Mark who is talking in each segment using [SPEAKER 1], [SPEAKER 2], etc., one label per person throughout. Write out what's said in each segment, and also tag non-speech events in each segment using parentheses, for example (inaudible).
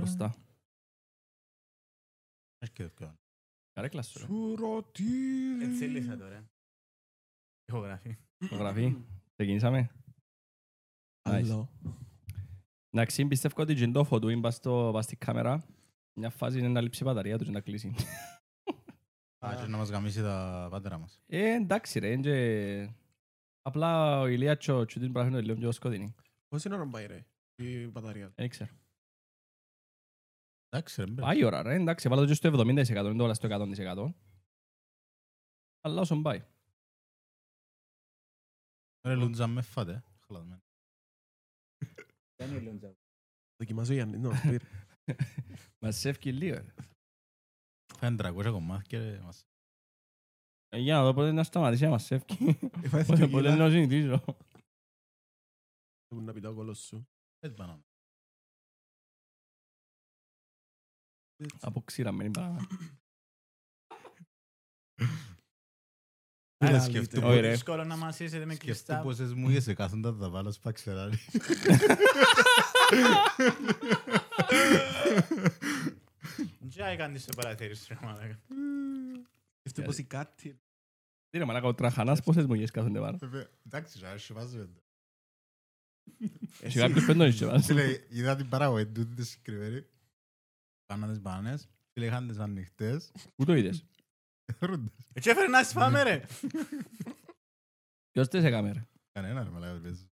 [SPEAKER 1] ăsta.
[SPEAKER 2] Ε,
[SPEAKER 3] Mercurcon.
[SPEAKER 1] Care clasă?
[SPEAKER 3] Surotire.
[SPEAKER 4] Enseguida se adora. Geografía.
[SPEAKER 1] Γραφή. Ξεκινήσαμε.
[SPEAKER 3] Άλλο.
[SPEAKER 1] Εντάξει, πιστεύω ότι τζιν το φωτού είναι πας στο- πας στη κάμερα. Μια φάση είναι να λείψει η μπαταρία του και να κλείσει.
[SPEAKER 3] Α, και να μας γαμίσει τα πάντερα μας.
[SPEAKER 1] Ε, εντάξει ρε, είναι και... Απλά ο Ηλίας τσο, τσο την πράγμα είναι λίγο πιο σκοτεινή.
[SPEAKER 2] Πόση ώρα πάει ρε η μπαταρία του.
[SPEAKER 1] Δεν ξέρω.
[SPEAKER 3] Εντάξει ρε, μπρε.
[SPEAKER 1] Πάει η ώρα ρε, εντάξει, βάλω το και στο 70%, είναι το όλα στο 100%. Αλλά όσον πάει.
[SPEAKER 3] Ρε Λούντζα με φάτε. Χαλασμένο.
[SPEAKER 2] Δοκιμάζει ο Γιάννης. να μας πει, ρε.
[SPEAKER 1] Μας έφυγε λίγο. ρε.
[SPEAKER 3] Φάνε 300 κομμάτια ρε μας.
[SPEAKER 1] Ε, Για να δω πότε να σταματήσει να μας έφυγε.
[SPEAKER 2] Εφάθηκε
[SPEAKER 1] Πότε
[SPEAKER 2] ο
[SPEAKER 1] πότε
[SPEAKER 2] Γιλάς.
[SPEAKER 1] να συνηθίζω.
[SPEAKER 2] Ήμουν να πει το κόλος σου.
[SPEAKER 3] Πες πάνω. μου.
[SPEAKER 1] Από ξύρα μένει πράγμα.
[SPEAKER 3] Ρε,
[SPEAKER 2] Άρα,
[SPEAKER 3] σκεφτούμε-
[SPEAKER 2] αλήθεια.
[SPEAKER 1] Ωραία. Ωραία.
[SPEAKER 4] Δύσκολο να μας είσαι, δεν με
[SPEAKER 3] Σκεφτώ
[SPEAKER 4] κλειστά.
[SPEAKER 3] πόσες μου είσαι κάθοντα τα βάλω σπα ξερά. ρε.
[SPEAKER 4] Δεν έκανε τις παρατηρήσεις, ρε μαλάκα.
[SPEAKER 2] Σκέφτε πως η κάτι.
[SPEAKER 1] Ε, Τι ρε μαλάκα, ο τραχανάς πόσες μογιές κάθονται πάνω.
[SPEAKER 3] Βέβαια, Ε, Εντάξει ρε, σου βάζω.
[SPEAKER 1] Σε κάποιους πέντονες και βάζουν.
[SPEAKER 3] Φίλε, είδα την παραγωγή τούτη της κρυβέρη. Κάναν τις μπανάνες. Φίλε, είχαν τις ανοιχτές.
[SPEAKER 1] Πού το είδες.
[SPEAKER 3] Ρούντες.
[SPEAKER 4] Έτσι έφερε να τις φάμε, ρε.
[SPEAKER 1] Ποιος τες έκαμε ρε.
[SPEAKER 3] Κανένα ρε μαλάκα περιπέζω.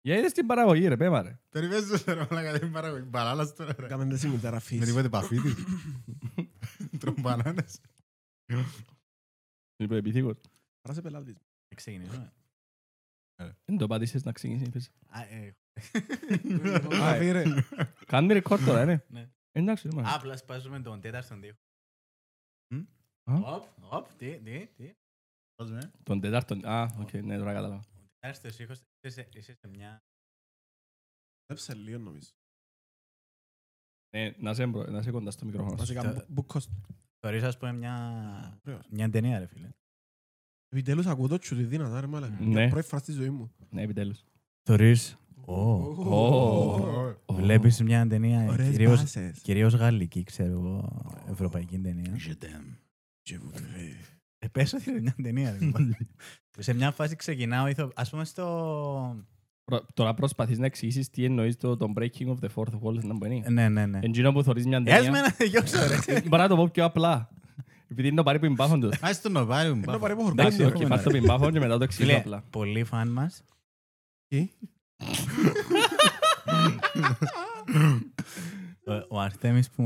[SPEAKER 1] Για είδες την παραγωγή ρε, πέμα ρε.
[SPEAKER 3] Περιπέζω ρε μαλάκα την παραγωγή. Μπανάνας τώρα ρε.
[SPEAKER 2] Κάμε δεν σημαίνει ταραφής.
[SPEAKER 3] Με τίποτε επαφή (laughs) της. Τρων μπανάνες.
[SPEAKER 1] Λοιπόν, επιθύγος.
[SPEAKER 2] Άρα σε πελάτης.
[SPEAKER 4] Ε, Ξεκινήσουμε.
[SPEAKER 1] Δεν το πάτησες να ξεκινήσεις. πες.
[SPEAKER 4] Α, ε,
[SPEAKER 3] ε.
[SPEAKER 2] Α, λοιπόν, ρε.
[SPEAKER 1] Κάνουμε ρεκόρ τώρα, ναι.
[SPEAKER 4] Ναι.
[SPEAKER 1] Εντάξει, ρε, μάνα.
[SPEAKER 4] Απλά σπάζουμε τον τέταρτον τοίχο.
[SPEAKER 3] Μμ.
[SPEAKER 1] Α.
[SPEAKER 4] Οπ, οπ, τι, τι, τι.
[SPEAKER 3] Βάζουμε, ε.
[SPEAKER 1] Τον τετάρτον. Α, οκ, ναι, τώρα κατάλαβα.
[SPEAKER 4] Ο τέταρτος ήχος, είσαι σε- είσαι σε μια...
[SPEAKER 2] Δέψε λίγο νομίζω.
[SPEAKER 1] Ναι, να σε, μπρο- να σε κοντά στο μικρόφωνο. σου.
[SPEAKER 2] Βασικά μπου- μπουκκος.
[SPEAKER 4] Θεωρείς, ας πούμε, μια...
[SPEAKER 2] Ωραίος.
[SPEAKER 4] Μια ταινία, ρε φίλε.
[SPEAKER 2] Επιτέλους ακούω το τσου τη δύνατα ρε μάλακα.
[SPEAKER 1] Ναι.
[SPEAKER 2] Για Πρώτη φορά στη ζωή μου.
[SPEAKER 1] Ναι, επιτέλους.
[SPEAKER 4] Θεωρείς,
[SPEAKER 1] Ω.
[SPEAKER 4] βλέπεις μια ταινία,
[SPEAKER 2] Ωραίες
[SPEAKER 4] κυρίως-
[SPEAKER 2] πάσες.
[SPEAKER 4] κυρίως γαλλική, ξέρω εγώ, ευρωπαϊκή ταινία.
[SPEAKER 3] Je t'aime.
[SPEAKER 2] Je voudrais.
[SPEAKER 4] Ε, Πες ότι είναι μια ταινία. ρε. σε μια φάση ξεκινάω, ήθο... ας πούμε στο...
[SPEAKER 1] Προ- Τώρα προσπαθείς να εξηγήσεις τι εννοείς το το breaking of the fourth wall στην ταμπενή.
[SPEAKER 4] Ναι, ναι, ναι.
[SPEAKER 1] Εν τζίνο που θωρείς μια
[SPEAKER 4] Ας με
[SPEAKER 1] ταινία.
[SPEAKER 4] να (laughs) τελειώσω, ρε.
[SPEAKER 1] Μπορώ να το πω πιο απλά. Επειδή είναι το πάρει που είναι μπάφον του.
[SPEAKER 3] Ας τον οβάριο μου.
[SPEAKER 2] Ενώ παρέπω χορκόνι.
[SPEAKER 1] Εντάξει,
[SPEAKER 4] Εντάξει,
[SPEAKER 1] οκ, πάρ' το που είναι μπάφον και μετά το εξηγήσω
[SPEAKER 4] (laughs) Φίλε,
[SPEAKER 1] απλά.
[SPEAKER 4] πολύ φαν μας.
[SPEAKER 2] Τι?
[SPEAKER 4] Ο- Ο Αρτέμις που,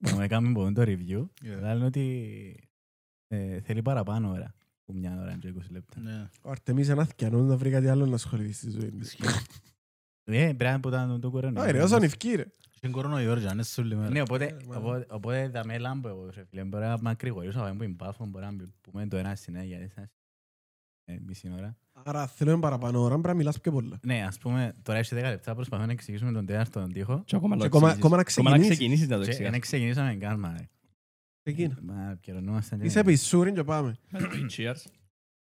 [SPEAKER 4] που με κάνει πολύ το review,
[SPEAKER 3] Yeah.
[SPEAKER 4] λέει ότι ε, θέλει παραπάνω ώρα που μια ώρα και 20 λεπτά.
[SPEAKER 3] Ναι.
[SPEAKER 2] Ο Αρτεμής είναι αθηκιανός να βρει κάτι άλλο να ασχοληθεί στη ζωή του.
[SPEAKER 4] Ε, πράγμα που ήταν το κορονοϊό.
[SPEAKER 2] Ωραία, όσον ευκεί ρε.
[SPEAKER 3] Είχε κορονοϊό ρε, αν έσου λίγο.
[SPEAKER 4] Ναι, οπότε,
[SPEAKER 2] Ε, μα-
[SPEAKER 4] οπότε, οπότε θα με λάμπω εγώ, ρε φίλε. Μπορεί να μακρηγορήσω, αλλά που είναι πάφον, μπορεί να μπει- πούμε το ένα συνέχεια, δεν σας- ε, μισή ώρα.
[SPEAKER 2] Άρα θέλουμε παραπάνω ώρα, πρέπει να μιλάς πιο πολλά.
[SPEAKER 4] Ναι, ας πούμε, τώρα έχεις 10 λεπτά, προσπαθούμε να εξηγήσουμε τον τέταρτο τον τοίχο.
[SPEAKER 1] Και ακόμα να
[SPEAKER 2] και
[SPEAKER 1] το
[SPEAKER 2] ακόμα-
[SPEAKER 1] εξηγήσεις.
[SPEAKER 2] ακόμα να
[SPEAKER 1] Ακόμα να
[SPEAKER 2] ξεκινήσεις.
[SPEAKER 1] ξεκινήσεις να το
[SPEAKER 4] Και
[SPEAKER 1] εξηγήσεις.
[SPEAKER 4] Δεν ξεκινήσαμε καν, μα. ρε.
[SPEAKER 2] Εκείνα.
[SPEAKER 4] Μα, επικαιρωνόμασταν και-
[SPEAKER 2] Είσαι πισούριν και πάμε.
[SPEAKER 1] Cheers.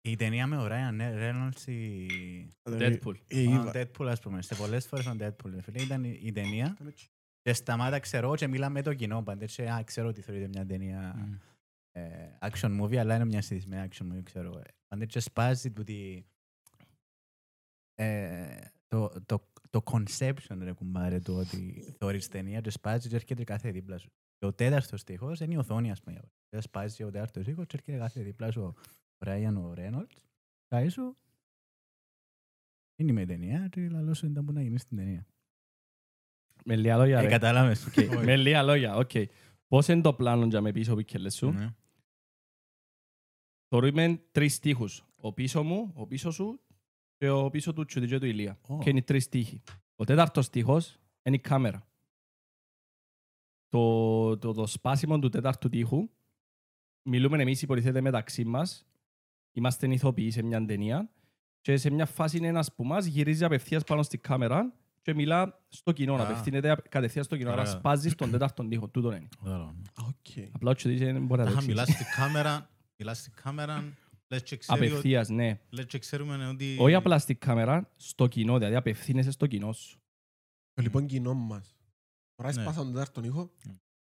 [SPEAKER 4] Η ταινία με ο Ryan Reynolds, η-
[SPEAKER 1] Deadpool.
[SPEAKER 2] Ε,
[SPEAKER 4] ο
[SPEAKER 2] είδα.
[SPEAKER 4] Deadpool, ας πούμε. Σε πολλές φορές ο Deadpool, ρε φίλε, ήταν η- η ταινία. Και σταμάτα, ξέρω, και μιλάμε με το κοινό πάντα. Έτσι, α, ξέρω ότι θεωρείται μια ταινία ε, action movie, αλλά είναι μια συνηθισμένη action movie, ξέρω. εγώ. Πάντα και σπάζει του τη... ε, το, το, το conception, ρε κουμπάρε, του ότι θεωρείς ταινία και σπάζει και έρχεται κάθε δίπλα σου. Και ο τέταρτος στίχος είναι η οθόνη, ας πούμε. Δεν σπάζει ο τέταρτος στίχος και έρχεται κάθε δίπλα σου ο Ράιαν ο Ρένολτς. Κάει σου, είναι με η ταινία και λαλό σου ήταν που να γίνει στην ταινία.
[SPEAKER 1] Με λίγα λόγια,
[SPEAKER 4] Ε,
[SPEAKER 1] ρε.
[SPEAKER 4] κατάλαβες.
[SPEAKER 1] Οκ, Με λίγα λόγια, οκ. Πώς είναι το πλάνο για με πίσω πικελές σου. Θεωρούμε τρεις τείχους. Ο πίσω μου, ο πίσω σου και ο πίσω του τσουδί και του Ηλία.
[SPEAKER 4] Ω.
[SPEAKER 1] Και είναι οι τρεις τείχοι. Ο τέταρτος τείχος είναι η κάμερα. Το, το, το σπάσιμο του τέταρτου τείχου μιλούμε εμείς υποτιθέται μεταξύ μας. Είμαστε ηθοποιοί σε μια ταινία και σε μια φάση είναι ένας που μας γυρίζει απευθείας πάνω στη κάμερα και μιλά στο κοινό,
[SPEAKER 3] Α.
[SPEAKER 1] απευθύνεται απ- κατευθείαν στο κοινό. Άρα
[SPEAKER 3] Ωραία.
[SPEAKER 1] σπάζει τον τέταρτον τείχο. Τούτον είναι.
[SPEAKER 2] Α, οκ.
[SPEAKER 1] Απλά ο τσουδί δεν μπορεί να το
[SPEAKER 3] Αχα, μιλάς
[SPEAKER 1] εξηγήσει.
[SPEAKER 3] στη κάμερα, μιλάς στη κάμερα, λες και ξέρει ότι-
[SPEAKER 1] Απευθείας, ναι.
[SPEAKER 3] λες και ξέρουμε ότι...
[SPEAKER 1] Όχι απλά στην κάμερα, στο κοινό, δηλαδή απευθύνεσαι στο κοινό σου.
[SPEAKER 2] Το λοιπόν κοινό μας. Τώρα
[SPEAKER 3] Ναι.
[SPEAKER 2] έσπασα τον τέταρτον ήχο.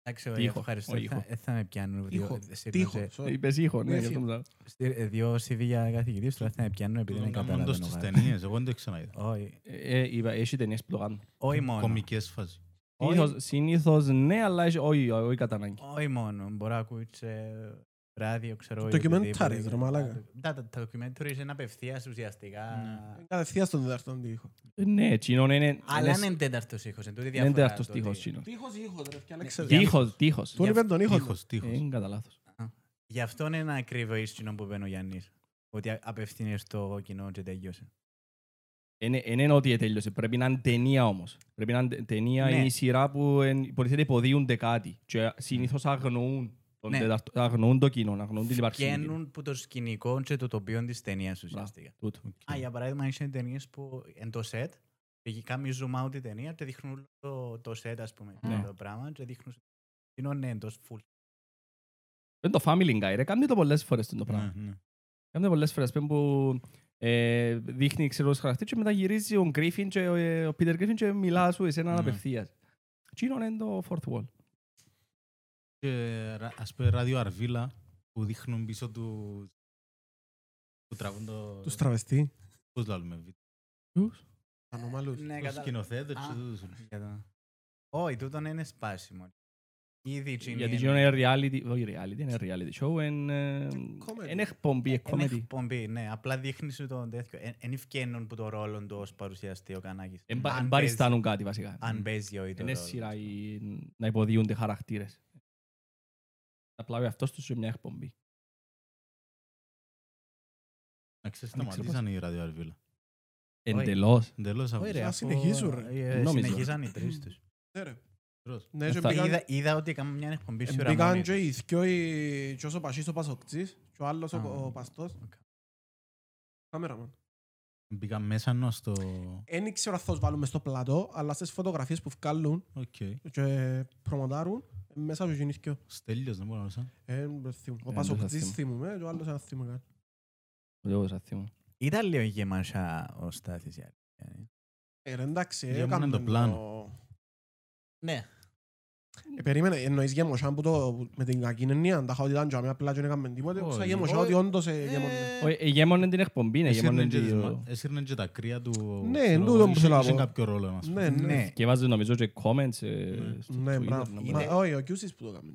[SPEAKER 4] Εντάξει,
[SPEAKER 1] Ήχο,
[SPEAKER 4] ωραία, ευχαριστώ.
[SPEAKER 1] ο
[SPEAKER 4] Δεν
[SPEAKER 1] ήχο.
[SPEAKER 4] θα- δεν θα με πιάνουν
[SPEAKER 2] Ήχο,
[SPEAKER 4] δύο σύρνω
[SPEAKER 2] Τείχο.
[SPEAKER 4] σε-
[SPEAKER 2] sorry.
[SPEAKER 1] Είπες ήχο, ναι,
[SPEAKER 2] Ναι,
[SPEAKER 1] γι' αυτό
[SPEAKER 2] ήχο.
[SPEAKER 1] μου
[SPEAKER 4] στη- ε, δύο CD για καθηγητής, τώρα θα με πιάνουν επειδή δεν
[SPEAKER 3] Τον κάνουν το ναι, στις
[SPEAKER 4] καταλαβαίνω.
[SPEAKER 3] ταινίες, εγώ δεν το ξαναείδα.
[SPEAKER 4] Όχι-
[SPEAKER 1] Ε, είπα, έχει ταινίες που το κάνουν.
[SPEAKER 4] (laughs) Όχι μόνο.
[SPEAKER 3] Κομικές φάσεις.
[SPEAKER 4] Όχι-
[SPEAKER 1] Συνήθως- Συνήθως ναι, αλλά έχει- όχι, όχι κατά ανάγκη.
[SPEAKER 4] Όχι μόνο. Μπορεί να ακούεις ε, ράδιο, ξέρω. ή
[SPEAKER 2] Documentaries,
[SPEAKER 4] οτιδήποτε.
[SPEAKER 2] ρε μαλάκα.
[SPEAKER 4] Τα τα- τα documentaries είναι απευθείας ουσιαστικά.
[SPEAKER 3] Ναι.
[SPEAKER 2] Κατευθείαν στον τέταρτον ήχο.
[SPEAKER 1] Ναι, τσινόν είναι...
[SPEAKER 4] Αλλά είναι τέταρτος ήχος. εν τούτη
[SPEAKER 1] είναι
[SPEAKER 4] διαφορά
[SPEAKER 1] τέταρτος
[SPEAKER 4] το ότι-
[SPEAKER 1] τείχος, τσινόν.
[SPEAKER 2] Τείχος ή ήχος, ρε,
[SPEAKER 4] Ναι.
[SPEAKER 2] ξέρω.
[SPEAKER 1] Τείχος, τείχος. Ε,
[SPEAKER 2] Του
[SPEAKER 4] Για-
[SPEAKER 2] είπε τον ήχο.
[SPEAKER 3] Τείχος, τείχος.
[SPEAKER 1] Είναι κατά λάθος.
[SPEAKER 4] Γι' αυτό είναι ακριβός ίσιο που παίρνει ο Γιάννης. Ότι α- απευθύνει στο κοινό και τελειώσε.
[SPEAKER 1] Είναι- Είναι ότι τέλειωσε. Πρέπει να είναι ταινία όμως. Πρέπει να είναι ταινία
[SPEAKER 4] Ναι.
[SPEAKER 1] ή σειρά που εν- οι πολίτες υποδίονται κάτι και συνήθως αγνοούν τον
[SPEAKER 4] Ναι.
[SPEAKER 1] τέταρτο- αγνοούν το κοινό, αγνοούν την υπαρξή του κοινού.
[SPEAKER 4] Βγαίνουν που το σκηνικό και το τοπίο της ταινίας ουσιαστικά.
[SPEAKER 1] Τούτο.
[SPEAKER 4] Α, για παράδειγμα, είσαι ταινίες που εν το σετ, πηγαίνει- κάνεις zoom out η ταινία και δείχνουν όλο το, το σετ, ας πούμε,
[SPEAKER 1] Ναι.
[SPEAKER 4] το πράγμα και δείχνουν είναι ναι, εντός full.
[SPEAKER 1] Είναι το Family Guy, ρε. Κάμνει το πολλές φορές το πράγμα.
[SPEAKER 3] Ναι, ναι.
[SPEAKER 1] Κάμνει το πολλές φορές πέμπ που ε, δείχνει ξέρω τους χαρακτήρες και μετά γυρίζει ο Γκρίφιν και ο, ε, ο Πίτερ Γκρίφιν και μιλά σου εσένα
[SPEAKER 3] Ναι.
[SPEAKER 1] απευθείας. Τι είναι το fourth wall.
[SPEAKER 3] Και ρα- ας πούμε ράδιο αρβίλα που δείχνουν πίσω του... που τραβούν το...
[SPEAKER 2] Τους τραβεστεί.
[SPEAKER 3] Πώς λαλούμε, βίντεο.
[SPEAKER 2] Ανομαλούς.
[SPEAKER 4] Ναι,
[SPEAKER 3] Τους σκηνοθέτες
[SPEAKER 4] Α.
[SPEAKER 3] και τους...
[SPEAKER 4] Όχι, τούτον είναι σπάσιμο. Ήδη τσινή
[SPEAKER 1] Γιατί
[SPEAKER 4] είναι-
[SPEAKER 1] είναι reality, όχι reality, είναι reality show, είναι
[SPEAKER 2] Comedy.
[SPEAKER 1] είναι εκπομπή,
[SPEAKER 4] Είναι
[SPEAKER 1] comedy.
[SPEAKER 4] εκπομπή, ναι. Απλά δείχνεις σου τον τέτοιο. Ε, Εν ευκαινούν που το ρόλο του ως παρουσιαστή ο Κανάκης.
[SPEAKER 1] Εν πα-
[SPEAKER 4] Αν
[SPEAKER 1] εν
[SPEAKER 4] παίζει-
[SPEAKER 1] παριστάνουν κάτι βασικά.
[SPEAKER 4] Αν παίζει ο ίδιος.
[SPEAKER 1] Είναι σειρά οι- να υποδίονται χαρακτήρες. Απλά ο εαυτός τους σε μια εκπομπή.
[SPEAKER 3] Να ξέρεις,
[SPEAKER 1] Δεν ξέρω
[SPEAKER 3] σταματήσαν οι ράδιο αρβίλα.
[SPEAKER 1] Εντελώς.
[SPEAKER 3] Εντελώς
[SPEAKER 4] Ωραία,
[SPEAKER 3] αφού.
[SPEAKER 2] Α, συνεχίζουν, ρε.
[SPEAKER 1] Νόμιζα.
[SPEAKER 4] Ε, συνεχίζαν οι τρεις τους.
[SPEAKER 2] Ναι, ρε.
[SPEAKER 3] Τρως.
[SPEAKER 2] Ναι, και
[SPEAKER 1] Αυτά-
[SPEAKER 2] μπήκαν-
[SPEAKER 4] Ε, Είδα, ε, είδα ότι έκαναν μια εκπομπή σου
[SPEAKER 2] Ε, Μπήκαν και οι δυο οι- και όσο πασίς ο Πασοκτζής και ο άλλος
[SPEAKER 4] Α.
[SPEAKER 2] ο ο Παστός.
[SPEAKER 4] Οκ.
[SPEAKER 2] Κάμεραμαν.
[SPEAKER 3] Μπήκαν μέσα ενώ στο...
[SPEAKER 2] Δεν ξέρω αν θα τους βάλουμε στο πλατό, αλλά στις φωτογραφίες που βγάλουν
[SPEAKER 3] Οκ.
[SPEAKER 2] και προμοντάρουν, μέσα τους γίνει δυο.
[SPEAKER 3] Στέλιος, δεν μπορώ να ρωτήσω.
[SPEAKER 2] Ε, δεν θυμούμαι. Ο
[SPEAKER 1] Ε, δεν
[SPEAKER 2] Πασοκτζής
[SPEAKER 1] θα
[SPEAKER 2] θυμούμαι και ο άλλος ένα θυμούμαι κάτι.
[SPEAKER 1] Εγώ σας θυμώ.
[SPEAKER 4] Ήταν λίγο γεμάσα ο Στάθης. η αλήθεια.
[SPEAKER 2] Ε, ρε, εντάξει,
[SPEAKER 3] Για μένα
[SPEAKER 2] έκαναν
[SPEAKER 3] το πλάνο.
[SPEAKER 4] Ναι.
[SPEAKER 2] Ε, περίμενε, εννοείς γεμοσάν που το, με την κακή εννοία, τα είχα ότι ήταν τζαμί απλά και δεν έκαμε τίποτε,
[SPEAKER 3] Όχι.
[SPEAKER 2] ξέρω γεμοσάν
[SPEAKER 4] Όχι.
[SPEAKER 2] ότι όντως ε, γεμονταν.
[SPEAKER 1] Ο- ε, Γέμονεν την εκπομπή, ναι,
[SPEAKER 3] Έσυρνε
[SPEAKER 1] γέμονεν
[SPEAKER 3] και τις
[SPEAKER 1] τη-
[SPEAKER 3] μα- Έσυρνε και τα κρύα του...
[SPEAKER 2] Ναι,
[SPEAKER 3] ξέρω
[SPEAKER 2] εν
[SPEAKER 3] εγώ,
[SPEAKER 2] τούτο που
[SPEAKER 3] είχε-
[SPEAKER 2] θέλω να
[SPEAKER 3] είχε
[SPEAKER 2] πω.
[SPEAKER 3] κάποιο ρόλο, ας πούμε.
[SPEAKER 2] Ναι, ναι.
[SPEAKER 4] Ναι.
[SPEAKER 1] Και βάζει νομίζω και comments ε,
[SPEAKER 3] Ναι.
[SPEAKER 1] στο
[SPEAKER 2] Ναι,
[SPEAKER 1] Twitter,
[SPEAKER 2] μπράβο.
[SPEAKER 1] νομίζω.
[SPEAKER 2] Μα, Όχι, ο Κιούσης που το έκαμε.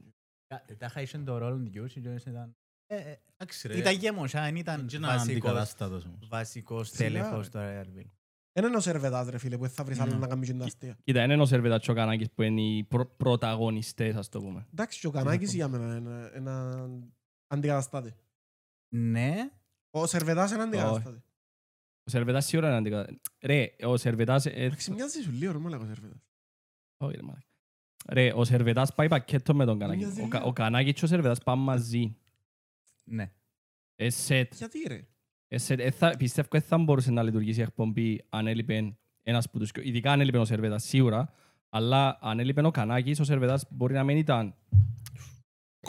[SPEAKER 4] Τα- Τα είχα ίσον το ρόλο του Γιώργης και ήταν... Ε, ε,
[SPEAKER 3] Εντάξει, ρε.
[SPEAKER 4] Ήταν γέμος, αν ήταν
[SPEAKER 3] Είναι
[SPEAKER 4] βασικός,
[SPEAKER 3] αντικατάστατος όμως.
[SPEAKER 4] βασικός
[SPEAKER 2] Σιγά,
[SPEAKER 4] τέλεχος
[SPEAKER 2] ρε.
[SPEAKER 4] του Ρεάλβιλ.
[SPEAKER 2] Ένα είναι ο Σερβετάς ρε φίλε που δεν θα βρεις άλλον
[SPEAKER 3] Ναι.
[SPEAKER 2] να κάνει την αστεία.
[SPEAKER 1] Κοίτα, είναι ο Σερβετά Τσοκανάκης που είναι οι προ- πρωταγωνιστές, ας το πούμε.
[SPEAKER 2] Εντάξει και ο Κανάκης για μένα είναι ένα αντικαταστάτη.
[SPEAKER 4] Ναι,
[SPEAKER 2] Ο Σερβετάς είναι αντικαταστάτη.
[SPEAKER 1] Ο Σερβετάς σίγουρα είναι αντικατάστατος. Ρε, ο Σερβετάς... ε,
[SPEAKER 2] Εντάξει μοιάζει σου λίγο ρε μόλα ο Σερβετάς.
[SPEAKER 1] όχι, ρε, μαλάκα. Ρε, ο Σερβετάς πάει πακέτο με τον Κανάκη.
[SPEAKER 2] Μοιάζει
[SPEAKER 1] Ο Κα-
[SPEAKER 2] λίγο.
[SPEAKER 1] Ο Κανάκης και ο Σερβετάς πάνε μαζί.
[SPEAKER 4] ναι.
[SPEAKER 1] Ε, σετ.
[SPEAKER 2] Γιατί ρε.
[SPEAKER 1] Ε, σετ. Ε, θα- Πιστεύω ότι θα μπορούσε να λειτουργήσει η εκπομπή αν έλειπε ένας που τους... δυο. Ειδικά αν έλειπε ο Σερβετάς, σίγουρα. Αλλά αν έλειπε ο Κανάκης, ο Σερβετάς μπορεί να μην ήταν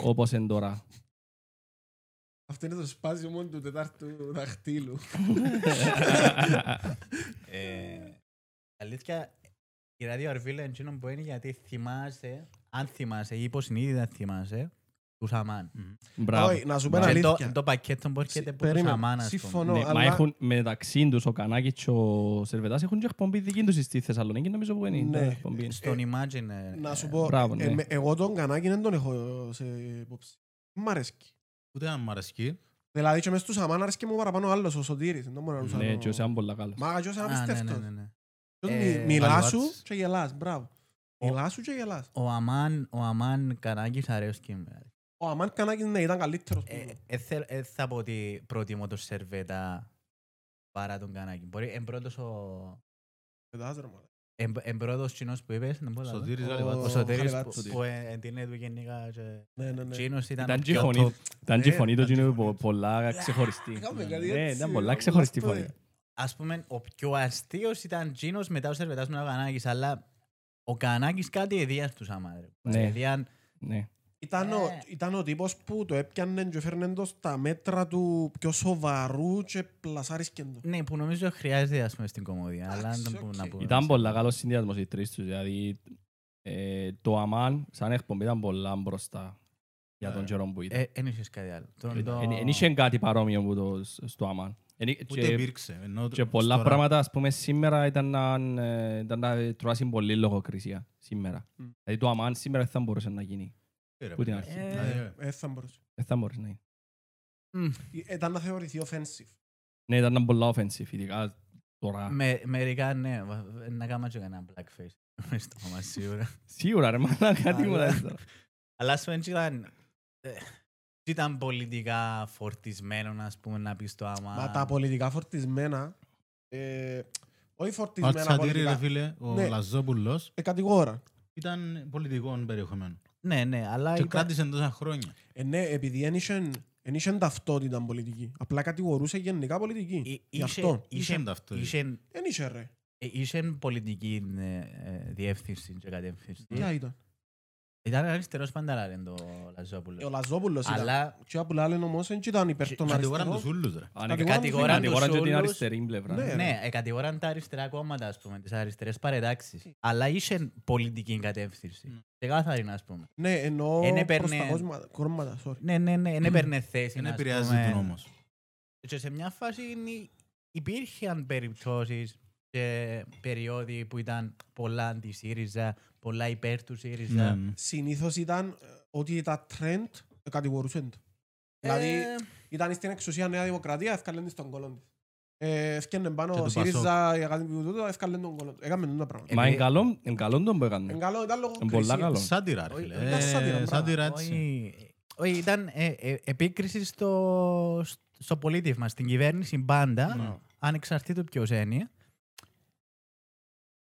[SPEAKER 1] όπως είναι τώρα.
[SPEAKER 2] (laughs) Αυτό είναι το σπάσιμο μόνο του τετάρτου δαχτύλου.
[SPEAKER 4] Ε, αλήθεια, η ράδιο Αρβίλα εντύνων που είναι γιατί θυμάσαι, αν θυμάσαι ή υποσυνείδητα θυμάσαι, του Σαμάν.
[SPEAKER 1] Μπράβο.
[SPEAKER 2] Όχι, να σου πω
[SPEAKER 1] Μπράβο.
[SPEAKER 2] ένα
[SPEAKER 4] Και το,
[SPEAKER 2] αλήθεια.
[SPEAKER 4] το πακέτο που έρχεται από του
[SPEAKER 2] Περίμενε,
[SPEAKER 4] Σαμάν, ας πούμε.
[SPEAKER 2] συμφωνώ,
[SPEAKER 1] Ναι, μα
[SPEAKER 2] αλλά-
[SPEAKER 1] έχουν μεταξύ τους ο Κανάκης και ο Σερβετάς έχουν και εκπομπή δική τους στη Θεσσαλονίκη νομίζω που είναι
[SPEAKER 2] Ναι.
[SPEAKER 1] η εκπομπή.
[SPEAKER 4] Στον Imagine. ε,
[SPEAKER 2] Να σου πω,
[SPEAKER 1] μπράβο,
[SPEAKER 2] ε,
[SPEAKER 1] ναι.
[SPEAKER 2] με- εγώ τον Κανάκη δεν τον έχω σε υπόψη. Μ' αρέσκει.
[SPEAKER 3] Ούτε αν μ' αρεσκεί.
[SPEAKER 2] Δηλαδή και μες στους αμάν αρέσκει μου παραπάνω ο άλλος, ο Σωτήρης. Δεν μπορώ να τους
[SPEAKER 1] Ναι,
[SPEAKER 2] άλλο.
[SPEAKER 1] και ο Σεάν πολλά καλός.
[SPEAKER 2] Μα και ο Σαμάν
[SPEAKER 4] Α, ναι,
[SPEAKER 2] απίστευτος.
[SPEAKER 4] ναι, ναι, ναι.
[SPEAKER 2] Ποιος
[SPEAKER 4] Ε,
[SPEAKER 2] μι- Μιλάς σου
[SPEAKER 3] Βαλβάτης.
[SPEAKER 2] και γελάς, μπράβο.
[SPEAKER 4] Ο-
[SPEAKER 2] Μιλάς σου και γελάς.
[SPEAKER 4] Ο Αμάν, ο Αμάν Καράγκης αρέσκει μου.
[SPEAKER 2] Ο Αμάν Κανάκης ναι, ήταν καλύτερος. που
[SPEAKER 4] Ε,
[SPEAKER 2] εγώ.
[SPEAKER 4] ε, θε- ε, θα πω ότι προτιμώ τον Σερβέτα παρά τον Κανάκη. Μπορεί εν πρώτος ο...
[SPEAKER 2] Πετάς, ρε, μάλλον.
[SPEAKER 4] Εν, εν πρώτος κοινός που είπες, να πω λάθος.
[SPEAKER 3] Σωτήρης
[SPEAKER 2] Ο-
[SPEAKER 3] Γαλιβάτης.
[SPEAKER 4] Ο Σωτήρης που-
[SPEAKER 2] Γαλιβάτης.
[SPEAKER 4] που ε, εν την έτου γενικά και...
[SPEAKER 2] Ναι, ναι, ναι.
[SPEAKER 4] Τσίνος ήταν...
[SPEAKER 1] Ήταν
[SPEAKER 4] πιο
[SPEAKER 1] και
[SPEAKER 4] top.
[SPEAKER 1] φωνή, ήταν και
[SPEAKER 2] Ναι,
[SPEAKER 1] φωνή του
[SPEAKER 2] ήταν και
[SPEAKER 1] Τζίνου
[SPEAKER 2] φωνή
[SPEAKER 1] πο-
[SPEAKER 2] του.
[SPEAKER 1] πολλά ξεχωριστή.
[SPEAKER 2] Είχαμε
[SPEAKER 1] Ναι,
[SPEAKER 2] κάτι
[SPEAKER 1] ναι,
[SPEAKER 2] έτσι,
[SPEAKER 1] ήταν
[SPEAKER 2] όλα
[SPEAKER 1] πολλά ξεχωριστή
[SPEAKER 2] αυτά,
[SPEAKER 1] φωνή.
[SPEAKER 2] ε.
[SPEAKER 4] ας πούμε, ο πιο αστείος ήταν Τζίνος, μετά ο Σερβετάς μετά ο Κανάκης, αλλά ο Κανάκης κάτι εδίας του άμα, ρε.
[SPEAKER 1] Ναι.
[SPEAKER 4] Εδίαν,
[SPEAKER 1] Ναι.
[SPEAKER 2] Ήταν, ο,
[SPEAKER 4] Ε.
[SPEAKER 2] ήταν ο τύπος που το έπιανε και φέρνε το στα μέτρα του πιο σοβαρού και πλασάρισκε το.
[SPEAKER 4] ναι, που νομίζω χρειάζεται ας πούμε στην κομμωδία, αλλά
[SPEAKER 2] Εντάξει,
[SPEAKER 4] δεν μπορούμε να
[SPEAKER 2] οκ.
[SPEAKER 4] πούμε.
[SPEAKER 1] Ήταν πολλά καλός συνδυασμός οι τρεις τους, δηλαδή Ε, το Αμάν σαν εκπομπή ήταν πολλά μπροστά για τον
[SPEAKER 4] Ναι.
[SPEAKER 1] καιρό που ήταν.
[SPEAKER 4] Ε, Εν είχες κάτι άλλο. Τον- το-
[SPEAKER 1] Εν εν είχε κάτι παρόμοιο που το, στο Αμάν. Εν είχε-
[SPEAKER 3] Ούτε
[SPEAKER 1] και-
[SPEAKER 3] υπήρξε. ενώ
[SPEAKER 1] Και πολλά
[SPEAKER 3] τώρα-
[SPEAKER 1] πράγματα, ας πούμε, σήμερα ήταν να, ε, ήταν να τρώασουν πολύ λογοκρισία. Σήμερα.
[SPEAKER 2] Μμ.
[SPEAKER 1] Δηλαδή το αμάν σήμερα δεν θα μπορούσε να γίνει.
[SPEAKER 3] Ε, ρε,
[SPEAKER 1] Ούτε
[SPEAKER 3] παιδιά.
[SPEAKER 1] αρχή.
[SPEAKER 3] Ε,
[SPEAKER 4] Ε,
[SPEAKER 3] ε,
[SPEAKER 2] Ε, θα μπορούσε.
[SPEAKER 1] Δεν θα μπορούσε να γίνει.
[SPEAKER 4] μ,
[SPEAKER 2] Ε, Ήταν να θεωρηθεί offensive.
[SPEAKER 1] Ναι, ήταν πολλά offensive, ειδικά τώρα.
[SPEAKER 4] με- Μερικά ναι, βα- να κάνω και κανένα blackface. (laughs) Μες στο μας σίγουρα.
[SPEAKER 1] Σίγουρα ρε μάνα, κάτι μου
[SPEAKER 4] Αλλά-
[SPEAKER 1] λες τώρα.
[SPEAKER 4] Αλλά ας πούμε έτσι ήταν... ε, έτσι ήταν πολιτικά φορτισμένο να πούμε να πεις το άμα...
[SPEAKER 2] Μα τα πολιτικά φορτισμένα, ε, όχι
[SPEAKER 3] Ο
[SPEAKER 2] φορτισμένα
[SPEAKER 3] Τσατήρη, ρε
[SPEAKER 2] πολιτικά,
[SPEAKER 3] φίλε, ο
[SPEAKER 2] Ναι.
[SPEAKER 3] Λαζόπουλος,
[SPEAKER 2] ε, κατηγόρα.
[SPEAKER 3] ήταν πολιτικό περιεχομένο.
[SPEAKER 4] Ναι, ναι, αλλά
[SPEAKER 3] Και
[SPEAKER 4] ήταν-
[SPEAKER 3] κράτησε τόσα χρόνια.
[SPEAKER 2] Ε, ναι, επειδή δεν είχε ταυτότητα πολιτική. Απλά κατηγορούσε γενικά πολιτική.
[SPEAKER 4] ε,
[SPEAKER 2] Γι'
[SPEAKER 4] είχε-
[SPEAKER 2] αυτό.
[SPEAKER 4] είχε-
[SPEAKER 3] Είχε ταυτότητα.
[SPEAKER 4] είχε-
[SPEAKER 2] Δεν είχε ρε.
[SPEAKER 4] ε, Είχε πολιτική ε, ε, διεύθυνση και κατεύθυνση.
[SPEAKER 2] Ποια ήταν.
[SPEAKER 4] Ήταν αριστερός πάντα λένε το
[SPEAKER 2] Ε, Ο
[SPEAKER 4] Λαζόπουλος.
[SPEAKER 2] Λαζόπουλος ήταν.
[SPEAKER 4] Αλλά
[SPEAKER 2] Και απ' άλλον όμως δεν ήταν υπέρ των
[SPEAKER 3] Κατηγοράν
[SPEAKER 2] αριστερών.
[SPEAKER 3] τους ούλους, ρε.
[SPEAKER 1] Αν
[SPEAKER 2] Κατηγοράν
[SPEAKER 1] κατηγοράν
[SPEAKER 2] τους
[SPEAKER 1] κατηγοράν και την
[SPEAKER 4] όλους.
[SPEAKER 1] αριστερή πλευρά.
[SPEAKER 2] Ναι.
[SPEAKER 4] ναι, ε, κατηγοράν τα αριστερά κόμματα, ας πούμε, τις αριστερές παρετάξεις. Αλλά είχε πολιτική κατεύθυνση.
[SPEAKER 3] Ναι.
[SPEAKER 4] Ξεκάθαρη, ας πούμε.
[SPEAKER 2] Ναι, ενώ
[SPEAKER 4] Εν
[SPEAKER 2] προς
[SPEAKER 4] έπαιρνε-
[SPEAKER 2] τα κόσμα- κόμματα, sorry.
[SPEAKER 4] Ναι, ναι, ναι, δεν έπαιρνε θέση.
[SPEAKER 3] Δεν
[SPEAKER 4] ας
[SPEAKER 3] επηρεάζει
[SPEAKER 4] πούμε.
[SPEAKER 3] τον όμως.
[SPEAKER 4] Και σε μια φάση νι- υπήρχαν περιπτώσεις και περιόδοι που ήταν πολλά αντι-ΣΥΡΙΖΑ, πολλά υπέρ του
[SPEAKER 3] Ναι,
[SPEAKER 4] ΣΥΡΙΖΑ. Ε,
[SPEAKER 3] ναι.
[SPEAKER 2] Συνήθως ήταν ε, ότι τα trend κατηγορούσαν το. Δηλαδή,
[SPEAKER 4] Ε,
[SPEAKER 2] ήταν στην εξουσία Νέα Δημοκρατία, έφκαλαν της τον κόλλον της. Ε, Έφκαινε
[SPEAKER 3] Και
[SPEAKER 2] πάνω ο
[SPEAKER 3] του
[SPEAKER 2] ΣΥΡΙΖΑ για κάτι που τούτο, έφκαλαν τον κόλλον του. Έκαμε τούτα πράγματα.
[SPEAKER 1] Μα
[SPEAKER 4] Ε,
[SPEAKER 1] είναι καλό, είναι καλό τον που
[SPEAKER 2] Εν
[SPEAKER 1] έκανε.
[SPEAKER 2] καλό, ήταν
[SPEAKER 1] Είναι πολλά
[SPEAKER 2] λογοκρισία.
[SPEAKER 1] καλό.
[SPEAKER 3] Σάτυρα, ρε
[SPEAKER 4] Όχι,
[SPEAKER 3] φίλε.
[SPEAKER 2] ήταν
[SPEAKER 3] Ε,
[SPEAKER 2] σάτυρα, μπράβο.
[SPEAKER 3] Σάτυρα έτσι.
[SPEAKER 4] Όχι, όχι, ήταν ε, ε, επίκριση στο, στο πολίτευμα, στην κυβέρνηση πάντα,
[SPEAKER 3] Ναι.
[SPEAKER 4] ανεξαρτήτως ποιος είναι.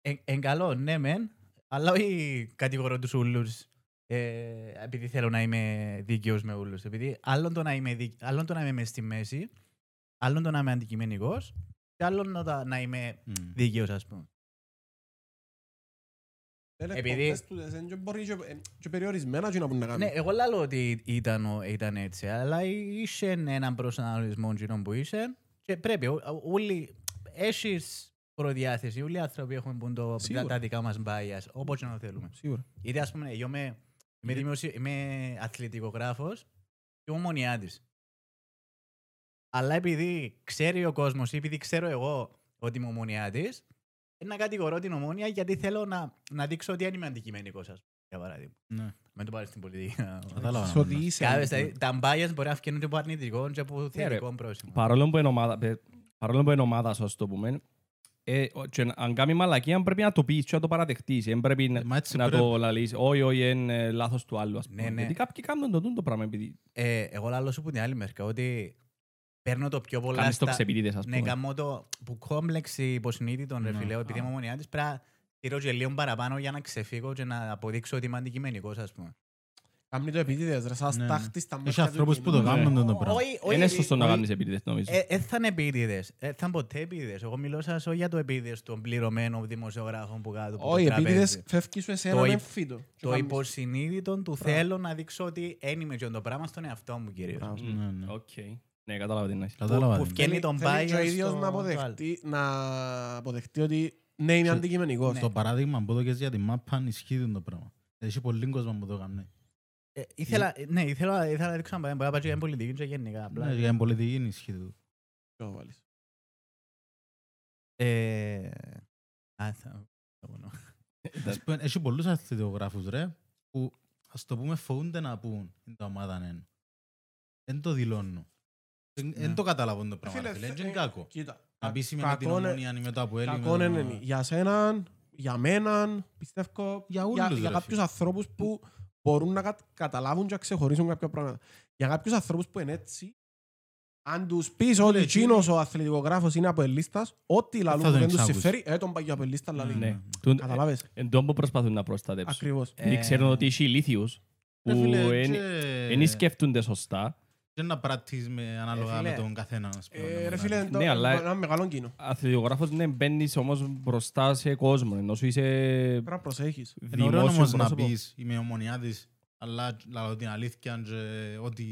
[SPEAKER 4] Ε, εν καλό, ναι μεν, αλλά όχι κατηγορώ τους ούλους ε, επειδή θέλω να είμαι δίκαιος με ούλους. Επειδή άλλον το να είμαι, δίκ- άλλον το να είμαι μες στη μέση, άλλον το να είμαι αντικειμενικός και άλλον να, τα- να είμαι
[SPEAKER 3] Μμ.
[SPEAKER 4] δίκαιος, ας πούμε.
[SPEAKER 2] Δεν
[SPEAKER 4] Επειδή-
[SPEAKER 2] εκπομπές τούτες, εν και μπορεί και- ε, και περιορισμένα και να πούν να
[SPEAKER 4] Ναι,
[SPEAKER 2] κάνουν.
[SPEAKER 4] εγώ λέω ότι ήταν, ο- ήταν έτσι, αλλά είσαι έναν προσανατολισμό γίνον που είσαι και πρέπει, ο- ο- όλοι έχεις προδιάθεση, όλοι οι άνθρωποι έχουμε που το, τα,
[SPEAKER 2] Σίγουρα.
[SPEAKER 4] τα δικά μας bias, όπως και να το θέλουμε.
[SPEAKER 2] Σίγουρα.
[SPEAKER 4] Γιατί ας πούμε, εγώ είμαι, είμαι, δημοσιο- είμαι αθλητικογράφος και είμαι μονιάτης. Αλλά επειδή ξέρει ο κόσμος ή επειδή ξέρω εγώ ότι είμαι ομονιάτης, είναι να κατηγορώ την ομόνια γιατί θέλω να, να δείξω ότι αν είμαι αντικειμενικός, ας πούμε, για παράδειγμα.
[SPEAKER 3] Ναι.
[SPEAKER 4] Μην το πάρεις στην πολιτική. να-
[SPEAKER 3] Κατάλαβα.
[SPEAKER 2] Σε ότι είσαι-
[SPEAKER 4] Κάβες, δηλαδή, τα bias μπορεί να βγαίνουν και από αρνητικό και από θετικό πρόσημο.
[SPEAKER 1] Παρόλο που είναι ομάδα, πε- παρόλο που είναι ομάδα, ας το πούμε, ε, ο- και αν- αν κάνει μαλακία, πρέπει να το πεις και να το παραδεχτείς. Δεν πρέπει να-
[SPEAKER 3] Ε, μα έτσι
[SPEAKER 1] Ναι, να
[SPEAKER 3] πρέπει.
[SPEAKER 1] το λαλείς. Όχι, όχι, είναι ε, λάθος του άλλου, ας
[SPEAKER 4] Ναι,
[SPEAKER 1] πούμε.
[SPEAKER 4] ναι.
[SPEAKER 1] Γιατί κάποιοι κάνουν το τούτο το πράγμα, επειδή
[SPEAKER 4] Ε, εγώ λάλλω σου που την άλλη μερικά ότι παίρνω το πιο πολλά
[SPEAKER 1] κάνεις το
[SPEAKER 4] στα...
[SPEAKER 1] ξεπίτητες, ας
[SPEAKER 4] Ναι,
[SPEAKER 1] πούμε.
[SPEAKER 4] κάνω το που κόμπλεξη υποσυνείδητον ρε
[SPEAKER 3] Ναι.
[SPEAKER 4] φίλε, επειδή είμαι ομονιάτης, πρέπει να τηρώ και λίγο παραπάνω για να ξεφύγω και να αποδείξω ότι είμαι αντικειμενικός, ας πούμε.
[SPEAKER 2] Κάμνει το επίτηδες, ρε, σας
[SPEAKER 3] Ναι, ναι.
[SPEAKER 2] τάχτης τα
[SPEAKER 3] Έχει
[SPEAKER 2] μάτια του
[SPEAKER 3] ανθρώπους που το
[SPEAKER 2] κοινού.
[SPEAKER 1] Ναι.
[SPEAKER 3] κάνουν το πράγμα.
[SPEAKER 4] Όχι, όχι,
[SPEAKER 1] Είναι σωστό να
[SPEAKER 4] όχι.
[SPEAKER 1] κάνεις επίτηδες, νομίζω.
[SPEAKER 4] Ε, ε, θα είναι επίτηδες. Ε, θα είναι ποτέ επίτηδες. Εγώ μιλώ σας όχι για το επίτηδες των πληρωμένων δημοσιογράφων που κάτω από το
[SPEAKER 2] Ναι. Όχι, επίτηδες
[SPEAKER 4] τραπέζι.
[SPEAKER 2] φεύγεις σου εσένα
[SPEAKER 4] Το
[SPEAKER 2] με
[SPEAKER 4] υπ-
[SPEAKER 2] φύτο.
[SPEAKER 4] Το υποσυνείδητο του θέλω να δείξω ότι δεν είμαι και το πράγμα στον εαυτό μου κυρίως.
[SPEAKER 2] Μπράβο.
[SPEAKER 1] Μμ,
[SPEAKER 3] Ναι, ναι.
[SPEAKER 1] Οκ. Ναι, κατάλαβα τι εννοείς.
[SPEAKER 3] Κατάλαβα.
[SPEAKER 4] που
[SPEAKER 3] ρε.
[SPEAKER 4] βγαίνει-
[SPEAKER 2] Θέλει-
[SPEAKER 4] τον
[SPEAKER 2] θέλει
[SPEAKER 4] bias
[SPEAKER 2] και ο ίδιος
[SPEAKER 4] στο-
[SPEAKER 2] να αποδεχτεί, να αποδεχτεί ότι ναι, είμαι
[SPEAKER 3] Σε-
[SPEAKER 2] αντικειμενικός.
[SPEAKER 3] Στο παράδειγμα που δώκες για τη μάπα, ισχύει το πράγμα. Έχει πολύ κόσμο που το κάνει.
[SPEAKER 4] Ε, Ήθελα, ναι, ήθελα, ήθελα να δείξω ένα παράδειγμα. Μπορεί να πάω και για την πολιτική και γενικά.
[SPEAKER 3] Ναι,
[SPEAKER 4] Απλά.
[SPEAKER 3] για την πολιτική είναι ισχύει το.
[SPEAKER 2] Ποιο βάλεις.
[SPEAKER 4] Ε, α, θα- θα πω, ναι.
[SPEAKER 1] Ε,
[SPEAKER 3] Ας πούμε, Έχει πολλούς αθλητογράφους ρε, που ας το πούμε φοβούνται να πούν «Είναι το ομάδα ναι». Δεν το δηλώνουν. Δεν- Δεν
[SPEAKER 4] Ναι.
[SPEAKER 3] το καταλαβαίνουν το πράγμα.
[SPEAKER 2] Φίλε,
[SPEAKER 3] ρε φίλε.
[SPEAKER 2] θε-
[SPEAKER 3] Είναι
[SPEAKER 2] ε,
[SPEAKER 3] κακό.
[SPEAKER 2] Κοίτα,
[SPEAKER 3] Να πεις σήμερα την
[SPEAKER 2] κακόν ε-
[SPEAKER 3] ομόνια είναι μετά από Έλλη.
[SPEAKER 2] Κακόν είναι για σέναν, για μέναν, πιστεύω
[SPEAKER 3] ναι, Για
[SPEAKER 2] για,
[SPEAKER 3] όλους,
[SPEAKER 2] για
[SPEAKER 3] ρε
[SPEAKER 2] κάποιους
[SPEAKER 3] φίλε.
[SPEAKER 2] ανθρώπους που μπορούν να κα- καταλάβουν και να ξεχωρίσουν κάποια πράγματα. Για κάποιους ανθρώπους που είναι έτσι, αν τους πεις ότι
[SPEAKER 3] Φίλε,
[SPEAKER 2] εκείνος ο αθλητικογράφος είναι από ελίστας, ό,τι λαλούν
[SPEAKER 3] τον
[SPEAKER 2] που δεν τους
[SPEAKER 3] εξάγεις.
[SPEAKER 2] συμφέρει, ε, τον πάει για από ελίστα λαλεί.
[SPEAKER 3] Ναι.
[SPEAKER 1] Ναι. Τούν-
[SPEAKER 2] Καταλάβες,
[SPEAKER 1] ε, Εν τόν που προσπαθούν να προστατεύσουν.
[SPEAKER 2] ακριβώς.
[SPEAKER 1] Γιατί
[SPEAKER 4] Ε,
[SPEAKER 1] ξέρουν ότι είσαι ηλίθιος
[SPEAKER 3] Ε, Ναι,
[SPEAKER 1] που εν- εν σκέφτονται σωστά.
[SPEAKER 3] Δεν να πράττεις με ανάλογα
[SPEAKER 4] φίλε.
[SPEAKER 3] με τον καθένα. ας πούμε,
[SPEAKER 2] Ε,
[SPEAKER 3] να
[SPEAKER 2] Ρε
[SPEAKER 3] μιλάνε.
[SPEAKER 2] φίλε, το-
[SPEAKER 1] Ναι, αλλά-
[SPEAKER 2] ένα μεγάλο κοινό.
[SPEAKER 1] Αθλητογράφος ναι, μπαίνεις όμως μπροστά σε κόσμο, ενώ σου είσαι
[SPEAKER 2] Πρέπει να προσέχεις.
[SPEAKER 3] Είναι ωραίο
[SPEAKER 1] δημόσιος
[SPEAKER 3] όμως να
[SPEAKER 1] πρόσωπος.
[SPEAKER 3] πεις «Είμαι ομονιάδης», αλλά λαλώ την αλήθεια και ό,τι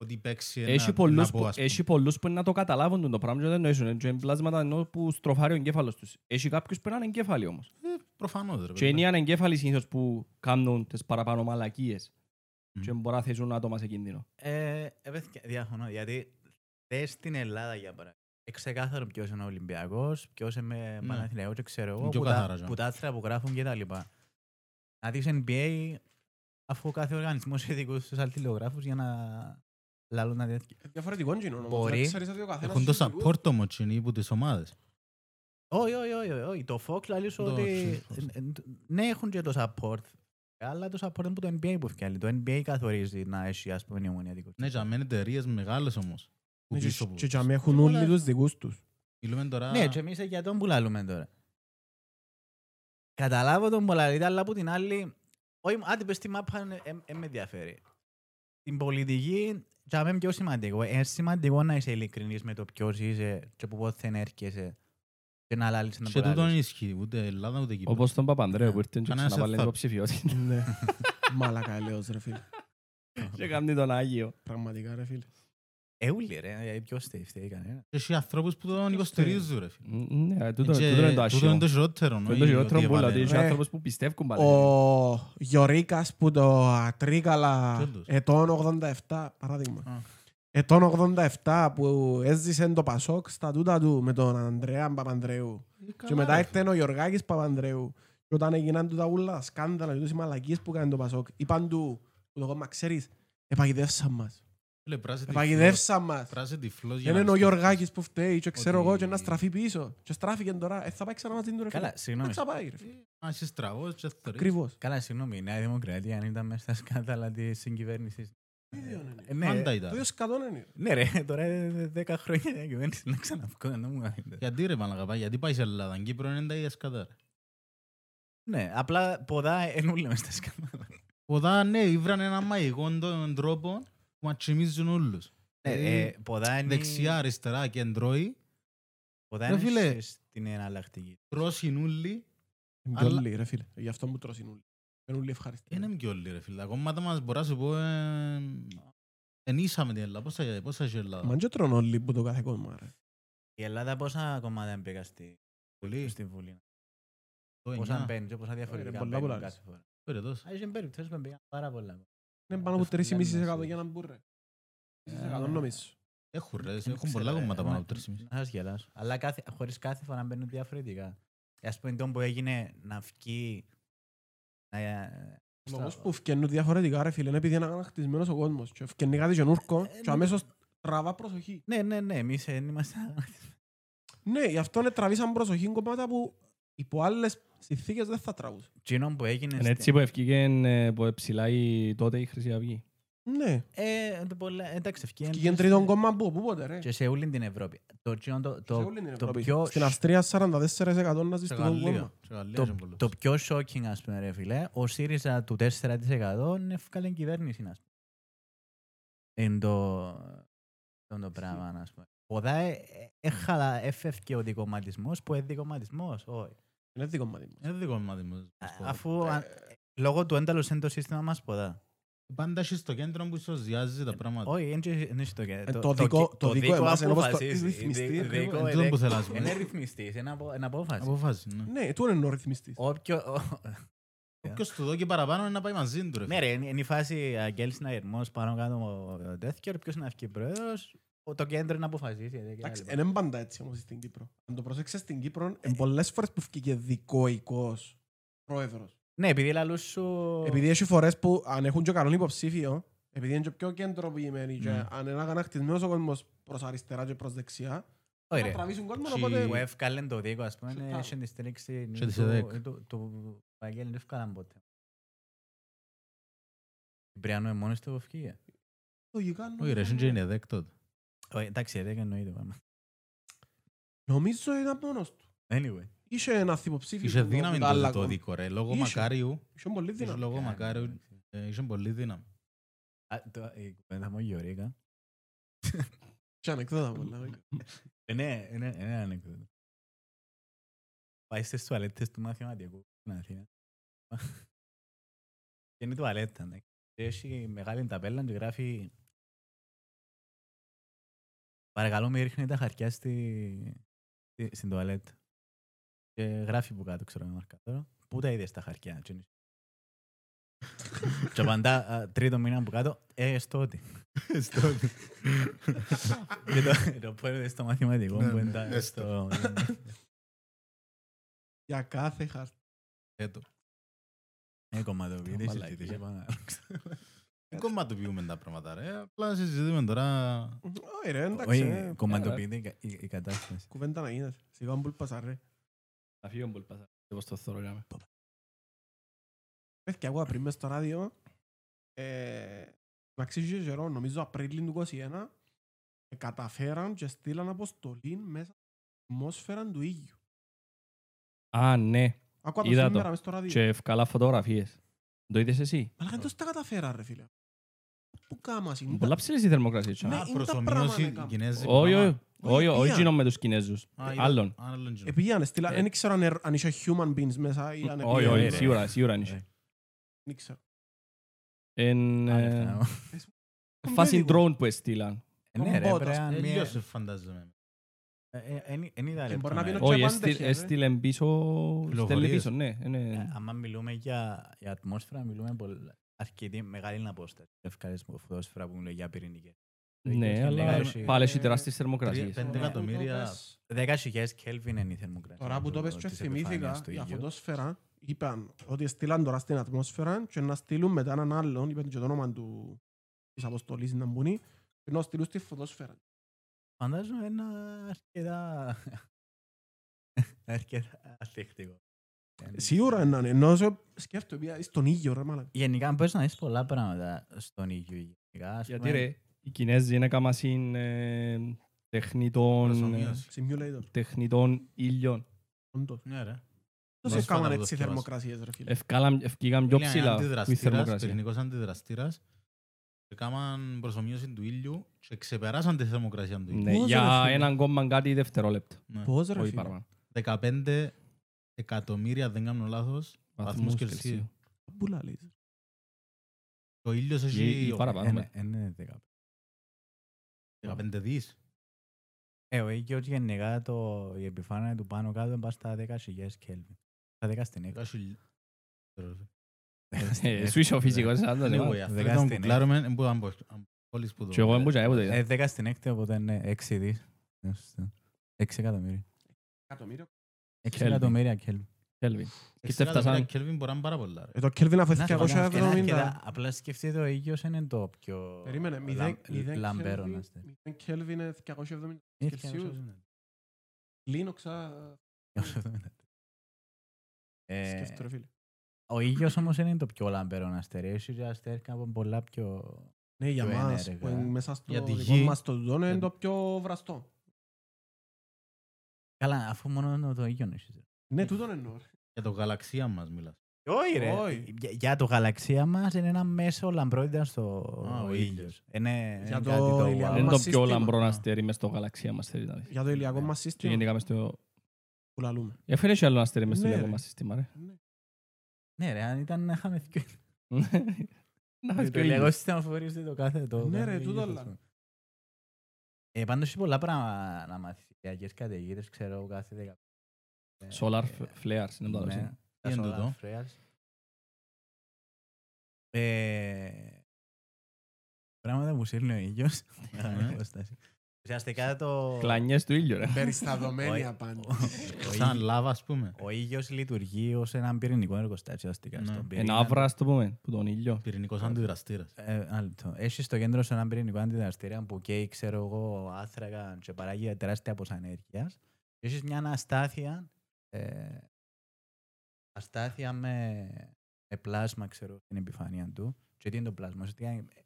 [SPEAKER 3] Ότι παίξει ένα,
[SPEAKER 1] Έχει
[SPEAKER 3] να
[SPEAKER 1] πολλούς,
[SPEAKER 3] πω,
[SPEAKER 1] που,
[SPEAKER 3] ας πούμε.
[SPEAKER 1] έχει πολλούς που είναι να το καταλάβουν τον το πράγμα και δεν νοήσουν. Και εμπλάσματα ενώ που στροφάρει ο εγκέφαλος τους. Έχει κάποιους που είναι ανεγκέφαλοι όμως.
[SPEAKER 3] Ε, προφανώς, ρε
[SPEAKER 1] Και
[SPEAKER 3] παιδί.
[SPEAKER 1] είναι οι ανεγκέφαλοι συνήθως που κάνουν τις παραπάνω μαλακίες.
[SPEAKER 3] Μμμ.
[SPEAKER 1] Και μπορούν να θέσουν άτομα σε κίνδυνο.
[SPEAKER 4] Ε, ε, παιδιά, διαφωνώ, γιατί θες στην Ελλάδα για παράδειγμα. Εξεκάθαρο ποιος είναι ο Ολυμπιακός, ποιος είναι
[SPEAKER 3] Ναι.
[SPEAKER 4] Παναθηναϊκός και ξέρω εγώ,
[SPEAKER 3] Είναι πιο ναι.
[SPEAKER 4] που, τα,
[SPEAKER 3] καθαρά, Ζωάν.
[SPEAKER 4] που τα άστρα που γράφουν και τα λοιπά. Να δεις NBA, αφού κάθε οργανισμός έχει δικούς τους αλληλογράφους για να λάλλουν να τέτοιο.
[SPEAKER 2] Ε, Διαφορετικό είναι όμως.
[SPEAKER 4] Μπορεί.
[SPEAKER 2] Δεν ξέρεις ότι ο καθένας
[SPEAKER 3] Έχουν το
[SPEAKER 2] έχει δικούς.
[SPEAKER 3] support όμως τσινή από τις ομάδες.
[SPEAKER 4] Όχι, όχι, όχι, όχι, όχι. Το Fox λέει σου
[SPEAKER 3] Το
[SPEAKER 4] ότι
[SPEAKER 3] Fox, Fox.
[SPEAKER 4] ε, ε, ναι έχουν και το support, αλλά το support είναι που το NBA που φτιάχνει. Το NBA καθορίζει να έχει ας πούμε η ομονία δικό
[SPEAKER 3] Ναι, για μένα εταιρείες μεγάλες όμως. Που
[SPEAKER 2] Ναι,
[SPEAKER 3] πίσω
[SPEAKER 2] και-
[SPEAKER 3] από-
[SPEAKER 2] Και για μένα έχουν όλοι
[SPEAKER 3] Πολλά-
[SPEAKER 2] τους δικούς τους.
[SPEAKER 3] Μιλούμε τώρα...
[SPEAKER 4] Ναι, και εμείς για τον που λαλούμε τώρα. Καταλάβω τον Πολαρίτα, αλλά από την άλλη, όχι, άντε πες τη μάπα, ε, ε, ε, με ενδιαφέρει. Την πολιτική, για μένα είναι πιο σημαντικό. Είναι σημαντικό να είσαι ειλικρινής με το ποιος είσαι και που πότε ενέρχεσαι και να λάλεις να
[SPEAKER 3] Σε τούτον
[SPEAKER 4] πουλάλεις.
[SPEAKER 3] ισχύει ούτε Ελλάδα ούτε Κύπρος.
[SPEAKER 1] Όπως τον Παπανδρέο που ήρθε και
[SPEAKER 3] Κανένας
[SPEAKER 1] ξαναβάλει
[SPEAKER 3] δεν θα-
[SPEAKER 1] το ψηφιότητα.
[SPEAKER 2] Ναι. Μαλακά ελέος ρε φίλε.
[SPEAKER 1] (laughs) Και κάνει τον Άγιο.
[SPEAKER 2] Πραγματικά ρε φίλε.
[SPEAKER 4] Εούλη ρε, ε, ποιος θέλει, φταίει κανένας.
[SPEAKER 3] Έχει ανθρώπους που τον υποστηρίζουν, ρε φίλε.
[SPEAKER 1] Μ, Ναι, τούτο τούτο
[SPEAKER 3] Και
[SPEAKER 1] είναι το
[SPEAKER 3] τούτο είναι
[SPEAKER 1] άσχημο.
[SPEAKER 3] το χειρότερο.
[SPEAKER 1] Τούτο
[SPEAKER 3] όχι
[SPEAKER 1] είναι το χειρότερο
[SPEAKER 3] ότι
[SPEAKER 1] που λέω, ότι
[SPEAKER 3] έβαλε.
[SPEAKER 1] έχει
[SPEAKER 2] Ε,
[SPEAKER 1] άνθρωπους που πιστεύουν πάντα.
[SPEAKER 2] Ο Γιωρίκας που το Ατρίκαλα
[SPEAKER 3] Τέλος.
[SPEAKER 2] ετών 87, παράδειγμα.
[SPEAKER 3] Α.
[SPEAKER 2] Ετών 87 που έζησε το Πασόκ στα τούτα του με τον Ανδρέα Παπανδρέου. Και μετά ήρθε ο Γιωργάκης Παπανδρέου. Και όταν έγιναν τούτα ούλα τα σκάνδαλα και τούτες οι μαλακίες που κάνει το Πασόκ, είπαν του, που το κόμμα ξέρεις, επαγιδεύσαν μας.
[SPEAKER 3] Φίλε, πράσε τυφλός.
[SPEAKER 2] Επαγιδεύσαν μας.
[SPEAKER 3] Πράσε τυφλός για
[SPEAKER 2] Δεν
[SPEAKER 3] να
[SPEAKER 2] είναι ο
[SPEAKER 3] μην
[SPEAKER 2] Γιωργάκης που φταίει και ξέρω
[SPEAKER 3] Ότι-
[SPEAKER 2] εγώ και να στραφεί πίσω. Και στράφηκε τώρα, ε, θα πάει ξανά μαζί του ρε φίλε.
[SPEAKER 4] Καλά,
[SPEAKER 2] Δεν
[SPEAKER 4] συγγνώμη.
[SPEAKER 2] ξαπάει ρε φίλε.
[SPEAKER 3] σκέφτεσαι. Αν είσαι στραβός και θωρείς.
[SPEAKER 2] Ακριβώς.
[SPEAKER 4] Καλά, συγγνώμη, η Νέα Δημοκρατία αν ήταν μέσα στα σκάνδαλα της συγκυβέρνησης.
[SPEAKER 2] ίδιο είναι.
[SPEAKER 4] Ε, ναι,
[SPEAKER 3] Πάντα
[SPEAKER 2] Το
[SPEAKER 3] ήταν.
[SPEAKER 2] ίδιο σκατόν είναι.
[SPEAKER 4] Ναι ρε, τώρα ε, δέκα χρόνια η κυβέρνηση να ξαναβγώ, να μου κάνετε.
[SPEAKER 3] Γιατί ρε μαλακά, πάει, γιατί πάει σε Ελλάδα, αν Κύπρο είναι τα ίδια σκατά. ρε.
[SPEAKER 4] Ναι, απλά ποδά ενούλα μες στα σκάνδαλα.
[SPEAKER 3] Ποδά, ναι, ήβραν ένα μαγικό τον τρόπο που μας τσιμίζουν όλους.
[SPEAKER 1] Ναι,
[SPEAKER 4] Ε, ε, ποδά είναι...
[SPEAKER 3] Δεξιά, αριστερά, κεντρώη,
[SPEAKER 4] Ποδά
[SPEAKER 3] Ρε
[SPEAKER 4] είναι
[SPEAKER 3] φίλε.
[SPEAKER 4] στις- στην εναλλακτική.
[SPEAKER 3] τρώσιν όλοι. Αλλά-
[SPEAKER 2] Μπιόλι ρε φίλε. Γι' αυτό μου τρώσει νουλί. Νουλί ευχαριστή.
[SPEAKER 3] Είναι πιο όλοι ρε φίλε. Τα κόμματα μας μπορώ να σου πω... ε, Εν ίσαμε την Ελλάδα. Πώς θα- Πώς θα έχει η Ελλάδα.
[SPEAKER 2] Μα και τρώνε όλοι που το κάθε κόμμα ρε.
[SPEAKER 4] Η Ελλάδα πόσα κομμάτια μπήκα στη,
[SPEAKER 3] Πολύ.
[SPEAKER 4] στη Βουλή.
[SPEAKER 3] Το
[SPEAKER 4] Πόσα
[SPEAKER 3] εννιά. Ε,
[SPEAKER 4] μπαίνουν και πόσα διαφορετικά
[SPEAKER 2] πολλά, πολλά,
[SPEAKER 4] μπαίνουν κάθε φορά.
[SPEAKER 3] Πήρε τόσο.
[SPEAKER 4] Α, είχε περιπτώσεις που μπήκαν πάρα πολλά.
[SPEAKER 2] Είναι πάνω από 3,5% για να μπουν ρε.
[SPEAKER 4] Ε,
[SPEAKER 2] 3%
[SPEAKER 4] ναι.
[SPEAKER 2] νομίζω.
[SPEAKER 3] Έχουν ρε,
[SPEAKER 4] Δεν
[SPEAKER 3] έχουν
[SPEAKER 4] ξέρω,
[SPEAKER 3] πολλά
[SPEAKER 4] ε,
[SPEAKER 3] κόμματα πάνω
[SPEAKER 4] να-
[SPEAKER 3] από τρεις μισή.
[SPEAKER 4] Να σας γελάσω. Αλλά κάθε, χωρίς κάθε φορά μπαίνουν διαφορετικά. Και Ας πούμε, τον που έγινε να βγει... να- ε,
[SPEAKER 2] Όμως
[SPEAKER 4] στα-
[SPEAKER 2] που φκαινούν διαφορετικά ρε φίλε είναι επειδή είναι αγανακτισμένος ο κόσμος. Και φκαινεί κάτι καινούρκο
[SPEAKER 4] Ε,
[SPEAKER 2] και αμέσως τραβά προσοχή.
[SPEAKER 4] Ναι, ναι, ναι, εμείς ε, είμαστε
[SPEAKER 2] Ναι, γι' αυτό είναι τραβήσαν προσοχή κομμάτια που υπό άλλες συνθήκες δεν θα τραβούσαν.
[SPEAKER 4] Τζινόν που έγινε.
[SPEAKER 1] Είναι έτσι που ευκήγε που ψηλά η- τότε η Χρυσή Αυγή.
[SPEAKER 2] Ναι.
[SPEAKER 4] Ε, το πολλά- εντάξει, ευκαιρία.
[SPEAKER 2] Και τρίτον κόμμα που οπουδήποτε, ρε.
[SPEAKER 4] Και σε όλη την Ευρώπη. Το, τζινόν το,
[SPEAKER 2] Σε
[SPEAKER 4] το,
[SPEAKER 2] όλη την
[SPEAKER 4] το
[SPEAKER 2] Ευρώπη.
[SPEAKER 4] πιο-
[SPEAKER 2] Στην Αυστρία 44% να ζεις
[SPEAKER 3] Σε
[SPEAKER 2] στο κόμμα.
[SPEAKER 3] Γαλλία. Σε Γαλλία
[SPEAKER 4] το,
[SPEAKER 3] είναι πολλά.
[SPEAKER 4] το πιο shocking, ας πούμε, ρε φίλε, ο ΣΥΡΙΖΑ του 4% έφυγε κυβέρνηση, ας πούμε. Είναι το, το, το πράγμα, ας πούμε. Ποδά ε, ε, χαλα- έφευκε ο δικοματισμός που είναι δικοματισμός, όχι.
[SPEAKER 2] Είναι δικό μάτι μας.
[SPEAKER 3] Είναι δικό μου άδειμο.
[SPEAKER 4] Α- Αφού
[SPEAKER 2] ε,
[SPEAKER 4] αν- λόγω του ένταλος είναι το σύστημα μας ποδά.
[SPEAKER 3] Πάντα έχεις στο κέντρο που ισοζιάζει τα πράγματα.
[SPEAKER 4] Όχι, είναι και- είναι στο κέντρο.
[SPEAKER 2] Ε, το δικό- το δικό εμάς είναι όπως το-
[SPEAKER 4] αποφασίζει.
[SPEAKER 2] ρυθμιστή,
[SPEAKER 4] Δι-
[SPEAKER 2] ακριβώς.
[SPEAKER 4] δικό
[SPEAKER 3] Είναι τούτο που θέλω να σου πω.
[SPEAKER 4] Είναι ρυθμιστής, είναι απο- είναι απόφαση.
[SPEAKER 3] Αποφάσι,
[SPEAKER 4] Ε.
[SPEAKER 3] ναι.
[SPEAKER 2] Ναι, του είναι ο ρυθμιστής.
[SPEAKER 4] Όποιο... ο-
[SPEAKER 3] Όποιος του δω και παραπάνω είναι να πάει μαζί του, ρε.
[SPEAKER 4] Ναι ρε, είναι είναι η φάση Αγγέλης να ερμός πάνω κάτω ο- ο τέτοιο, ποιος είναι αυκή πρόεδρος, ο- το κέντρο να αποφασίσει. ε, και τα
[SPEAKER 2] Εντάξει,
[SPEAKER 4] λοιπά.
[SPEAKER 2] δεν είναι πάντα έτσι όμως στην Κύπρο. Αν το προσέξεις στην Κύπρο, είναι πολλές φορές που βγήκε δικοϊκός πρόεδρος.
[SPEAKER 4] Ναι, επειδή λαλούς σου...
[SPEAKER 2] Επειδή έχει φορές που αν έχουν και καλόν υποψήφιο, επειδή είναι και πιο κεντροποιημένοι και
[SPEAKER 3] Ναι.
[SPEAKER 2] αν είναι αγανακτισμένος ο κόσμος προς αριστερά και προς δεξιά,
[SPEAKER 4] Όχι,
[SPEAKER 2] θα
[SPEAKER 4] ρε.
[SPEAKER 2] τραβήσουν κόσμο,
[SPEAKER 3] Και-
[SPEAKER 2] οπότε...
[SPEAKER 4] Που έφκαλε το δίκο, ας πούμε,
[SPEAKER 2] Σουτάρω.
[SPEAKER 4] έχει τη στήριξη
[SPEAKER 3] Και της
[SPEAKER 4] του-
[SPEAKER 3] ΕΔΕΚ.
[SPEAKER 4] του- του Αγγέλη, δεν έφκαλαν ποτέ. Κυπριανό είναι μόνος του που φύγε.
[SPEAKER 2] Λογικά,
[SPEAKER 3] Όχι, ρε,
[SPEAKER 2] νομίζω-
[SPEAKER 3] είναι και είναι δέκ τότε.
[SPEAKER 4] Όχι, Ε, Εντάξει, η ΕΔΕΚ εννοείται πάμε.
[SPEAKER 2] Νομίζω ήταν μόνος του.
[SPEAKER 4] Anyway.
[SPEAKER 2] Είχε ένας υποψήφιος.
[SPEAKER 3] Είχε
[SPEAKER 2] που
[SPEAKER 3] δύναμη
[SPEAKER 2] ήταν άλλα
[SPEAKER 3] τότε το
[SPEAKER 2] κόμματα.
[SPEAKER 3] δίκο, ρε. Λόγω
[SPEAKER 2] Είχε.
[SPEAKER 3] μακάριου.
[SPEAKER 2] Είχε πολύ
[SPEAKER 3] Είχε
[SPEAKER 2] δύναμη.
[SPEAKER 3] λόγω
[SPEAKER 4] Κάνει,
[SPEAKER 3] μακάριου.
[SPEAKER 4] εντάξει.
[SPEAKER 3] ε, Είχε πολύ δύναμη.
[SPEAKER 4] Α, το- Η κουβέντα μου γεωργήκα.
[SPEAKER 2] Και ανεκδότα πολλά. ρε.
[SPEAKER 4] Ε, Ναι, είναι είναι ένα ανεκδότο. Πάει στις τουαλέτες του μαθηματικού στην Αθήνα. (laughs) Και είναι η τουαλέτα, ναι. Και Έχει μεγάλη ταπέλα και γράφει Παρακαλώ με ρίχνει τα χαρτιά στη... στη- στην τουαλέτα. Και γράφει που κάτω, ξέρω με μαρκατόρο. Πού τα είδες τα χαρτιά, τσίνης. και απαντά α, τρίτο μήνα που κάτω, ε, στο
[SPEAKER 3] (laughs)
[SPEAKER 4] ότι. Στο ότι. και το, το πέρατε στο μαθηματικό
[SPEAKER 3] Ναι,
[SPEAKER 4] που
[SPEAKER 3] ναι,
[SPEAKER 4] εντά,
[SPEAKER 3] έστω.
[SPEAKER 4] στο...
[SPEAKER 2] Για κάθε χαρτί.
[SPEAKER 3] Έτω.
[SPEAKER 4] Ε, κομματοποιητής,
[SPEAKER 1] Τα μαλάκια.
[SPEAKER 4] συζητήσε πάνω.
[SPEAKER 3] Δεν κομματοποιούμε τα πράγματα, ρε. Απλά συζητούμε τώρα.
[SPEAKER 2] Όχι ρε, εντάξει.
[SPEAKER 4] Όχι,
[SPEAKER 2] ε,
[SPEAKER 4] κομματοποιητή η κα- η η κατάσταση.
[SPEAKER 2] Κουβέντα να γίνεται. Σιγά μου πουλπασα ρε.
[SPEAKER 1] Να φύγω πολύ παζά. Εγώ στο θωρώ να με.
[SPEAKER 2] Πες και ακούω πριν μες στο ράδιο. ε, Να αξίζει και καιρό, νομίζω Απρίλη του 2021, ε, καταφέραν και στείλαν αποστολή μέσα στην ατμόσφαιρα του ήλιου.
[SPEAKER 1] Α, ναι.
[SPEAKER 2] Ακούω το
[SPEAKER 1] Είδα το.
[SPEAKER 2] σήμερα μες στο ράδιο.
[SPEAKER 1] Και ευκαλά φωτογραφίες. Το είδες εσύ.
[SPEAKER 2] Αλλά δεν τους τα καταφέραν ρε φίλε. Πού κάμας είναι.
[SPEAKER 1] Πολλά ψηλές οι θερμοκρασίες.
[SPEAKER 2] Ναι,
[SPEAKER 1] α.
[SPEAKER 2] είναι τα πράγματα
[SPEAKER 3] προσωμείωση
[SPEAKER 2] να
[SPEAKER 3] Κινέζοι.
[SPEAKER 1] Όχι, όχι. Όχι,
[SPEAKER 2] Όχι,
[SPEAKER 1] όχι
[SPEAKER 2] πήγαν.
[SPEAKER 1] γίνω με τους Κινέζους.
[SPEAKER 3] Α, είδα-
[SPEAKER 1] Άλλον.
[SPEAKER 3] Άλλον τζιν.
[SPEAKER 2] Ε, πήγανε, στείλα-
[SPEAKER 1] Ε.
[SPEAKER 2] δεν ξέρω αν ερ- αν είχε human beings μέσα ή αν
[SPEAKER 1] Όχι,
[SPEAKER 2] επήγαινε,
[SPEAKER 1] όχι,
[SPEAKER 2] ρε.
[SPEAKER 1] σίγουρα, σίγουρα είναι.
[SPEAKER 4] Ε.
[SPEAKER 2] Δεν ξέρω.
[SPEAKER 1] Εν,
[SPEAKER 4] Άντε,
[SPEAKER 1] ε,
[SPEAKER 4] φτάνω.
[SPEAKER 1] φάση
[SPEAKER 2] Κομπέλικο.
[SPEAKER 1] drone που έστειλαν.
[SPEAKER 4] Ε, Ναι, ρε,
[SPEAKER 2] κομπότας.
[SPEAKER 4] πρέπει να
[SPEAKER 3] Ε,
[SPEAKER 4] είναι
[SPEAKER 3] Αλλιώς
[SPEAKER 4] μία-
[SPEAKER 3] σε φαντάζομαι.
[SPEAKER 4] Ε, ε, εν- εν είδα
[SPEAKER 2] Ε, μπορεί να
[SPEAKER 4] λεπτομέρειες.
[SPEAKER 2] πίνω
[SPEAKER 1] Όχι,
[SPEAKER 2] Και απάντεχε,
[SPEAKER 1] έστειλ-
[SPEAKER 2] ρε.
[SPEAKER 1] έστειλαν πίσω, στέλνει
[SPEAKER 3] Πληροφορίες.
[SPEAKER 1] πίσω, ναι. ε, ναι.
[SPEAKER 4] Ε, Άμα μιλούμε για, για ατμόσφαιρα, μιλούμε πολύ, αρκετή μεγάλη απόσταση. Ευκάλες μου φωτόσφαιρα που μιλούν για πυρηνικές.
[SPEAKER 1] Ναι, αλλά
[SPEAKER 4] λέγαμε-
[SPEAKER 1] πάλι έχει τεράστιες θερμοκρασίες.
[SPEAKER 3] Τρία- Πέντε
[SPEAKER 2] Τώρα
[SPEAKER 3] εκατομμύρια.
[SPEAKER 2] που το πες-
[SPEAKER 4] 10.000 Κέλβιν είναι η θερμοκρασία.
[SPEAKER 2] Τώρα που το
[SPEAKER 4] του-
[SPEAKER 2] πες και
[SPEAKER 4] της επιφάνειας
[SPEAKER 2] θυμήθηκα
[SPEAKER 4] του
[SPEAKER 2] για
[SPEAKER 4] ήλιου.
[SPEAKER 2] φωτόσφαιρα, είπαν ότι στείλαν τώρα στην ατμόσφαιρα και να στείλουν μετά έναν άλλον, είπαν και το όνομα του της αποστολής να μπουν, και να στείλουν στη φωτόσφαιρα.
[SPEAKER 4] Φαντάζομαι ένα αρκετά... (laughs) αρκετά αθήκτικο.
[SPEAKER 2] Σίγουρα ναι. έναν, ενώ σε- σκέφτομαι πια στον ήλιο ρε μάλλον.
[SPEAKER 4] Γενικά μπορείς να δεις πολλά πράγματα στον ήλιο. γενικά, ας
[SPEAKER 1] Γιατί
[SPEAKER 4] πούμε,
[SPEAKER 1] ρε, οι Κινέζοι είναι καμασίν ε, τεχνητών, ε,
[SPEAKER 3] Προσωμείωση.
[SPEAKER 2] Simulator,
[SPEAKER 1] τεχνητών ήλιων.
[SPEAKER 2] όντως.
[SPEAKER 3] Ναι, ρε.
[SPEAKER 2] Τόσο
[SPEAKER 3] Μας πάντα
[SPEAKER 2] έκαναν
[SPEAKER 3] το
[SPEAKER 2] έτσι
[SPEAKER 3] διαβάζω.
[SPEAKER 2] θερμοκρασίες ρε φίλε.
[SPEAKER 1] Ευκάλαν- Ευκήγαν πιο
[SPEAKER 3] Ήταν
[SPEAKER 1] ψηλά που η
[SPEAKER 3] αντιδραστήρας,
[SPEAKER 1] θερμοκρασία.
[SPEAKER 3] πυρηνικός αντιδραστήρας. Έκαναν προσωμείωση του ήλιου και ξεπεράσαν τη θερμοκρασία του ήλιου.
[SPEAKER 1] Ναι,
[SPEAKER 2] Πώς,
[SPEAKER 1] για
[SPEAKER 2] ρε, φίλε.
[SPEAKER 1] έναν κόμμα κάτι δευτερόλεπτο.
[SPEAKER 3] Ναι.
[SPEAKER 2] Πώς ρε
[SPEAKER 1] Όχι
[SPEAKER 2] φίλε.
[SPEAKER 1] παραπάνω.
[SPEAKER 3] 15 εκατομμύρια, δεν κάνω λάθος, βαθμούς
[SPEAKER 1] Βαθμούς
[SPEAKER 3] Κελσίου.
[SPEAKER 1] Κελσίου.
[SPEAKER 2] Πού λαλείς.
[SPEAKER 3] Το ήλιος έχει
[SPEAKER 1] Ή- ή παραπάνω. ναι.
[SPEAKER 4] είναι- είναι 15.
[SPEAKER 3] 15 δις.
[SPEAKER 4] Ε, ο ήλιος γενικά το, η επιφάνεια του πάνω κάτω είναι στα 10.000 Κέλβιν. Στα 10 στην 6.
[SPEAKER 3] Κάσου λι- Ρε, ρε.
[SPEAKER 1] Ε, Σου είσαι ο φυσικός. σαν το λέω.
[SPEAKER 3] Anyway, αυτό
[SPEAKER 4] δεκάστην,
[SPEAKER 3] ήταν
[SPEAKER 4] ε.
[SPEAKER 3] που κλάρουμε, εν που αν πω- αν πόλεις που το-
[SPEAKER 1] Και εγώ δεν μπορούσα να είπα
[SPEAKER 4] Ε,
[SPEAKER 1] το.
[SPEAKER 4] 10 στην 6 οπότε είναι 6 δις. Ναι, σωστά. 6 εκατομμύρια. 6
[SPEAKER 1] Kelvin.
[SPEAKER 4] εκατομμύρια Κέλβιν.
[SPEAKER 1] Κέλβιν.
[SPEAKER 3] Εξήντα
[SPEAKER 1] Και φτάσαν-
[SPEAKER 3] εκατομμύρια Kelvin μπορεί να είναι πάρα πολλά, ρε.
[SPEAKER 2] Ε, το Kelvin αφού
[SPEAKER 4] Να
[SPEAKER 2] έφτιαξε
[SPEAKER 4] σου πω κάτι, ένα
[SPEAKER 2] 270.
[SPEAKER 4] αρκετά- Απλά σκεφτείτε ο ήλιος είναι το πιο
[SPEAKER 2] Περίμενε,
[SPEAKER 4] λαμ-
[SPEAKER 2] 0
[SPEAKER 4] λαμπερό να είστε.
[SPEAKER 2] Kelvin είναι 270.
[SPEAKER 4] Ε,
[SPEAKER 2] Κελσίου.
[SPEAKER 4] 270.
[SPEAKER 2] Λύνω ξα...
[SPEAKER 4] 270. Ε,
[SPEAKER 2] Σκέφτω ρε φίλε.
[SPEAKER 4] Ο ήλιος όμως είναι το πιο λαμπερό αστέρι. Ίσως τα αστέρια από πολλά πιο...
[SPEAKER 2] Ναι, για
[SPEAKER 4] Πιο
[SPEAKER 2] μας
[SPEAKER 4] ένεργα.
[SPEAKER 2] που είναι μέσα
[SPEAKER 3] Για
[SPEAKER 2] στο
[SPEAKER 3] τη
[SPEAKER 2] δικό
[SPEAKER 3] γη.
[SPEAKER 2] μας το δόν είναι
[SPEAKER 4] Για-
[SPEAKER 2] το πιο βραστό.
[SPEAKER 4] Καλά, αφού μόνο το ήλιο έχεις.
[SPEAKER 2] Ναι, τούτον εννοώ. ρε.
[SPEAKER 3] Για το γαλαξία μας μιλάς.
[SPEAKER 4] Όχι ρε.
[SPEAKER 2] Όχι.
[SPEAKER 4] Ε, Για, για το γαλαξία μας είναι ένα μέσο λαμπρότητα στο
[SPEAKER 3] Α, ο
[SPEAKER 4] ο
[SPEAKER 3] ήλιος.
[SPEAKER 4] ήλιος. Είναι,
[SPEAKER 2] Για
[SPEAKER 4] είναι
[SPEAKER 2] το
[SPEAKER 4] κάτι το
[SPEAKER 2] ηλιακό
[SPEAKER 4] wow.
[SPEAKER 1] Είναι το πιο
[SPEAKER 2] σύστημα.
[SPEAKER 1] λαμπρό
[SPEAKER 3] Α.
[SPEAKER 1] αστέρι μες στο γαλαξία μας. θέλεις να δεις.
[SPEAKER 2] Για το ηλιακό
[SPEAKER 4] Ναι.
[SPEAKER 2] μας
[SPEAKER 1] Και
[SPEAKER 2] σύστημα
[SPEAKER 1] γενικά μες στο...
[SPEAKER 2] που λαλούμε.
[SPEAKER 1] Έφερε και άλλο αστέρι μες στο
[SPEAKER 2] Ναι,
[SPEAKER 1] ηλιακό
[SPEAKER 2] ρε.
[SPEAKER 1] μας σύστημα,
[SPEAKER 4] (laughs)
[SPEAKER 1] ρε.
[SPEAKER 4] Ναι ρε, αν ήταν να είχαμε δυο
[SPEAKER 1] Να
[SPEAKER 4] Ναι, Το
[SPEAKER 1] χάσεις πιο
[SPEAKER 4] ηλιακό
[SPEAKER 1] ήλιος.
[SPEAKER 4] σύστημα φορίζεται το κάθε το.
[SPEAKER 2] Ναι,
[SPEAKER 4] κάθε
[SPEAKER 2] ρε, τούτο
[SPEAKER 4] ήλιο,
[SPEAKER 2] αλλά.
[SPEAKER 4] ας πούμε. Ε, πάντως έχει πολλά πράγματα να μάθεις. Ηλιακές καταιγίδες, ξέρω, εγώ, κάθε Ε, δεκα.
[SPEAKER 1] Solar flares είναι το άλλο.
[SPEAKER 4] Ναι,
[SPEAKER 3] Τι είναι
[SPEAKER 4] solar
[SPEAKER 3] τούτο?
[SPEAKER 4] flares. Ε, Πράγματα που σύρνει ο (laughs) ήλιος.
[SPEAKER 3] Ναι.
[SPEAKER 4] Απόσταση. Ουσιαστικά το...
[SPEAKER 1] Κλανιές του ήλιου, ρε.
[SPEAKER 2] Περισταδομένη
[SPEAKER 4] Ο-
[SPEAKER 2] απάντηση.
[SPEAKER 4] ο- ο
[SPEAKER 3] Σαν
[SPEAKER 4] ήλιος-
[SPEAKER 3] λάβα, ας πούμε.
[SPEAKER 4] Ο ήλιος λειτουργεί ως ένα πυρηνικό εργοστάσιο αστικά.
[SPEAKER 3] Ναι.
[SPEAKER 4] στον πυρήνα.
[SPEAKER 1] Ένα αύρα, ας το πούμε, που τον ήλιο.
[SPEAKER 3] Πυρηνικός
[SPEAKER 4] Ε.
[SPEAKER 3] αντιδραστήρας.
[SPEAKER 4] Ε, ένα λεπτό. Έχεις στο κέντρο σε έναν πυρηνικό αντιδραστήρα που καίει, ξέρω εγώ, άθρακα και παράγει τεράστια ποσά ενέργειας. Έχεις μια αναστάθεια. Ε, αστάθεια με, με πλάσμα, ξέρω, στην επιφάνεια του. Και τι είναι το πλάσμα. Ουσιαστικά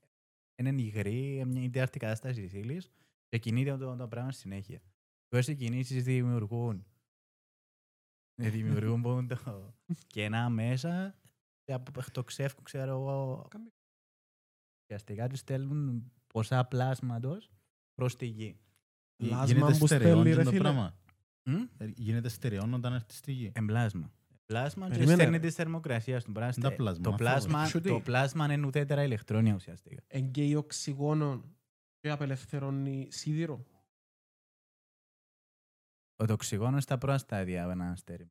[SPEAKER 4] είναι υγρή, είναι μια ιδιαίτερη κατάσταση της ύλης και κινείται το, το πράγμα στη συνέχεια. Του έτσι κινήσεις δημιουργούν. δημιουργούν (laughs) μπορούν το κενά μέσα και από- το ξεύκουν, ξέρω εγώ, ουσιαστικά τους στέλνουν ποσά πλάσματος προς τη γη.
[SPEAKER 2] Πλάσμα
[SPEAKER 3] Γίνεται
[SPEAKER 2] που
[SPEAKER 3] στερεόν
[SPEAKER 2] στέλνει,
[SPEAKER 3] τζιν
[SPEAKER 2] ρε
[SPEAKER 3] το
[SPEAKER 2] φίλε.
[SPEAKER 3] πράγμα.
[SPEAKER 4] Μμ?
[SPEAKER 3] Ε, Γίνεται στερεόν όταν έρθει στη γη.
[SPEAKER 4] Εμπλάσμα. Πλάσμα και
[SPEAKER 2] Περίμενε,
[SPEAKER 4] στέλνει
[SPEAKER 2] ρε.
[SPEAKER 4] της θερμοκρασίας του. Μπορεί να
[SPEAKER 3] Είναι τα
[SPEAKER 4] στε-
[SPEAKER 3] πλάσμα,
[SPEAKER 4] Το
[SPEAKER 3] αυτό,
[SPEAKER 4] πλάσμα,
[SPEAKER 2] Σου τι?
[SPEAKER 4] το πλάσμα είναι ουδέτερα ηλεκτρόνια ουσιαστικά.
[SPEAKER 2] Εγκαίει οξυγόνων και απελευθερώνει σίδηρο.
[SPEAKER 4] Ο τοξικό στα πρώτα στάδια από ένα αστέρι.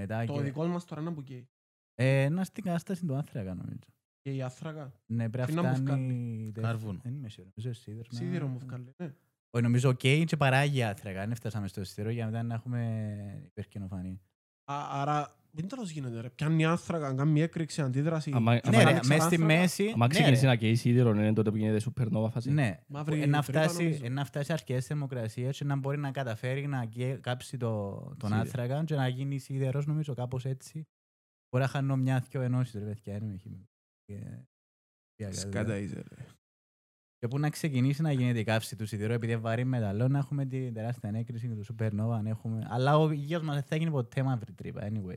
[SPEAKER 4] Μετά
[SPEAKER 2] Το
[SPEAKER 4] και-
[SPEAKER 2] δικό μας τώρα είναι που καίει.
[SPEAKER 4] Ε, ένα στην κατάσταση του άνθρακα νομίζω.
[SPEAKER 2] Και η άθρακα.
[SPEAKER 4] Ναι, πρέπει
[SPEAKER 2] Τι να
[SPEAKER 4] να
[SPEAKER 2] μου
[SPEAKER 4] φτάνει... τε-
[SPEAKER 3] Κάρβουνο.
[SPEAKER 4] Δεν είμαι σίγουρος. Νομίζω σίδερο. να-
[SPEAKER 2] Σίδηρο μου βγάλε. ναι.
[SPEAKER 4] Όχι, νομίζω οκ, και παράγει άνθρακα. Δεν φτάσαμε στο σίδερο για μετά να έχουμε υπερκαινοφανή.
[SPEAKER 2] Α, Άρα δεν τέλος γίνεται ρε. Πιάνει άθρακα, κάνει έκρηξη, αντίδραση.
[SPEAKER 1] Άμα- άμα-
[SPEAKER 4] Ναι, ρε,
[SPEAKER 2] Άνοιξε
[SPEAKER 4] μέσα στη
[SPEAKER 2] άνθρακα.
[SPEAKER 4] μέση...
[SPEAKER 1] Άμα
[SPEAKER 4] ναι, ρε.
[SPEAKER 1] ξεκινήσει να καίει σίδηρο, είναι τότε που γίνεται supernova φάση.
[SPEAKER 4] Ναι,
[SPEAKER 2] Μαύρη
[SPEAKER 4] ε,
[SPEAKER 2] τρύπα,
[SPEAKER 4] να φτάσει,
[SPEAKER 2] νομίζω.
[SPEAKER 4] ε, να φτάσει αρκετές θερμοκρασίες και να μπορεί να καταφέρει να γκε- κάψει το, τον
[SPEAKER 1] Σίδερο.
[SPEAKER 4] άνθρακα και να γίνει σίδερος νομίζω κάπως έτσι. Μπορεί να χάνω μια-δυο ενώσεις ρε παιδιά, δεν με έχει- ε, τι αγάπη,
[SPEAKER 2] Σκάτα
[SPEAKER 4] ε.
[SPEAKER 2] είσαι ρε.
[SPEAKER 4] Και που να ξεκινήσει να γίνεται η κάψη του σιδηρού επειδή είναι βαρύ μεταλλό να έχουμε την τεράστια ανέκριση του Supernova αν έχουμε... Αλλά ο γιος μας δεν θα γίνει ποτέ μαύρη τρύπα anyway.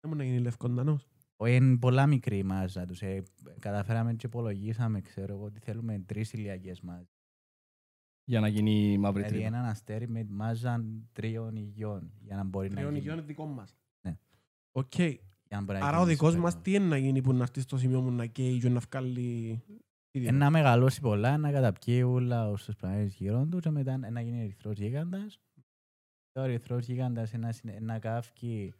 [SPEAKER 2] Δεν μπορεί να γίνει λευκοντανός.
[SPEAKER 4] Ο- Είναι πολλά μικρή η μάζα τους. Ε, καταφέραμε και υπολογίσαμε ξέρω εγώ ότι θέλουμε τρεις ηλιακές μάζες.
[SPEAKER 1] Για να γίνει η μαύρη
[SPEAKER 4] Δηλαδή
[SPEAKER 1] τρύπα.
[SPEAKER 4] έναν αστέρι με μάζαν τρίων υγιών για να μπορεί να
[SPEAKER 2] Τριών
[SPEAKER 4] γίνει.
[SPEAKER 2] υγιών είναι δικό μας.
[SPEAKER 4] Ναι.
[SPEAKER 2] Οκ.
[SPEAKER 4] για να μπορεί να
[SPEAKER 2] Άρα ο
[SPEAKER 4] γίνει
[SPEAKER 2] δικός
[SPEAKER 4] supernova.
[SPEAKER 2] μας τι είναι να γίνει που να έρθει στο σημείο μου να καίει και να βγάλει...
[SPEAKER 4] Ε, (laughs) Να μεγαλώσει πολλά, να καταπιεί όλα στους πλανήτες γύρω τους και μετά να γίνει ερυθρός γίγαντας. Και ο ερυθρός γίγαντας είναι να συνε- να καύκει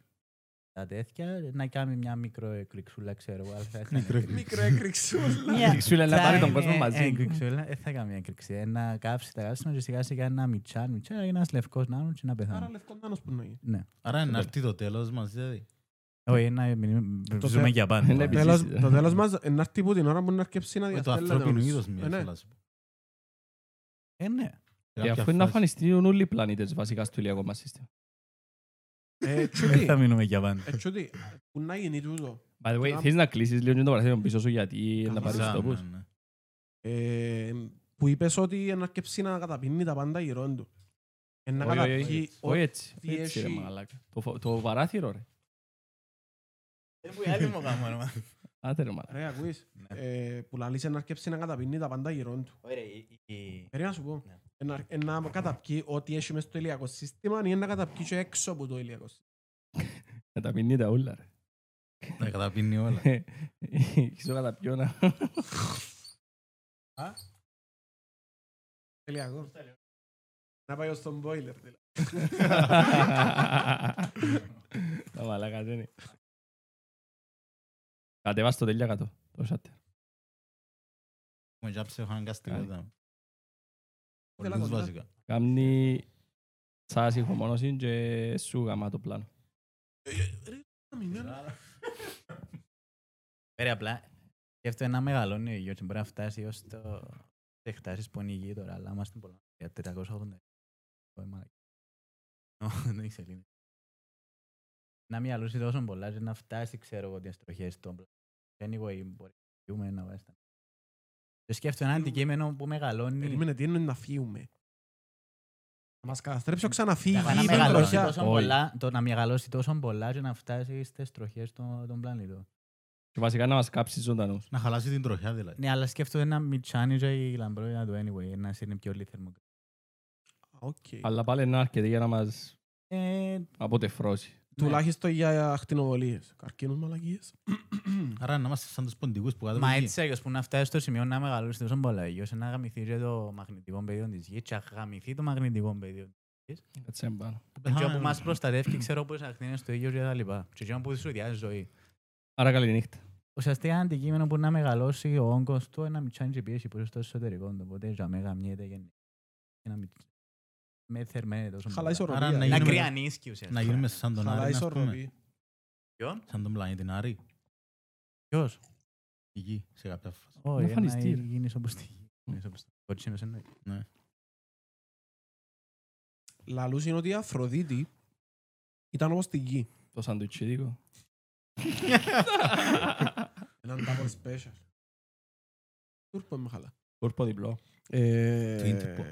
[SPEAKER 4] τα τέτοια, να κάνει μια μικροεκρυξούλα ξέρω εγώ. αλλά θα ήταν-
[SPEAKER 2] Μικροέκρηξούλα.
[SPEAKER 4] (laughs) Μια-
[SPEAKER 1] Εκρυξούλα, να
[SPEAKER 4] θα ε,
[SPEAKER 1] πάρει τον
[SPEAKER 4] είναι
[SPEAKER 1] κόσμο μαζί.
[SPEAKER 4] εκρυξούλα, Δεν θα κάνει μια εκρυξή. Ε, Να κάψει τα κάψιμα και σιγά σιγά να μιτσάν, μιτσάν, να γίνει ένας λευκός νάνος και να
[SPEAKER 2] Άρα
[SPEAKER 4] πεθάνει.
[SPEAKER 2] λευκοντανός που να γίνει.
[SPEAKER 4] Ναι.
[SPEAKER 3] Άρα να έρθει το τέλος μας, δηλαδή.
[SPEAKER 4] Όχι, να μην-
[SPEAKER 2] Το
[SPEAKER 4] ζούμε
[SPEAKER 2] θε-
[SPEAKER 4] για πάντα.
[SPEAKER 1] Ναι,
[SPEAKER 2] Το
[SPEAKER 1] επίσης.
[SPEAKER 2] τέλος- Το τέλος μας ε, να έρθει που την ώρα που να αρκεψεί να
[SPEAKER 3] Ε, Το
[SPEAKER 2] διαστέλλεται.
[SPEAKER 3] ανθρώπινο
[SPEAKER 2] νομίζω.
[SPEAKER 3] είδος
[SPEAKER 2] Ε,
[SPEAKER 3] μια
[SPEAKER 2] ναι.
[SPEAKER 3] θέλω να σου πω.
[SPEAKER 4] Ε, ναι.
[SPEAKER 3] Σε
[SPEAKER 1] Και
[SPEAKER 3] κάποια
[SPEAKER 1] αφού είναι να
[SPEAKER 3] φάση.
[SPEAKER 1] εμφανιστούν όλοι οι πλανήτες βασικά στο ηλιακό μας σύστημα.
[SPEAKER 2] Ε,
[SPEAKER 4] Δεν
[SPEAKER 2] τσούτι,
[SPEAKER 4] θα μείνουμε για πάντα.
[SPEAKER 2] ε, τσούτι, πού να γίνει τούτο.
[SPEAKER 1] By the way,
[SPEAKER 2] Να-
[SPEAKER 1] θέλεις να κλείσεις λίγο και το παραθένιο πίσω σου γιατί να
[SPEAKER 2] Καλά.
[SPEAKER 1] πάρεις
[SPEAKER 3] Σαν,
[SPEAKER 1] τόπους.
[SPEAKER 3] ναι, ναι.
[SPEAKER 2] Ε, που είπες ότι να αρκεψεί να καταπίνει τα πάντα γύρω του. Ε, να
[SPEAKER 1] Όχι, όχι, όχι.
[SPEAKER 2] καταπιεί ό-
[SPEAKER 1] Όχι έτσι,
[SPEAKER 2] ό,τι
[SPEAKER 1] έτσι ρε
[SPEAKER 2] έχει-
[SPEAKER 1] μαλάκα. Το φο- Το παράθυρο ρε. Άντε ρε μαλάκα.
[SPEAKER 2] Ρε, ακούεις. Ε, Που λαλείς ε, να αρκεψεί να καταπίνει τα πάντα γύρω του.
[SPEAKER 4] Ε,
[SPEAKER 2] Περίμενα να σου πω.
[SPEAKER 4] Ναι.
[SPEAKER 2] Ε, να- ε, Να καταπιεί ό,τι έχει μες στο ηλιακό σύστημα ή να καταπιεί και έξω από το ηλιακό σύστημα.
[SPEAKER 1] Να τα πίνει τα ούλα ρε.
[SPEAKER 3] Τα καταπίνει όλα.
[SPEAKER 1] (laughs) Ξέρω κατά
[SPEAKER 2] (laughs)
[SPEAKER 1] ποιον να...
[SPEAKER 2] Ηλιακό. Να πάει ως τον boiler δηλαδή.
[SPEAKER 1] Τα μαλάκα δεν είναι. Κατεβάς το τέλεια κάτω. Το σάτε.
[SPEAKER 3] Έχουμε για ψυχαναγκαστικότητα.
[SPEAKER 2] Θέλω
[SPEAKER 3] Πολλούς
[SPEAKER 2] κοντά.
[SPEAKER 3] βασικά.
[SPEAKER 1] Κάμνει σαν συγχωμόνωση και σου γαμά το πλάνο.
[SPEAKER 4] Πέρα ε, απλά, σκέφτομαι να μεγαλώνει ο γιος και μπορεί να φτάσει ως το... σε εκτάσεις που είναι η γη τώρα, αλλά είμαστε πολλά. Για 480. Ωε, μαλάκα. Ω, ε, (laughs) Δεν έχει σελίδα. Να μην αλούσει τόσο πολλά και να φτάσει, ξέρω εγώ, τις τροχές των πλανήτων. Anyway, μπορεί να φύγουμε να βάζει τα... Και σκέφτομαι ένα αντικείμενο που μεγαλώνει...
[SPEAKER 2] Περίμενε, τι εννοείς να φύγουμε. Να μας καταστρέψει ο ξαναφύγει.
[SPEAKER 4] Να
[SPEAKER 2] είπε
[SPEAKER 4] μεγαλώσει
[SPEAKER 2] τροχιά.
[SPEAKER 4] τόσο
[SPEAKER 1] Όχι.
[SPEAKER 4] πολλά- το να μεγαλώσει τόσο πολλά και να φτάσει στις τροχές των των πλανήτων.
[SPEAKER 1] Και βασικά να μας κάψεις ζωντανούς.
[SPEAKER 3] Να χαλάσει την τροχιά δηλαδή.
[SPEAKER 4] Ναι, αλλά σκέφτομαι να μιτσάνει και η λαμπρότητα του anyway, να είναι πιο λίγο θερμοκρασία.
[SPEAKER 2] Οκ.
[SPEAKER 1] Αλλά πάλι να αρκετή για να μας
[SPEAKER 4] Ε,
[SPEAKER 1] αποτεφρώσει.
[SPEAKER 3] ναι.
[SPEAKER 2] Τουλάχιστον για ακτινοβολίες. Καρκίνους μαλακίες.
[SPEAKER 3] Άρα να είμαστε σαν τους ποντικούς που κάτω
[SPEAKER 4] μα
[SPEAKER 3] από τη γη.
[SPEAKER 4] έτσι έγιος που να φτάσει στο σημείο να μεγαλώσει τόσο πολλά υγιώς, να γαμηθεί και το μαγνητικό πεδίο της γης και να γαμηθεί το μαγνητικό πεδίο της
[SPEAKER 1] Έτσι εμπάνω.
[SPEAKER 4] γης. Και όπου
[SPEAKER 3] Πεθάνουμε.
[SPEAKER 4] μας προστατεύει, ξέρω πώς ακτίνες το ίδιο και τα λοιπά. Και εκείνο που σου διάζει ζωή.
[SPEAKER 1] Άρα καλή νύχτα.
[SPEAKER 4] Ουσιαστικά ένα αντικείμενο που να μεγαλώσει ο όγκος του, να μιτσάνει και πίεση που είναι στο εσωτερικό του. Οπότε για μέ γαμιέται και να μην- με θερμαίνει τόσο
[SPEAKER 2] Χαλάει
[SPEAKER 4] πολλά.
[SPEAKER 2] ισορροπία.
[SPEAKER 3] Άρα να
[SPEAKER 4] Να
[SPEAKER 3] γίνουμε-
[SPEAKER 4] κρυανίσκει ουσιαστικά.
[SPEAKER 3] Να γίνουμε σαν τον
[SPEAKER 2] Χαλάει
[SPEAKER 3] Άρη, να πούμε.
[SPEAKER 2] ισορροπία.
[SPEAKER 4] Ποιον?
[SPEAKER 3] Σαν τον πλανήτη Άρη.
[SPEAKER 4] Ποιος?
[SPEAKER 3] Η γη, σε κάποια φάση.
[SPEAKER 4] Όχι,
[SPEAKER 1] Να φανείς
[SPEAKER 4] να
[SPEAKER 1] τι είναι.
[SPEAKER 4] γίνεις όπως τη γη. Γίνεις όπως το κότσινος εννοεί.
[SPEAKER 2] Λαλούς είναι ότι η Αφροδίτη ήταν όπως τη γη.
[SPEAKER 1] Το σαντουιτσίδικο.
[SPEAKER 2] Έναν double special. Τούρπο με χαλά.
[SPEAKER 1] Κούρπο διπλό.
[SPEAKER 3] Τρίντυπο.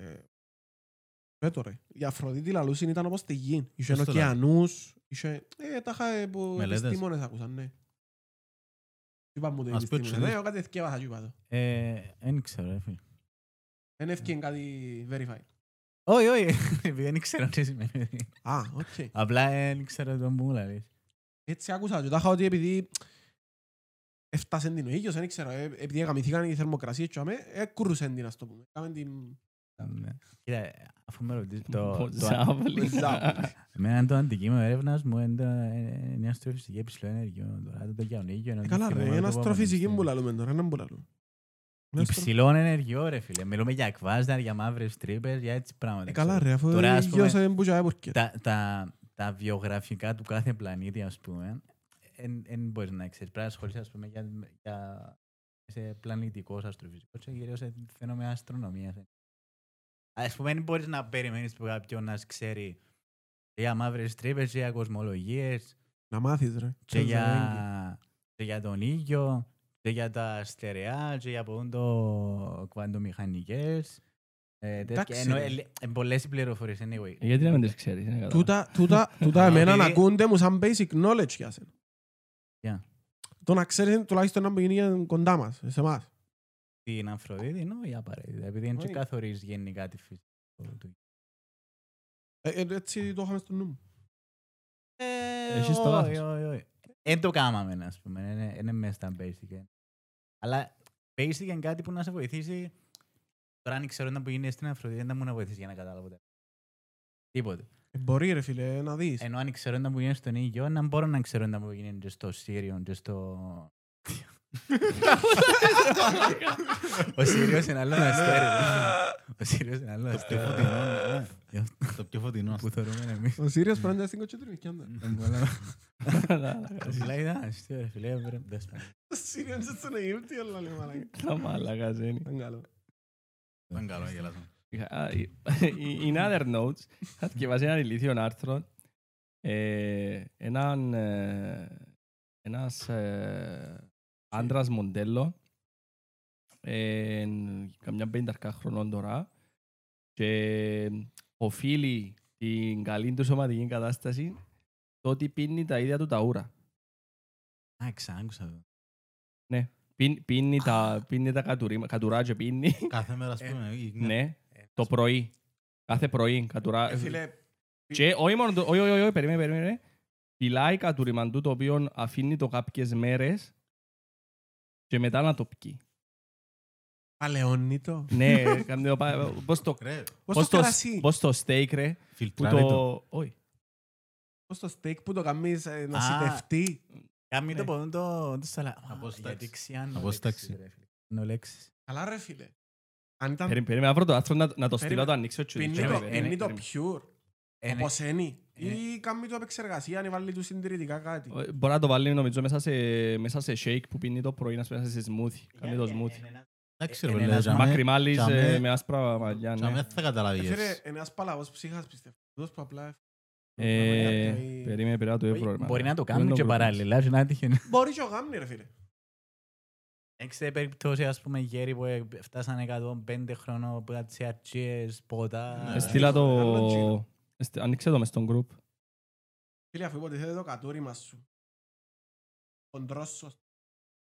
[SPEAKER 2] Πέτω Ε, ρε. Η Αφροδίτη λαλούς είναι ήταν όπως τη γη. Είχε
[SPEAKER 3] Πώς το λαλεί?
[SPEAKER 2] ωκεανούς. Είχε... Ε, τα είχα ε, που
[SPEAKER 3] Μελέτες.
[SPEAKER 2] επιστήμονες ακούσαν, ναι. Είπα μου το
[SPEAKER 3] Ας πω
[SPEAKER 2] επιστήμονες.
[SPEAKER 3] έτσι,
[SPEAKER 2] Ναι, εγώ κάτι εθκεύασα, είπα το.
[SPEAKER 4] Ε, Δεν ξέρω, ρε φίλε.
[SPEAKER 2] Δεν
[SPEAKER 3] Ναι.
[SPEAKER 2] έφυγε κάτι verify.
[SPEAKER 4] Όχι, (laughs) όχι, επειδή δεν ξέρω τι σημαίνει.
[SPEAKER 2] Α, οκ.
[SPEAKER 4] Απλά δεν ξέρω τον που μου λαλείς.
[SPEAKER 2] Ε, Έτσι άκουσα και τα είχα ότι επειδή ε, έφτασε την ο ήλιος, δεν ξέρω, ε, επειδή εγκαμηθήκαν οι θερμοκρασίες και αμέ, έκρουσαν την, ας το πούμε. Κάμεν την
[SPEAKER 4] Ναι. Κοίτα, αφού με ρωτήσεις, το, το,
[SPEAKER 1] Ποζάβολη.
[SPEAKER 4] εμένα το αντικείμενο έρευνας μου είναι, τα- είναι η αστροφυσική υψηλών ενεργειών. Τώρα το γεωνίγιο
[SPEAKER 2] Ε,
[SPEAKER 4] είναι... ότι
[SPEAKER 2] Καλά
[SPEAKER 4] θυμόμαι
[SPEAKER 2] ρε,
[SPEAKER 4] το
[SPEAKER 2] ένα
[SPEAKER 4] που
[SPEAKER 2] αστροφυσική
[SPEAKER 4] απαντήσαμε.
[SPEAKER 2] που λαλούμε τώρα, ένα που λαλούμε. Ένα αστρο-
[SPEAKER 4] Υψηλών ενεργειών ρε φίλε. Μιλούμε για κβάστα, για μαύρες τρύπες, για έτσι πράγματα.
[SPEAKER 2] Ε, Καλά
[SPEAKER 4] ξέρω.
[SPEAKER 2] ρε, αφού
[SPEAKER 4] Τώρα, ας πούμε,
[SPEAKER 2] γιος δεν μπορούσε να έπορκε.
[SPEAKER 4] τα, τα, τα βιογραφικά του κάθε πλανήτη, ας πούμε, δεν μπορείς να ξέρεις. Πρέπει να ασχολείσαι, ας πούμε, για, για είσαι πλανητικός αστροφυσικός και κυρίως σε φαινόμενα αστρονομίας. Ας πούμε, δεν μπορείς να περιμένεις που κάποιον να ξέρει για μαύρες τρύπες, για κοσμολογίες,
[SPEAKER 2] Να μάθεις ρε.
[SPEAKER 4] και
[SPEAKER 2] Ξέρεις να λέγεις.
[SPEAKER 4] για, και για τον ήλιο, και για τα στερεά, και για πόντο κουαντομηχανικές. Ε, τέτοια.
[SPEAKER 2] Εντάξει,
[SPEAKER 4] Ενώ,
[SPEAKER 2] ρε.
[SPEAKER 4] ε, λέ- ε, πολλές οι πληροφορίες, anyway.
[SPEAKER 1] Γιατί να μην τις ξέρεις. είναι κατάλαβα.
[SPEAKER 2] Τούτα, τούτα, τούτα
[SPEAKER 4] Α,
[SPEAKER 2] εμένα να
[SPEAKER 4] επειδή-
[SPEAKER 2] ακούνται μου σαν basic knowledge για σένα.
[SPEAKER 4] Γεια.
[SPEAKER 2] Το να ξέρεις τουλάχιστον να μην είναι κοντά μας, σε εμάς.
[SPEAKER 4] την Αφροδίτη, ενώ ή απαραίτητα. Επειδή δεν
[SPEAKER 2] Όχι.
[SPEAKER 4] καθορίζει γενικά τη φύση του- του.
[SPEAKER 2] Ε, ε, Έτσι το είχαμε στο νου μου.
[SPEAKER 4] Ε,
[SPEAKER 1] έχεις το λάθος.
[SPEAKER 4] Δεν το κάμαμε, ας πούμε. Είναι- Είναι μέσα στα basic. ε. Αλλά basic είναι κάτι που να σε βοηθήσει. Τώρα, αν ξέρω να που γίνεις στην Αφροδίτη, δεν θα μου να βοηθήσει για να κατάλαβω τίποτα. Τίποτε.
[SPEAKER 2] Ε, Μπορεί ρε φίλε, να δεις.
[SPEAKER 4] Ενώ αν ξέρω να που γίνεις στον ήλιο, να μπορώ να ξέρω να που γίνεις και στο Σύριον, και στο. Ο Σύριος είναι άλλο αστέρι. Ο Σύριος είναι άλλο
[SPEAKER 3] πιο
[SPEAKER 4] αστέρι.
[SPEAKER 3] φωτεινό, ναι.
[SPEAKER 4] Γι' αυτό
[SPEAKER 3] Το πιο φωτεινό.
[SPEAKER 4] Που θεωρούμε εμείς.
[SPEAKER 2] Ο Σύριος πρέπει να είναι στην κοτσίτρινη κι άντα.
[SPEAKER 4] Δεν μπορώ να- Λέει, «Να, Ναι. αστείο ρε φίλε, βρε, δες τα».
[SPEAKER 2] Ο Σύριος είναι στον Αιγύπτιο, αλλά λέει
[SPEAKER 1] (laughs)
[SPEAKER 2] μαλάκα.
[SPEAKER 1] (laughs) Τα μαλακάς είναι.
[SPEAKER 2] Ήταν καλό.
[SPEAKER 3] Ήταν καλό, γελάσαμε.
[SPEAKER 1] Uh, (laughs) in other notes, θα διαβάσει ένα ηλίθιο άρθρο. Ε, έναν, ε, ένας ε, άντρας μοντέλο, ε, εν- καμιά 50 χρονών τώρα, και οφείλει την καλή του σωματική κατάσταση το ότι πίνει τα ίδια του τα ούρα.
[SPEAKER 4] Α, ξάκουσα το.
[SPEAKER 1] Πίν- πίνει, τα, πίνει τα κατουρί- κατουρά και πίνει,
[SPEAKER 3] Κάθε μέρα, ας πούμε. ή-
[SPEAKER 1] ναι, το πρωί. Κάθε πρωί κατουρά,
[SPEAKER 2] Ε, Φίλε,
[SPEAKER 1] Και όχι μόνο το... Όχι, όχι, όχι, περίμενε, περίμενε. Φυλάει κατουριμαντού το οποίο αφήνει το κάποιες μέρες και μετά να το
[SPEAKER 4] (laughs)
[SPEAKER 1] πιει.
[SPEAKER 2] παλαιώνει το.
[SPEAKER 1] ναι, κάνε το πα- πώς το...
[SPEAKER 3] Ρε,
[SPEAKER 2] Πώς το
[SPEAKER 1] σ-
[SPEAKER 2] κρασί,
[SPEAKER 1] Πώς το steak, ρε, που
[SPEAKER 3] φιλτράρε το.
[SPEAKER 1] το... Όχι.
[SPEAKER 2] πώς το steak που το κάνεις ε, να
[SPEAKER 4] Α.
[SPEAKER 2] σιτευτεί.
[SPEAKER 4] Κάμι το
[SPEAKER 1] Ναι.
[SPEAKER 4] ποδόν το... το σαλά. Μα,
[SPEAKER 3] Απόσταξη.
[SPEAKER 4] γιατί ξιάνω
[SPEAKER 3] Απόσταξη.
[SPEAKER 4] λέξεις, ρε φίλε. Ξιάνω λέξεις.
[SPEAKER 2] Καλά ρε φίλε. Αν
[SPEAKER 1] Περί-
[SPEAKER 2] ήταν
[SPEAKER 1] Περίμενε, αύριο το άρθρο να, να το στείλω,
[SPEAKER 2] Περίμενε.
[SPEAKER 1] το ανοίξω. και-
[SPEAKER 2] πίνει
[SPEAKER 1] Περίμενε,
[SPEAKER 2] το-
[SPEAKER 1] περίμενε,
[SPEAKER 2] πίνει το
[SPEAKER 1] περίμενε.
[SPEAKER 2] pure,
[SPEAKER 4] Ε,
[SPEAKER 2] όπως είναι.
[SPEAKER 4] ε,
[SPEAKER 2] Ή κάνει το επεξεργασία, αν βάλει του συντηρητικά κάτι.
[SPEAKER 1] Ε, Μπορεί να το βάλει νομίζω μέσα σε, μέσα σε shake που πίνει το πρωί, να μέσα σε smoothie. Κάνει το
[SPEAKER 4] ε,
[SPEAKER 1] smoothie.
[SPEAKER 3] ναι,
[SPEAKER 4] ε, ε,
[SPEAKER 3] Εντάξει, ρε,
[SPEAKER 4] είναι
[SPEAKER 3] παιδιά,
[SPEAKER 4] ένας
[SPEAKER 3] τζαμέ-
[SPEAKER 1] Μακριμάλις
[SPEAKER 3] τζαμέ-
[SPEAKER 1] ε, με άσπρα μαλλιά,
[SPEAKER 3] τζαμέ
[SPEAKER 1] ναι.
[SPEAKER 3] δεν θα καταλάβεις.
[SPEAKER 2] Έφερε Ε, ένας παλαβός ψύχας πιστεύω. Αυτός που απλά...
[SPEAKER 1] Ε,
[SPEAKER 2] Ε,
[SPEAKER 1] Περίμενε, περίμενε, το
[SPEAKER 4] ε,
[SPEAKER 1] ευρώ. ρε,
[SPEAKER 4] Μπορεί
[SPEAKER 1] μάνα.
[SPEAKER 4] να το
[SPEAKER 1] Δεν
[SPEAKER 4] κάνουν και
[SPEAKER 1] πρόβλημα.
[SPEAKER 4] παράλληλα και να τυχαίνει.
[SPEAKER 2] Μπορεί και ο γάμνη ρε φίλε.
[SPEAKER 4] Έξε περιπτώσει, ας πούμε, γέροι που ε, φτάσανε 105 χρόνο που τα τσιατσίες, ποτά.
[SPEAKER 3] Ε,
[SPEAKER 1] Στείλα το...
[SPEAKER 2] Καλό τζίνο.
[SPEAKER 1] Εστε- Ανοίξε το μες στον group.
[SPEAKER 2] Φίλε αφού υποτιθέται το κατούριμα σου. Χοντρός σου.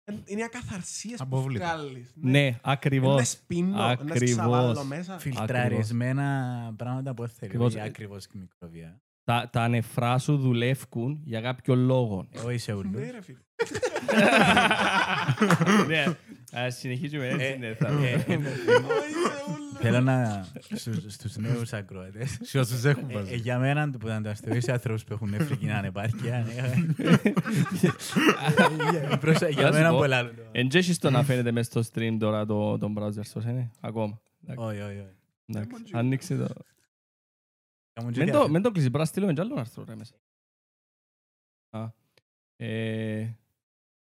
[SPEAKER 2] Ε, Είναι ακαθαρσίες που
[SPEAKER 3] Απόβλητο.
[SPEAKER 2] βγάλεις.
[SPEAKER 1] Ναι,
[SPEAKER 2] Είναι
[SPEAKER 1] ακριβώς.
[SPEAKER 2] σπίνο, είναι
[SPEAKER 1] Ακριβώς.
[SPEAKER 2] ξαβάλλω μέσα.
[SPEAKER 4] Φιλτραρισμένα πράγματα που
[SPEAKER 1] Ακριβώς.
[SPEAKER 4] θέλει. Ακριβώς και μικροβιά.
[SPEAKER 1] Τα, τα νεφρά σου δουλεύκουν για κάποιο λόγο.
[SPEAKER 4] Ε, Όχι σε ούλους.
[SPEAKER 2] Ναι ρε φίλε.
[SPEAKER 1] ναι, ας συνεχίζουμε
[SPEAKER 4] Ε,
[SPEAKER 1] έτσι. ναι,
[SPEAKER 4] ε,
[SPEAKER 1] θα-
[SPEAKER 2] Ωι, ούλο.
[SPEAKER 4] Θέλω να στους- στους νέους ακροατές
[SPEAKER 3] Σε όσους έχουν
[SPEAKER 4] Ε,
[SPEAKER 3] βάζει.
[SPEAKER 4] ε, για μένα που να το αστευείς σε ανθρώπους που έχουν νεφρική ανεπάρκεια. (laughs)
[SPEAKER 1] Ε,
[SPEAKER 4] Για
[SPEAKER 1] Να σου
[SPEAKER 4] μένα
[SPEAKER 1] πω, Ε,
[SPEAKER 4] πολλά άλλο.
[SPEAKER 1] Εν τζέσεις το να φαίνεται μες στο stream τώρα το, τον browser σου, είναι, ακόμα. Εντάξει,
[SPEAKER 4] Όχι, όχι, όχι.
[SPEAKER 1] εντάξει.
[SPEAKER 2] μπορεί.
[SPEAKER 1] Ανοίξε το.
[SPEAKER 4] Θα μου
[SPEAKER 1] Μεν
[SPEAKER 4] τζεκάρεις.
[SPEAKER 1] το, μεν το κλείσεις, πρέπει να στείλουμε κι άλλο άρθρο ρε μέσα. Α, ε,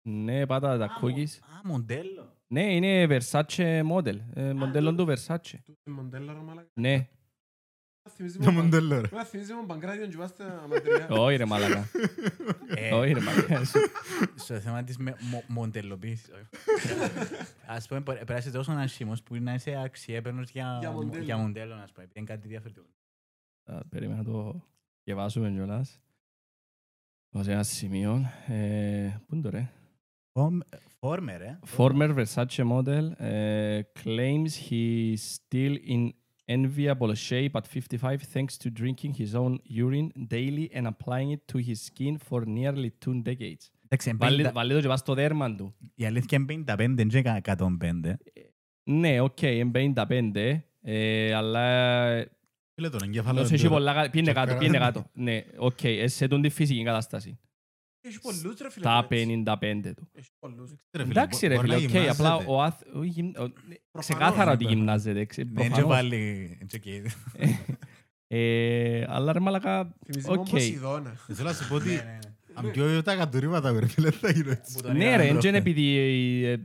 [SPEAKER 1] ναι, πάτα τα
[SPEAKER 4] Α, μο-
[SPEAKER 1] cookies.
[SPEAKER 4] Α, μοντέλο.
[SPEAKER 1] Ναι, είναι Versace model. ε, Μοντέλο του Versace.
[SPEAKER 2] Του- Μοντέλο Ε, ρε μαλάκα.
[SPEAKER 1] Ναι,
[SPEAKER 2] Θυμίζει
[SPEAKER 3] Το
[SPEAKER 2] μου παν-
[SPEAKER 3] μοντέλο, ρε.
[SPEAKER 2] Εμένα θυμίζει μου Παγκράτιον και βάστε τα μαντριά.
[SPEAKER 1] όχι ρε μαλακά.
[SPEAKER 4] Ε,
[SPEAKER 1] Όχι ρε (laughs) μαλακά.
[SPEAKER 4] Στο θέμα της με- μο- μοντελοποίησης.
[SPEAKER 1] (laughs)
[SPEAKER 4] όχι. Ας πούμε, μπορεί- πρέπει να είσαι τόσο ανασχήμος που να είσαι αξιέπαινος για
[SPEAKER 2] Για μοντέλο.
[SPEAKER 4] για μοντέλο, να σου πω. επειδή Είναι κάτι διαφορετικό.
[SPEAKER 1] Α, Περίμενα να το διαβάσουμε κιόλας. Ως ένα σημείο. Ε, πού είναι το ρε.
[SPEAKER 4] Φόρμερ, ε.
[SPEAKER 1] eh, Former Versace model ε, claims he's still in enviable shape at 55 thanks to drinking his own urine daily and applying it to his skin for nearly two decades.
[SPEAKER 4] Εντάξει, εν
[SPEAKER 1] Βάλε
[SPEAKER 4] 50
[SPEAKER 1] βάλε το και βάζεις στο δέρμα του.
[SPEAKER 4] Η αλήθεια είναι 55, δεν είναι 105.
[SPEAKER 1] Ναι, οκ, okay, 55. Ε, αλλά
[SPEAKER 3] Φίλε, τον εγκέφαλο...
[SPEAKER 1] Νιώθω έχει πολλά γα- Πήγαινε
[SPEAKER 5] Και
[SPEAKER 1] κάτω,
[SPEAKER 5] πέρα.
[SPEAKER 1] πήγαινε κάτω. Ναι, οκ, ε, σε τούν τη φυσική κατάσταση.
[SPEAKER 2] Έχεις πολλούς ρε φίλε.
[SPEAKER 1] Τα
[SPEAKER 2] που έτσι.
[SPEAKER 1] 55 του.
[SPEAKER 2] Έχεις πολλούς.
[SPEAKER 1] Εντάξει ρε φίλε, οκ, απλά ο αθ... ο γυμ- ο- Ξεκάθαρα ότι
[SPEAKER 3] ναι.
[SPEAKER 1] γυμνάζεται, ξε-
[SPEAKER 4] Ναι, έτσι
[SPEAKER 1] προφανώς.
[SPEAKER 4] βάλει... έτσι εκεί.
[SPEAKER 1] Ε, Αλλά ρε μαλακά,
[SPEAKER 2] Θυμίζει
[SPEAKER 1] Οκ.
[SPEAKER 2] μου Ποσειδώνα.
[SPEAKER 3] Θέλω να σου πω ότι αν πιω τα κατουρήματα, ρε φίλε, θα γίνω έτσι.
[SPEAKER 1] ναι ρε, δεν επειδή... ε, ε,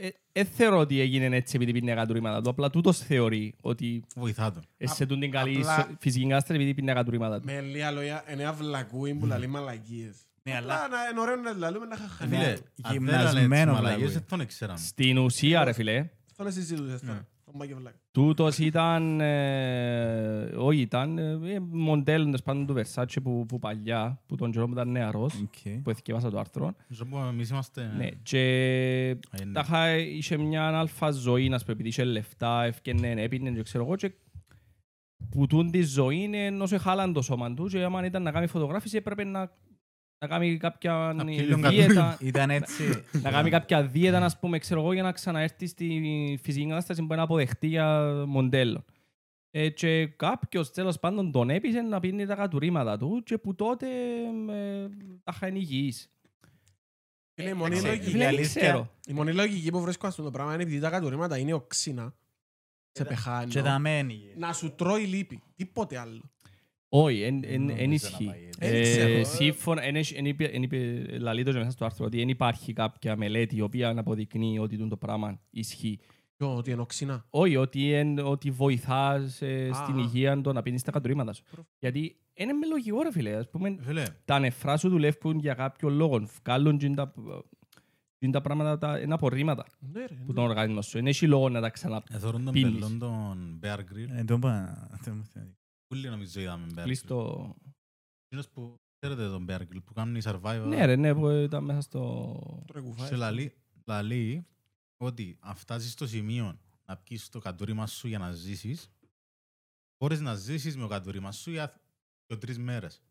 [SPEAKER 1] ε, ε, θεωρώ ότι έγινε έτσι επειδή πίνει κατουρήματα του, απλά τούτος θεωρεί ότι
[SPEAKER 3] Βοηθά τον.
[SPEAKER 1] ε, σε τούν την καλή
[SPEAKER 2] απλά-
[SPEAKER 1] ισο- φυσική κατάσταση επειδή πίνει κατουρήματα του.
[SPEAKER 2] Με λίγα λόγια, είναι αυλακούι που λαλεί μαλακίες.
[SPEAKER 4] (laughs) Ναι,
[SPEAKER 2] Απλά να- είναι ωραίο να λαλούμε να χαχανούμε.
[SPEAKER 3] Φίλε,
[SPEAKER 4] γυμνασμένο
[SPEAKER 3] γυμνασμένο μαλαγές,
[SPEAKER 4] βλάβη.
[SPEAKER 3] δεν τον ξέραμε.
[SPEAKER 1] Στην ουσία ρε φίλε,
[SPEAKER 2] Αυτό να συζητούσες τώρα. Το μπάκι βλακ.
[SPEAKER 1] Τούτος ήταν, ε, όχι ήταν, ε, μοντέλο τέλος πάντων του Versace που, που παλιά, που τον καιρό που ήταν νεαρός,
[SPEAKER 4] Οκ.
[SPEAKER 1] που εθικεύασα το άρθρο.
[SPEAKER 3] Νομίζω που εμείς είμαστε...
[SPEAKER 1] Ναι, και
[SPEAKER 3] Α, είναι.
[SPEAKER 1] τάχα είχε μια αλφα ζωή, να σου πω, επειδή είχε λεφτά, ευκαινε, έπινε και ξέρω εγώ, και που τούν τη ζωή είναι όσο χάλαν το σώμα του και άμα ήταν να κάνει φωτογράφηση έπρεπε να, να κάνει κάποια ε,
[SPEAKER 3] Να πιει λίγο
[SPEAKER 1] δίαιτα,
[SPEAKER 4] Ήταν έτσι.
[SPEAKER 1] να κάνει κάποια δίαιτα, να πούμε, ξέρω εγώ, για να ξαναέρθει στη φυσική κατάσταση που είναι αποδεχτή για μοντέλο. Ε, και κάποιος τέλος πάντων τον έπεισε να πίνει τα κατουρήματα του και που τότε ε, τα είχαν υγιείς.
[SPEAKER 2] Φίλε, η μόνη
[SPEAKER 4] εντάξει,
[SPEAKER 2] λογική-
[SPEAKER 1] Φίλε, δεν
[SPEAKER 4] αλήθεια.
[SPEAKER 1] ξέρω.
[SPEAKER 2] η μόνη λογική που βρίσκω αυτό το πράγμα είναι επειδή τα κατουρήματα είναι οξύνα. Σε πεχάνει.
[SPEAKER 4] Και δαμένη.
[SPEAKER 2] Να σου τρώει λύπη. Τίποτε άλλο.
[SPEAKER 1] Όχι, εν- εν-
[SPEAKER 4] Νομίζω
[SPEAKER 1] εν
[SPEAKER 4] να
[SPEAKER 1] ισχύει.
[SPEAKER 4] πάει έτσι.
[SPEAKER 1] Ε,
[SPEAKER 2] Δεν ξέρω.
[SPEAKER 1] Σύμφωνα, εν έχει- εν είπε- εν είπε- λαλεί το και μέσα στο άρθρο ότι δεν υπάρχει κάποια μελέτη η οποία να αποδεικνύει ότι τούτο το πράγμα ισχύει.
[SPEAKER 2] Ποιο, ότι είναι οξύνα.
[SPEAKER 1] Όχι, ότι, εν, ότι βοηθάς ε, στην
[SPEAKER 2] Α.
[SPEAKER 1] υγεία το να πίνεις τα κατουρήματα σου. Γιατί είναι με λογικό ρε φίλε, ας πούμε,
[SPEAKER 3] Φίλε,
[SPEAKER 1] τα νεφρά σου δουλεύουν για κάποιο λόγο. Βγάλουν τζιν τα, τζιν τα πράγματα, τα είναι απορρίμματα
[SPEAKER 2] Ναι ρε.
[SPEAKER 1] που τον οργανισμό σου. Είναι έχει λόγο να τα ξαναπλείς
[SPEAKER 3] εθώρουν τον
[SPEAKER 1] Πίνεις.
[SPEAKER 3] πελόν τον Bear Grylls.
[SPEAKER 4] Δεν Ε, το είπα. δεν μου θυμάμαι.
[SPEAKER 3] Πούλοι νομίζω είδαμε Bear Grylls.
[SPEAKER 1] το...
[SPEAKER 3] Εκείνος που ξέρετε τον Bear Grylls, που κάνει survivor.
[SPEAKER 1] Ναι ρε, ναι, που ήταν μέσα στο...
[SPEAKER 2] Τρώει
[SPEAKER 3] Σε
[SPEAKER 2] κουφάρι.
[SPEAKER 3] λαλεί, λαλεί ότι αν φτάσεις στο σημείο να πιεις το κατούριμα σου για να ζήσεις, μπορείς να ζήσεις με το κατούριμα σου για δύο-τρεις μέρες.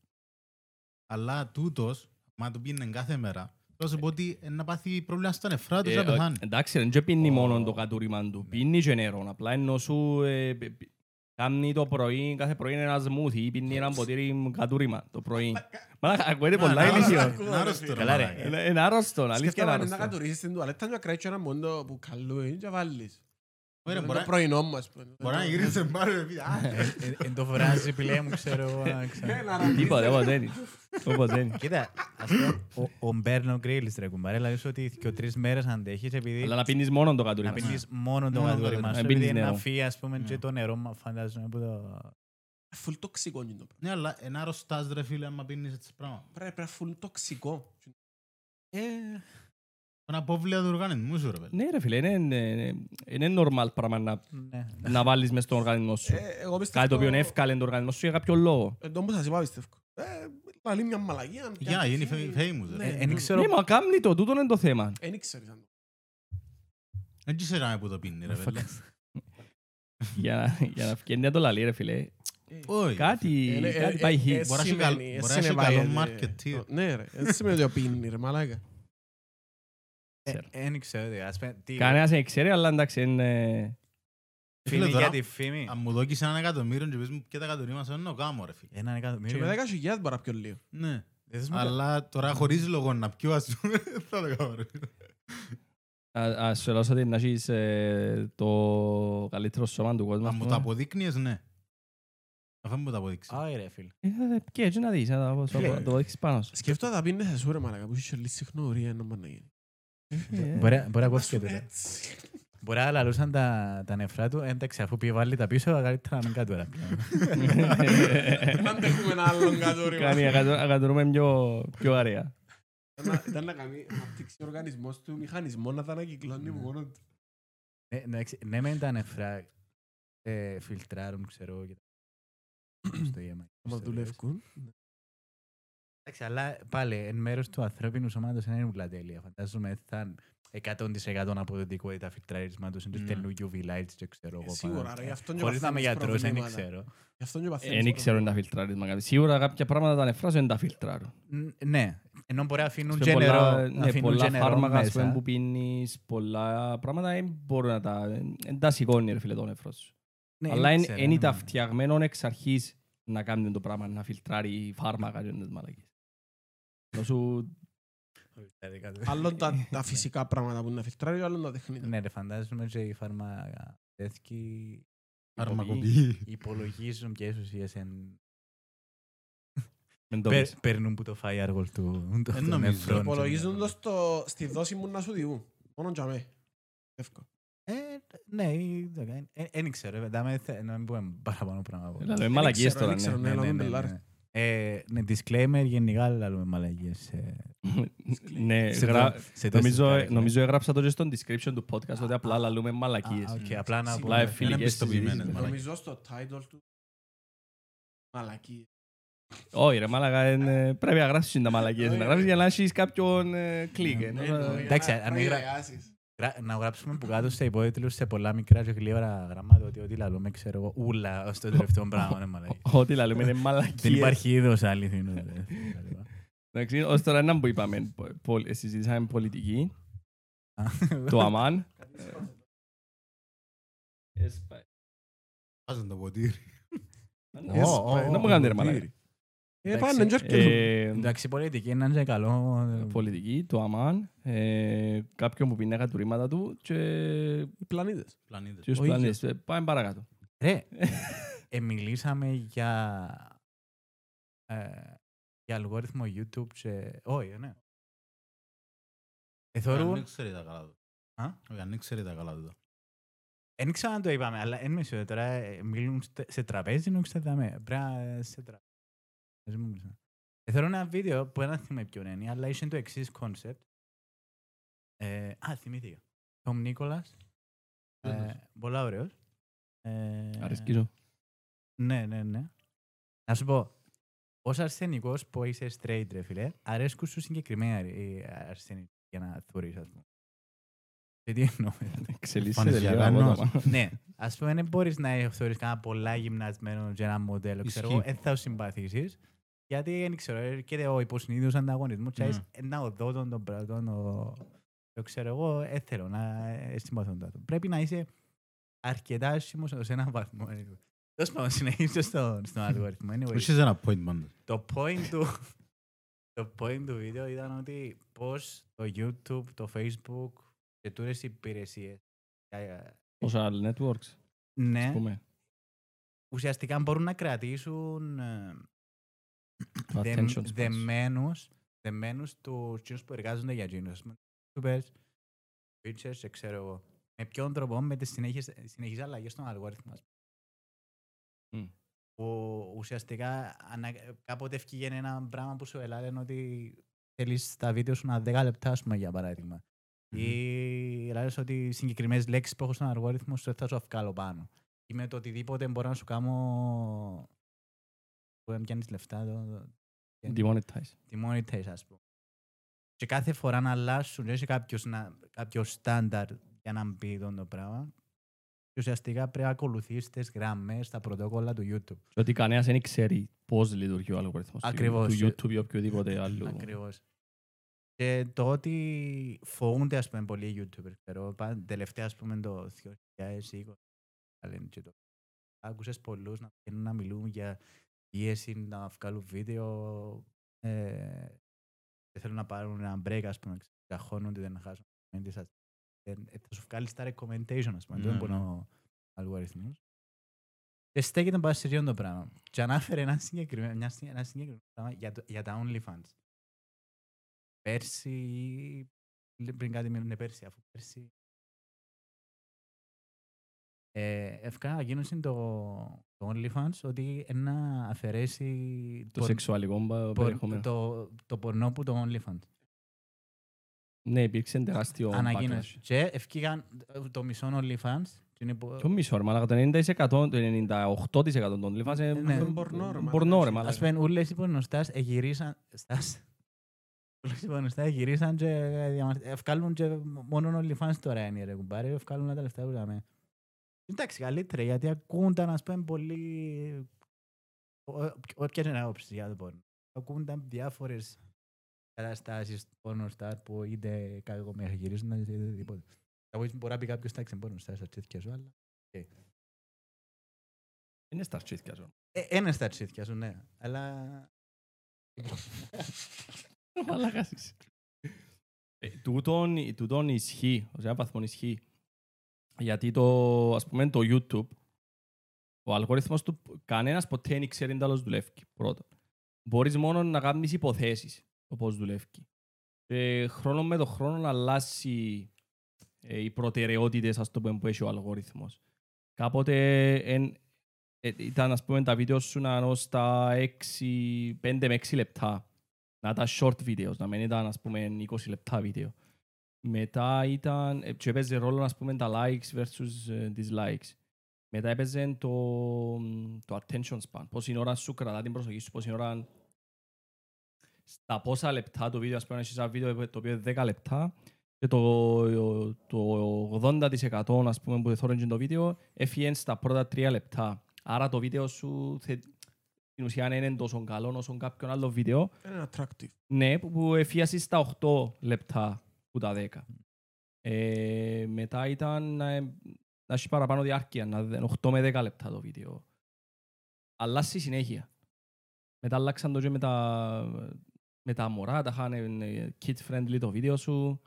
[SPEAKER 3] Αλλά τούτος, μα το πίνει κάθε μέρα, θα σου πω ότι ε, να πάθει πρόβλημα στα νεφρά του
[SPEAKER 1] Ε,
[SPEAKER 3] να
[SPEAKER 1] ο-
[SPEAKER 3] πεθάνει.
[SPEAKER 1] εντάξει, ρε, δεν πίνει
[SPEAKER 3] Ω. Ναι.
[SPEAKER 1] μόνο το κατούριμα του, πίνει και νερό. Απλά ενώ σου ε, π- π- κάνει το πρωί, κάθε πρωί ένα σμούθι, πίνει ένα ποτήρι κατούριμα το πρωί. Μα ακούγεται
[SPEAKER 3] Να-
[SPEAKER 1] πολλά
[SPEAKER 3] να-
[SPEAKER 1] ηλικία.
[SPEAKER 3] να- να άρρωστο, ρε,
[SPEAKER 4] Καλά, ρε.
[SPEAKER 3] μαλάκα.
[SPEAKER 1] Είναι είναι άρρωστο, αλήθεια είναι
[SPEAKER 2] Σκέφτομαι να
[SPEAKER 1] άρρωστο.
[SPEAKER 2] κατουρίσεις στην τουαλέτα να κρατήσεις ένα μόντο που καλούει και βάλεις.
[SPEAKER 3] Ωραία,
[SPEAKER 2] Είναι
[SPEAKER 3] μπορεί
[SPEAKER 2] Το
[SPEAKER 3] να-
[SPEAKER 2] πρωινό μου ας πούμε. Ε,
[SPEAKER 3] Μπορεί να γυρίσει μπάρο, ρε φίλε. Α,
[SPEAKER 4] Ε, ε, Εν το φοράζει πλέον, μου ξέρω εγώ. να ξέρω.
[SPEAKER 2] Ναι, να ρωτήσεις.
[SPEAKER 1] Τίποτα, όποτε είναι. Όποτε είναι.
[SPEAKER 4] Κοίτα, ας πω, ο- ο Μπέρνο Γκρίλ ρε κουμπάρε, δηλαδή ότι και τρεις μέρες αντέχεις
[SPEAKER 1] Αλλά
[SPEAKER 2] Ε,
[SPEAKER 4] επειδή
[SPEAKER 1] να πίνεις μόνο το
[SPEAKER 4] να
[SPEAKER 1] κατούριμα.
[SPEAKER 4] πίνεις μόνο το
[SPEAKER 3] Μόνο το
[SPEAKER 4] γαδόρι
[SPEAKER 3] γαδόρι.
[SPEAKER 4] μας.
[SPEAKER 1] Να
[SPEAKER 4] Επειδή
[SPEAKER 1] πίνεις
[SPEAKER 4] είναι
[SPEAKER 1] νερό.
[SPEAKER 4] αφή, ας πούμε, και
[SPEAKER 3] Ναι.
[SPEAKER 4] το νερό, μα- φαντάζομαι που το.
[SPEAKER 2] ε, Φουλ τοξικό είναι το πράγμα.
[SPEAKER 3] Ναι, αλλά ένα αρρωστάς ρε φίλε, άμα πίνεις έτσι πράγμα.
[SPEAKER 2] Πρέπει να είναι φουλ τοξικό.
[SPEAKER 3] Τον απόβλια του οργανισμού σου, ρε φίλε.
[SPEAKER 1] Ναι ρε φίλε, είναι- είναι- είναι- είναι normal πράγμα να,
[SPEAKER 4] Ναι.
[SPEAKER 1] να βάλεις μες στον οργανισμό σου.
[SPEAKER 2] Ε, Εγώ πιστεύω...
[SPEAKER 1] Κάτι το οποίο έφκαλε τον οργανισμό σου για κάποιο λόγο.
[SPEAKER 2] Εντό που σας είπα πιστεύω. Ε, Πάλι μια μαλαγία.
[SPEAKER 3] Για να γίνει fam- famous,
[SPEAKER 2] Ναι.
[SPEAKER 3] ρε.
[SPEAKER 4] Ε, Εν ξέρω.
[SPEAKER 1] Ναι, μα κάμνει το, τούτο είναι το θέμα.
[SPEAKER 2] Δεν ε, ήξερες αν το...
[SPEAKER 3] Δεν ξέραμε που το πίνει,
[SPEAKER 4] Ε,
[SPEAKER 3] ρε φίλε.
[SPEAKER 1] Για να- για να βγαίνει να το λαλεί ρε φίλε.
[SPEAKER 3] Όχι.
[SPEAKER 1] Κάτι,
[SPEAKER 2] Ε, ναι, ε,
[SPEAKER 1] κάτι
[SPEAKER 2] ε,
[SPEAKER 1] πάει
[SPEAKER 2] ε,
[SPEAKER 1] χει.
[SPEAKER 2] ε,
[SPEAKER 3] Μπορεί να έχει
[SPEAKER 2] σημαίνει-
[SPEAKER 3] καλό- μπορεί να έχει
[SPEAKER 2] σημαίνει
[SPEAKER 3] καλό
[SPEAKER 2] βάιε,
[SPEAKER 3] marketing.
[SPEAKER 2] το- Ναι ρε, δεν σημαίνει ότι πίνει ρε
[SPEAKER 3] Ναι,
[SPEAKER 2] μαλάκα.
[SPEAKER 1] ξέρω.
[SPEAKER 4] Δεν Ε, ξέρω, τι, ας πούμε, τι.
[SPEAKER 1] Κανένας δεν ξέρει, αλλά εντάξει, ε, είναι...
[SPEAKER 3] Φίλε,
[SPEAKER 4] Φήμη
[SPEAKER 3] τώρα-
[SPEAKER 4] για τη φήμη.
[SPEAKER 3] Αν μου δώκεις έναν εκατομμύριο και πεις μου ποια τα κατουρήμα σου, να κάνω, ρε φίλε.
[SPEAKER 4] Ένα
[SPEAKER 2] Και
[SPEAKER 4] εκατομμύριο.
[SPEAKER 2] με 10 χιλιάδες μπορεί να πιω λίγο.
[SPEAKER 3] Ναι.
[SPEAKER 4] Δεν Ε, θες μου τα-
[SPEAKER 3] Αλλά τώρα χωρίς λόγο να πιω, ας πούμε, (laughs) δεν θα το κάνω, ρε φίλε.
[SPEAKER 1] Α- Ας σου λώσω ότι να έχεις ε, το καλύτερο σώμα του κόσμου.
[SPEAKER 3] Αν
[SPEAKER 1] ας
[SPEAKER 3] μου
[SPEAKER 1] πούμε.
[SPEAKER 3] τα αποδείκνυες, ναι. Αφού μου τα αποδείξεις.
[SPEAKER 4] Άι, ρε, φίλε.
[SPEAKER 1] Ε, ε, Και έτσι να δεις, να το-
[SPEAKER 4] Φίλε.
[SPEAKER 1] να το δείξεις πάνω σου.
[SPEAKER 2] Σκέφτομαι να πίνεις εσύ ρε μαλάκα, που είσαι λίγο συχνό ωραία να μπορεί να γίνει.
[SPEAKER 1] Ε,
[SPEAKER 4] Μπορεί να- μπορεί να κόφτει
[SPEAKER 2] Σου
[SPEAKER 4] και τώρα.
[SPEAKER 2] έτσι. (laughs)
[SPEAKER 4] Μπορεί να λαλούσαν τα, τα νεφρά του, Ε, εντάξει, αφού πήγε βάλει τα πίσω, καλύτερα να μην κάτω ρε.
[SPEAKER 2] Να αντέχουμε ένα άλλον κάτω ρε.
[SPEAKER 1] Κάνει, αγα- αγατορούμε πιο, πιο αρέα.
[SPEAKER 2] Ήταν- Ήταν να κάνει να αναπτύξει ο οργανισμός του μηχανισμό να τα ανακυκλώνει που γόνον του.
[SPEAKER 4] Ναι, εντάξει, Ναι, μεν τα νεφρά ε, φιλτράρουν, ξέρω εγώ, και
[SPEAKER 1] (clears throat)
[SPEAKER 4] τα- στο αίμα.
[SPEAKER 2] Μας δουλεύουν.
[SPEAKER 4] Εντάξει, αλλά πάλι εν μέρος του ανθρώπινου σώματος είναι ουλατέλεια. Φαντάζομαι ότι θα είναι 100% αποδοτικότητα φιλτραρίσματο, είναι του
[SPEAKER 3] Ναι.
[SPEAKER 4] στέλνουν UV lights, και
[SPEAKER 1] Ε,
[SPEAKER 4] ξέρω εγώ.
[SPEAKER 2] Σίγουρα, ρε, γι' αυτόν και
[SPEAKER 4] Χωρίς να είμαι
[SPEAKER 2] παθαίνεις
[SPEAKER 4] γιατρός, δεν
[SPEAKER 2] προβλήματα.
[SPEAKER 4] ξέρω.
[SPEAKER 2] Γι' αυτόν και παθαίνεις
[SPEAKER 1] Δεν ξέρω να τα φιλτράρεις, μα Σίγουρα κάποια πράγματα τα νεφρά σου δεν τα φιλτράρουν.
[SPEAKER 4] Ν- Ναι, ενώ μπορεί να αφήνουν και
[SPEAKER 1] Στην πολλά-
[SPEAKER 4] νερό.
[SPEAKER 1] ναι,
[SPEAKER 4] αφήνουν και
[SPEAKER 1] πολλά
[SPEAKER 4] νερό
[SPEAKER 1] φάρμακα ας πούμε,
[SPEAKER 4] μέσα.
[SPEAKER 1] που πίνεις, πολλά πράγματα δεν μπορούν να τα... Δεν τα σηκώνει ρε φίλε το νεφρός σου.
[SPEAKER 4] Ναι,
[SPEAKER 1] Αλλά
[SPEAKER 4] δεν
[SPEAKER 1] εν-
[SPEAKER 4] ξέρω,
[SPEAKER 1] εν
[SPEAKER 4] ναι,
[SPEAKER 1] ήταν
[SPEAKER 4] ναι.
[SPEAKER 1] φτιαγμένο εξ αρχής να κάνει το πράγμα, να φιλτράρει η φάρμακα και τις μαλακίες. Να σου...
[SPEAKER 2] Άλλον τα, τα φυσικά πράγματα που να φιλτράρει, άλλον τα τεχνητά.
[SPEAKER 4] Ναι, ρε, φαντάζομαι ότι η φαρμακευτική
[SPEAKER 3] Φαρμακοποιεί.
[SPEAKER 4] υπολογίζουν ποιες ουσίες εν...
[SPEAKER 1] Μην το
[SPEAKER 4] Παίρ-
[SPEAKER 1] πεις.
[SPEAKER 4] παίρνουν που το Ε, firewall του
[SPEAKER 3] Δεν νομίζω.
[SPEAKER 2] Υπολογίζουν το στο- στη δόση μου να σου διού. Μόνο για μέ. Εύκολο.
[SPEAKER 4] Ναι, το κάνει. Ε, δεν ξέρω, ρε, δάμε, θε- να μην πούμε παραπάνω πράγματα.
[SPEAKER 1] Έλα, λέμε μαλακίες
[SPEAKER 2] ξέρω,
[SPEAKER 1] τώρα,
[SPEAKER 2] δεν ξέρω.
[SPEAKER 1] ναι.
[SPEAKER 4] Ε, Ναι,
[SPEAKER 2] λαλούμε
[SPEAKER 4] ναι, ναι,
[SPEAKER 2] μπελάρες.
[SPEAKER 4] ναι. Ε, ναι, disclaimer, γενικά λέμε μαλακίες. ε,
[SPEAKER 1] Ναι,
[SPEAKER 4] σε
[SPEAKER 1] γρα-
[SPEAKER 4] το- σε το
[SPEAKER 1] νομίζω-
[SPEAKER 4] σιρτάρι, ναι.
[SPEAKER 1] Νομίζω έγραψα το και στο description του podcast ότι απλά λαλούμε
[SPEAKER 4] Α,
[SPEAKER 1] μαλακίες.
[SPEAKER 4] οκ, απλά να
[SPEAKER 2] Απλά
[SPEAKER 4] πούμε-
[SPEAKER 1] εφίλ-
[SPEAKER 3] Ναι, Είναι
[SPEAKER 1] Φιλικές
[SPEAKER 3] εμπιστοποιημένες
[SPEAKER 1] συζητήσεις.
[SPEAKER 3] μαλακίες.
[SPEAKER 2] Νομίζω στο title του. Μαλακή.
[SPEAKER 1] Όχι ρε μάλακα, εν- πρέπει να γράψεις τα μαλακίες,
[SPEAKER 2] Όχι,
[SPEAKER 1] να
[SPEAKER 2] ρε.
[SPEAKER 1] γράψεις για να έχεις κάποιον ε,
[SPEAKER 4] Ναι,
[SPEAKER 1] κλικ. ενώ-
[SPEAKER 4] Εντάξει, αν έγρα- Γρα- Να γράψουμε που κάτω στα υπότιτλους σε πολλά μικρά και γλύωρα γραμμάτα ότι ό,τι λαλούμε, ξέρω εγώ, ούλα ως το τελευταίο πράγμα, ναι,
[SPEAKER 1] (laughs)
[SPEAKER 4] μαλακίες.
[SPEAKER 1] Ό,τι λαλούμε είναι μαλακίες.
[SPEAKER 4] Δεν υπάρχει είδος αληθινού. ρε.
[SPEAKER 1] Εντάξει, ως τώρα έναν που είπαμε, πο- πο- συζητήσαμε πολιτική, το αμάν.
[SPEAKER 4] Ε,
[SPEAKER 1] Έσπα-
[SPEAKER 3] Βάζουν το ποτήρι.
[SPEAKER 1] Έσπα-
[SPEAKER 2] ναι,
[SPEAKER 1] Να μου κάνετε ρε μαλάκα.
[SPEAKER 2] Ε,
[SPEAKER 4] Εντάξει,
[SPEAKER 2] πάνε,
[SPEAKER 4] ε,
[SPEAKER 2] τζερκέζουν.
[SPEAKER 4] Εντάξει, η πολιτική είναι ένα καλό. ε,
[SPEAKER 1] πολιτική, το αμάν, ε, κάποιον που πίνει του ρήματα του και
[SPEAKER 2] Οι πλανήτες.
[SPEAKER 3] Πλανήτες.
[SPEAKER 1] τους
[SPEAKER 4] Ο ίδιος.
[SPEAKER 1] πλανήτες. Ε, Πάμε παρακάτω.
[SPEAKER 4] Ρε, ε, μιλήσαμε για, ε, για αλγόριθμο YouTube και... Όχι, ναι. Ε,
[SPEAKER 3] Ο
[SPEAKER 4] Εθώρου,
[SPEAKER 3] Γιάννη ξέρει τα καλά του.
[SPEAKER 4] Α?
[SPEAKER 3] Ο Γιάννη ξέρει τα καλά του.
[SPEAKER 4] δεν ξέρω αν ε, το είπαμε, αλλά εν μισό τώρα ε, μιλούν στε- σε τραπέζι, νου ξεδάμε. Μπρα, ε, σε τραπέζι. Ας μην μιλήσω. Ε, Θεωρώ ένα βίντεο που δεν θυμάμαι ποιον είναι, αλλά είχε το εξής κόνσεπτ. Ε, α, θυμήθηκα. Τον Νίκολας. Ε, πολλά ωραίος. Ε,
[SPEAKER 1] Αρεσκίζω.
[SPEAKER 4] Ναι, ναι, ναι. Να σου πω, ως αρσενικός που είσαι straight, ρε φίλε, αρέσκουν σου συγκεκριμένα οι αρσενικοί για να θωρείς, ας πούμε. Και τι εννοώ.
[SPEAKER 1] Εξελίσσεται λίγο
[SPEAKER 3] Εμφανισιακά
[SPEAKER 1] ακόμα.
[SPEAKER 4] ναι, ας πούμε, δεν μπορείς να θεωρεί κανένα πολλά γυμνασμένο και ένα μοντέλο, ξέρω εγώ,
[SPEAKER 3] Ισχύει.
[SPEAKER 4] δεν θα συμπαθήσεις. Γιατί δεν ξέρω, έρχεται ο υποσυνείδητος ανταγωνισμός. Και «Ε,
[SPEAKER 3] Ναι.
[SPEAKER 4] είσαι ένα οδό των των πρατών, ο- το ξέρω εγώ, δεν θέλω να ε, συμπαθώ τον άτομο. Πρέπει να είσαι αρκετά άσχημος σε έναν βαθμό. ε. Τέλος πάντων, συνεχίζω στο- στον αλγόριθμο. Anyway.
[SPEAKER 3] Έχεις ένα point πάντως.
[SPEAKER 4] Το point του, το point του βίντεο ήταν ότι πώς το YouTube, το Facebook και τούρες υπηρεσίες ε,
[SPEAKER 1] Social networks, ας
[SPEAKER 4] ναι,
[SPEAKER 1] πούμε.
[SPEAKER 4] ουσιαστικά μπορούν να κρατήσουν ε,
[SPEAKER 1] Το
[SPEAKER 4] δε-
[SPEAKER 1] attention spans.
[SPEAKER 4] δεμένους, δεμένους τους κοινούς που εργάζονται για εκείνους. ας πούμε, YouTubers, features, και ξέρω εγώ. Με ποιον τρόπο, με τις συνέχειες, συνεχείς αλλαγές στον αλγόριθμο. ας πούμε.
[SPEAKER 1] Μμ.
[SPEAKER 4] Που ουσιαστικά ανα, κάποτε ευκήγε ένα πράγμα που σου ελάλεν ότι θέλεις τα βίντεο σου να 10 λεπτά, ας πούμε, για παράδειγμα. Ή λες ότι συγκεκριμένες λέξεις που έχω στον αλγόριθμο σου δεν θα σου αυκάλω πάνω. Ή με το οτιδήποτε μπορώ να σου κάνω... Που να πιάνεις λεφτά, το, ε.
[SPEAKER 1] Demonetize.
[SPEAKER 4] τη μόνη θέση, ας πούμε. Και κάθε φορά να αλλάσουν, δεν έχει κάποιος να, κάποιος στάνταρ για να μπει εδώ το πράγμα. Και ουσιαστικά πρέπει να ακολουθείς τις γραμμές, τα πρωτόκολλα του YouTube.
[SPEAKER 1] Και ότι κανένας δεν ξέρει πώς λειτουργεί ο αλγοριθμός του
[SPEAKER 4] Ακριβώς.
[SPEAKER 1] YouTube, του YouTube ή οποιοδήποτε άλλο.
[SPEAKER 4] Ακριβώς. Και το ότι φοβούνται, ας πούμε, πολλοί οι YouTubers. Ξέρω, πα- τελευταία, ας πούμε, το 2020, λένε και το- άκουσες πολλούς να βγαίνουν να μιλούν για πίεση, να βγάλουν βίντεο, ε, και θέλουν να πάρουν ένα break, ας πούμε, ξεχώνονται, δεν χάσουν τις σας. Δεν- ε, θα σου βγάλει τα recommendation, ας πούμε,
[SPEAKER 3] Ναι,
[SPEAKER 4] δεν μπορεί
[SPEAKER 3] ναι.
[SPEAKER 4] ο αλγοριθμός. Και στέκεται πάνω σε ρίον το πράγμα. Και ανάφερε ένα συγκεκριμένο, μια, συγκε- ένα συγκεκριμένο πράγμα για, το- για τα OnlyFans. Πέρσι ή λι- πριν κάτι μήνες, ναι, πέρσι, αφού πέρσι ε, ευκά ανακοίνωσε το, το OnlyFans ότι να αφαιρέσει
[SPEAKER 1] Το σεξουαλικό μπα- περιεχόμενο.
[SPEAKER 4] το, το πορνό που το OnlyFans.
[SPEAKER 1] Ναι, υπήρξε τεράστιο
[SPEAKER 4] Ανακοίνωσε.
[SPEAKER 1] backlash.
[SPEAKER 4] Και ευκήγαν το μισό OnlyFans. και είναι που-
[SPEAKER 1] Το μισό ρε μάλακα, το 90%, το 98% των OnlyFans
[SPEAKER 4] Ναι.
[SPEAKER 1] είναι
[SPEAKER 2] Μπορνό, ρε,
[SPEAKER 1] μπορνό
[SPEAKER 2] μαλάκα.
[SPEAKER 1] ρε μάλακα.
[SPEAKER 4] Ας πούμε, όλες οι πορνοστάς εγυρίσαν... Στάς. Όλες οι πορνοστάς εγυρίσαν και διαμαρτ- ευκάλουν και μόνο OnlyFans τώρα είναι ρε κουμπάρε. Ευκάλουν τα λεφτά που λέμε. Εντάξει, καλύτερα, γιατί ακούνταν, ας πούμε, πολύ... Όποια είναι άποψη για το πόρνο. Ακούνταν διάφορες καταστάσεις πορνοστάρ που είτε κακό γυρίζουν, είτε οτιδήποτε. Θα μπορείς- Μπορεί να πει κάποιος, εντάξει, πορνοστάρ, σε τέτοια σου, αλλά... οκ».
[SPEAKER 1] Είναι στα αρχίδια σου.
[SPEAKER 4] Ε, Ένα στα τσίθια σου, ναι. Αλλά
[SPEAKER 1] Μαλάκας είσαι. Ε, τούτον- Τούτον ισχύει, σε έναν βαθμό ισχύει. Γιατί το, ας πούμε, το YouTube, ο αλγόριθμος του, κανένας ποτέ δεν ξέρει τέλος δουλεύει, πρώτα. Μπορείς μόνο να κάνεις υποθέσεις το πώς δουλεύει. Ε, χρόνο με το χρόνο αλλάζει ε, οι προτεραιότητες, ας το πούμε, που έχει ο αλγόριθμος. Κάποτε εν, ε, ήταν, ας πούμε, τα βίντεο σου να είναι στα 6, 5 με 6 λεπτά να ήταν short videos, να μην ήταν ας πούμε 20 λεπτά βίντεο. Μετά ήταν, ε, και έπαιζε ρόλο ας πούμε τα likes versus ε, dislikes. Μετά έπαιζε το, το attention span, πόση ώρα σου κρατά την προσοχή σου, πόση ώρα στα πόσα λεπτά το βίντεο, ας πούμε, αν έχεις ένα βίντεο το οποίο είναι 10 λεπτά και το, το 80% ας πούμε που θέλουν το βίντεο έφυγε στα πρώτα 3 λεπτά. Άρα το βίντεο σου θε, στην ουσία δεν είναι τόσο καλό όσο κάποιον άλλο βίντεο
[SPEAKER 2] Είναι attractive.
[SPEAKER 1] ναι, που, που εφίασε στα 8 λεπτά που τα 10. Ε, μετά ήταν να, ε, να έχει παραπάνω διάρκεια, να δεν- 8 με 10 λεπτά το βίντεο. Αλλά στη συνέχεια. Μετά αλλάξαν το και με τα, με τα μωρά, τα είχαν ε, kid-friendly το βίντεο σου.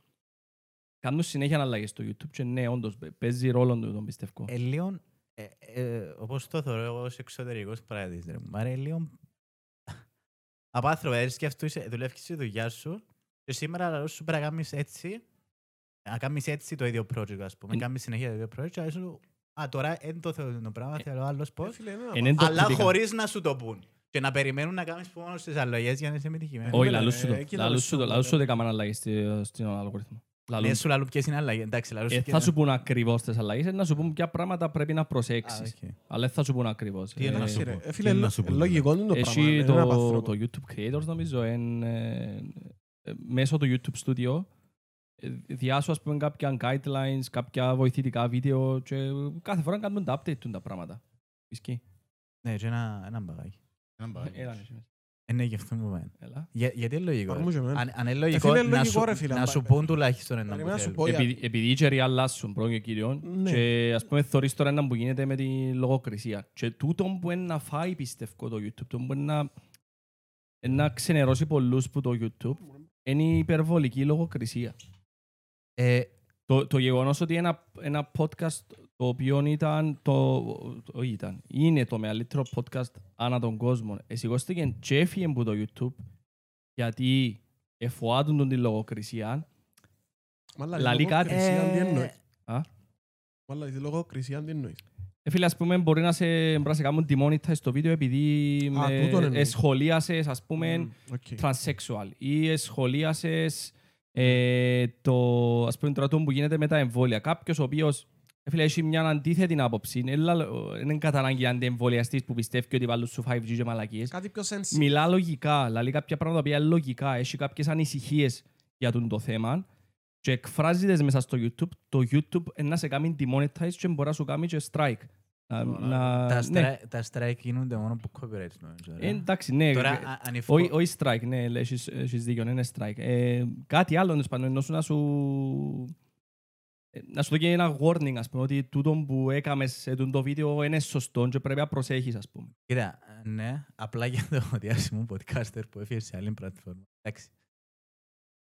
[SPEAKER 1] Κάνουν συνέχεια αλλαγές στο YouTube και ναι, όντως παι- παίζει ρόλο του, τον πιστεύω.
[SPEAKER 4] ε, λίγο. Ε, ε, Όπως το θεωρώ εγώ ως εξωτερικός παράδειγμα, ρε κουμπάρε, ε, λίγο. Απάθρο, έτσι και αυτό είσαι, δουλεύεις στη δουλειά σου και σήμερα λαλό σου πρέπει να κάνεις έτσι. Να κάνεις έτσι το ίδιο project, ας πούμε.
[SPEAKER 1] Ε,
[SPEAKER 4] Κάνεις συνέχεια το ίδιο project, αλλά σου. Α, τώρα δεν το θεωρώ το πράγμα, θέλω άλλος πώς.
[SPEAKER 2] Ε, φίλε, είναι ένα
[SPEAKER 1] Εν εν το
[SPEAKER 4] Αλλά
[SPEAKER 1] κριτικά.
[SPEAKER 4] χωρίς να σου το πούν. Και να περιμένουν να κάνεις μόνο τι αλλαγέ για να είσαι επιτυχημένος.
[SPEAKER 1] Όχι,
[SPEAKER 2] Ε,
[SPEAKER 1] λαλούς σου το.
[SPEAKER 2] ε, εκεί
[SPEAKER 1] Λαλούς σου το.
[SPEAKER 2] λαλούς
[SPEAKER 1] Λαλούς σου
[SPEAKER 2] σου
[SPEAKER 1] ότι έκαναν αλλαγές στη- στον αλγορίθμο.
[SPEAKER 4] Ναι,
[SPEAKER 1] Λαλούν
[SPEAKER 4] σου λαλού ποιες είναι αλλαγές. Εντάξει, λαλούς
[SPEAKER 1] Ε, θα
[SPEAKER 3] ναι.
[SPEAKER 1] σου πούν ακριβώς τις αλλαγές, να σου πούν ποια πράγματα πρέπει να προσέξεις. Αλλά δεν θα σου πούν ακριβώς.
[SPEAKER 3] Τι είναι να σου
[SPEAKER 2] Εντάξει, ρε.
[SPEAKER 3] πω.
[SPEAKER 2] Ε,
[SPEAKER 3] Τι
[SPEAKER 2] Φίλε,
[SPEAKER 3] να
[SPEAKER 2] λο-
[SPEAKER 3] σου πω,
[SPEAKER 2] λογικό είναι Ε, το πράγμα.
[SPEAKER 1] Εσύ
[SPEAKER 2] Είναι ένα
[SPEAKER 1] το,
[SPEAKER 2] παθρό.
[SPEAKER 1] το YouTube Creators, νομίζω, εν, ε, ε, μέσω του YouTube Studio, ε, διάσου ας πούμε κάποια guidelines, κάποια βοηθητικά βίντεο και κάθε φορά κάνουν τα update του τα πράγματα. Ισχύει.
[SPEAKER 4] Ναι, και ένα, ένα μπαγάκι.
[SPEAKER 3] Έναν πάλι.
[SPEAKER 1] Έλα, εσύ,
[SPEAKER 4] Ε, ναι, γι' αυτό μου πάει.
[SPEAKER 1] έλα.
[SPEAKER 4] Για, γιατί είναι λογικό.
[SPEAKER 2] Ακούμε και
[SPEAKER 4] ρε.
[SPEAKER 2] εμένα. Ε,
[SPEAKER 4] Αν, αν είναι λογικό,
[SPEAKER 2] φίλε,
[SPEAKER 4] να,
[SPEAKER 2] λογικό,
[SPEAKER 4] σου,
[SPEAKER 2] ρε φίλε,
[SPEAKER 4] να
[SPEAKER 2] αν
[SPEAKER 4] σου
[SPEAKER 2] πάει.
[SPEAKER 4] πούν τουλάχιστον ένα
[SPEAKER 2] Περίμενα
[SPEAKER 4] που
[SPEAKER 2] να σου
[SPEAKER 4] θέλουν.
[SPEAKER 2] πω,
[SPEAKER 1] ε, Επειδή, επειδή είχε real λάσσουν πρώην και κύριον
[SPEAKER 2] Ναι.
[SPEAKER 1] και ας πούμε θωρείς τώρα να που γίνεται με τη λογοκρισία και τούτο που είναι να φάει πιστεύω το YouTube, το που είναι να, είναι να ξενερώσει πολλούς που το YouTube είναι η υπερβολική λογοκρισία.
[SPEAKER 4] Ε,
[SPEAKER 1] Το, το γεγονός ότι ένα, ένα podcast το οποίο ήταν, το, το- όχι ήταν, είναι το μεγαλύτερο podcast ανά τον κόσμο. Εσηκώστηκε και έφυγε από το YouTube γιατί εφοάτουν τον τη λογοκρισία.
[SPEAKER 2] Μαλά,
[SPEAKER 1] λαλεί κάτι.
[SPEAKER 2] λογοκρισία, τι
[SPEAKER 4] Ε,
[SPEAKER 2] εννοείς.
[SPEAKER 1] Α?
[SPEAKER 2] Μαλά, δηλαδή, τη λογοκρισία, τι εννοείς.
[SPEAKER 1] Ε, Φίλε, ας πούμε, μπορεί να σε, μπορεί να σε κάνουν demonetize στο βίντεο επειδή
[SPEAKER 2] Α,
[SPEAKER 1] ε,
[SPEAKER 2] τούτον εννοείς.
[SPEAKER 1] εσχολίασες, ας πούμε,
[SPEAKER 2] Μμ, οκ.
[SPEAKER 1] transsexual ή εσχολίασες ε, το, ας πούμε, τρατούν που γίνεται με τα εμβόλια. Κάποιος ο οποίος, ε, φίλε, έχει μια αντίθετη άποψη, είναι λα- ε, είναι κατά ανάγκη αντιεμβολιαστής που πιστεύει ότι βάλουν σου 5G και μαλακίες.
[SPEAKER 2] Κάτι πιο sensitive.
[SPEAKER 1] Μιλά λογικά, δηλαδή κάποια πράγματα που είναι λογικά, έχει κάποιες ανησυχίες για τον το θέμα και εκφράζεται μέσα στο YouTube, το YouTube ε, να σε κάνει demonetize και μπορεί να σου κάνει και strike. Να, να,
[SPEAKER 4] τα,
[SPEAKER 1] ναι.
[SPEAKER 4] στρα, τα strike γίνονται μόνο από copyright νομίζω.
[SPEAKER 1] Ε,
[SPEAKER 4] ρε.
[SPEAKER 1] εντάξει, ναι.
[SPEAKER 4] Τώρα,
[SPEAKER 1] Ε,
[SPEAKER 4] α- αν εφ-
[SPEAKER 1] όχι- Όχι strike, ναι, λες, έχεις- έχεις δίκιο, ναι, είναι strike. Ε, κάτι άλλο, τέλος πάντων, ενώ σου να σου... ε, Να σου δώσει ένα warning, ας πούμε, ότι τούτο που έκαμες σε τούτο το βίντεο είναι σωστό και πρέπει να προσέχεις, ας πούμε.
[SPEAKER 4] Κοίτα, ναι, απλά για το διάσημο podcaster που έφυγε σε άλλη πλατφόρμα. Εντάξει.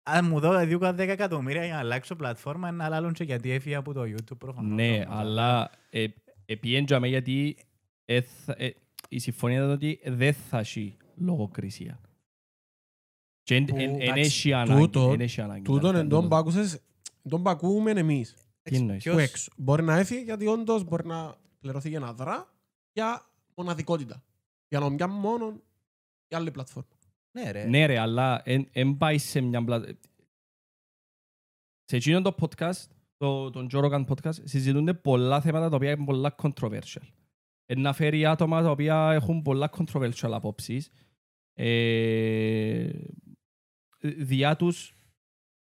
[SPEAKER 4] Αν μου δω δύο 10 εκατομμύρια για να αλλάξω πλατφόρμα, να αλλάξω και γιατί έφυγε από το YouTube προφανώς.
[SPEAKER 1] Ναι,
[SPEAKER 4] όμως,
[SPEAKER 1] αλλά ε, επιέντζαμε γιατί ε, θα- ε, η συμφωνία ήταν ότι δεν θα έχει λογοκρισία. Και εν-
[SPEAKER 2] Που,
[SPEAKER 1] εν- εν
[SPEAKER 2] εντάξει,
[SPEAKER 1] έχει ανάγκη.
[SPEAKER 2] τούτον-
[SPEAKER 1] εν έχει ανάγκη.
[SPEAKER 2] Τούτον
[SPEAKER 1] Ήταν-
[SPEAKER 2] εν τον
[SPEAKER 1] τούτον.
[SPEAKER 2] που άκουσες, τον που ακούμε εμείς.
[SPEAKER 1] Τι εννοείς.
[SPEAKER 2] Που έξω. Μπορεί να έφυγε γιατί όντως μπορεί να πληρωθεί για να δρά για μοναδικότητα. Για να μια μόνο η άλλη πλατφόρμα.
[SPEAKER 4] Ναι, ρε.
[SPEAKER 1] Ναι ρε, αλλά εν- εν πάει σε μια πλατ- Σε εκείνο το podcast, το, τον Joe Rogan podcast, συζητούνται πολλά θέματα τα οποία είναι πολλά controversial. Ε, να φέρει άτομα τα οποία έχουν πολλά controversial απόψεις. Ε, διά τους,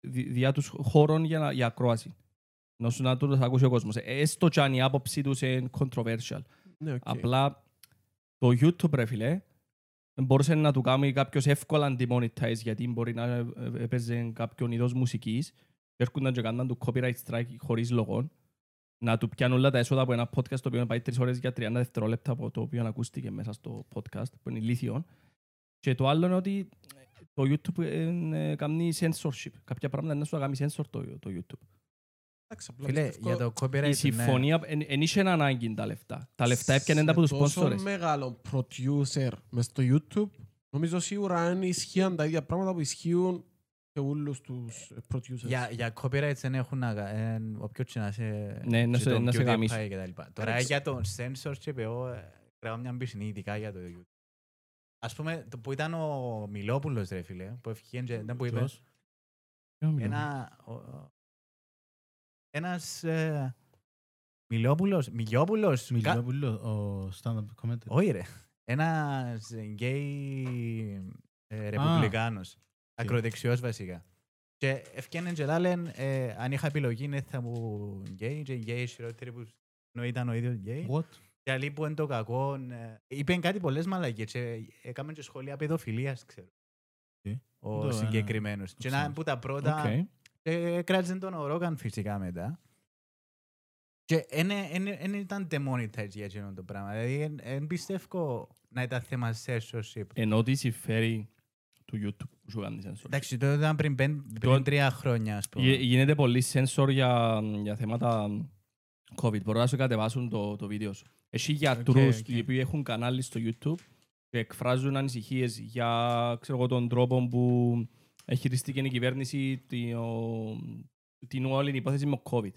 [SPEAKER 1] δι- διά τους χώρων για, να, για ακρόαση. Να σου να τους ακούσει ο κόσμος. Ε, Έστω και αν η άποψη τους είναι controversial.
[SPEAKER 2] Ναι, οκ.
[SPEAKER 1] Απλά το YouTube, ρε φίλε, μπορούσε να του κάνει κάποιος εύκολα demonetize γιατί μπορεί να ε, ε, έπαιζε κάποιον είδος μουσικής και έρχονταν και κάναν του copyright strike χωρίς λόγο να του πιάνουν όλα τα έσοδα από ένα podcast το οποίο πάει τρεις ώρες για 30 δευτερόλεπτα από το οποίο ακούστηκε μέσα στο podcast, που είναι ηλίθιο. Και το άλλο είναι ότι το YouTube ε, ε, κάνει censorship. Κάποια πράγματα είναι να σου τα κάνει censor το, το YouTube.
[SPEAKER 2] Εντάξει, απλά
[SPEAKER 4] Φίλε,
[SPEAKER 2] πιστεύω
[SPEAKER 4] για το copyright,
[SPEAKER 1] Η
[SPEAKER 4] ναι.
[SPEAKER 1] συμφωνία εν- εν είχε ανάγκη τα λεφτά. Τα λεφτά έπιανε τα από τους
[SPEAKER 2] σε τόσο
[SPEAKER 1] sponsors.
[SPEAKER 2] μεγάλο producer μες στο YouTube, νομίζω σίγουρα είναι ισχύαν τα ίδια πράγματα που ισχύουν σε όλους τους ε, producers.
[SPEAKER 4] Για, για copyrights δεν έχουν να γα- εν- όποιος και να σε...
[SPEAKER 1] Ναι, να
[SPEAKER 4] και
[SPEAKER 1] σε-
[SPEAKER 4] το
[SPEAKER 1] να σε
[SPEAKER 4] PewDiePie
[SPEAKER 1] γαμίσει.
[SPEAKER 4] και τα λοιπά. Τώρα
[SPEAKER 2] Εντάξει.
[SPEAKER 4] για το censorship, εγώ ε, γράφω μια μπισινή ειδικά για το YouTube. Ας πούμε, το που ήταν ο Μιλόπουλος, ρε φίλε, που ευχήγαινε, ήταν που είπε,
[SPEAKER 3] Ποιος?
[SPEAKER 4] ένα, ο- ο- ένας ε, Μιλόπουλος, Μιλιόπουλος, κα-
[SPEAKER 3] Μιλόπουλο, ο stand-up comedy.
[SPEAKER 4] όχι ρε, ένας γκέι ε, ρεπουμπλικάνος, ακροδεξιός βασικά. Και ευκένεν και λάλεν, ε, αν είχα επιλογή ναι θα μου γκέι και γκέι χειρότεροι που ενώ ήταν ο ίδιος γκέι.
[SPEAKER 3] What?
[SPEAKER 4] Και άλλοι που είναι το κακό, ε, είπε κάτι πολλές ε, μαλακές και έκαμε και σχολεία παιδοφιλίας, ξέρω.
[SPEAKER 3] Τι? Το,
[SPEAKER 4] Ο
[SPEAKER 3] ε,
[SPEAKER 4] συγκεκριμένος. Και να
[SPEAKER 3] ξέρω.
[SPEAKER 4] που τα πρώτα,
[SPEAKER 1] Οκ.
[SPEAKER 4] ε, κράτησε τον ο Ρόγκαν φυσικά μετά. Και δεν ήταν demonetized για εκείνο το πράγμα. Δηλαδή, δεν πιστεύω να ήταν θέμα censorship.
[SPEAKER 1] Ενώ τι συμφέρει του YouTube που σου κάνει censor.
[SPEAKER 4] Εντάξει, το ήταν πριν, πεν, πριν τρία χρόνια, ας πούμε.
[SPEAKER 1] Γι- Γίνεται πολύ sensor για, για θέματα COVID. Μπορούν να σου κατεβάσουν το, το βίντεο σου. Έχει γιατρούς
[SPEAKER 4] οκ.
[SPEAKER 1] οι οποίοι έχουν κανάλι στο YouTube και εκφράζουν ανησυχίες για ξέρω εγώ, τον τρόπο που χειριστήκε η κυβέρνηση τη- ο- την όλη υπόθεση με το COVID.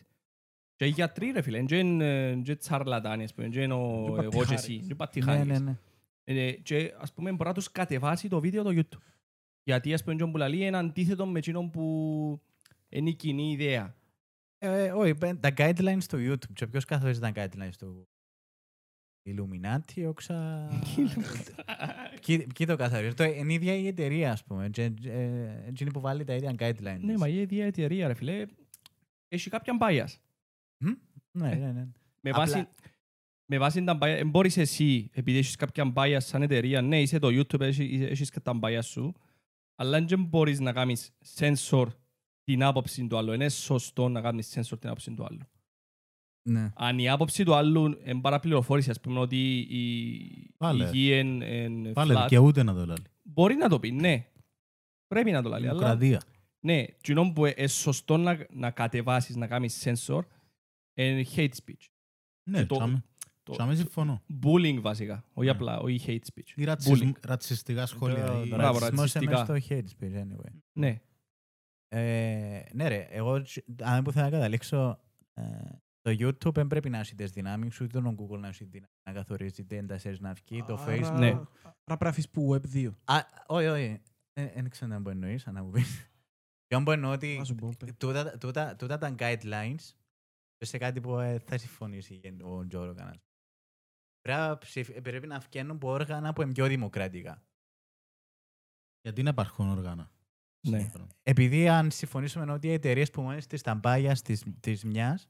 [SPEAKER 1] Και οι γιατροί ρε φίλε, δεν είναι και τσαρλατάνοι, ας πούμε, δεν είναι ο-
[SPEAKER 2] Και
[SPEAKER 1] εγώ και
[SPEAKER 2] πατηχάριδες.
[SPEAKER 1] εσύ, είναι
[SPEAKER 4] ναι,
[SPEAKER 1] πατηχάνιδες.
[SPEAKER 4] ναι, ναι.
[SPEAKER 1] Ε, και ας πούμε μπορεί να τους κατεβάσει το βίντεο το YouTube. Γιατί ας πούμε που λαλεί είναι αντίθετο με εκείνον που είναι η κοινή ιδέα.
[SPEAKER 4] Ε, όχι, πεν- τα guidelines του YouTube. Και ποιος καθορίζει τα guidelines του Illuminati, όξα... Ποιοι ποιοι το καθορίζουν. Το- Είναι η ίδια η εταιρεία, ας πούμε. Και- και- ε, Εκείνη που βάλει τα ίδια guidelines.
[SPEAKER 1] ναι, μα η ίδια εταιρεία ρε φίλε έχει κάποια bias.
[SPEAKER 4] Ναι, ναι, ναι.
[SPEAKER 1] Με
[SPEAKER 4] Απλά-
[SPEAKER 1] βάση, με βάση τα bias, εν μπορείς εσύ επειδή έχεις κάποια bias σαν εταιρεία, ναι είσαι το YouTube, έχεις, έχεις και τα bias σου, αλλά δεν μπορείς να κάνεις sensor την άποψη του άλλου. Είναι σωστό να κάνεις sensor την άποψη του άλλου.
[SPEAKER 4] ναι.
[SPEAKER 1] Αν η άποψη του άλλου είναι παραπληροφόρηση, ας πούμε ότι η,
[SPEAKER 3] Πάλε.
[SPEAKER 1] η γη είναι είναι
[SPEAKER 3] Πάλι
[SPEAKER 1] flat,
[SPEAKER 3] δικαιούται να το λέει.
[SPEAKER 1] μπορεί να το πει, ναι. Πρέπει να το λέει, αλλά
[SPEAKER 3] Δημοκρατία.
[SPEAKER 1] ναι, κοινό που είναι σωστό να, να κατεβάσεις, να κάνεις sensor, είναι hate speech.
[SPEAKER 3] Ναι,
[SPEAKER 1] το-
[SPEAKER 3] τσάμε.
[SPEAKER 1] το-
[SPEAKER 3] Τσάμε συμφωνώ.
[SPEAKER 1] Bullying βασικά, όχι
[SPEAKER 3] Ναι.
[SPEAKER 1] απλά, όχι hate speech.
[SPEAKER 3] Ή
[SPEAKER 1] Bullying.
[SPEAKER 3] ρατσισμ- ρατσιστικά σχόλια.
[SPEAKER 4] Το-
[SPEAKER 3] ή-
[SPEAKER 4] το
[SPEAKER 1] Δηλαδή, Μπράβο,
[SPEAKER 4] ρατσισμός είναι μες στο
[SPEAKER 1] ρατσιστικά.
[SPEAKER 4] Hatespeed, anyway.
[SPEAKER 1] Ναι,
[SPEAKER 4] Ε, ναι ρε, εγώ τσ- αν που θέλω να καταλήξω, ε, το YouTube δεν πρέπει να έχει τις δυνάμεις, ούτε το Google να έχει δυνάμεις να καθορίζει τι έντασες να βγει, το
[SPEAKER 2] Άρα-
[SPEAKER 4] Facebook.
[SPEAKER 1] Ναι.
[SPEAKER 2] Άρα πρέπει να αφήσεις που Web 2.
[SPEAKER 4] Α, όχι, όχι, δεν ξέρω αν μπορείς εννοείς, αν μου πεις. Και αν μπορείς εννοώ ότι
[SPEAKER 2] Να σου πω, παι.
[SPEAKER 4] τούτα- τούτα τούτα τα guidelines και σε κάτι που ε, θα συμφωνήσει γεν- ο Τζόρο κανένας. Πρέπει να ψηφι- ε, Πρέπει να βγαίνουν από όργανα που είναι πιο δημοκρατικά.
[SPEAKER 3] Γιατί να υπάρχουν όργανα.
[SPEAKER 1] ναι.
[SPEAKER 4] επειδή αν συμφωνήσουμε ότι οι εταιρείες που μόλις τη ταμπάγια τη μια,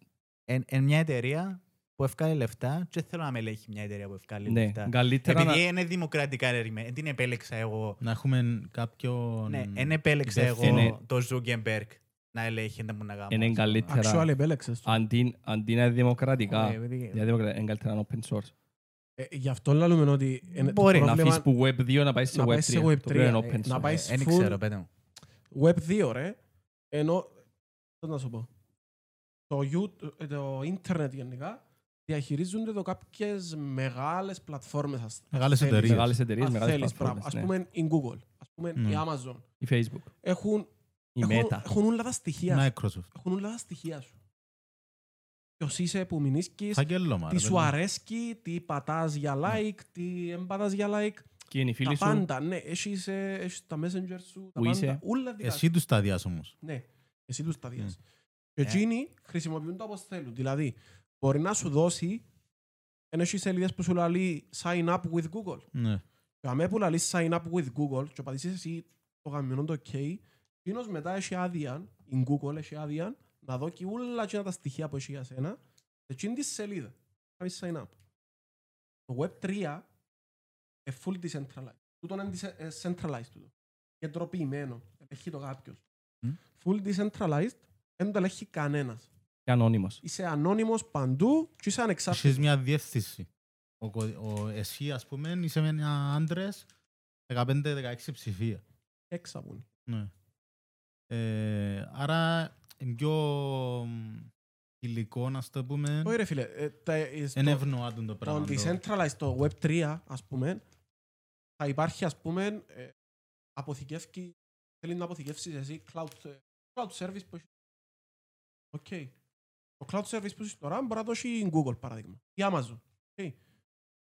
[SPEAKER 4] είναι μια εταιρεία που ευκάλει λεφτά, και δεν θέλω να με ελέγχει μια εταιρεία που ευκάλει
[SPEAKER 1] ναι.
[SPEAKER 4] λεφτά.
[SPEAKER 1] Καλύτερα
[SPEAKER 4] Επειδή
[SPEAKER 1] να...
[SPEAKER 4] είναι δημοκρατικά ερημένα, δεν την επέλεξα εγώ.
[SPEAKER 3] Να έχουμε κάποιον...
[SPEAKER 4] Ναι, δεν επέλεξα εγώ
[SPEAKER 1] Είναι-
[SPEAKER 4] το Ζούγκεμπεργκ να ελέγχει να μου να κάνω.
[SPEAKER 1] Είναι
[SPEAKER 4] ας πούμε.
[SPEAKER 1] καλύτερα.
[SPEAKER 2] Actual επέλεξες το.
[SPEAKER 1] Αντί, αντί να είναι δημοκρατικά,
[SPEAKER 4] Ε, Ναι, επειδή-
[SPEAKER 1] για δημοκρατικά, είναι καλύτερα να είναι open source.
[SPEAKER 2] Ε, Γι' αυτό λέμε ότι είναι το
[SPEAKER 4] Μπορεί να
[SPEAKER 1] Να αφήσεις
[SPEAKER 2] πρόβλημα
[SPEAKER 1] που Web 2 να πάει σε
[SPEAKER 2] να πάει
[SPEAKER 1] Web 3.
[SPEAKER 2] σε
[SPEAKER 1] Το
[SPEAKER 2] Web
[SPEAKER 1] οποίο είναι
[SPEAKER 2] τρία,
[SPEAKER 1] open
[SPEAKER 2] ε, να
[SPEAKER 1] source.
[SPEAKER 2] πάει
[SPEAKER 4] Ε,
[SPEAKER 2] σε
[SPEAKER 4] Δεν
[SPEAKER 2] full-
[SPEAKER 4] ξέρω, πέτε μου.
[SPEAKER 2] Web 2 ρε, ενώ, πώς να σου πω, το, YouTube, ε, το ίντερνετ γενικά διαχειρίζονται το κάποιες μεγάλες πλατφόρμες. ας-
[SPEAKER 3] Μεγάλες
[SPEAKER 2] θέλεις.
[SPEAKER 3] εταιρείες.
[SPEAKER 1] Μεγάλες εταιρείες,
[SPEAKER 2] Αν
[SPEAKER 1] μεγάλες
[SPEAKER 2] θέλεις πράγμα.
[SPEAKER 1] πλατφόρμες.
[SPEAKER 2] Ας
[SPEAKER 1] ναι.
[SPEAKER 2] πούμε η Google, ας πούμε
[SPEAKER 3] Ναι.
[SPEAKER 2] η Amazon.
[SPEAKER 1] Η Facebook,
[SPEAKER 2] Έχουν,
[SPEAKER 1] η
[SPEAKER 2] έχουν,
[SPEAKER 1] Meta.
[SPEAKER 2] έχουν όλα τα
[SPEAKER 3] Ναι.
[SPEAKER 2] στοιχεία σου.
[SPEAKER 3] Microsoft.
[SPEAKER 2] Έχουν όλα τα στοιχεία σου. Ποιος είσαι, που μηνίσκεις,
[SPEAKER 3] Φαγγελό, μάρα.
[SPEAKER 2] τι σου
[SPEAKER 3] παιδιά.
[SPEAKER 2] αρέσκει, τι πατάς
[SPEAKER 3] Ναι.
[SPEAKER 2] για like, τι δεν πατάς για like.
[SPEAKER 1] Και είναι οι
[SPEAKER 2] Τα
[SPEAKER 1] φίλοι σου.
[SPEAKER 2] πάντα, ναι. Έχεις, ε, έχεις τα messenger σου, τα
[SPEAKER 1] Που
[SPEAKER 2] πάντα.
[SPEAKER 1] είσαι.
[SPEAKER 2] Όλα δικά σου.
[SPEAKER 3] Εσύ τους σταδιάς όμως.
[SPEAKER 2] Ναι, εσύ τους τα διάς.
[SPEAKER 3] Mm.
[SPEAKER 2] Και
[SPEAKER 4] Ε.
[SPEAKER 2] εκείνοι χρησιμοποιούν το όπως θέλουν. Δηλαδή, μπορεί να σου δώσει ενώ έχει σελίδες που σου λέει sign up with Google.
[SPEAKER 3] Ναι.
[SPEAKER 2] Και αμέ που λέει sign up with Google και πατήσεις εσύ το γαμιονό το OK, εκείνος μετά έχει άδεια, η Google έχει άδεια, να δω και όλα εκείνα τα στοιχεία που έχει για σένα, σε εκείνη τη σελίδα. Κάνεις sign up. Το Web3 είναι full decentralized. Τούτον είναι dice- ε, centralized τούτο. Κεντροποιημένο. Ελέγχει το κάποιος.
[SPEAKER 4] Μμ.
[SPEAKER 2] Full decentralized δεν το ελέγχει κανένας.
[SPEAKER 1] Και ανώνυμος.
[SPEAKER 2] Είσαι ανώνυμος παντού και είσαι ανεξάρτητος.
[SPEAKER 3] Έχεις μια διεύθυνση. Ο, κο- ο, εσύ, ας πούμε, είσαι με ένα άντρες 15-16 ψηφία.
[SPEAKER 2] Έξαμουν.
[SPEAKER 3] Ναι. Ε, άρα, είναι πιο μ, υλικό, να το πούμε.
[SPEAKER 2] Όχι ρε φίλε, ε, τα- ε, στο-
[SPEAKER 3] Είναι ευνοά τον το
[SPEAKER 2] το
[SPEAKER 3] πράγμα. το-
[SPEAKER 2] decentralized, το Web3, ας πούμε, θα υπάρχει, ας πούμε, ε, αποθηκεύκει, θέλει να αποθηκεύσεις εσύ cloud, ε, cloud service που έχεις. Οκ. Το cloud service που έχεις τώρα μπορεί να το έχει η Google, παράδειγμα, η Amazon. Okay.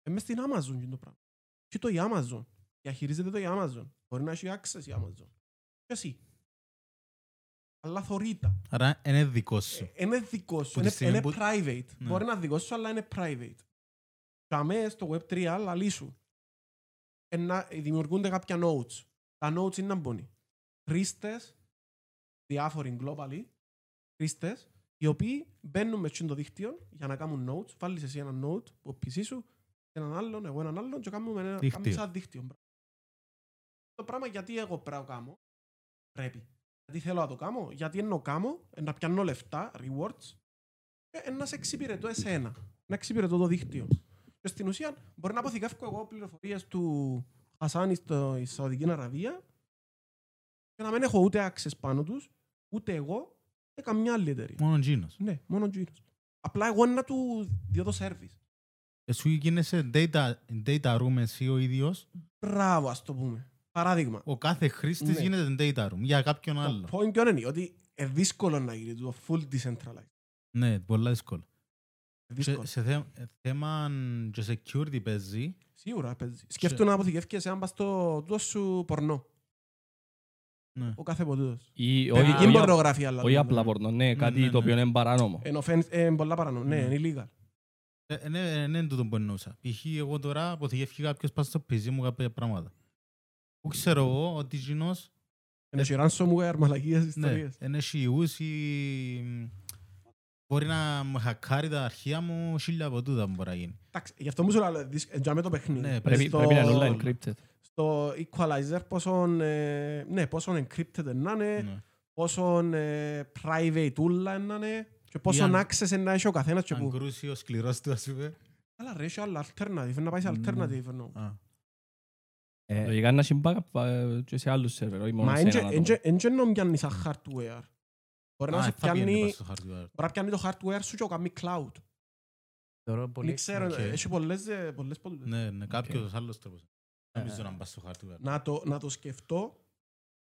[SPEAKER 2] Ε, μες στην Amazon είναι το πράγμα. Και το η Amazon. Διαχειρίζεται το η Amazon. Μπορεί να έχει access η Amazon. Και εσύ. Αλλά θωρείται.
[SPEAKER 3] Άρα, είναι δικό σου.
[SPEAKER 2] Ε, Είναι δικό σου,
[SPEAKER 3] Που τη
[SPEAKER 2] είναι,
[SPEAKER 3] στιγμή
[SPEAKER 2] είναι
[SPEAKER 3] που-
[SPEAKER 2] private.
[SPEAKER 3] Ναι.
[SPEAKER 2] Μπορεί να είναι δικό σου, αλλά είναι private. Καμέ στο Web3 λαλί σου. Ε, να- ε, δημιουργούνται κάποια nodes. Τα nodes είναι να μπουν. Χρήστε, διάφοροι globally, χρήστε, οι οποίοι μπαίνουν μες στο δίκτυο για να κάνουν nodes. Βάλεις εσύ ένα node που PC σου, έναν άλλον, εγώ έναν άλλον, και κάνουμε ένα
[SPEAKER 3] Δίκτυο.
[SPEAKER 2] κάνουμε σαν δίκτυο. Το πράγμα γιατί εγώ πρέπει να το κάνω, πρέπει. Γιατί θέλω να το κάνω, γιατί ενώ κάνω, ε, να πιάνω λεφτά, rewards, ε, ε, να σε εξυπηρετώ εσένα, να εξυπηρετώ το δίκτυο. Και στην ουσία μπορεί να αποθηκεύω εγώ πληροφορίες του Χασάνη στο στη Σαουδική Αραβία και να μην έχω ούτε access πάνω τους, ούτε εγώ, ούτε καμιά άλλη εταιρεία.
[SPEAKER 3] Μόνο Τζίνος.
[SPEAKER 2] Ναι, μόνο ο Τζίρος. Απλά εγώ να του διώ το service.
[SPEAKER 3] Εσύ γίνεσαι data, data room εσύ ο ίδιος.
[SPEAKER 2] Μπράβο, ας το πούμε. Παράδειγμα.
[SPEAKER 3] Ο κάθε χρήστης
[SPEAKER 2] Ναι.
[SPEAKER 3] γίνεται data room για κάποιον
[SPEAKER 2] Το
[SPEAKER 3] άλλο.
[SPEAKER 2] point ποιο είναι ότι είναι δύσκολο να γίνει το full decentralized.
[SPEAKER 3] Ναι, πολλά δύσκολο.
[SPEAKER 2] Ε,
[SPEAKER 3] Και
[SPEAKER 2] Δύσκολο.
[SPEAKER 3] σε θέ- ε, θέμα και security παίζει.
[SPEAKER 2] Σίγουρα παίζει. Σκέφτομαι να αποθηκεύκεσαι αν πας στο τούτο σου πορνό.
[SPEAKER 3] Ναι.
[SPEAKER 2] Ο κάθε ποτούτος.
[SPEAKER 1] Ή όχι-
[SPEAKER 2] Παιδική
[SPEAKER 1] όχι-
[SPEAKER 2] πορνογραφία. αλλά
[SPEAKER 1] όχι
[SPEAKER 2] λέμε.
[SPEAKER 1] απλά πορνό, ναι,
[SPEAKER 3] ναι,
[SPEAKER 1] κάτι το
[SPEAKER 3] ναι.
[SPEAKER 1] οποίο είναι παράνομο.
[SPEAKER 2] Εν offense- εν πολλά παρανομ- Ναι,
[SPEAKER 3] Ναι.
[SPEAKER 2] είναι illegal.
[SPEAKER 3] Ε, ναι, ε, ναι, είναι τούτο που εννοούσα. Π.χ. εγώ τώρα αποθηκεύχει κάποιος πάνω στο PC μου κάποια πράγματα. Που ξέρω εγώ ότι Τζίνος
[SPEAKER 2] Είναι και ransomware, μαλακίες,
[SPEAKER 3] ναι,
[SPEAKER 2] ιστορίες.
[SPEAKER 3] είναι ιούς ή μ, μπορεί να μου χακάρει τα αρχεία μου χίλια από τούτα μπορεί να γίνει.
[SPEAKER 2] Εντάξει, γι' αυτό μου σου λέω, δυσ- ε, τζάμε το παιχνίδι.
[SPEAKER 3] Ναι,
[SPEAKER 1] Πρέπει,
[SPEAKER 2] Στο-
[SPEAKER 1] πρέπει να είναι όλα encrypted.
[SPEAKER 2] Στο equalizer πόσον, ε, ναι, πόσον encrypted να είναι,
[SPEAKER 3] Ναι.
[SPEAKER 2] πόσον ε, private ούλα να είναι και πόσον
[SPEAKER 3] αν-
[SPEAKER 2] access να έχει ο καθένας και
[SPEAKER 3] Αν
[SPEAKER 2] πού.
[SPEAKER 3] κρούσει ο σκληρός του ας πούμε.
[SPEAKER 2] Αλλά ρε, έχει άλλα alternative, να πάει σε
[SPEAKER 4] Ναι.
[SPEAKER 2] alternative. εννοώ.
[SPEAKER 4] Ε,
[SPEAKER 1] Λογικά να συμπάκα και σε άλλους σερβερ, όχι μόνο
[SPEAKER 2] Μα
[SPEAKER 1] σε έναν άτομο.
[SPEAKER 2] δεν να πιάνει σαν hardware. Μπορεί να
[SPEAKER 3] Α,
[SPEAKER 2] σε
[SPEAKER 3] θα πιάνει
[SPEAKER 2] πιάνει,
[SPEAKER 3] πάνω στο hardware.
[SPEAKER 2] μπορεί να πιάνει το hardware σου και να κάνει cloud.
[SPEAKER 4] Θεωρώ πολύ...
[SPEAKER 2] Δεν ξέρω,
[SPEAKER 3] οκ.
[SPEAKER 2] έχει πολλές, ε, πολλές ποντούτες.
[SPEAKER 3] Ναι, ναι, κάποιος άλλος τρόπος.
[SPEAKER 2] Ναι,
[SPEAKER 3] Νομίζω
[SPEAKER 4] Ε,
[SPEAKER 3] να πας στο hardware.
[SPEAKER 2] να το, να το σκεφτώ,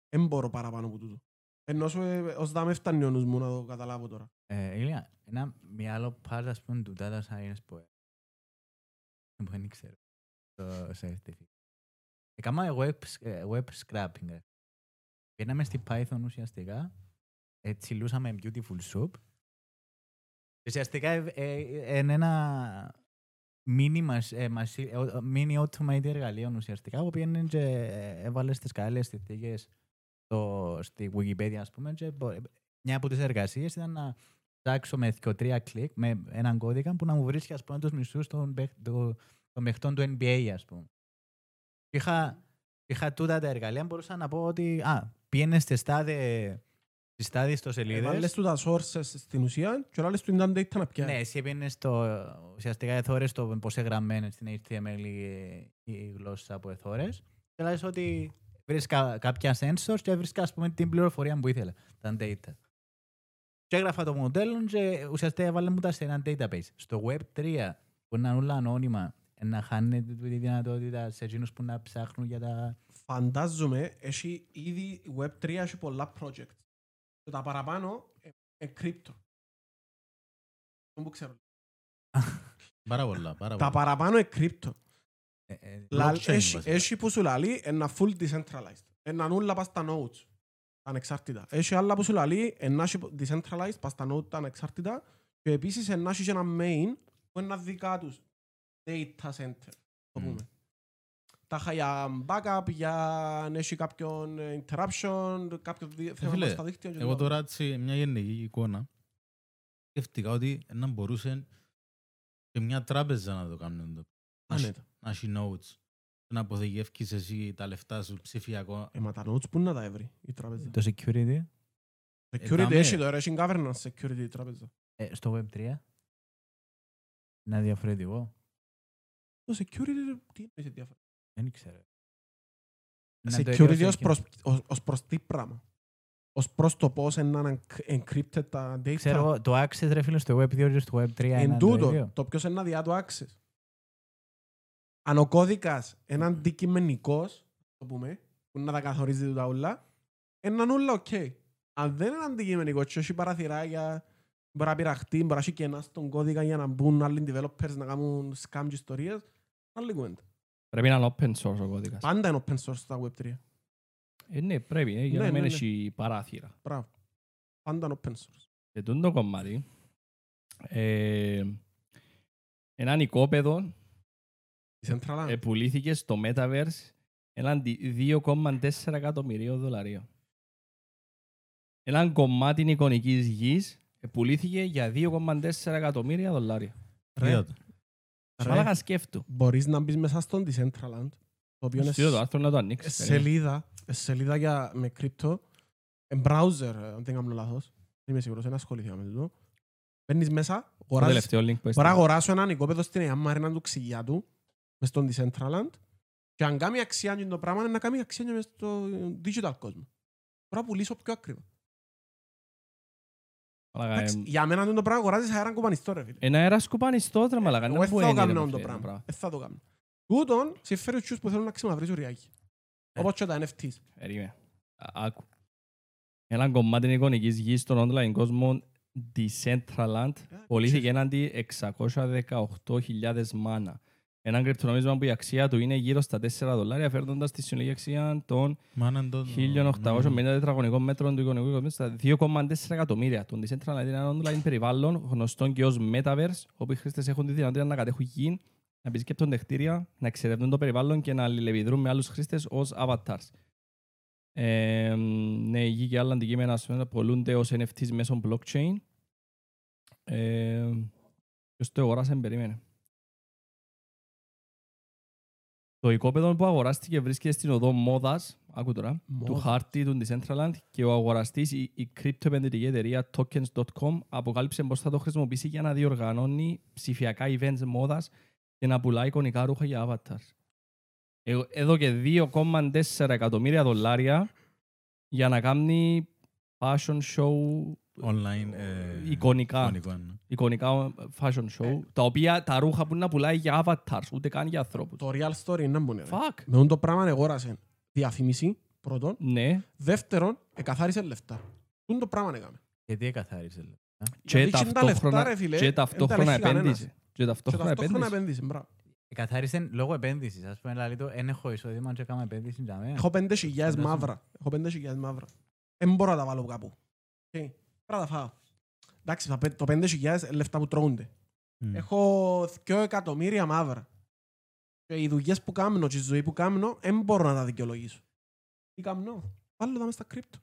[SPEAKER 2] δεν μπορώ παραπάνω από τούτο. Ενώ σου, ε, ως δάμε φτάνει ο νους μου να το καταλάβω τώρα.
[SPEAKER 4] Ε, Ηλία, ένα μια άλλο part, ας πούμε, του data science που ε- που δεν ξέρω το certificate. Έκανα web, ε, web scrapping. ρε. Πήγαμε στη Python ουσιαστικά, ε, τσιλούσαμε beautiful soup. Ουσιαστικά ε, ε, είναι ένα mini, mas- ε, machine- ε, ο- mini automated εργαλείο ουσιαστικά που πήγαινε και ε, έβαλες στις καλές θετικές στο, στη Wikipedia ας πούμε και μπο- ε, μια από τις εργασίες ήταν να ψάξω με δυο τρία κλικ με έναν κώδικα που να μου βρίσκει ας πούμε τους μισούς των, παίχ- το- των παιχτών του NBA ας πούμε. Είχα, είχα τούτα τα εργαλεία, μπορούσα να πω ότι α, πήγαινε στις τάδε, στις τάδε
[SPEAKER 2] Βάλες
[SPEAKER 4] ιστοσελίδες.
[SPEAKER 2] τους τα sources στην ουσία και όλες του ήταν data να
[SPEAKER 4] Ναι,
[SPEAKER 2] πιάνει.
[SPEAKER 4] εσύ πήγαινε στο, ουσιαστικά εθώρες το πώς εγγραμμένες στην HTML η- η γλώσσα που εθώρες. Και λες ότι βρίσκα κάποια sensors και βρίσκα ας πούμε την πληροφορία που ήθελα, τα data. Και έγραφα το μοντέλο και ουσιαστικά έβαλε μου τα σε ένα database. Στο Web3 που είναι όλα ανώνυμα, να χάνεται τη δυνατότητα σε εκείνους που να ψάχνουν για τα...
[SPEAKER 2] Φαντάζομαι, έχει ήδη η Web3 έχει πολλά project. Και τα παραπάνω, ε, ε, crypto. Δεν ξέρω.
[SPEAKER 3] Πάρα πολλά, πάρα
[SPEAKER 2] Τα
[SPEAKER 3] πολλά.
[SPEAKER 2] παραπάνω είναι crypto.
[SPEAKER 4] Ε, ε,
[SPEAKER 2] Λα-
[SPEAKER 3] Blockchain,
[SPEAKER 2] έχει-
[SPEAKER 3] βασικά.
[SPEAKER 2] Έχει που σου λαλεί ένα full decentralized. Ένα νουλα πας στα nodes. Τα ανεξάρτητα. Έχει άλλα που σου λαλεί ένα έχει decentralized πας στα nodes τα ανεξάρτητα. Και επίσης ένα έχει και ένα main που είναι ένα δικά τους. Data center. Το
[SPEAKER 3] Μμμ.
[SPEAKER 2] πούμε. Τα είχα για backup, για αν έχει κάποιον ε, interruption, κάποιο δι- θέμα
[SPEAKER 3] Ε, φίλε,
[SPEAKER 2] στα δίκτυα. και
[SPEAKER 3] Εγώ
[SPEAKER 2] τούτα.
[SPEAKER 3] τώρα έτσι, μια γενική εικόνα. Σκέφτηκα ότι να μπορούσε και μια τράπεζα να το κάνουν. το- να έχει-
[SPEAKER 2] Άνετα.
[SPEAKER 3] Να έχει notes. Να αποθηκεύκεις εσύ τα λεφτά σου ψηφιακό.
[SPEAKER 2] Ε, μα τα nodes πού να τα έβρει η τράπεζα.
[SPEAKER 4] Το security.
[SPEAKER 2] Ε, Security
[SPEAKER 3] Ε, δάμε.
[SPEAKER 2] έχει τώρα, έχει governance security η τράπεζα.
[SPEAKER 4] Ε, στο Web3. Να διαφορετικό.
[SPEAKER 2] Το security, τι είναι διάφορα.
[SPEAKER 4] Δεν ξέρω. Να Ναι, το
[SPEAKER 2] Security
[SPEAKER 4] ερευνήσω
[SPEAKER 2] ως
[SPEAKER 4] και-
[SPEAKER 2] προς, ως- ως προς τι πράγμα. Ως προς το πώς είναι να είναι encrypted τα data.
[SPEAKER 4] Ξέρω εγώ, το access ρε φίλε στο Web2 και στο Web3
[SPEAKER 2] Εν
[SPEAKER 4] είναι το
[SPEAKER 2] τούτο,
[SPEAKER 4] ίδιο.
[SPEAKER 2] το ποιος είναι αδειά του access. Αν ο κώδικας είναι αντικειμενικός, το πούμε, που να τα καθορίζει τούτα ούλα, έναν ούλα οκ. Αν δεν είναι αντικειμενικός και έχει παραθυράκια, μπορεί να πειραχτεί, μπορεί να έχει κενά στον κώδικα για να μπουν άλλοι developers να κάνουν scam και ιστορίες, άλλη κουβέντα.
[SPEAKER 1] Πρέπει να είναι open source ο κώδικας.
[SPEAKER 2] Πάντα είναι open source στα Web3.
[SPEAKER 1] Ε, ναι, πρέπει, ε, για
[SPEAKER 2] Ναι,
[SPEAKER 1] να μην
[SPEAKER 2] ναι, ναι.
[SPEAKER 1] έχει παράθυρα.
[SPEAKER 2] Μπράβο. Πάντα είναι open source.
[SPEAKER 1] Σε τούτο το κομμάτι, ε, ένα νοικόπεδο
[SPEAKER 2] Η Central Bank.
[SPEAKER 1] ε, πουλήθηκε στο Metaverse έναντι 2,4 εκατομμυρίων δολαρίων. Ένα κομμάτι εικονικής γης ε, πουλήθηκε για 2,4 εκατομμύρια δολάρια.
[SPEAKER 2] Ρε,
[SPEAKER 3] Είδατε.
[SPEAKER 1] Μαλάκα σκέφτου.
[SPEAKER 2] μπορείς να μπεις μέσα στον Decentraland, το οποίο είναι
[SPEAKER 1] Στείλω το άρθρο να το ανοίξεις. περίμενε.
[SPEAKER 2] σελίδα, σελίδα για, με κρύπτο, ε, browser, ε, αν δεν κάνω λάθος, δεν είμαι σίγουρος, δεν ασχολήθηκα με τούτο. Μπαίνεις μέσα,
[SPEAKER 1] Το
[SPEAKER 2] αγοράζεις,
[SPEAKER 1] τελευταίο link που
[SPEAKER 2] μπορώ να
[SPEAKER 1] έστειλα.
[SPEAKER 2] αγοράσω έναν οικόπεδο στην Αγία Μαρίνα του ξυγιά του, μες στον Decentraland, και αν κάνει αξιά και το πράγμα, είναι να κάνει αξιά και μες στο digital κόσμο. Μπορώ να πουλήσω πιο ακριβά.
[SPEAKER 1] Μαλάκα, ε,
[SPEAKER 2] Εντάξει, Για μένα τούτο πράγμα αγοράζεις αέρα κομπανιστό, ρε φίλε.
[SPEAKER 1] Ένα αέρας κουπανιστό ρε μαλάκα.
[SPEAKER 2] Εγώ
[SPEAKER 1] να
[SPEAKER 2] δεν
[SPEAKER 1] που
[SPEAKER 2] θα το
[SPEAKER 1] είναι, ρε,
[SPEAKER 2] κάνω το
[SPEAKER 1] φίλε,
[SPEAKER 2] πράγμα. Δεν θα το κάνω. Τούτον συμφέρει τους που θέλουν να ξεμαυρίσουν ριάκι.
[SPEAKER 1] Ε.
[SPEAKER 2] Όπως και τα NFTs.
[SPEAKER 1] Περίμενε. Α- Άκου. Ένα κομμάτι εικονικής γης στον online κόσμο Decentraland πωλήθηκε έναντι 618.000 μάνα. Ένα κρυπτονομίσμα που η αξία του είναι γύρω στα 4 δολάρια, φέρνοντας τη συνολική αξία των
[SPEAKER 3] Μάναν τον...
[SPEAKER 1] 1.850 τετραγωνικών μέτρων του εικονικού οικονομίου στα 2,4 εκατομμύρια. Το Decentraland είναι δηλαδή ένα online περιβάλλον γνωστό και ως Metaverse, όπου οι χρήστες έχουν τη δυνατότητα να κατέχουν γη, να επισκέπτονται κτίρια, να εξερευνούν το περιβάλλον και να αλληλεπιδρούν με άλλους χρήστες ως avatars. Ε, ναι, η γη και άλλα αντικείμενα ας πούμε, πολλούνται ως NFTs μέσω blockchain. Ε, Ποιος το αγοράσε, περίμενε. Το οικόπεδο που αγοράστηκε βρίσκεται στην οδό μόδας, άκου τώρα, του
[SPEAKER 2] Μόδας.
[SPEAKER 1] χάρτη του Decentraland και ο αγοραστής, η, η κρυπτοεπενδυτική εταιρεία tokens.com αποκάλυψε πως θα το χρησιμοποιήσει για να διοργανώνει ψηφιακά events μόδας και να πουλάει εικονικά ρούχα για avatars. Ε- Εδώ και 2,4 εκατομμύρια δολάρια για να κάνει fashion show
[SPEAKER 3] Online. ε,
[SPEAKER 1] Εικονικά.
[SPEAKER 3] εικονικό, ναι.
[SPEAKER 1] εικονικά ε, fashion show,
[SPEAKER 2] Ε.
[SPEAKER 1] τα οποία τα ρούχα που είναι να πουλάει για avatars, ούτε καν για ανθρώπους.
[SPEAKER 2] Το ε. real story είναι να μπουν. ρε.
[SPEAKER 1] Fuck!
[SPEAKER 2] Με τον το πράγμα αγόρασε διαφήμιση πρώτον.
[SPEAKER 1] Ναι,
[SPEAKER 2] Δεύτερον, εκαθάρισε λεφτά. Τον το πράγμα έκαμε.
[SPEAKER 4] Γιατί εκαθάρισε. λέω.
[SPEAKER 1] και
[SPEAKER 2] Γιατί είναι τα λεφτά,
[SPEAKER 1] ταυτόχρονα,
[SPEAKER 2] ρε φίλε,
[SPEAKER 1] και
[SPEAKER 2] δεν τα
[SPEAKER 1] ταυτόχρονα
[SPEAKER 2] έχει κανένας.
[SPEAKER 1] επένδυσε. Και
[SPEAKER 2] Και
[SPEAKER 1] ταυτόχρονα
[SPEAKER 2] ταυτόχρονα
[SPEAKER 1] επένδυσε.
[SPEAKER 2] επένδυση. Μπράβο.
[SPEAKER 4] Εκαθάρισε λόγω επένδυσης. Ας πούμε, λέει το «Εν έχω εισόδημα, και έκανα επένδυση. για
[SPEAKER 1] Ε.
[SPEAKER 4] μένα».
[SPEAKER 2] Έχω πέντε χιλιάδες
[SPEAKER 4] Φαντάζομαι.
[SPEAKER 2] μαύρα. Έχω πέντε χιλιάδες μαύρα. Δεν μπορώ να τα βάλω κάπου. Οκ. Πρέπει να τα φάω. Εντάξει, τα πέ- το πέντε χιλιάδες είναι λεφτά που τρώονται.
[SPEAKER 3] Μμ.
[SPEAKER 2] Έχω δυο εκατομμύρια μαύρα. Και οι δουλειές που κάνω και η ζωή που κάνω, δεν μπορώ να τα δικαιολογήσω. Τι κάνω, βάλω τα μέσα στα κρύπτο.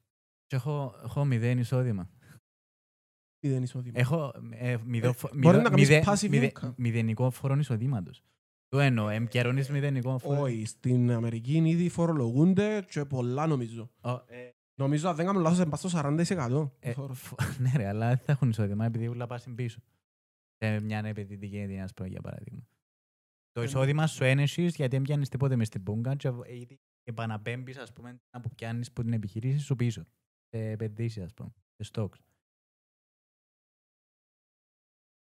[SPEAKER 4] Και έχω, έχω μηδέν εισόδημα.
[SPEAKER 2] Μηδέν εισόδημα.
[SPEAKER 4] Έχω ε, μηδο-
[SPEAKER 2] Ε,
[SPEAKER 4] φο-
[SPEAKER 2] μπορεί
[SPEAKER 4] μηδο-
[SPEAKER 2] να κάνεις
[SPEAKER 4] μηδε-
[SPEAKER 2] passive
[SPEAKER 4] μηδε-
[SPEAKER 2] income.
[SPEAKER 4] μηδενικό φόρο εισοδήματος. Το εννοώ. Εμπικαιρώνεις μηδενικό φόρο.
[SPEAKER 2] Όχι, στην Αμερική είναι ήδη φορολογούνται και πολλά νομίζω.
[SPEAKER 4] Ω, ε,
[SPEAKER 2] Νομίζω αν δεν κάνω λάθος, είναι πάνω στο 40%.
[SPEAKER 4] ε,
[SPEAKER 2] Φόρο.
[SPEAKER 4] φο- (laughs) Ναι, ρε, αλλά δεν θα έχουν εισόδημα επειδή όλα πάσουν πίσω. Σε μια επενδυτική εταιρεία, ας πούμε, για παράδειγμα. Το
[SPEAKER 2] Ε,
[SPEAKER 4] εισόδημα σου ένεσης γιατί δεν πιάνεις τίποτε μες στην πούγκα και β- ήδη επαναπέμπεις, ας πούμε, να που πιάνεις από την επιχειρήση σου πίσω. Σε επενδύσεις, ας πούμε, σε stocks.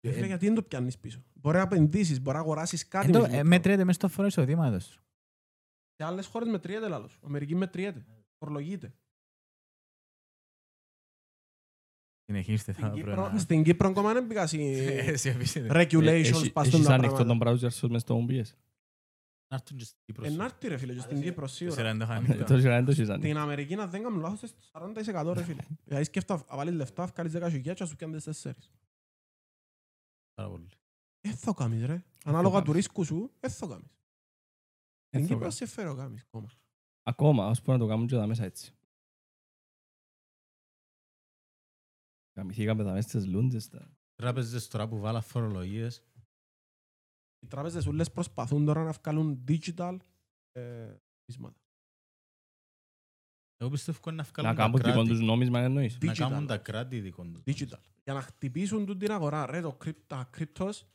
[SPEAKER 2] Ε, φίλε,
[SPEAKER 4] Ε,
[SPEAKER 2] γιατί δεν το πιάνεις πίσω. Μπορεί να επενδύσεις, μπορεί να αγοράσεις κάτι.
[SPEAKER 4] Εν τω-
[SPEAKER 2] με
[SPEAKER 4] ε,
[SPEAKER 2] το μικρό.
[SPEAKER 4] Μετρέται μέσα στο φόρο εισοδήματος.
[SPEAKER 2] Σε άλλες χώρες μετριέται λάλλος. Αμερική μετριέται. Φορολογείται.
[SPEAKER 4] Συνεχίστε, θα
[SPEAKER 2] Στην Κύπρο-
[SPEAKER 4] (laughs) βρω.
[SPEAKER 2] Στην Κύπρο ακόμα δεν πήγα σε
[SPEAKER 4] ε,
[SPEAKER 1] Ε,
[SPEAKER 2] regulations
[SPEAKER 1] έχει-
[SPEAKER 2] πας στον
[SPEAKER 1] Έχεις
[SPEAKER 2] τα
[SPEAKER 1] ανοιχτό τον
[SPEAKER 2] πράγματα.
[SPEAKER 1] browser σου μες στο OBS.
[SPEAKER 3] Να έρθουν και στην Κύπρο.
[SPEAKER 2] Ενάρτη ρε φίλε, και στην Κύπρο σίγουρα.
[SPEAKER 1] (laughs) Το σειρά δεν το έχεις
[SPEAKER 3] Ναι.
[SPEAKER 1] ανοίξει.
[SPEAKER 2] Την Αμερική να δεν κάνω λάθος είναι στο 40% ρε φίλε. Δηλαδή σκέφτα, να βάλεις λεφτά, βγάλεις 10 χιλιάδες και να σου πιάνουν τις τέσσερις.
[SPEAKER 3] Πάρα πολύ.
[SPEAKER 2] Ε, θα το κάνεις ρε. Ανάλογα
[SPEAKER 1] κάνεις.
[SPEAKER 2] του ρίσκου σου, ε, θα το κάνεις. Στην
[SPEAKER 1] Δεν το
[SPEAKER 2] Κύπρο
[SPEAKER 1] κάνω.
[SPEAKER 2] σε φέρω κάνεις κόμμα.
[SPEAKER 1] Ακόμα, ας πούμε να το κάνουν και τα μέσα έτσι. Καμηθήκαμε τα μέσα στις λούντες. τα-
[SPEAKER 3] Τράπεζες τώρα που βάλα φορολογίες.
[SPEAKER 2] Οι τράπεζες ούλες προσπαθούν τώρα να βγάλουν digital ε, νομίσματα.
[SPEAKER 3] Εγώ πιστεύω είναι να βγάλουν
[SPEAKER 1] Να
[SPEAKER 3] τα
[SPEAKER 1] κάνουν δικό
[SPEAKER 3] κράτη.
[SPEAKER 1] τους νόμισμα εννοείς.
[SPEAKER 3] Να
[SPEAKER 2] Digital.
[SPEAKER 3] κάνουν τα κράτη δικό τους.
[SPEAKER 2] digital. Για να χτυπήσουν τούτη την αγορά, ρε, το κρυπ- τα κρυπτος,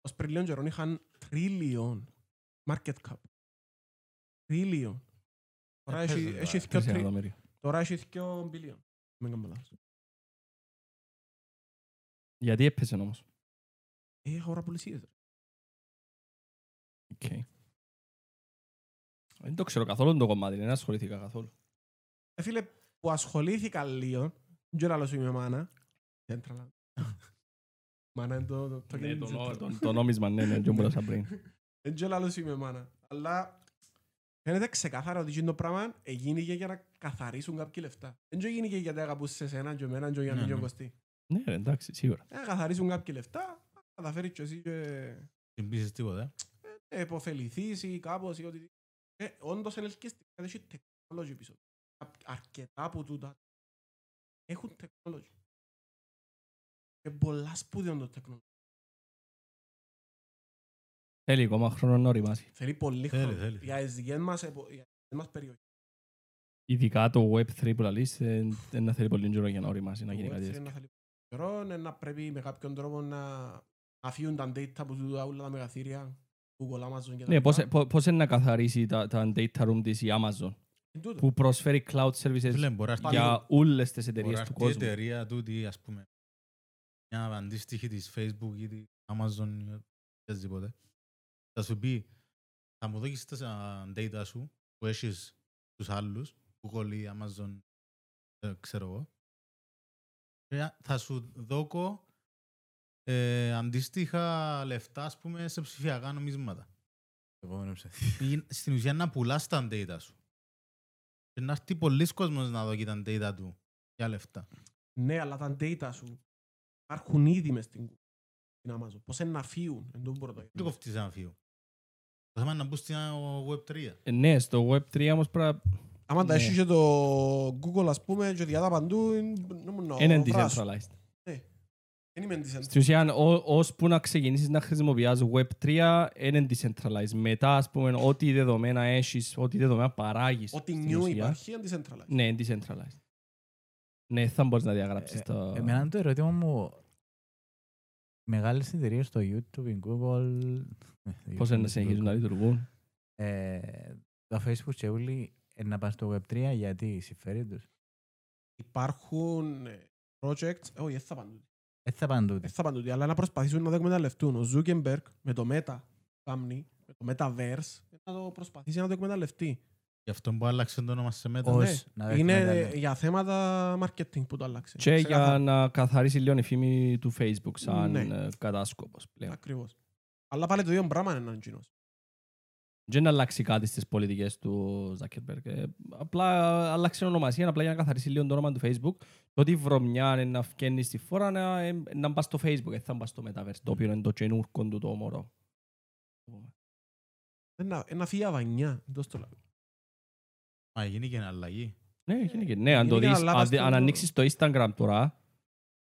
[SPEAKER 2] ως πριν λίγο καιρόν είχαν τρίλιον market cap. Τρίλιον. Τώρα
[SPEAKER 3] Ε,
[SPEAKER 2] έχει
[SPEAKER 3] πες
[SPEAKER 2] έχει
[SPEAKER 3] το, ρε.
[SPEAKER 2] δυο
[SPEAKER 1] Τρεις
[SPEAKER 2] τρι-
[SPEAKER 1] εκατομμύρια.
[SPEAKER 2] Τώρα έχει δυο billion. Μην κάνω λάθος.
[SPEAKER 1] Γιατί έπεσε όμως.
[SPEAKER 2] Ε, αγορά πουλησίες. ρε.
[SPEAKER 1] Οκ. Δεν το ξέρω καθόλου το κομμάτι, δεν ασχολήθηκα καθόλου.
[SPEAKER 2] Ε, φίλε, που ασχολήθηκα λίγο, δεν ξέρω άλλο σου είμαι μάνα. Δεν τραλά. Μάνα είναι το- το... το-
[SPEAKER 1] Ναι, το
[SPEAKER 2] το-
[SPEAKER 1] νο-
[SPEAKER 2] το-
[SPEAKER 1] το- Το νόμισμα, ναι, ναι, και μου έδωσα πριν.
[SPEAKER 2] Δεν ξέρω άλλο είμαι μάνα. Αλλά φαίνεται ξεκάθαρα ότι το πράγμα εγίνηκε για να καθαρίσουν κάποιοι λεφτά. Δεν το γίνηκε γιατί αγαπούσες εσένα και εμένα και ο Γιάννη
[SPEAKER 3] Ναι,
[SPEAKER 2] και ο
[SPEAKER 3] ναι.
[SPEAKER 2] Κωστή.
[SPEAKER 1] Ναι, ρε, εντάξει, σίγουρα.
[SPEAKER 2] Ε, Να καθαρίσουν κάποιοι λεφτά, να καταφέρεις και εσύ και
[SPEAKER 3] Δεν πείσες τίποτα. ε.
[SPEAKER 2] να υποφεληθείς ή κάπως ή ότι... Ε, όντως είναι ελκυστικά, δεν έχει technology πίσω. Απ- Αρκετά από τούτα έχουν technology. Και πολλά σπουδαίων το technology.
[SPEAKER 1] Θέλει ακόμα χρόνο να οριμάσει.
[SPEAKER 2] Θέλει πολύ
[SPEAKER 3] Θέλει,
[SPEAKER 2] χρόνο.
[SPEAKER 3] θέλει.
[SPEAKER 2] Για τις δικές μας επο- για τις δικές μας περιοχές.
[SPEAKER 1] Ειδικά το Web3 που λαλείς, ε, δεν να θέλει πολύ καιρό για να οριμάσει, να γίνει κάτι
[SPEAKER 2] Έτσι,
[SPEAKER 1] τέτοιο.
[SPEAKER 2] να θέλει καιρό, ναι, να πρέπει με κάποιον τρόπο να αφήνουν τα data που του δουν όλα τα μεγαθύρια που κολλάμαζουν και τα
[SPEAKER 1] Ναι,
[SPEAKER 2] λοιπά.
[SPEAKER 1] πώς, πο- πώς είναι να καθαρίσει τα, τα data room της η Amazon,
[SPEAKER 2] Εν τούτο.
[SPEAKER 1] που προσφέρει cloud
[SPEAKER 3] Φίλε,
[SPEAKER 1] services
[SPEAKER 3] μπορείς να έρθει-
[SPEAKER 1] για όλες τις
[SPEAKER 3] μπορεί
[SPEAKER 1] εταιρείες
[SPEAKER 3] να
[SPEAKER 1] του
[SPEAKER 3] έρθει η
[SPEAKER 1] κόσμου.
[SPEAKER 3] εταιρεία τούτη, ας πούμε, μια αντίστοιχη της Facebook ή της Amazon ή οποιασδήποτε. Θα σου πει, θα μου δώσεις τα data σου που έχεις τους άλλους, που κολλεί η Amazon, ε, ξέρω εγώ. Και Θα σου δώκω ε, αντίστοιχα λεφτά, ας πούμε, σε ψηφιακά νομίσματα.
[SPEAKER 4] Επόμενο ψεύδι.
[SPEAKER 3] Ή στην ουσία να πουλάς τα data σου. Και να έρθει πολλοί κόσμος να δω τα data του για λεφτά.
[SPEAKER 2] Ναι, αλλά τα data σου υπάρχουν ήδη μες στην Google, στην Amazon. Πώς είναι να φύγουν, εν τούτο μπορώ να το
[SPEAKER 1] Ναι.
[SPEAKER 3] Δεν το κοφτεί ένα φύο. Το θέμα είναι να μπουν στην ο, Web3.
[SPEAKER 1] Ε, Ναι, στο Web3 όμως πρέπει
[SPEAKER 2] Άμα τα
[SPEAKER 1] Ναι.
[SPEAKER 2] έχει και το Google, ας πούμε, και διάτα παντού,
[SPEAKER 1] να
[SPEAKER 2] είναι
[SPEAKER 1] είναι decentralized.
[SPEAKER 2] Δεν είμαι
[SPEAKER 1] Στην
[SPEAKER 2] decentralized.
[SPEAKER 1] ουσία, ό- ώσπου να ξεκινήσεις να χρησιμοποιάς Web3, είναι decentralized. Μετά, ας πούμε, ό,τι δεδομένα έχεις, ό,τι δεδομένα παράγεις.
[SPEAKER 2] Ό,τι
[SPEAKER 1] στην
[SPEAKER 2] new
[SPEAKER 1] ουσία,
[SPEAKER 2] υπάρχει είναι decentralized.
[SPEAKER 1] Ναι, είναι decentralized. Ναι, θα μπορείς να διαγράψεις το...
[SPEAKER 4] Εμένα το ερώτημα μου... Μεγάλες εταιρείες στο YouTube, η Google...
[SPEAKER 1] Πώς είναι να συνεχίζουν να λειτουργούν.
[SPEAKER 4] Ε, Το Facebook και όλοι ε, να πάνε στο Web3 γιατί συμφέρει τους.
[SPEAKER 2] Υπάρχουν ε, projects, όχι, δεν θα παντού.
[SPEAKER 4] Δεν θα πάνε τούτοι.
[SPEAKER 1] Ε,
[SPEAKER 2] Δεν θα παντού, αλλά να προσπαθήσουν να το εκμεταλλευτούν. Ο Ζούκεμπερκ με το Meta, κάμνη, με το Metaverse, να το προσπαθήσει να το εκμεταλλευτεί.
[SPEAKER 3] Γι' αυτό που άλλαξε το όνομα σε μέτα.
[SPEAKER 4] Ο- Πώς
[SPEAKER 2] Ναι.
[SPEAKER 4] να το
[SPEAKER 2] Είναι
[SPEAKER 4] εκμεταλλευτεί.
[SPEAKER 2] για θέματα marketing που το άλλαξε.
[SPEAKER 1] Και για
[SPEAKER 2] Ξεκάθαρα.
[SPEAKER 1] να καθαρίσει λίγο η φήμη του Facebook σαν
[SPEAKER 2] Ναι.
[SPEAKER 1] ε, κατάσκοπος πλέον.
[SPEAKER 2] Ακριβώς. Αλλά πάλι το ίδιο πράγμα είναι κοινός.
[SPEAKER 1] Δεν να αλλάξει κάτι στις πολιτικές του Zuckerberg. Ε, Απλά άλλαξε ονομασία απλά για να καθαρίσει λίγο το όνομα του Facebook. Το ότι η βρωμιά είναι να φκένει στη φόρα να, ε, να μπας στο Facebook, δεν θα μπας στο Metaverse, το οποίο είναι το καινούρκο του το μωρό.
[SPEAKER 2] Ένα, ένα φύγει αβανιά, εντός το λάβει.
[SPEAKER 3] Μα γίνει και αλλαγή.
[SPEAKER 1] Ναι, γίνει και- ναι, αν το
[SPEAKER 2] Γίνει
[SPEAKER 1] δεις,
[SPEAKER 2] καλά
[SPEAKER 1] αν,
[SPEAKER 2] στο-
[SPEAKER 1] αν ανοίξεις το Instagram τώρα,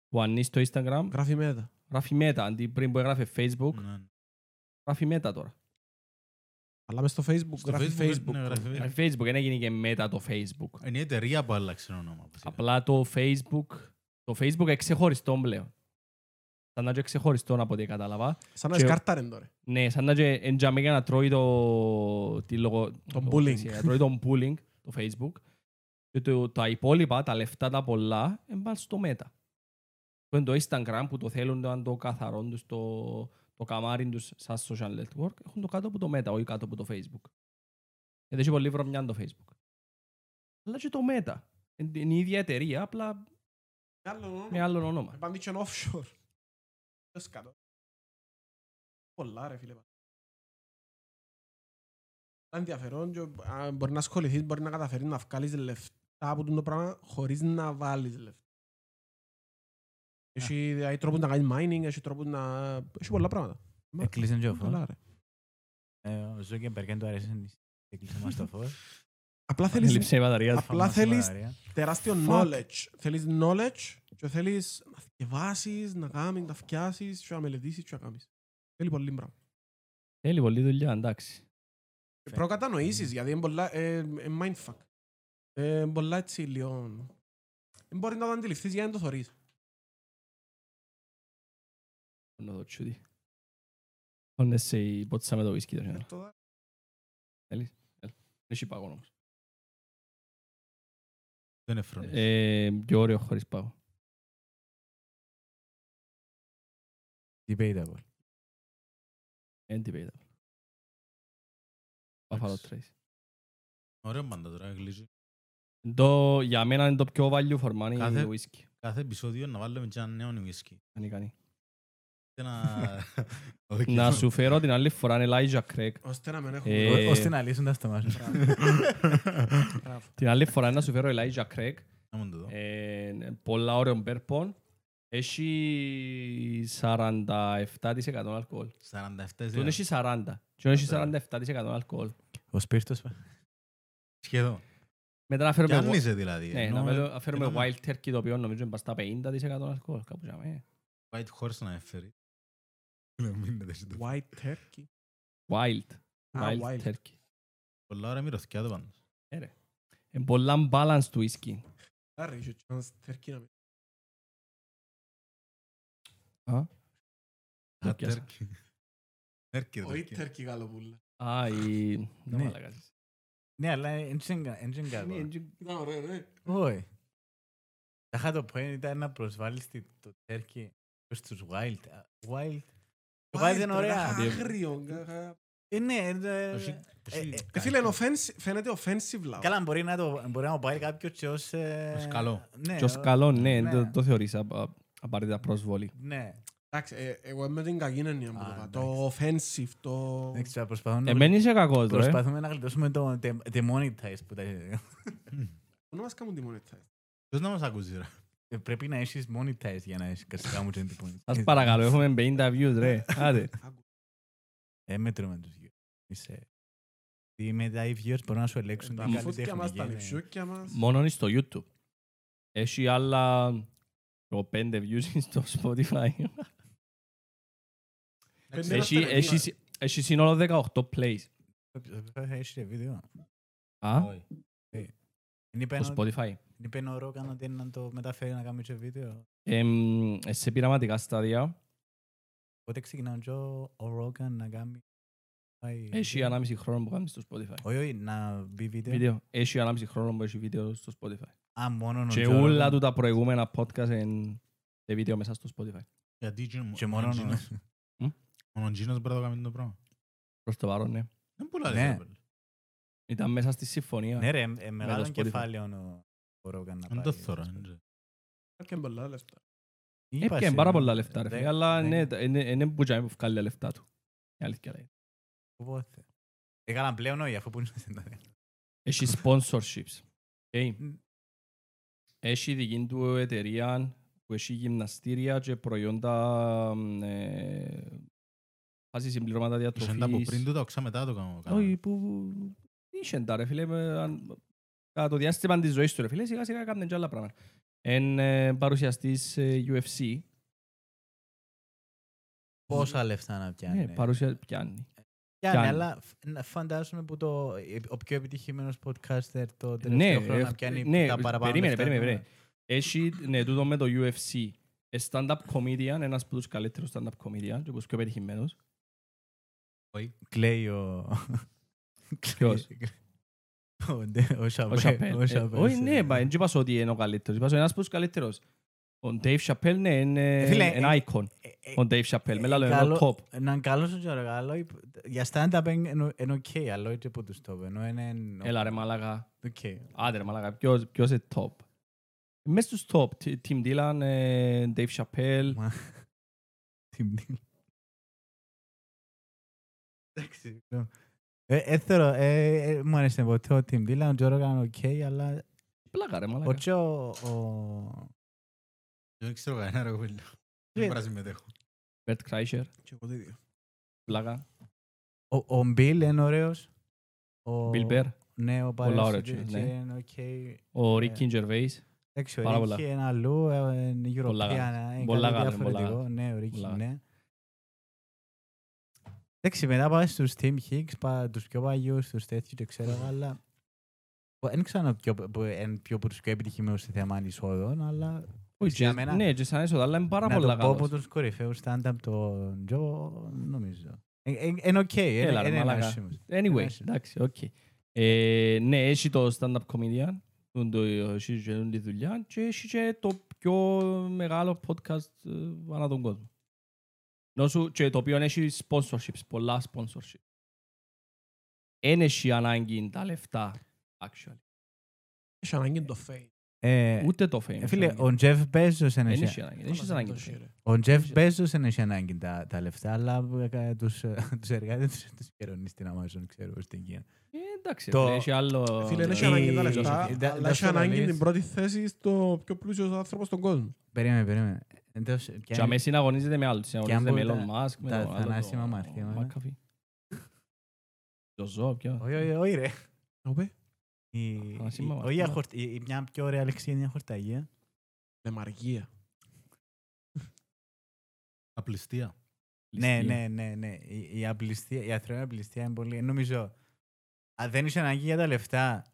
[SPEAKER 1] που ανοίξεις το Instagram,
[SPEAKER 2] Γράφει Meta.
[SPEAKER 1] γράφει Meta, αντί πριν που έγραφε Facebook,
[SPEAKER 3] Ναι.
[SPEAKER 1] γράφει Meta τώρα.
[SPEAKER 2] Αλλά μες στο Facebook
[SPEAKER 3] Στο
[SPEAKER 2] γράφει
[SPEAKER 3] ναι,
[SPEAKER 2] Facebook.
[SPEAKER 3] γράφει Facebook.
[SPEAKER 1] Γράφει Facebook, δεν έγινε και Meta το Facebook.
[SPEAKER 3] Είναι η εταιρεία που άλλαξε το όνομα. βασικά.
[SPEAKER 1] Απλά το Facebook, το Facebook είναι ξεχωριστό πλέον. Σαν να είναι ξεχωριστό από ό,τι κατάλαβα.
[SPEAKER 2] Σαν να
[SPEAKER 1] Και-
[SPEAKER 2] σκάρταρεν τώρα.
[SPEAKER 1] Ναι, σαν να είναι εν τζαμί για να τρώει το... Τη λογο...
[SPEAKER 2] Τον
[SPEAKER 1] λογοκρισία,
[SPEAKER 2] bullying.
[SPEAKER 1] Να τρώει τον bullying, το Facebook. Και το, τα υπόλοιπα, τα λεφτά τα πολλά, εμπάλ στο Meta. Που είναι το Instagram που το θέλουν το, το καθαρό τους, το, το καμάρι τους σαν social network, έχουν το κάτω από το Meta, όχι κάτω από το Facebook. Γιατί έχει πολύ βρωμιά το Facebook. Αλλά και το Meta. Είναι την ίδια εταιρεία, απλά
[SPEAKER 2] Άλλο όνομα.
[SPEAKER 1] με άλλο όνομα.
[SPEAKER 2] Επάντει και ένα offshore. Το σκάτω. Πολλά ρε φίλε. Είναι ενδιαφέρον και α, μπορεί να ασχοληθείς, μπορεί να καταφέρεις να βγάλεις λεφτά από το πράγμα χωρίς να βάλεις λεφτά. Έχει δηλαδή, τρόπους να κάνεις mining, έχει τρόπους να... Έχει πολλά πράγματα. Μα,
[SPEAKER 4] Έκλεισαν και ο φως.
[SPEAKER 2] καλά, ρε.
[SPEAKER 4] Ε, Ο Ζούκεμπερκ δεν του αρέσει έκλεισε μας το φως.
[SPEAKER 2] Απλά θέλεις,
[SPEAKER 1] Έλειψε η μπαταρία του.
[SPEAKER 2] Απλά
[SPEAKER 4] Φάμε μας
[SPEAKER 2] θέλεις-
[SPEAKER 4] σοβαρία.
[SPEAKER 2] τεράστιο knowledge. Θέλεις knowledge και θέλεις να θυκευάσεις, να κάνεις, να φτιάσεις και να μελετήσεις και να κάνεις. Θέλει πολύ πράγμα.
[SPEAKER 1] Θέλει πολλή δουλειά, εντάξει.
[SPEAKER 2] Προκατανοήσεις, γιατί είναι πολλά ε, ε, mindfuck. Ε, πολλά έτσι λίγο. Δεν μπορεί να το αντιληφθείς για να το θωρείς.
[SPEAKER 1] Να το τσούδι. Όντε σε η πότσα με το whisky ναι. το χιόνι.
[SPEAKER 2] Ε, Το-
[SPEAKER 1] Έχει πάγο όμως.
[SPEAKER 3] Δεν εφρονείς.
[SPEAKER 1] Ε, Πιο ωραίο χωρίς πάγο.
[SPEAKER 4] Debatable.
[SPEAKER 1] Εν debatable. Buffalo Trace.
[SPEAKER 3] Ωραίο πάντα τώρα, γλύζει.
[SPEAKER 1] Το, για μένα είναι το πιο value for money
[SPEAKER 3] Κάθε-
[SPEAKER 1] whisky.
[SPEAKER 3] Κάθε επεισόδιο να βάλουμε και ένα νέο whisky.
[SPEAKER 1] Αν κάνει.
[SPEAKER 3] Και
[SPEAKER 1] (laughs)
[SPEAKER 3] να- Όχι.
[SPEAKER 1] Να σου φέρω την άλλη φορά Elijah Craig.
[SPEAKER 2] Ώστε να μην
[SPEAKER 1] Ε,
[SPEAKER 2] έχουμε...
[SPEAKER 4] Ω- Ώστε να λύσουν τα αυτομάτια.
[SPEAKER 2] Μπράβο.
[SPEAKER 1] Την άλλη φορά να σου φέρω Elijah Craig.
[SPEAKER 3] Να μου το δω.
[SPEAKER 1] Ε, πολλά ωραίων μπέρπων. Έχει 47% αλκοόλ.
[SPEAKER 3] 47
[SPEAKER 1] Τον έχει 40. Και έχει 47% αλκοόλ.
[SPEAKER 4] Ο Σπίρτος.
[SPEAKER 3] σχεδόν.
[SPEAKER 1] Μετά να φέρουμε, wi-
[SPEAKER 3] Πιάννησε δηλαδή.
[SPEAKER 1] ναι, να
[SPEAKER 3] ενώ
[SPEAKER 1] φέρουμε- να φέρουμε
[SPEAKER 3] ήταν-
[SPEAKER 1] wild turkey το οποίο νομίζω είναι πας στα 50% αλκοόλ. Κάπου για μένα.
[SPEAKER 3] White horse να έφερει. Να μην είναι τέτοιο.
[SPEAKER 2] White turkey.
[SPEAKER 1] Wild.
[SPEAKER 2] Α,
[SPEAKER 1] Wild
[SPEAKER 2] wild.
[SPEAKER 1] turkey.
[SPEAKER 3] Πολλά ώρα μυρωθιά το πάντως.
[SPEAKER 1] Είναι πολλά balanced whisky.
[SPEAKER 2] Άρα, είχε chance turkey να μην...
[SPEAKER 1] Το
[SPEAKER 3] Α,
[SPEAKER 1] πιάσα.
[SPEAKER 3] turkey. Turkey,
[SPEAKER 2] Όχι
[SPEAKER 3] turkey.
[SPEAKER 2] turkey καλοπούλα.
[SPEAKER 1] Α, η... να
[SPEAKER 4] Ναι.
[SPEAKER 1] μαλακάσεις.
[SPEAKER 4] Ναι, αλλά έντζεν κακό.
[SPEAKER 2] Ήταν ωραίο, ναι.
[SPEAKER 4] Όχι. Τα είχα το point ήταν να προσβάλλεις τη- το τέρκι στους wild. Α, Wild. Το wild είναι ωραία.
[SPEAKER 1] Αντί-
[SPEAKER 2] Άγριο. κα-
[SPEAKER 4] Ε, Ναι, ε, ε,
[SPEAKER 3] Έχει-
[SPEAKER 4] ε,
[SPEAKER 3] έχει
[SPEAKER 4] ε,
[SPEAKER 2] Ε, Φίλε, είναι offensive- φαίνεται offensive λαός.
[SPEAKER 4] Καλά, μπορεί να το μπορεί να το πάρει κάποιος και ως... ε,
[SPEAKER 3] Ως καλό.
[SPEAKER 4] Ναι,
[SPEAKER 1] Και ως
[SPEAKER 4] ο-
[SPEAKER 1] καλό, ναι,
[SPEAKER 4] ναι.
[SPEAKER 1] το- το θεωρείς α- α- απαραίτητα προσβολή.
[SPEAKER 4] Ναι.
[SPEAKER 2] Εντάξει, ε, εγώ είμαι την κακή έννοια που
[SPEAKER 4] Α,
[SPEAKER 2] το πάω. Το offensive, το...
[SPEAKER 4] Δεν ξέρω, προσπαθούμε να-
[SPEAKER 1] Εμένει Ε, είσαι κακός, ρε.
[SPEAKER 4] Προσπαθούμε να γλιτώσουμε το the- the monetize που τα
[SPEAKER 2] Πού να μας κάνουν τη monetize.
[SPEAKER 3] Ποιος να μας ακούσει ρε.
[SPEAKER 4] Ε, Πρέπει να έχεις monetize για να έχεις κασικά μου και την point.
[SPEAKER 1] Σας παρακαλώ, έχουμε 50 views, ρε. Άντε.
[SPEAKER 4] Ε, μετρούμε τους viewers. Είσαι... Τι με τα οι viewers μπορούν να σου ελέγξουν
[SPEAKER 2] Τα
[SPEAKER 4] την
[SPEAKER 2] μουφούκια μας, τα
[SPEAKER 4] καλλιτεχνική. ναι.
[SPEAKER 2] νηψιούκια μας.
[SPEAKER 1] Μόνο στο YouTube. Έχει άλλα εγώ, πέντε views στο Spotify.
[SPEAKER 2] Πέντε
[SPEAKER 1] Έχει-
[SPEAKER 2] δευτερεύματα.
[SPEAKER 1] έχει συ- Έχει σύνολο 18 plays.
[SPEAKER 4] Θα έχεις και βίντεο.
[SPEAKER 1] Α,
[SPEAKER 3] Όχι.
[SPEAKER 4] Εν είπε
[SPEAKER 1] στο
[SPEAKER 4] ο-
[SPEAKER 1] Spotify.
[SPEAKER 4] εν είπε ο Ρόγκαν ότι είναι να το μεταφέρει να κάνει και βίντεο.
[SPEAKER 1] Εμ, σε πειραματικά στάδια
[SPEAKER 4] Πότε ξεκινά ο Τζο ο Ρόγκαν να κάνει... πάει
[SPEAKER 1] έχει
[SPEAKER 4] βίντεο.
[SPEAKER 1] 1,5 χρόνο που κάνει στο Spotify.
[SPEAKER 4] Όχι, όχι, να μπει βίντεο.
[SPEAKER 1] Βίντεο. Έχει 1,5 χρόνο που έχει βίντεο στο Spotify.
[SPEAKER 4] Α, μόνον ο
[SPEAKER 1] Και
[SPEAKER 4] Τζο
[SPEAKER 1] όλα
[SPEAKER 4] Ρόγκαν.
[SPEAKER 1] του τα προηγούμενα podcast είναι σε βίντεο μέσα στο Spotify.
[SPEAKER 3] Γιατί και
[SPEAKER 4] Και
[SPEAKER 3] ο-
[SPEAKER 4] μόνον
[SPEAKER 3] ο
[SPEAKER 4] ο-
[SPEAKER 3] Τζίνος-
[SPEAKER 1] Μμ?
[SPEAKER 3] μόνο ο Τζίνος μπορεί να το κάνει το πράγμα.
[SPEAKER 1] Προς το παρόν, ναι.
[SPEAKER 3] Δεν πουλάει,
[SPEAKER 4] Ναι.
[SPEAKER 3] ρε, παιδί.
[SPEAKER 1] Ήταν μέσα στη συμφωνία.
[SPEAKER 4] Ναι ρε, ε, μεγάλο
[SPEAKER 1] Spotify.
[SPEAKER 4] κεφάλαιο ο- ο Ρόγκαν να
[SPEAKER 3] Δεν
[SPEAKER 4] πάρει.
[SPEAKER 3] το θωρώ, ε, είναι, ρε.
[SPEAKER 2] Έπιαν πολλά λεφτά.
[SPEAKER 4] Είπα
[SPEAKER 1] Έπιαν
[SPEAKER 4] σε-
[SPEAKER 1] Ε, πάρα πολλά λεφτά, ρε
[SPEAKER 4] ε. δεν-
[SPEAKER 1] φίλε, αλλά
[SPEAKER 4] δεν-
[SPEAKER 1] ναι, είναι που τζάμε που βγάλει τα λεφτά του. Η αλήθεια λέει.
[SPEAKER 4] Οπότε. Ε, καλά, πλέον όχι, αφού που είναι στην τάδε.
[SPEAKER 1] Ναι. Έχει sponsorships. Okay.
[SPEAKER 4] Μμ.
[SPEAKER 1] Έχει δική του εταιρεία που έχει γυμναστήρια και προϊόντα μ, ε, βάζει συμπληρώματα
[SPEAKER 3] Τους έντα από
[SPEAKER 1] διατροφής.
[SPEAKER 3] πριν του, τα οξά μετά το
[SPEAKER 4] Ναι.
[SPEAKER 3] κάνω- κάνω.
[SPEAKER 1] Όχι, που είχε τα ρε φίλε. με- αν- Κατά το διάστημα της ζωής του ρε φίλε, σιγά σιγά έκαναν και άλλα πράγματα. Εν ε, παρουσιαστής ε, UFC,
[SPEAKER 4] Πόσα λεφτά να
[SPEAKER 1] ναι,
[SPEAKER 4] πιάνει.
[SPEAKER 1] παρουσια... πιάνει.
[SPEAKER 4] Πιάνει,
[SPEAKER 1] πιάνει.
[SPEAKER 4] αλλά φ- να φαντάζομαι που το, ε, ο πιο επιτυχημένος podcaster το
[SPEAKER 1] Ναι,
[SPEAKER 4] τελευταίο χρόνο
[SPEAKER 1] ε,
[SPEAKER 4] να πιάνει
[SPEAKER 1] ναι,
[SPEAKER 4] τα παραπάνω
[SPEAKER 1] περίμενε,
[SPEAKER 4] λεφτά.
[SPEAKER 1] περίμενε, περίμενε. Έχει ναι, τούτο με το UFC. Ε, Stand-up comedian, ένας από τους καλύτερους stand-up comedian και από τους πιο πετυχημένους.
[SPEAKER 4] Κλαίει (laughs) ο...
[SPEAKER 1] Ποιος?
[SPEAKER 4] Ο Ντε- Ο Σαπέλ.
[SPEAKER 1] Ο Σαπέλ.
[SPEAKER 4] Ο Σαπέλ,
[SPEAKER 1] Όχι,
[SPEAKER 4] σε-
[SPEAKER 1] ναι, μα δεν είπα ότι είναι ο καλύτερος. Είπα ότι είναι ένας από τους καλύτερους. Ο Dave Chappelle, ναι, είναι
[SPEAKER 4] Ε, φίλε,
[SPEAKER 1] ένα
[SPEAKER 4] ε,
[SPEAKER 1] icon.
[SPEAKER 4] Ε, ε,
[SPEAKER 1] Ο Dave Chappelle, με άλλα λόγια,
[SPEAKER 4] καλό-
[SPEAKER 1] είναι ο top.
[SPEAKER 4] Έναν καλό σου τζόρο, καλό. υπ- Για stand-up είναι- είναι- είναι οκ, αλλά όχι από τους top. Ενώ είναι...
[SPEAKER 1] Έλα ρε μάλακα.
[SPEAKER 4] Οκ.
[SPEAKER 1] Άντε ρε μάλακα, ποιος, ποιος είναι top. Μες στους top, Τι- Tim Dillon, ε, Dave Chappelle.
[SPEAKER 4] Μα- Τι μπει. Εντάξει. συγγνώμη. Ε, ε, θεωρώ, ε, ε, μου άρεσε ποτέ ο Τιμ Ντίλαν, ο Τζο Ρόγκαν οκ, αλλά
[SPEAKER 1] Πλάκα ρε
[SPEAKER 4] ο
[SPEAKER 1] μάλακα.
[SPEAKER 4] Τζο... ο-
[SPEAKER 3] Δεν ξέρω κανένα, ρε, κοπέλα. Δεν μπορώ να συμμετέχω.
[SPEAKER 1] Bert Kreischer,
[SPEAKER 2] Και εγώ το ίδιο.
[SPEAKER 1] πλάκα.
[SPEAKER 4] ο- Ο Μπιλ είναι ωραίος. Ο-
[SPEAKER 1] Bill Burr,
[SPEAKER 4] Ναι, ο
[SPEAKER 1] Πολλά ωραίος,
[SPEAKER 4] Παρέσης
[SPEAKER 1] ναι.
[SPEAKER 4] είναι οκ.
[SPEAKER 1] ο
[SPEAKER 4] Ε.
[SPEAKER 1] Ricky Gervais.
[SPEAKER 4] Εντάξει,
[SPEAKER 1] Πάρα
[SPEAKER 4] ο
[SPEAKER 1] πολλά.
[SPEAKER 4] Ρίκη είναι αλλού, ε, είναι
[SPEAKER 1] Πολλά
[SPEAKER 4] European,
[SPEAKER 1] γάλα.
[SPEAKER 4] ε, είναι
[SPEAKER 1] Πολλά
[SPEAKER 4] κάτι
[SPEAKER 1] γάλα,
[SPEAKER 4] διαφορετικό.
[SPEAKER 1] πολλά
[SPEAKER 4] Ναι, ο Ρίκη,
[SPEAKER 1] Πολλά γάλα.
[SPEAKER 4] ναι. Εντάξει, μετά πάμε στους Team Hicks, πα- τους πιο παλιούς, τους τέτοιους, δεν ξέρω, αλλά Δεν ξέρω ποιο, ποιο- εν- ποιο από τους πιο επιτυχημένους σε θέμα εισόδων, αλλά
[SPEAKER 1] Όχι,
[SPEAKER 4] για
[SPEAKER 1] και-
[SPEAKER 4] μένα-
[SPEAKER 1] Ναι, και σαν έσοδα, αλλά είναι πάρα
[SPEAKER 4] να
[SPEAKER 1] πολλά
[SPEAKER 4] το πω
[SPEAKER 1] καλός.
[SPEAKER 4] από τους κορυφαίους stand-up τον Τζο, νομίζω. Είναι οκ, είναι
[SPEAKER 1] Έλα, ρε,
[SPEAKER 4] είναι
[SPEAKER 1] μαλάκα.
[SPEAKER 4] νόησιμος.
[SPEAKER 1] Anyway,
[SPEAKER 4] Εννοείς.
[SPEAKER 1] εντάξει, οκ. Ε, ναι, έχει το stand-up comedian, τον το έχει και τον τη δουλειά και έχει και το πιο μεγάλο podcast ε, ανά τον κόσμο. Νόσου, και το οποίο έχει sponsorships, πολλά sponsorships. Εν έχει ανάγκη τα λεφτά, actually.
[SPEAKER 2] Έχει ανάγκη το fame.
[SPEAKER 4] Ε,
[SPEAKER 1] Ούτε το fame.
[SPEAKER 4] ε,
[SPEAKER 1] έχει
[SPEAKER 4] Φίλε,
[SPEAKER 1] ανάγκη.
[SPEAKER 4] ο ναι, Τζεφ Μπέζος
[SPEAKER 1] Εν
[SPEAKER 4] είναι
[SPEAKER 1] έχει ανάγκη. Δεν έχεις ανάγκη. το fame.
[SPEAKER 4] Ο Τζεφ
[SPEAKER 1] Είχε.
[SPEAKER 4] Μπέζος δεν έχει ανάγκη τα, τα λεφτά, αλλά ε, τους, ε, τους εργάτες (laughs) τους- τους χαιρονεί στην Amazon, ξέρω, στην Κίνα.
[SPEAKER 1] Ε, Εντάξει,
[SPEAKER 4] Το-
[SPEAKER 1] φίλε, έχει άλλο... Ε,
[SPEAKER 2] Φίλε, δεν έχει
[SPEAKER 4] η-
[SPEAKER 2] ανάγκη τα
[SPEAKER 4] η-
[SPEAKER 2] λεφτά,
[SPEAKER 4] τα-
[SPEAKER 2] αλλά
[SPEAKER 4] τα
[SPEAKER 2] έχει ανάγκη
[SPEAKER 4] σοβαρές.
[SPEAKER 2] την πρώτη θέση στο πιο πλούσιος άνθρωπος στον κόσμο.
[SPEAKER 4] Περίμενε, περίμενε. Εντός,
[SPEAKER 1] Και αμέσως συναγωνίζεται με άλλους. Συναγωνίζεται με
[SPEAKER 4] αν
[SPEAKER 1] Elon
[SPEAKER 4] μπορούν
[SPEAKER 1] Musk, με
[SPEAKER 4] τα
[SPEAKER 1] τον άλλο,
[SPEAKER 4] θανάσιμα
[SPEAKER 1] τον
[SPEAKER 4] μαθήματα.
[SPEAKER 1] McAfee. Το ζω, ποιο.
[SPEAKER 4] ε. Όχι, όχι, όχι, ρε.
[SPEAKER 2] Ωπε.
[SPEAKER 4] Η- η-
[SPEAKER 1] θανάσιμα
[SPEAKER 4] όχι, η
[SPEAKER 1] μαθήματα.
[SPEAKER 4] αχορτ- η- η- μια πιο ωραία λέξη είναι η ε. αχορταγία.
[SPEAKER 2] Με μαργία.
[SPEAKER 3] Απληστία.
[SPEAKER 4] Ναι,
[SPEAKER 1] Ληστεία.
[SPEAKER 4] ναι, ναι, ναι. Η, η απληστία, η ανθρώπινη απληστία είναι πολύ. Νομίζω. Αν δεν είσαι ανάγκη για τα λεφτά.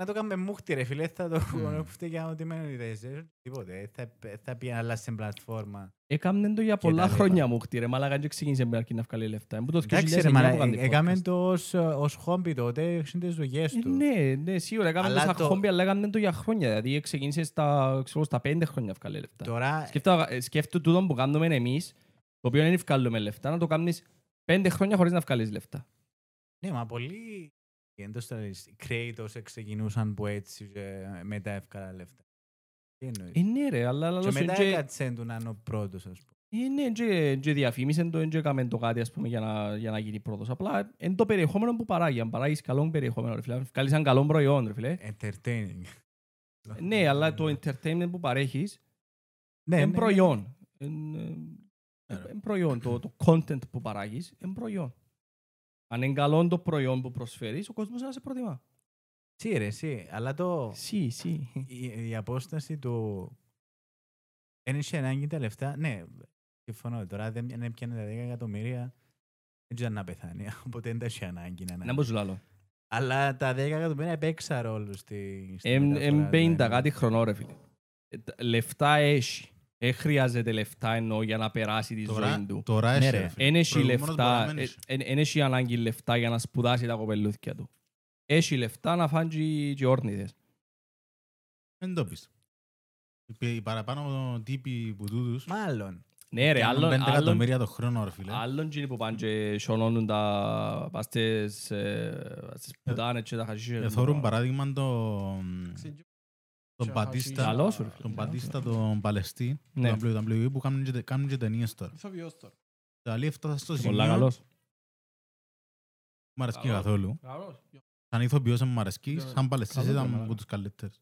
[SPEAKER 4] Να το κάνουμε μούχτη, ρε φίλε. Θα το (laughs)
[SPEAKER 3] Μμμ.
[SPEAKER 4] φταίει για ό,τι μένει. Δεν ξέρω τίποτε. ε, Θα, θα πει να αλλάξει την πλατφόρμα.
[SPEAKER 1] Έκαμνε το για
[SPEAKER 4] Και τα
[SPEAKER 1] πολλά
[SPEAKER 4] λοιπά.
[SPEAKER 1] χρόνια μου χτύρε, μαλάκα και ξεκίνησε με αρκεί να βγάλει λεφτά. Εμπού το
[SPEAKER 4] Εντάξει,
[SPEAKER 1] 2009
[SPEAKER 4] ρε,
[SPEAKER 1] που
[SPEAKER 4] μαλα,
[SPEAKER 1] έκανε
[SPEAKER 4] ε, έκαμε
[SPEAKER 1] podcast.
[SPEAKER 4] το ως, ως χόμπι τότε. Έχεις τις δουλειές
[SPEAKER 1] Ε,
[SPEAKER 4] τους.
[SPEAKER 1] Ναι, ναι, σίγουρα έκαμε το
[SPEAKER 4] Αλλά
[SPEAKER 1] σαν
[SPEAKER 4] το-
[SPEAKER 1] χόμπι, αλλά έκαμε το για χρόνια. Δηλαδή ξεκίνησε στα, ξέρω, στα πέντε χρόνια να βγάλει λεφτά.
[SPEAKER 4] Τώρα,
[SPEAKER 1] Σκέφτα- ε, Σκέφτο τούτο που κάνουμε εμείς, το οποίο δεν βγάλουμε λεφτά, να το κάνεις πέντε χρόνια χωρίς να βγάλεις λεφτά.
[SPEAKER 4] ναι, μα πολλοί εντός τώρα, οι creators ξεκινούσαν που έτσι ε, μετά εύκολα λεφτά. Τι εννοείς.
[SPEAKER 1] Ε, ναι ρε, αλλά αλλά
[SPEAKER 4] Και
[SPEAKER 1] σου
[SPEAKER 4] μετά
[SPEAKER 1] και-
[SPEAKER 4] έκατσεν του να είναι ο πρώτος, ας πούμε.
[SPEAKER 1] Ε, ναι, και, και διαφήμισαν το, και έκαμεν το κάτι ας πούμε, για, να, για να γίνει πρώτος. Απλά είναι το περιεχόμενο που παράγει. Αν παράγεις καλό περιεχόμενο, ρε φίλε, αν βγάλεις ένα καλό προϊόν, ρε φίλε.
[SPEAKER 4] Entertaining.
[SPEAKER 1] Ναι, αλλά το entertainment που παρέχεις
[SPEAKER 4] Ναι,
[SPEAKER 1] είναι
[SPEAKER 4] ναι,
[SPEAKER 1] προϊόν. Είναι ε, είναι προϊόν. Το, το content που παράγεις είναι προϊόν. Αν είναι καλό το προϊόν που προσφέρεις, ο κόσμος να σε προτιμά.
[SPEAKER 4] Σύ ρε, σύ. Αλλά το...
[SPEAKER 1] Σι, σι.
[SPEAKER 4] Η, η απόσταση του... Εν είχε ανάγκη τα λεφτά. Ναι, συμφωνώ. Τώρα δεν δεν έπιανε τα 10 εκατομμύρια. Δεν ξέρω να πεθάνει. (laughs) Οπότε δεν τα είχε ανάγκη να
[SPEAKER 1] Να
[SPEAKER 4] είναι.
[SPEAKER 1] μπω σου λάλλω.
[SPEAKER 4] Αλλά τα 10 εκατομμύρια έπαιξα ρόλο στη... στη μεταφορά ναι, δηλαδή.
[SPEAKER 1] Εν
[SPEAKER 4] του
[SPEAKER 1] 50
[SPEAKER 4] ένα.
[SPEAKER 1] κάτι χρονό, ρε φίλε. Ε, τα- Λεφτά έχει. Δεν χρειάζεται λεφτά εννοώ για να περάσει τη ζωή
[SPEAKER 3] Τώρα,
[SPEAKER 1] του.
[SPEAKER 3] τώρα
[SPEAKER 4] Ναι,
[SPEAKER 3] έχει,
[SPEAKER 4] ρε.
[SPEAKER 3] ρε φίλε.
[SPEAKER 1] Εν έχει
[SPEAKER 3] Προηγούμενος μπορεί να
[SPEAKER 1] λεφτά, ε,
[SPEAKER 3] μην έχει.
[SPEAKER 1] εν- εν έχει ανάγκη λεφτά για να σπουδάσει τα κοπελούθια του. Έχει λεφτά να φάνε και- και όρνηθες.
[SPEAKER 3] Δεν το πεις. Οι- Οι παραπάνω τύποι που τούτους
[SPEAKER 4] Μάλλον.
[SPEAKER 1] Ναι ρε,
[SPEAKER 3] κάνουν
[SPEAKER 1] άλλον,
[SPEAKER 3] πέντε
[SPEAKER 1] άλλον,
[SPEAKER 3] εκατομμύρια το χρόνο, ρε φίλε.
[SPEAKER 1] άλλον είναι που πάνε και σιωνώνουν τα παστές, ε, στις πουτάνες και τα χασίσια.
[SPEAKER 3] Ε, Θεωρούν παράδειγμα τον- τον
[SPEAKER 2] Ξεχάσει.
[SPEAKER 3] Πατίστα,
[SPEAKER 1] Καλό σου, ρε φίλε.
[SPEAKER 2] Ναι,
[SPEAKER 3] τον Πατίστα, τον Παλαιστή,
[SPEAKER 1] Ναι.
[SPEAKER 3] τον WWE που κάνουν και- κάνουν και ταινίες τώρα.
[SPEAKER 2] Ηθοποιός τώρα.
[SPEAKER 3] Τα άλλη έφτασα στο
[SPEAKER 1] Και
[SPEAKER 3] σημείο,
[SPEAKER 1] Ε, Πολλά καλός.
[SPEAKER 3] μου αρέσκει
[SPEAKER 1] Καλός.
[SPEAKER 3] καθόλου. Σαν ηθοποιός δεν μου αρέσκει,
[SPEAKER 2] Ήταν
[SPEAKER 3] σαν παλαιστής
[SPEAKER 1] καλός,
[SPEAKER 3] ήταν
[SPEAKER 1] καλά.
[SPEAKER 3] από τους καλύτερους.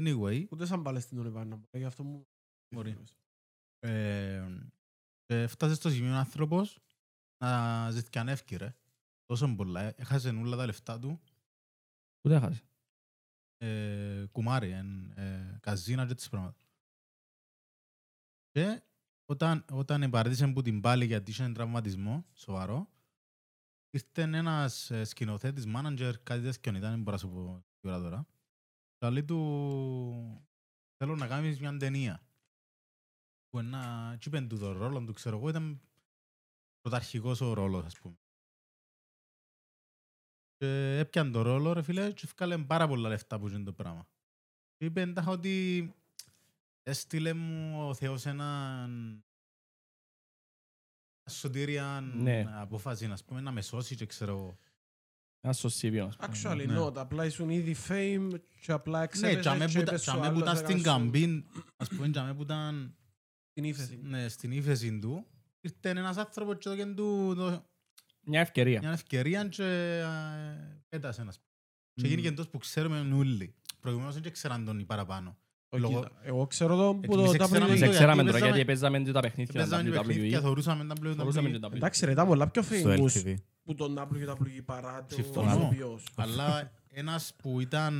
[SPEAKER 3] Anyway,
[SPEAKER 2] Ούτε σαν Παλαιστίνο τον Ιβάν να μπορεί, γι' αυτό μου...
[SPEAKER 3] Μπορεί. ε, ε, φτάσε στο σημείο ο άνθρωπος να ζητιανεύκει ρε. Τόσο πολλά, ε. έχασε όλα τα λεφτά του,
[SPEAKER 1] Ούτε έχασε.
[SPEAKER 3] ε, κουμάρι, εν, ε, καζίνα και τις πράγματα. Και όταν, όταν επαρτήσαν που την πάλι γιατί είχε έναν τραυματισμό σοβαρό, ήρθε ένας ε, σκηνοθέτης, manager, κάτι τέτοιο ήταν, δεν μπορώ να σου πω τι ώρα τώρα. Και λέει του, θέλω να κάνεις μια ταινία. Που ένα, τι είπε του το ρόλο του, ξέρω εγώ, ήταν πρωταρχικός ο ρόλος, ας πούμε. Και έπιαν το ρόλο, ρε φίλε, και έφκαλε πάρα πολλά λεφτά που γίνει το πράγμα. Και είπε εντάχα ότι έστειλε μου ο Θεός έναν σωτήρια
[SPEAKER 1] Ναι.
[SPEAKER 3] απόφαση, να πούμε, να με σώσει και ξέρω εγώ.
[SPEAKER 1] Ένα σωσίβιο. ας πούμε.
[SPEAKER 2] Actually,
[SPEAKER 3] Ναι.
[SPEAKER 2] not. Απλά ήσουν ήδη fame και απλά
[SPEAKER 3] Ναι, τζαμέ
[SPEAKER 2] εξέπεσες
[SPEAKER 3] που
[SPEAKER 2] και
[SPEAKER 3] τα-
[SPEAKER 2] είπες ο
[SPEAKER 3] τζαμέ που
[SPEAKER 2] άλλος
[SPEAKER 3] ήταν
[SPEAKER 2] να
[SPEAKER 3] στην
[SPEAKER 2] κάνεις
[SPEAKER 3] καμπή, ας πούμε, τζαμέ που ήταν
[SPEAKER 2] την ύφεση.
[SPEAKER 3] ναι, στην ύφεση του, ήρθε ένας άνθρωπος και έδωκε του το-
[SPEAKER 1] Μια ευκαιρία.
[SPEAKER 3] μια ευκαιρία και ε, πέτασε ένας. Και γίνηκε εντός που ξέρουμε όλοι. Προηγουμένως δεν ξέραν τον ή παραπάνω.
[SPEAKER 2] Το
[SPEAKER 3] Λόγω-
[SPEAKER 2] κοίτα. Εγώ ξέρω τον που το
[SPEAKER 3] Εμείς εξέραμε
[SPEAKER 1] Σε
[SPEAKER 3] το
[SPEAKER 2] WWE.
[SPEAKER 1] ξέραμε
[SPEAKER 3] γιατί
[SPEAKER 1] τώρα
[SPEAKER 3] παίζαμε-
[SPEAKER 1] γιατί παίζαμε και τα παιχνίδια
[SPEAKER 3] Παίζαμε και
[SPEAKER 4] E.
[SPEAKER 1] τα
[SPEAKER 3] παιχνίδια και
[SPEAKER 1] WWE.
[SPEAKER 3] θεωρούσαμε E. τα WWE.
[SPEAKER 1] Θεωρούσαμε και τα E. WWE.
[SPEAKER 2] Εντάξει ρε, ήταν πολλά πιο
[SPEAKER 4] Στο
[SPEAKER 2] famous
[SPEAKER 4] LTV.
[SPEAKER 2] που τον WWE παρά το
[SPEAKER 3] Συμφωνώ.
[SPEAKER 2] ηθοποιός.
[SPEAKER 3] Αλλά
[SPEAKER 4] E.
[SPEAKER 3] ένας που ήταν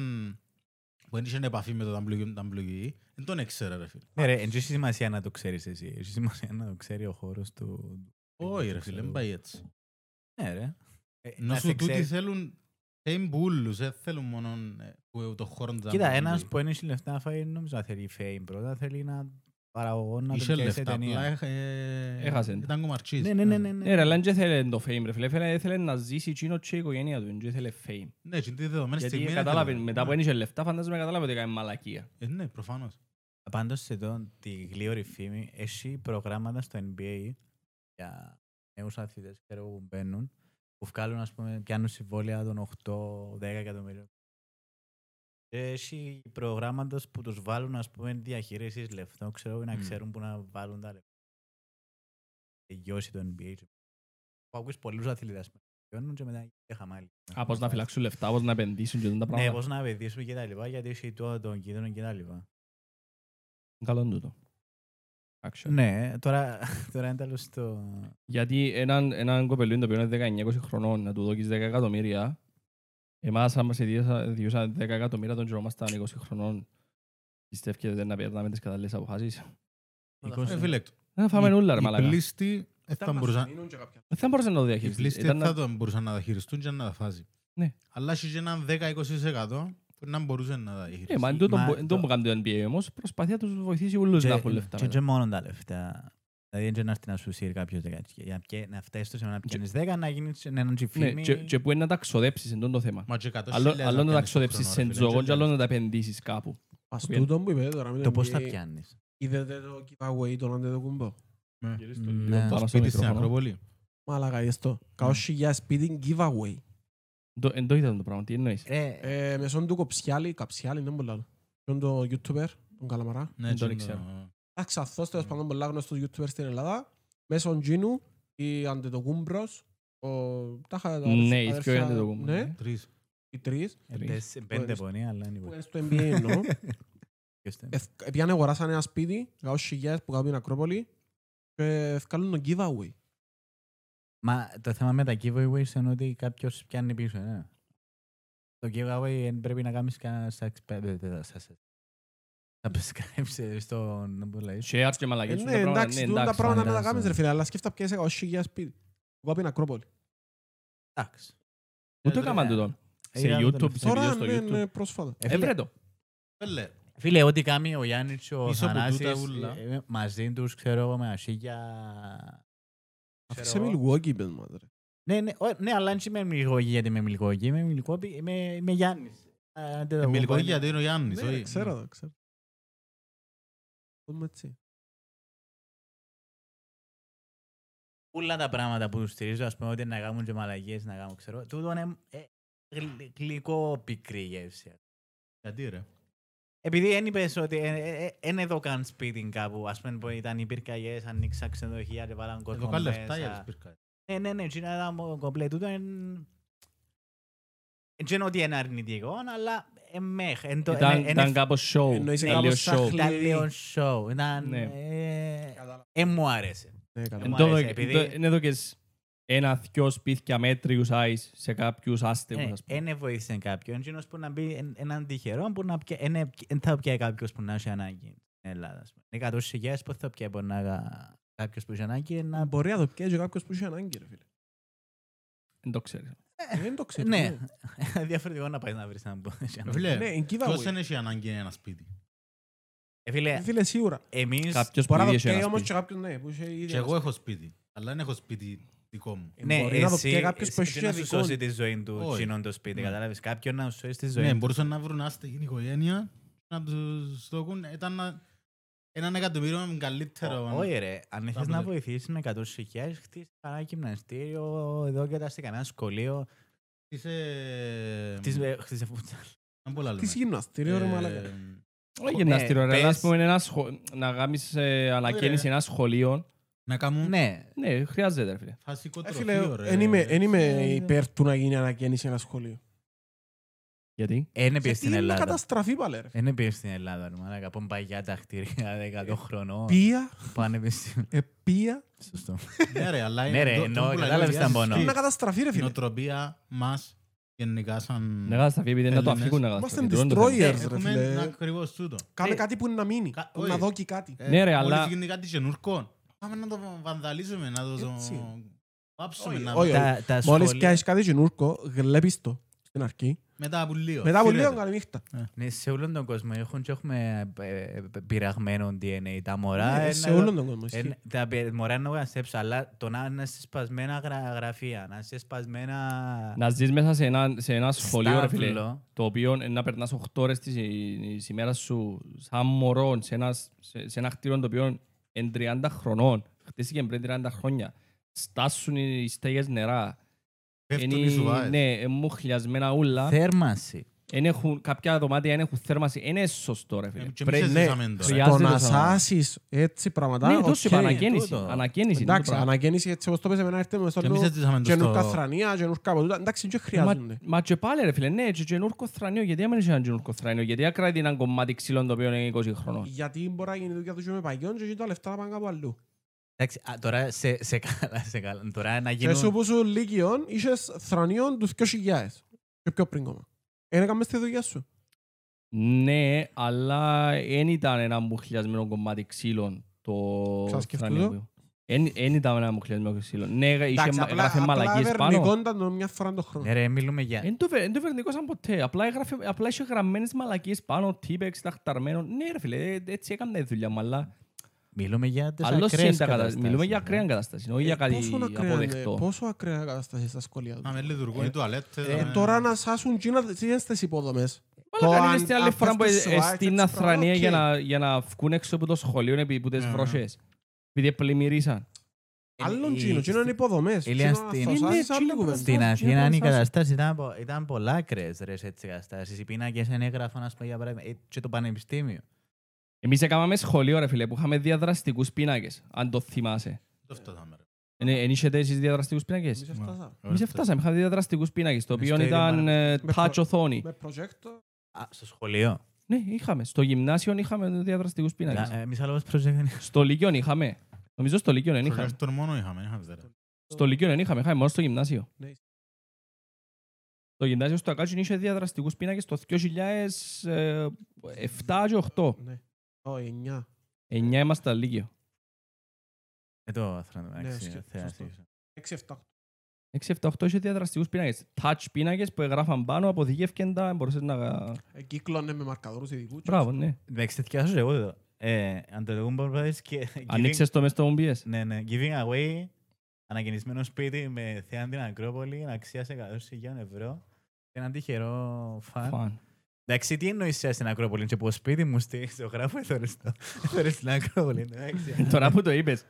[SPEAKER 3] που δεν είχε επαφή με το WWE, δεν τον έξερα ρε φίλε.
[SPEAKER 4] Ναι, ρε, δεν έχει σημασία να το ξέρεις εσύ. Έχει σημασία να το ξέρει ο χώρος του...
[SPEAKER 3] Όχι ρε φίλε,
[SPEAKER 4] Ξέρω.
[SPEAKER 3] δεν πάει έτσι.
[SPEAKER 4] Ναι, ρε. Ε,
[SPEAKER 3] Ενώ
[SPEAKER 4] να
[SPEAKER 3] σου
[SPEAKER 4] σε
[SPEAKER 3] τούτοι
[SPEAKER 4] ξέρει-
[SPEAKER 3] θέλουν Θέλουν πουλούς, δεν θέλουν μόνο ε, που- το χώρο του. E.
[SPEAKER 4] Κοίτα, ένας που ένιωσε λεφτά να φάει, νομίζω να θέλει fame πρώτα, θέλει να παραγωγό να
[SPEAKER 3] Είχε
[SPEAKER 4] τον πιάσει
[SPEAKER 3] λεφτά, απλά
[SPEAKER 4] ταινία.
[SPEAKER 3] έχ- ε,
[SPEAKER 1] Έχασε.
[SPEAKER 3] ήταν κομμαρτσής.
[SPEAKER 4] Ναι, ναι, ναι, ναι,
[SPEAKER 1] Ναι, ρε,
[SPEAKER 4] ναι.
[SPEAKER 1] αλλά δεν θέλει το fame, ρε φίλε. Θέλε- Θέλει να ζήσει εκείνο και η οικογένεια του, δεν θέλει fame.
[SPEAKER 3] Ναι, και τη δεδομένη
[SPEAKER 1] Γιατί
[SPEAKER 3] στιγμή είναι
[SPEAKER 1] κατάλαβε,
[SPEAKER 3] θέμα.
[SPEAKER 1] μετά που ένιξε λεφτά, φαντάζομαι κατάλαβε ότι έκανε μαλακία.
[SPEAKER 3] Ε, Ναι, προφανώς.
[SPEAKER 4] Πάντως σε τον, τη γλίωρη φήμη, έχει προγράμματα στο NBA για νέους αθλητές ξέρω, που μπαίνουν, που βγάλουν, ας πούμε, πιάνουν συμβόλαια των 8-10 εκατομμυρίων. Και Έχει προγράμματα που τους βάλουν, ας πούμε, διαχείρισης λεφτών, ξέρω, να
[SPEAKER 3] Μμμ.
[SPEAKER 4] ξέρουν που να βάλουν τα λεφτά. Τελειώσει το NBA. Που ακούεις πολλούς αθλητές που πιάνουν και μετά γίνεται χαμάλι.
[SPEAKER 1] Α, πώς να φυλάξουν λεφτά, πώς να επενδύσουν και τα
[SPEAKER 4] Ναι,
[SPEAKER 1] πράγματα.
[SPEAKER 4] πώς να παιδίσουν και τα λοιπά, γιατί έχει το, τον κίνδυνο και τα λοιπά.
[SPEAKER 1] Καλό είναι τούτο. Actually.
[SPEAKER 4] Ναι, τώρα, (laughs) τώρα είναι τέλος το...
[SPEAKER 1] Γιατί έναν, έναν κοπελούιν το οποίο είναι 19-20 χρονών να του δώκεις 10 εκατομμύρια εμάς αν μας ιδιώσαν 10 εκατομμύρια τον γινόμασταν 20 χρονών πιστεύετε ότι δεν να παίρναμε τις κατάλληλες αποφάσεις.
[SPEAKER 3] Ε, φίλε,
[SPEAKER 1] Δεν φάμε νουλά ρε
[SPEAKER 3] οι- οι
[SPEAKER 1] μαλακά.
[SPEAKER 3] πλήστοι ε, θα μπορούσαν- Ε,
[SPEAKER 1] Δεν θα μπορούσε να το
[SPEAKER 3] οι
[SPEAKER 1] διαχειριστείς.
[SPEAKER 3] πλήστοι
[SPEAKER 1] Ήταν
[SPEAKER 3] θα
[SPEAKER 1] να-
[SPEAKER 3] το μπορούσαν να τα χειριστούν και να τα φάζει.
[SPEAKER 1] Ναι.
[SPEAKER 3] Αλλά έχει και έναν 10-20% που να μπορούσε να τα
[SPEAKER 1] Ε, μα εν
[SPEAKER 3] χειριστεί.
[SPEAKER 1] τούτο
[SPEAKER 4] Μα
[SPEAKER 1] που- εν τούτο
[SPEAKER 4] το-
[SPEAKER 1] που κάνει το NBA όμως προσπαθεί να τους βοηθήσει όλους να έχουν λεφτά.
[SPEAKER 4] Και, και
[SPEAKER 1] μετά.
[SPEAKER 4] μόνο τα λεφτά. Δηλαδή δεν είναι να έρθει να σου σύρει κάποιος δεκαετία. Για να πιέ- να φτάσεις στο σημείο να πιάνεις δέκα, να γίνεις έναν
[SPEAKER 1] Ναι,
[SPEAKER 4] τσιφίμι.
[SPEAKER 1] και- Και που είναι να τα ξοδέψεις εν τούτο το θέμα.
[SPEAKER 3] Μα και 100.000
[SPEAKER 1] Άλλο
[SPEAKER 3] να
[SPEAKER 1] άλλο να τα
[SPEAKER 3] πιάνεις το
[SPEAKER 1] ξοδέψεις
[SPEAKER 3] χρόνο,
[SPEAKER 1] σε
[SPEAKER 3] ρε φίλε, Ε,
[SPEAKER 1] τζόγον
[SPEAKER 3] και
[SPEAKER 1] και άλλο να τα επενδύσεις κάπου.
[SPEAKER 2] Ας
[SPEAKER 1] Οκ.
[SPEAKER 2] τούτο που είπε τώρα με
[SPEAKER 4] Το
[SPEAKER 2] το
[SPEAKER 4] πώς τα
[SPEAKER 2] NBA.
[SPEAKER 4] πιάνεις.
[SPEAKER 2] Είδατε το giveaway το Ραντέ το κουμπό.
[SPEAKER 3] Ναι.
[SPEAKER 4] Ναι.
[SPEAKER 3] Το
[SPEAKER 1] Πάνω στο
[SPEAKER 3] σπίτι στην
[SPEAKER 1] μικρόφωνο.
[SPEAKER 3] Ακρόπολη.
[SPEAKER 2] Μαλάκα, είδες το. Mm. Καώς χιλιάς σπίτι giveaway.
[SPEAKER 1] Εν το- Εν το είδα το πράγμα, τι εννοείς.
[SPEAKER 4] Ρε,
[SPEAKER 2] Ε, Μεσόν του Κοψιάλη, Καψιάλη, δεν μπορεί να λέω. Ποιον το YouTuber, τον Καλαμαρά.
[SPEAKER 3] Ναι,
[SPEAKER 1] Δεν
[SPEAKER 3] και
[SPEAKER 1] τον
[SPEAKER 3] το-
[SPEAKER 1] ήξερα.
[SPEAKER 2] Εντάξει, αυτός
[SPEAKER 1] Ναι.
[SPEAKER 2] τέλος πάντων πολλά γνωστός YouTuber στην Ελλάδα. Μέσον Τζίνου, η Αντετοκούμπρος, ο... τα είχα τα
[SPEAKER 1] Ναι,
[SPEAKER 2] αδερφιά-
[SPEAKER 1] οι δυο είναι Αντετοκούμπρος,
[SPEAKER 2] Ναι,
[SPEAKER 1] ναι.
[SPEAKER 3] Τρεις.
[SPEAKER 2] οι τρεις.
[SPEAKER 4] εντές ε, πέντε
[SPEAKER 2] Μπορείς.
[SPEAKER 4] πονή, αλλά είναι
[SPEAKER 2] Που
[SPEAKER 4] πολύ.
[SPEAKER 2] είναι στο NBA εννοώ.
[SPEAKER 4] (laughs)
[SPEAKER 1] (laughs)
[SPEAKER 4] Ποιος θέλει.
[SPEAKER 2] Εθ- Επιάνε αγοράσαν ένα σπίτι, καώς χιλιάς που κάνουν την Ακρόπολη και ευκάλουν τον giveaway.
[SPEAKER 4] Μα το θέμα με τα giveaways είναι ότι κάποιος πιάνει πίσω. ναι. Το giveaway δεν πρέπει να κάνεις κανένα (laughs) subscribe στον... να μπορεί να λέει,
[SPEAKER 1] Shares και
[SPEAKER 2] Ε,
[SPEAKER 1] μαλακές.
[SPEAKER 2] Ναι,
[SPEAKER 1] τούτα πράγματα,
[SPEAKER 2] εντάξει,
[SPEAKER 1] ναι,
[SPEAKER 2] τούτα τα
[SPEAKER 1] εντάξει,
[SPEAKER 2] πράγματα να τα
[SPEAKER 4] φαντάζομαι.
[SPEAKER 2] κάνεις ρε φίλε, αλλά σκέφτα πιέσαι καώς χιλιάς σπίτι. Εγώ την Ακρόπολη.
[SPEAKER 4] Εντάξει.
[SPEAKER 1] Ούτε
[SPEAKER 3] Ε,
[SPEAKER 1] έκαναν
[SPEAKER 4] ναι.
[SPEAKER 1] τούτο. Σε
[SPEAKER 4] Έγινε το
[SPEAKER 1] YouTube,
[SPEAKER 4] τελευταίο.
[SPEAKER 1] σε βίντεο
[SPEAKER 2] Τώρα,
[SPEAKER 1] στο
[SPEAKER 2] ναι, ναι,
[SPEAKER 1] YouTube.
[SPEAKER 2] πρόσφατα.
[SPEAKER 4] Ε, φίλε,
[SPEAKER 1] Έβρε το.
[SPEAKER 3] Πέλε.
[SPEAKER 2] Ε,
[SPEAKER 4] Φίλε, ό,τι κάνει ο Γιάννης και ο
[SPEAKER 3] Πίσω από τούτα
[SPEAKER 4] Θανάσης
[SPEAKER 3] ούλα.
[SPEAKER 4] ε, ε, μαζί τους, ξέρω εγώ, με ασίγια...
[SPEAKER 2] Αφήσε Milwaukee, πες μας, ρε.
[SPEAKER 4] Ναι, ναι, ω, ναι, αλλά δεν είμαι μιλικόκι γιατί είμαι μιλικόκι. Είμαι μιλικόκι, είμαι, είμαι Γιάννης. Α, δεν το
[SPEAKER 3] Ε, Μιλικό
[SPEAKER 4] πω.
[SPEAKER 3] γιατί είναι ο Γιάννης.
[SPEAKER 2] Ναι,
[SPEAKER 3] όχι. Ε,
[SPEAKER 2] ξέρω, το
[SPEAKER 1] Ε,
[SPEAKER 2] ξέρω. Πούμε έτσι.
[SPEAKER 4] Όλα τα πράγματα που τους στηρίζω, ας πούμε, ότι να κάνουν και μαλαγίες, να κάνουν, ξέρω. Τούτο είναι ε, γλυ- γλυκό πικρή γεύση.
[SPEAKER 3] Γιατί ρε.
[SPEAKER 4] Επειδή δεν είπες ότι ε, δεν εδώ καν σπίτι κάπου, ας πούμε, που ήταν οι πυρκαγιές, ανοίξα ξενοδοχεία και βάλαν κόσμο
[SPEAKER 3] Εδώ κάνει λεφτά για
[SPEAKER 4] μέσα.
[SPEAKER 3] τις πυρκάρες.
[SPEAKER 4] Ναι, ναι, ναι, εκείνα ήταν μο- κομπλέ. Τούτο εν... Δεν είναι ότι είναι αρνητικό, αλλά ε, μέχ. εν το-
[SPEAKER 1] Ήταν-
[SPEAKER 4] εν- εν-
[SPEAKER 1] Ήταν κάπως show.
[SPEAKER 2] Εννοείς
[SPEAKER 1] Ήταν
[SPEAKER 2] κάπως
[SPEAKER 1] λίγο
[SPEAKER 2] σαν
[SPEAKER 1] show.
[SPEAKER 2] χλ-
[SPEAKER 4] Ήταν λίγο show. Ήταν...
[SPEAKER 1] Ναι.
[SPEAKER 4] ε, Ε, μου άρεσε.
[SPEAKER 2] Ναι, καλά.
[SPEAKER 1] Εν
[SPEAKER 4] μου
[SPEAKER 1] τω-
[SPEAKER 4] άρεσε,
[SPEAKER 1] εν τω-
[SPEAKER 4] επειδή-
[SPEAKER 1] Είναι εδώ και σ- ένα δυο σπίτια μέτριους άις σε κάποιους άστεγους,
[SPEAKER 2] Ε,
[SPEAKER 1] ας πούμε.
[SPEAKER 4] Δεν βοήθησε Ε, κάποιον. Εκείνος που να μπει εν- έναν τυχερό που να πιέ... Δεν θα πιάει κάποιος που να έχει ανάγκη στην Ελλάδα. ας πούμε. Είναι 100 χιλιάδες που θα πιάει μπορεί να κα- κάποιος που έχει ανάγκη να...
[SPEAKER 2] Μπορεί να το πιέζει κάποιος που είχε ανάγκη, ρε φίλε.
[SPEAKER 1] Δεν το ξέρω.
[SPEAKER 2] Ε, Δεν το ξέρω.
[SPEAKER 4] Ναι, (laughs) διαφορετικό να πάει να βρεις έναν που έχει
[SPEAKER 3] Ε,
[SPEAKER 4] ανάγκη.
[SPEAKER 3] Φίλε,
[SPEAKER 2] Ναι, είναι
[SPEAKER 3] ποιος δεν
[SPEAKER 2] giveaway.
[SPEAKER 3] έχει ανάγκη ένα σπίτι.
[SPEAKER 4] Ε, Φίλε,
[SPEAKER 2] Ε, Φίλε, σίγουρα.
[SPEAKER 4] εμείς...
[SPEAKER 1] Κάποιος που
[SPEAKER 2] Μπορεί να
[SPEAKER 1] ήδη
[SPEAKER 2] το πιέζει
[SPEAKER 1] έχει ένα
[SPEAKER 2] όμως και
[SPEAKER 1] σπίτι.
[SPEAKER 2] κάποιον, ναι, που είχε ήδη
[SPEAKER 3] Και
[SPEAKER 2] ένα
[SPEAKER 3] εγώ έχω σπίτι. Αλλά δεν έχω σπίτι δικό μου.
[SPEAKER 2] σπίτι. Ε, Μπορεί να το πιέζει κάποιος που
[SPEAKER 4] Ναι, ε, εσύ
[SPEAKER 2] έχει
[SPEAKER 4] να σου
[SPEAKER 2] δικό
[SPEAKER 4] σώσει
[SPEAKER 2] του.
[SPEAKER 4] τη ζωή του
[SPEAKER 3] Όχι.
[SPEAKER 4] κοινών το σπίτι,
[SPEAKER 3] Ναι.
[SPEAKER 4] κατάλαβες. Κάποιον να σου σώσει τη ζωή
[SPEAKER 3] Ναι,
[SPEAKER 4] του.
[SPEAKER 3] μπορούσαν να βρουν άστεγη οικογένεια να τους δώσουν ήταν να- έναν εκατομμύριο καλύτερο.
[SPEAKER 4] Ω-
[SPEAKER 2] ε.
[SPEAKER 4] Όχι ρε, αν θες
[SPEAKER 3] Πάμε
[SPEAKER 4] να
[SPEAKER 3] δε.
[SPEAKER 4] βοηθήσεις με 100 χιλιάδες, χτίσε ένα γυμναστήριο, εδώ και τα σε κανένα σχολείο, Ε,
[SPEAKER 3] Είσαι...
[SPEAKER 4] χτίσε- χτίσε φούτσαλ.
[SPEAKER 3] Να πολλά λέμε.
[SPEAKER 2] Τι γυμναστήριο,
[SPEAKER 3] Ε,
[SPEAKER 2] ρε μαλάκα.
[SPEAKER 1] Όχι γυμναστήριο, ρε,
[SPEAKER 4] πες.
[SPEAKER 1] αλλά ας πούμε ένα σχο- να κάνεις ε, ανακαίνιση ένα σχολείο.
[SPEAKER 3] Να κάνουν
[SPEAKER 4] Ναι,
[SPEAKER 1] Ναι, χρειάζεται, ρε φίλε.
[SPEAKER 3] φασικό
[SPEAKER 2] Ε,
[SPEAKER 3] τροφείο,
[SPEAKER 2] φίλε,
[SPEAKER 3] ρε.
[SPEAKER 2] εν είμαι- εν είμαι
[SPEAKER 4] Ε,
[SPEAKER 2] υπέρ του να γίνει ανακαίνιση ένα σχολείο.
[SPEAKER 1] Γιατί?
[SPEAKER 4] δεν πήγες
[SPEAKER 2] Γιατί
[SPEAKER 4] στην
[SPEAKER 2] είναι να
[SPEAKER 4] Ελλάδα.
[SPEAKER 2] καταστραφεί πάλι, ρε.
[SPEAKER 4] Δεν πήγες στην Ελλάδα, ρε μάνα, καπών παγιά τα χτίρια, (laughs)
[SPEAKER 2] Ε,
[SPEAKER 4] 100 χρονών,
[SPEAKER 2] Πία, ε,
[SPEAKER 4] πανεπιστήμιο.
[SPEAKER 2] επία.
[SPEAKER 4] Σωστό.
[SPEAKER 3] Ναι ρε, αλλά
[SPEAKER 4] Ναι, ρε,
[SPEAKER 3] το- το
[SPEAKER 4] εννοώ,
[SPEAKER 3] που λαλείς,
[SPEAKER 4] κατάλαβες τα μόνο.
[SPEAKER 2] Πρέπει
[SPEAKER 3] Η
[SPEAKER 2] να καταστραφεί, ρε φίλε.
[SPEAKER 3] νοοτροπία μας γενικά σαν...
[SPEAKER 1] Να καταστραφεί επειδή είναι να το
[SPEAKER 3] Έλληνες.
[SPEAKER 1] αφήκουν να
[SPEAKER 2] Είμαστε
[SPEAKER 1] καταστραφεί. Τούτο είναι το θέμα.
[SPEAKER 2] destroyers.
[SPEAKER 3] Ε,
[SPEAKER 2] ρε,
[SPEAKER 3] Έχουμε
[SPEAKER 2] φίλε.
[SPEAKER 3] ένα ακριβώς τούτο.
[SPEAKER 2] Κάνε
[SPEAKER 3] Ε,
[SPEAKER 2] κάτι που είναι να μείνει.
[SPEAKER 3] Κα-
[SPEAKER 2] Που
[SPEAKER 3] όχι.
[SPEAKER 2] να δώσει κάτι.
[SPEAKER 3] ε,
[SPEAKER 1] Ναι, ρε,
[SPEAKER 3] μόλις
[SPEAKER 1] αλλά-
[SPEAKER 3] γίνει κάτι καινούρκο, πάμε να το βανδαλίζουμε, να το
[SPEAKER 2] Έτσι.
[SPEAKER 3] πάψουμε.
[SPEAKER 2] Όχι,
[SPEAKER 3] να-
[SPEAKER 2] όχι.
[SPEAKER 4] Τα- Τα
[SPEAKER 2] Ε, Μόλις
[SPEAKER 4] σχολεία-
[SPEAKER 2] πιάσεις κάτι γινούρκο, γλέπεις το. στην αρχή.
[SPEAKER 3] Μετά από λίγο.
[SPEAKER 2] Μετά από
[SPEAKER 3] φύρεται.
[SPEAKER 2] λίγο καληνύχτα.
[SPEAKER 4] Ναι, σε όλον τον κόσμο έχουν και έχουμε ε, ε, πειραγμένο DNA. Τα μωρά...
[SPEAKER 2] Ναι,
[SPEAKER 4] είναι
[SPEAKER 2] Σε
[SPEAKER 4] ένα-
[SPEAKER 2] όλον τον κόσμο. ισχύει.
[SPEAKER 4] Εν- Τα πε- μωρά είναι γρασέψα, αλλά το να να είσαι σπασμένα γρα- γραφεία, να είσαι σπασμένα
[SPEAKER 1] Να ζεις μέσα σε ένα, σε ένα σχολείο, ρε φίλε,
[SPEAKER 4] στάβλο.
[SPEAKER 1] το οποίο είναι να περνάς 8 ώρες της η- της ημέρας σου σαν μωρό σε ένας, σε, σε ένα χτίριο το οποίο είναι 30 χρονών, χτίστηκε πριν 30 χρόνια, στάσουν οι στέγες νερά,
[SPEAKER 3] Πέφτουν οι ε.
[SPEAKER 1] είναι,
[SPEAKER 3] σουβάες.
[SPEAKER 1] ναι, είναι μουχλιασμένα ούλα,
[SPEAKER 4] Θέρμανση.
[SPEAKER 1] Εν έχουν, κάποια δωμάτια δεν έχουν θέρμανση, είναι σωστό ρε
[SPEAKER 3] Ε,
[SPEAKER 1] φίλε.
[SPEAKER 3] και εμείς
[SPEAKER 1] Πρέπει-
[SPEAKER 3] δεν
[SPEAKER 2] ναι,
[SPEAKER 3] ζήσαμε τώρα.
[SPEAKER 1] χρειάζεται
[SPEAKER 2] Το
[SPEAKER 1] το
[SPEAKER 2] να
[SPEAKER 1] σαλάμα.
[SPEAKER 2] σάσεις έτσι πράγματα,
[SPEAKER 1] Ναι,
[SPEAKER 2] οκ.
[SPEAKER 1] τόσο είπα, ανακαίνιση,
[SPEAKER 4] τούτο.
[SPEAKER 1] ανακαίνιση. είναι το
[SPEAKER 2] Εντάξει,
[SPEAKER 1] πράγμα.
[SPEAKER 2] ανακαίνιση έτσι όπως το πες εμένα ήρθε με στο
[SPEAKER 3] Και εμείς δεν
[SPEAKER 2] λόγο
[SPEAKER 3] ζήσαμε το
[SPEAKER 2] καινούργια
[SPEAKER 3] στο-
[SPEAKER 2] θρανία, καινούργια από τούτα. Εντάξει, δεν
[SPEAKER 1] Μα,
[SPEAKER 2] χρειάζονται.
[SPEAKER 1] μα και πάλι ρε φίλε, ναι, και καινούργιο θρανίο, γιατί άμα είναι καινούργιο θρανίο, γιατί ακράτει έναν κομμάτι ξύλων το οποίο είναι 20 χρονών.
[SPEAKER 2] Γιατί μπορεί να γίνει δουλειά του και με παγιόν και τα λεφτά να πάνε κάπου αλλού.
[SPEAKER 4] Εντάξει, α, τώρα σε, σε καλά, σε καλά. Τώρα να
[SPEAKER 2] Και σου
[SPEAKER 4] γίνουν...
[SPEAKER 2] που σου λύκειον, είχες θρανίον τους 2000. Και πιο πριν κόμμα. Ένα έκαμε στη δουλειά σου.
[SPEAKER 1] Ε, Ναι, αλλά δεν ήταν ένα μουχλιασμένο κομμάτι ξύλων το
[SPEAKER 2] Ξανασκεφτού
[SPEAKER 1] θρανίο.
[SPEAKER 2] το.
[SPEAKER 1] που- Εν- εν ήταν ένα μουχλιασμένο ξύλο. Ναι, είχε
[SPEAKER 2] Εντάξει,
[SPEAKER 1] μα-
[SPEAKER 2] απλά-
[SPEAKER 1] έγραφε
[SPEAKER 2] απλά
[SPEAKER 1] μαλακίες πάνω. Ε,
[SPEAKER 2] ευερνικόνταν τον μια φορά το χρόνο.
[SPEAKER 4] Ναι ρε, μιλούμε για...
[SPEAKER 1] Εν το βε- εν το βερνικό σαν ποτέ. Απλά, έγραφε, απλά είχε γραμμένες μαλακίες πάνω, τύπεξ, ταχταρμένο. Ναι ρε φίλε, ε, έτσι έκανε δουλειά μου, αλλά
[SPEAKER 4] Μιλούμε για τις
[SPEAKER 1] αλλός είναι
[SPEAKER 4] ακραίες
[SPEAKER 1] τα κατα-
[SPEAKER 4] καταστάσεις.
[SPEAKER 1] Μιλούμε για
[SPEAKER 4] ε.
[SPEAKER 1] ακραία κατάσταση, όχι
[SPEAKER 2] Ε,
[SPEAKER 1] για κάτι
[SPEAKER 2] πόσο ακραία είναι-
[SPEAKER 1] αποδεκτό.
[SPEAKER 2] Πόσο ακραία κατάσταση στα σχολεία
[SPEAKER 3] Να
[SPEAKER 2] του.
[SPEAKER 3] με λειτουργούν οι τουαλέτες.
[SPEAKER 2] Ε,
[SPEAKER 3] να με-
[SPEAKER 2] Τώρα να σάσουν τζίνα στις υπόδομες.
[SPEAKER 1] Μα
[SPEAKER 2] Το
[SPEAKER 1] κάνει
[SPEAKER 2] αν-
[SPEAKER 1] την άλλη
[SPEAKER 2] αν
[SPEAKER 1] φορά που
[SPEAKER 2] πέφτεις
[SPEAKER 1] ε- ε,
[SPEAKER 2] σοβαρά και
[SPEAKER 1] στην
[SPEAKER 2] έτσι πράγμα,
[SPEAKER 1] Αθρανία
[SPEAKER 2] οκ. Ναι,
[SPEAKER 1] για να- για να βγουν έξω από το σχολείο επί που τις
[SPEAKER 3] Ε,
[SPEAKER 1] βροχές. Επειδή πλημμυρίσαν.
[SPEAKER 4] Ε,
[SPEAKER 2] Άλλον
[SPEAKER 4] η-
[SPEAKER 2] τζίνο, τζίνο είναι υποδομές.
[SPEAKER 4] Ηλία,
[SPEAKER 2] Τζίνο να
[SPEAKER 4] στην-
[SPEAKER 2] θωσάσεις,
[SPEAKER 1] Είναι
[SPEAKER 2] άλλη
[SPEAKER 1] τζίνο
[SPEAKER 2] κουβέντα.
[SPEAKER 1] στην-
[SPEAKER 4] Στην
[SPEAKER 1] Στην
[SPEAKER 4] Αθήνα η
[SPEAKER 1] Αθήνα,
[SPEAKER 4] κατάσταση ήταν, πο- ήταν πολλά ακραίες ρε, σε έτσι καταστάσεις. Οι πίνακες δεν έγραφαν, ας πούμε, για παράδειγμα, ε, και το πανεπιστήμιο.
[SPEAKER 1] Εμείς έκαναμε σχολείο ρε φίλε που είχαμε διαδραστικούς πίνακες, αν το θυμάσαι.
[SPEAKER 3] Δεν φτάσαμε, ρε.
[SPEAKER 1] Εν εν είσετε εσείς διαδραστικούς πίνακες.
[SPEAKER 2] Εμείς έφτασα.
[SPEAKER 1] Εμείς έφτασαμε, είχαμε διαδραστικούς πίνακες, το
[SPEAKER 4] Με
[SPEAKER 1] οποίο
[SPEAKER 4] στο
[SPEAKER 1] ήταν ε,
[SPEAKER 2] Με
[SPEAKER 1] touch
[SPEAKER 2] προ-
[SPEAKER 1] οθόνη.
[SPEAKER 2] Με προτζέκτο.
[SPEAKER 4] Α, στο σχολείο.
[SPEAKER 1] Ναι, είχαμε. Στο γυμνάσιο είχαμε διαδραστικούς
[SPEAKER 2] Ναι, ε.
[SPEAKER 1] πίνακες.
[SPEAKER 4] ε, Μισά λόγος προσέχανε.
[SPEAKER 1] Στο Λύκειο είχαμε. Νομίζω στο Λύκειο δεν είχαμε.
[SPEAKER 3] Προτζέκτορ μόνο είχαμε, δεν είχαμε δέρα.
[SPEAKER 1] Στο Λύκειο δεν είχαμε, είχαμε μόνο στο γυμνάσιο.
[SPEAKER 2] Ναι.
[SPEAKER 1] Το γυμνάσιο στο Ακάτσιν είχε διαδραστικούς πίνακες το 2007 και 8.
[SPEAKER 2] Ναι. Ω, εννιά.
[SPEAKER 1] 9 ήμασταν Λύκειο.
[SPEAKER 4] Εδώ, Αθήνα,
[SPEAKER 2] Ναι,
[SPEAKER 4] Ε, εντάξει,
[SPEAKER 2] σωστό.
[SPEAKER 4] θεάσεις.
[SPEAKER 2] Έξι, εφτά.
[SPEAKER 1] 6-7-8 είχε διαδραστικούς πίνακες. Touch πίνακες που εγγράφαν πάνω, αποθηκεύκαν τα, μπορούσες να...
[SPEAKER 2] Ε, Κύκλωνε με μαρκαδόρους ειδικούς.
[SPEAKER 1] Μπράβο, ναι.
[SPEAKER 4] Εντάξει, θυκιάζω εγώ εδώ. Ε, Αντολογούν Brothers
[SPEAKER 1] (laughs)
[SPEAKER 4] και...
[SPEAKER 1] Ανοίξες το μες στο MBS.
[SPEAKER 4] Ναι, ναι. Giving away ανακαινισμένο σπίτι με θέα την Ακρόπολη, αξία σε 100.000 ευρώ. Και έναν τυχερό
[SPEAKER 2] Ναι.
[SPEAKER 4] φαν.
[SPEAKER 1] Φαν.
[SPEAKER 4] Εντάξει, τι εννοείς θέα στην Ακρόπολη, και από σπίτι μου στη ζωγράφο έθωρες το. Έθωρες την Ακρόπολη, εντάξει.
[SPEAKER 1] (laughs) Τώρα που το είπες.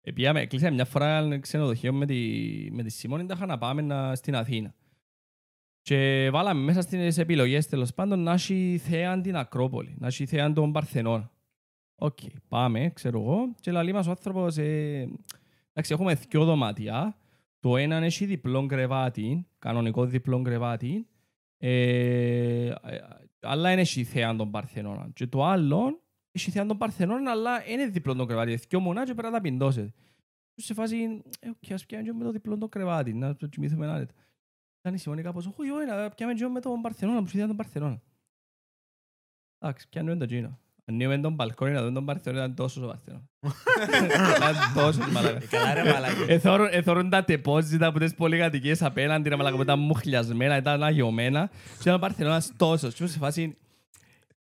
[SPEAKER 1] ε, Πήγαμε, κλείσαμε μια φορά ένα ξενοδοχείο με τη, με τη Σιμώνη, τα είχα να πάμε να- στην Αθήνα. Και βάλαμε μέσα στις επιλογές τέλος πάντων να έχει θέαν την Ακρόπολη, να έχει θέαν τον Παρθενώνα. Οκ, πάμε, ξέρω εγώ. Και λαλεί μας ο άνθρωπος, ε, εντάξει, έχουμε δυο δωμάτια. Το ένα έχει διπλό κρεβάτι, κανονικό διπλό κρεβάτι, ε, ε, αλλά δεν έχει θέαν τον Παρθενώνα. Και το άλλο έχει θεά τον Παρθενώνα, αλλά είναι διπλό το κρεβάτι. Δυο μονά και πρέπει να τα πιντώσετε. Τους σε φάση, ε, οκ, ας πιάμε και με το διπλό το κρεβάτι, να το κοιμηθούμε άνετα. Ήταν η Σιμώνη κάπως, όχι, όχι, να πιάμε και με τον Παρθενώνα, που σου τον Παρθενώνα. Εντάξει, πιάνουμε τον Τζίνο. Ανοίγουμε τον μπαλκόνι να δούμε τον Παρθενώνα, ήταν τόσο ο Παρθενώνα. Ήταν τόσο Ε, μαλακά.
[SPEAKER 4] Καλά ρε μαλάκα.
[SPEAKER 1] Εθώρουν, εθώρουν τα τεπόζιτα από τις πολυκατοικίες απέναντι, ρε μαλακά, που ήταν μουχλιασμένα, ήταν αγιωμένα. Και ήταν ο Παρθενώνας τόσος. Και ήμουν σε φάση,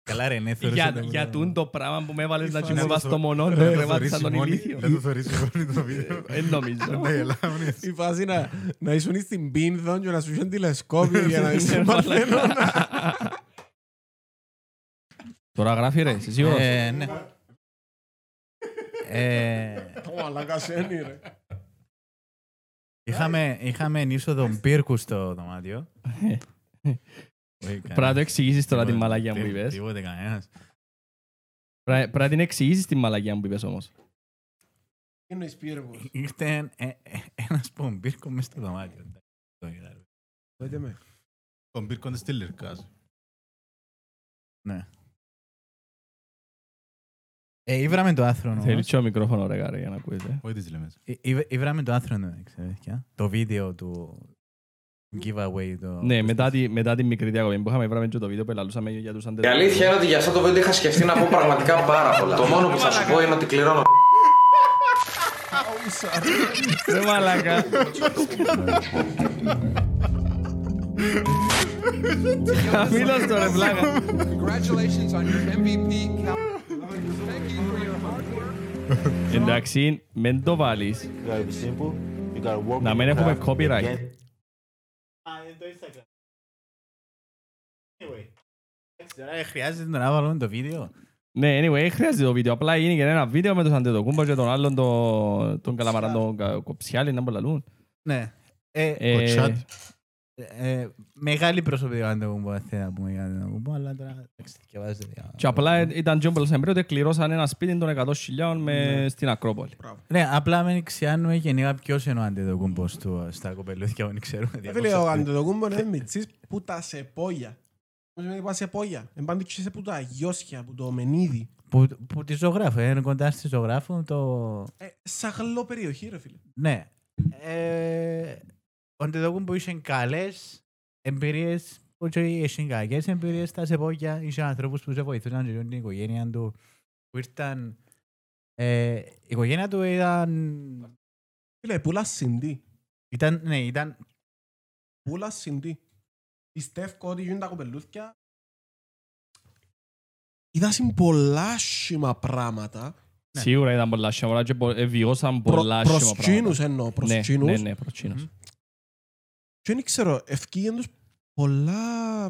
[SPEAKER 4] Καλά ρε, ναι,
[SPEAKER 1] για,
[SPEAKER 4] θεωρούσα.
[SPEAKER 1] για τούν το πράγμα που με έβαλες να
[SPEAKER 3] φάση
[SPEAKER 1] κοιμούμαι
[SPEAKER 3] του
[SPEAKER 1] στο
[SPEAKER 3] Θω-
[SPEAKER 1] μονό,
[SPEAKER 3] Δεν
[SPEAKER 1] το
[SPEAKER 3] το
[SPEAKER 1] κρεβάτι
[SPEAKER 3] θωρείς
[SPEAKER 1] σαν τον
[SPEAKER 3] η μόνη-
[SPEAKER 1] ηλίθιο.
[SPEAKER 3] Δεν το Ναι, θωρείς η μόνη το βίντεο.
[SPEAKER 1] Δεν νομίζω.
[SPEAKER 3] Να γελάμε.
[SPEAKER 2] (laughs) Η φάση να, να ήσουν στην πίνδον και να σου είχαν τηλεσκόπιο
[SPEAKER 1] (laughs)
[SPEAKER 3] (laughs)
[SPEAKER 2] για να είσαι
[SPEAKER 1] Ναι,
[SPEAKER 2] στον
[SPEAKER 3] ναι.
[SPEAKER 2] Παρθενώνα.
[SPEAKER 1] Τώρα γράφει ρε, είσαι σίγουρος.
[SPEAKER 4] Ε, ναι. Ε,
[SPEAKER 2] Ω, αλλά κασένι ρε.
[SPEAKER 4] Είχαμε, είχαμε είσοδο πύρκου
[SPEAKER 1] (laughs)
[SPEAKER 4] στο δωμάτιο.
[SPEAKER 1] Πρέπει να το εξηγήσεις τώρα την μαλαγιά μου είπες.
[SPEAKER 4] Τίποτε κανένας.
[SPEAKER 1] Πρέ- Πρέπει να την εξηγήσεις την μαλαγιά μου είπες όμως.
[SPEAKER 2] Τι εννοείς πύργος.
[SPEAKER 4] Ήρθε ε, ε, ένας πομπύρκο μέσα στο δωμάτιο.
[SPEAKER 2] Λέτε με.
[SPEAKER 3] Τον πήρκον της τηλερκάς.
[SPEAKER 4] Ναι. Ε, ήβραμε το άθρονο.
[SPEAKER 1] Θέλει
[SPEAKER 4] όμως.
[SPEAKER 1] και ο μικρόφωνο ρε γάρε για να ε. ακούετε.
[SPEAKER 3] Όχι τις λέμε.
[SPEAKER 4] Ή- ήβ- Ήβραμε το άθρονο, ε, ξέρεις, πια. Το βίντεο του giveaway. Το...
[SPEAKER 1] Ναι, μετά τη- μετά την μικρή διακοπή που είχαμε βράμε και το βίντεο που ελαλούσαμε για τους
[SPEAKER 5] Η
[SPEAKER 1] αντιδράσεις.
[SPEAKER 5] αλήθεια είναι ότι για αυτό το βίντεο είχα σκεφτεί να πω πραγματικά πάρα πολλά. Το μόνο που θα σου πω είναι ότι κληρώνω.
[SPEAKER 1] Ρε μαλακά. Χαμήλος το ρε βλάκα.
[SPEAKER 6] Congratulations on your MVP. Cal- Thank you for your hard work.
[SPEAKER 1] Εντάξει, μην το βάλεις.
[SPEAKER 7] You gotta be simple. You gotta work.
[SPEAKER 1] Να
[SPEAKER 7] with
[SPEAKER 1] μην
[SPEAKER 7] your
[SPEAKER 1] έχουμε
[SPEAKER 7] craft.
[SPEAKER 1] copyright.
[SPEAKER 7] Get-
[SPEAKER 4] Anyway. Εντάξει, τώρα Ε, Χρειάζεται να βάλουμε το βίντεο.
[SPEAKER 1] Ναι, anyway, χρειάζεται το βίντεο. Απλά γίνει και ένα βίντεο με τον Σαντετοκούμπο και τον άλλον τον, τον Καλαμαράν, τον Κα- Κοψιάλη, να μπολαλούν.
[SPEAKER 4] Ναι. Ε,
[SPEAKER 1] Ε,
[SPEAKER 3] Κοτσάτ.
[SPEAKER 4] ε, μεγάλη προσωπικά αν το πούμε, θέλω να πούμε για το πούμε, αλλά τώρα εντάξει, διαβάζεται.
[SPEAKER 1] Και απλά ήταν και όμπολος εμπρίο ότι κληρώσαν ένα σπίτι των 100.000 με- στην Ακρόπολη.
[SPEAKER 4] Ναι, απλά μην ξέρουμε γενικά ποιος είναι ο αντιδοκούμπος του ε, στα κοπελούθια, δεν ξέρουμε.
[SPEAKER 2] Ε, Φίλε, ο Αντετοκούμπο είναι μητσής που τα σε πόγια. Μου σημαίνει πας σε πόγια. Εμπάντη και σε που τα γιώσια, που το μενίδι.
[SPEAKER 4] Που, που τη ζωγράφω, είναι κοντά στη ζωγράφο το...
[SPEAKER 2] Ε, Σαν γαλλό περιοχή ρε φίλε.
[SPEAKER 4] Ναι. Ε, ο Αντιδοκούμπο είχε καλές εμπειρίες, όχι είχε κακές εμπειρίες στα σεπόγια, είχε ανθρώπους που σε βοηθούσαν και την οικογένεια του, που ήρθαν... Ε, η οικογένεια του ήταν...
[SPEAKER 2] Φίλε, πουλά συντή.
[SPEAKER 4] ήταν ναι, ήταν
[SPEAKER 2] Πουλά συντή. Πιστεύω ότι γίνουν τα κοπελούθια. Είδα συν πολλά άσχημα πράγματα.
[SPEAKER 1] Σίγουρα ήταν πολλά σιωμαρά και πο- ε, βιώσαν
[SPEAKER 2] Ναι. Προ-
[SPEAKER 1] πολλά
[SPEAKER 2] προς
[SPEAKER 1] σιωμαρά.
[SPEAKER 2] Τσίνους εννοώ, προς
[SPEAKER 1] Ναι,
[SPEAKER 2] Τσίνους.
[SPEAKER 1] Ναι, ναι, προς Τσίνους.
[SPEAKER 4] Μμμ.
[SPEAKER 2] Και δεν ξέρω, ευκήγεν τους πολλά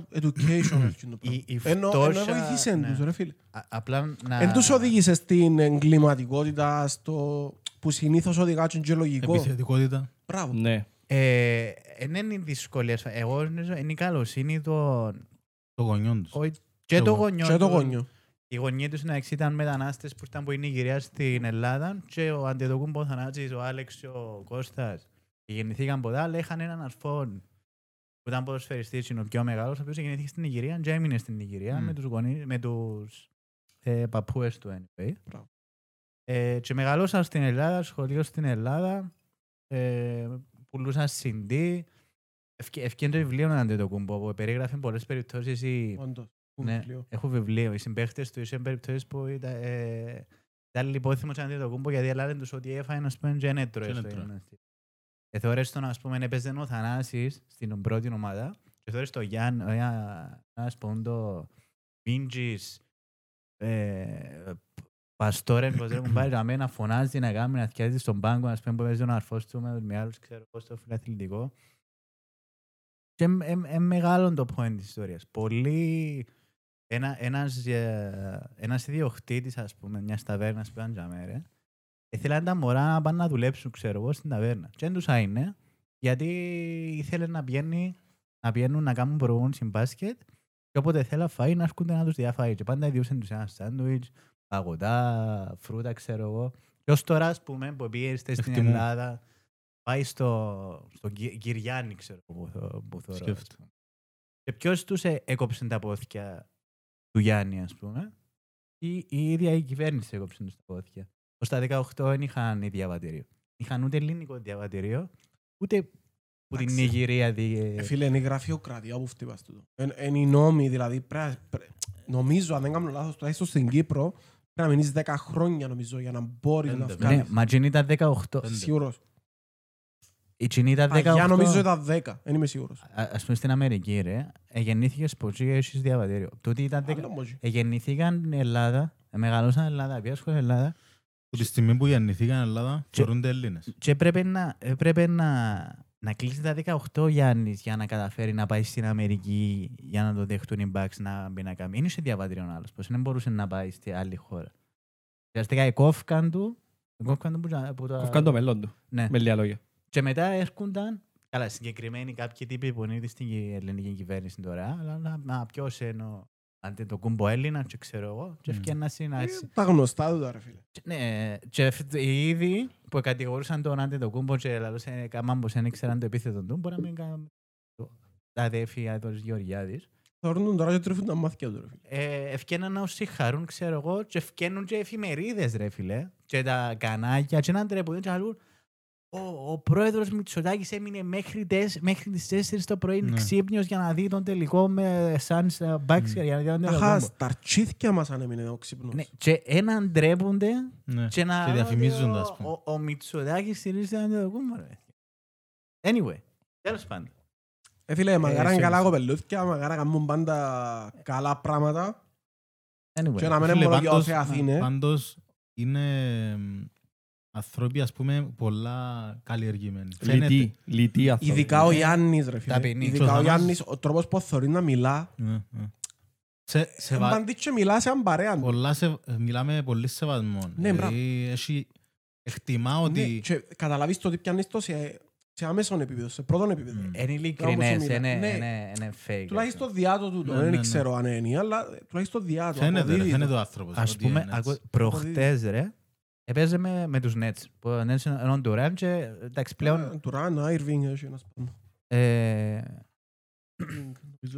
[SPEAKER 4] (clears throat)
[SPEAKER 2] education. ευκήγεν το
[SPEAKER 4] Η- η
[SPEAKER 2] πράγμα. Ενώ ενώ
[SPEAKER 4] φτώχεια,
[SPEAKER 2] βοηθήσεν
[SPEAKER 4] ναι.
[SPEAKER 2] τους ρε φίλε.
[SPEAKER 4] α- απλά να...
[SPEAKER 2] Εν τους οδήγησε στην εγκληματικότητα, στο... που συνήθως οδηγά και λογικό.
[SPEAKER 3] Επιθετικότητα.
[SPEAKER 2] Μπράβο.
[SPEAKER 1] Ναι.
[SPEAKER 4] Ε, εν είναι οι δυσκολίες. Εγώ νομίζω είναι η καλοσύνη των...
[SPEAKER 3] Το γονιό τους.
[SPEAKER 4] ο- Και το
[SPEAKER 3] Εγώ.
[SPEAKER 4] γονιό
[SPEAKER 2] Και το
[SPEAKER 4] τους.
[SPEAKER 2] γόνιο.
[SPEAKER 4] Οι γονιοί τους εντάξει, ήταν μετανάστες που ήταν από η Νιγηρία στην Ελλάδα και ο Αντιδοκούμπο Θανάτσης, ο Άλεξ και ο Κώστας που γεννηθήκαν ποτέ, αλλά είχαν έναν αρφόν που ήταν ποδοσφαιριστής, είναι ο πιο μεγάλος, ο οποίος γεννήθηκε στην Νιγηρία και έμεινε στην Νιγηρία
[SPEAKER 3] Μμμ.
[SPEAKER 4] με τους, γονείς, με τους ε, παππούες του anyway.
[SPEAKER 2] Μπράβο.
[SPEAKER 4] Ε, και μεγαλώσαν στην Ελλάδα, σχολείο στην Ελλάδα, ε, πουλούσαν CD, ευκαιρία το βιβλίο να το κούμπο, που περιγράφει πολλές περιπτώσεις η,
[SPEAKER 2] Όντως.
[SPEAKER 4] ναι,
[SPEAKER 2] Βιβλίο.
[SPEAKER 4] έχω βιβλίο. Οι συμπαίχτες του είσαι περιπτώσεις που ήταν, ε, ήταν λιπόθυμος σαν να το κούμπο γιατί έλεγαν τους ότι έφαγαν ας πούμε και δεν έτρωε
[SPEAKER 3] Και
[SPEAKER 4] στο
[SPEAKER 3] δεν έτρωε.
[SPEAKER 4] γυμναστήριο. Ε, θεωρείς τον ας πούμε έπαιζε ο Θανάσης στην πρώτη ομάδα και θεωρείς το Γιάννη, ο Ια- ας πούμε το Βίντζης, ε, Παστόρεν, πως δεν έχουν πάρει γραμμένα, να φωνάζει να κάνει να θυκιάζει στον πάγκο, ας πούμε που παίζει τον αρφός του με τους μεγάλους, ξέρω εγώ, στο φιλαθλητικό. Και ε, ε, μεγάλο το point της ιστορίας. Πολύ... Ένα, ένας, ε, ένας ιδιοκτήτης, ας πούμε, μιας ταβέρνας που ήταν τζαμέρε, ήθελαν τα μωρά να πάνε να δουλέψουν, ξέρω εγώ, στην ταβέρνα. Και δεν τους άινε, γιατί ήθελε να, πηγαίνει, να πηγαίνουν να κάνουν προπόνηση μπάσκετ και όποτε θέλα φάει να έρχονται να τους διαφάει. Και πάντα ιδιούσαν τους ένα σάντουιτς, παγωτά, φρούτα, ξέρω εγώ. Και ως τώρα, ας πούμε, που πήγεστε στην
[SPEAKER 3] Εκτιμώ.
[SPEAKER 4] Ελλάδα, πάει στο, στο Κυ- Κυριάννη, ξέρω εγώ, που, θω- που θεωρώ. ας
[SPEAKER 3] Σκέφτομαι.
[SPEAKER 4] πούμε. Και ποιος τους ε, έκοψε τα πόθηκια του Γιάννη, ας πούμε. Η, η ίδια η κυβέρνηση έκοψε τους τα πόθηκια. Ως τα 18 δεν είχαν ή διαβατήριο. Είχαν ούτε ελληνικό διαβατήριο, ούτε που την
[SPEAKER 2] Εντάξει.
[SPEAKER 4] Νιγηρία δι...
[SPEAKER 2] Ε, Φίλε, είναι η γραφειοκρατία που χτύπας τούτο. Ε, Είναι οι νόμοι, δηλαδή, πρέ- πρέ- νομίζω, αν δεν κάνω λάθος, τουλάχιστον στην Κύπρο, πρέπει να μείνεις 10 χρόνια, νομίζω, για να μπορείς να
[SPEAKER 3] Πέντε,
[SPEAKER 4] ναι,
[SPEAKER 2] βγάλεις.
[SPEAKER 4] μα τζιν ήταν 18.
[SPEAKER 2] Σίγουρος.
[SPEAKER 4] Η τζιν ήταν 18.
[SPEAKER 2] Παγιά νομίζω ήταν 10, δεν είμαι σίγουρος.
[SPEAKER 4] Α ας πούμε στην Αμερική, ρε, γεννήθηκε σποτζή και έχεις διαβατήριο. Τούτη ήταν 10.
[SPEAKER 2] Άλλο μόζι.
[SPEAKER 4] Γεννήθηκαν στην Ελλάδα, μεγαλώσαν Ελλάδα, πήγαν σχολείο Ελλάδα
[SPEAKER 3] Που τη στιγμή που γεννηθήκαν στην Ελλάδα,
[SPEAKER 4] Και-
[SPEAKER 3] θεωρούνται Έλληνες.
[SPEAKER 4] Και έπρεπε να, έπρεπε να, να κλείσει τα 18 ο Γιάννης για να καταφέρει να πάει στην Αμερική για να το δεχτούν οι Bucks να μπει να κάνει. Είναι σε διαβατήριο ο άλλος, πως δεν μπορούσε να πάει στη άλλη χώρα. Ουσιαστικά εκόφκαν του, εκόφκαν του που, τα- που τα...
[SPEAKER 1] Κοφκάν το μέλλον του,
[SPEAKER 4] Ναι.
[SPEAKER 1] με λίγα λόγια.
[SPEAKER 4] Και μετά έρχονταν, καλά συγκεκριμένοι κάποιοι τύποι που είναι ήδη στην κυ- ελληνική κυβέρνηση τώρα, αλλά να, να πιώσει ενώ αντί το κούμπο Έλληνα και ξέρω εγώ και
[SPEAKER 3] Μμμ.
[SPEAKER 4] έφτιανα συνάρτηση.
[SPEAKER 2] Ε, Τα γνωστά του, ρε φίλε.
[SPEAKER 4] Ναι, και αυτ- οι ίδιοι που κατηγορούσαν τον Άντε τον Κούμπο και λαλούσαν καμάν πως δεν ήξεραν το επίθετο του, μπορεί να μην κάνουν τα αδέφη Άδωρης Γεωργιάδης.
[SPEAKER 2] Θεωρούν τον τώρα και τρίφουν τα μάθηκια του, ρε φίλε.
[SPEAKER 4] Ε, ευκαίναν να τους συγχαρούν, ξέρω εγώ, και ευκαίνουν και εφημερίδες, ρε φίλε, και τα κανάκια, και να ντρέπονται και αλλού. Ο, ο πρόεδρος Μητσοτάκης έμεινε μέχρι, τεσ, μέχρι τις 4 το πρωί
[SPEAKER 3] Ναι.
[SPEAKER 4] ξύπνιος για να δει τον τελικό με Σάνς Μπάξερ, για να δει τον
[SPEAKER 2] Αχα,
[SPEAKER 4] τελικό.
[SPEAKER 2] στα αρχίδια μας αν έμεινε ο ξύπνος.
[SPEAKER 4] Ναι, και έναν ντρέπονται
[SPEAKER 3] Ναι.
[SPEAKER 4] και να
[SPEAKER 3] Και διαφημίζονται, ας πούμε.
[SPEAKER 4] Ο, ο, ο Μητσοτάκης στηρίζει τον Αντιδοκούμπο, ρε. Anyway, τέλος πάντων.
[SPEAKER 2] Ε, φίλε, μαγάραν
[SPEAKER 4] εσύ
[SPEAKER 2] καλά
[SPEAKER 4] είσαι.
[SPEAKER 2] κοπελούθκια, μαγάρα κάνουν πάντα καλά πράγματα και να
[SPEAKER 4] Anyway,
[SPEAKER 2] μην είναι
[SPEAKER 3] Φίλε,
[SPEAKER 2] μόνο για
[SPEAKER 3] πάντως-
[SPEAKER 2] όθη Αθήνες.
[SPEAKER 3] Πάντως είναι εμ, άνθρωποι, ας πούμε, πολλά καλλιεργημένοι. Φαίνεται.
[SPEAKER 1] Λυτή, λυτή άνθρωποι.
[SPEAKER 2] Ειδικά ο Γιάννης, ρε φίλε.
[SPEAKER 4] Ταπεινή.
[SPEAKER 2] Ειδικά ο
[SPEAKER 3] Σωστά, μας.
[SPEAKER 2] Γιάννης, ο τρόπος που θεωρεί να μιλά.
[SPEAKER 3] Ναι, ναι. Σε, σε βα-
[SPEAKER 2] Μπαντί και μιλά σαν παρέα.
[SPEAKER 3] πολλά σε, μιλάμε πολύ σεβασμό.
[SPEAKER 2] Ναι, μπράβο.
[SPEAKER 3] δηλαδή, έχει, εκτιμά
[SPEAKER 2] Ναι,
[SPEAKER 3] ότι...
[SPEAKER 2] και Καταλαβείς το ότι πιάνεις το σε σε άμεσον επίπεδο, σε πρώτον επίπεδο.
[SPEAKER 3] Μμ.
[SPEAKER 4] Είναι
[SPEAKER 2] Κάπως
[SPEAKER 4] ειλικρινές,
[SPEAKER 2] σου μιλά.
[SPEAKER 4] είναι-
[SPEAKER 2] Ναι.
[SPEAKER 4] είναι είναι fake.
[SPEAKER 2] Τουλάχιστον διάτο του,
[SPEAKER 3] Ναι, ναι,
[SPEAKER 2] δεν
[SPEAKER 3] ναι.
[SPEAKER 2] ξέρω αν είναι, αλλά ε, τουλάχιστον διάτο.
[SPEAKER 3] Φαίνεται, ρε,
[SPEAKER 2] αποδίδει
[SPEAKER 3] φαίνεται
[SPEAKER 2] το.
[SPEAKER 3] ο άνθρωπος.
[SPEAKER 4] Ας
[SPEAKER 3] ότι
[SPEAKER 4] πούμε,
[SPEAKER 3] είναι έτσι.
[SPEAKER 4] ακού- προχτές ρε, έπαιζε με, με τους Nets. Που ο Nets είναι ενών του Ραν και εντάξει
[SPEAKER 2] Ε,
[SPEAKER 4] πλέον...
[SPEAKER 2] Του Ραν, Άιρβινγκ, έχει ένας πάνω.
[SPEAKER 4] Ε,
[SPEAKER 2] Νομίζω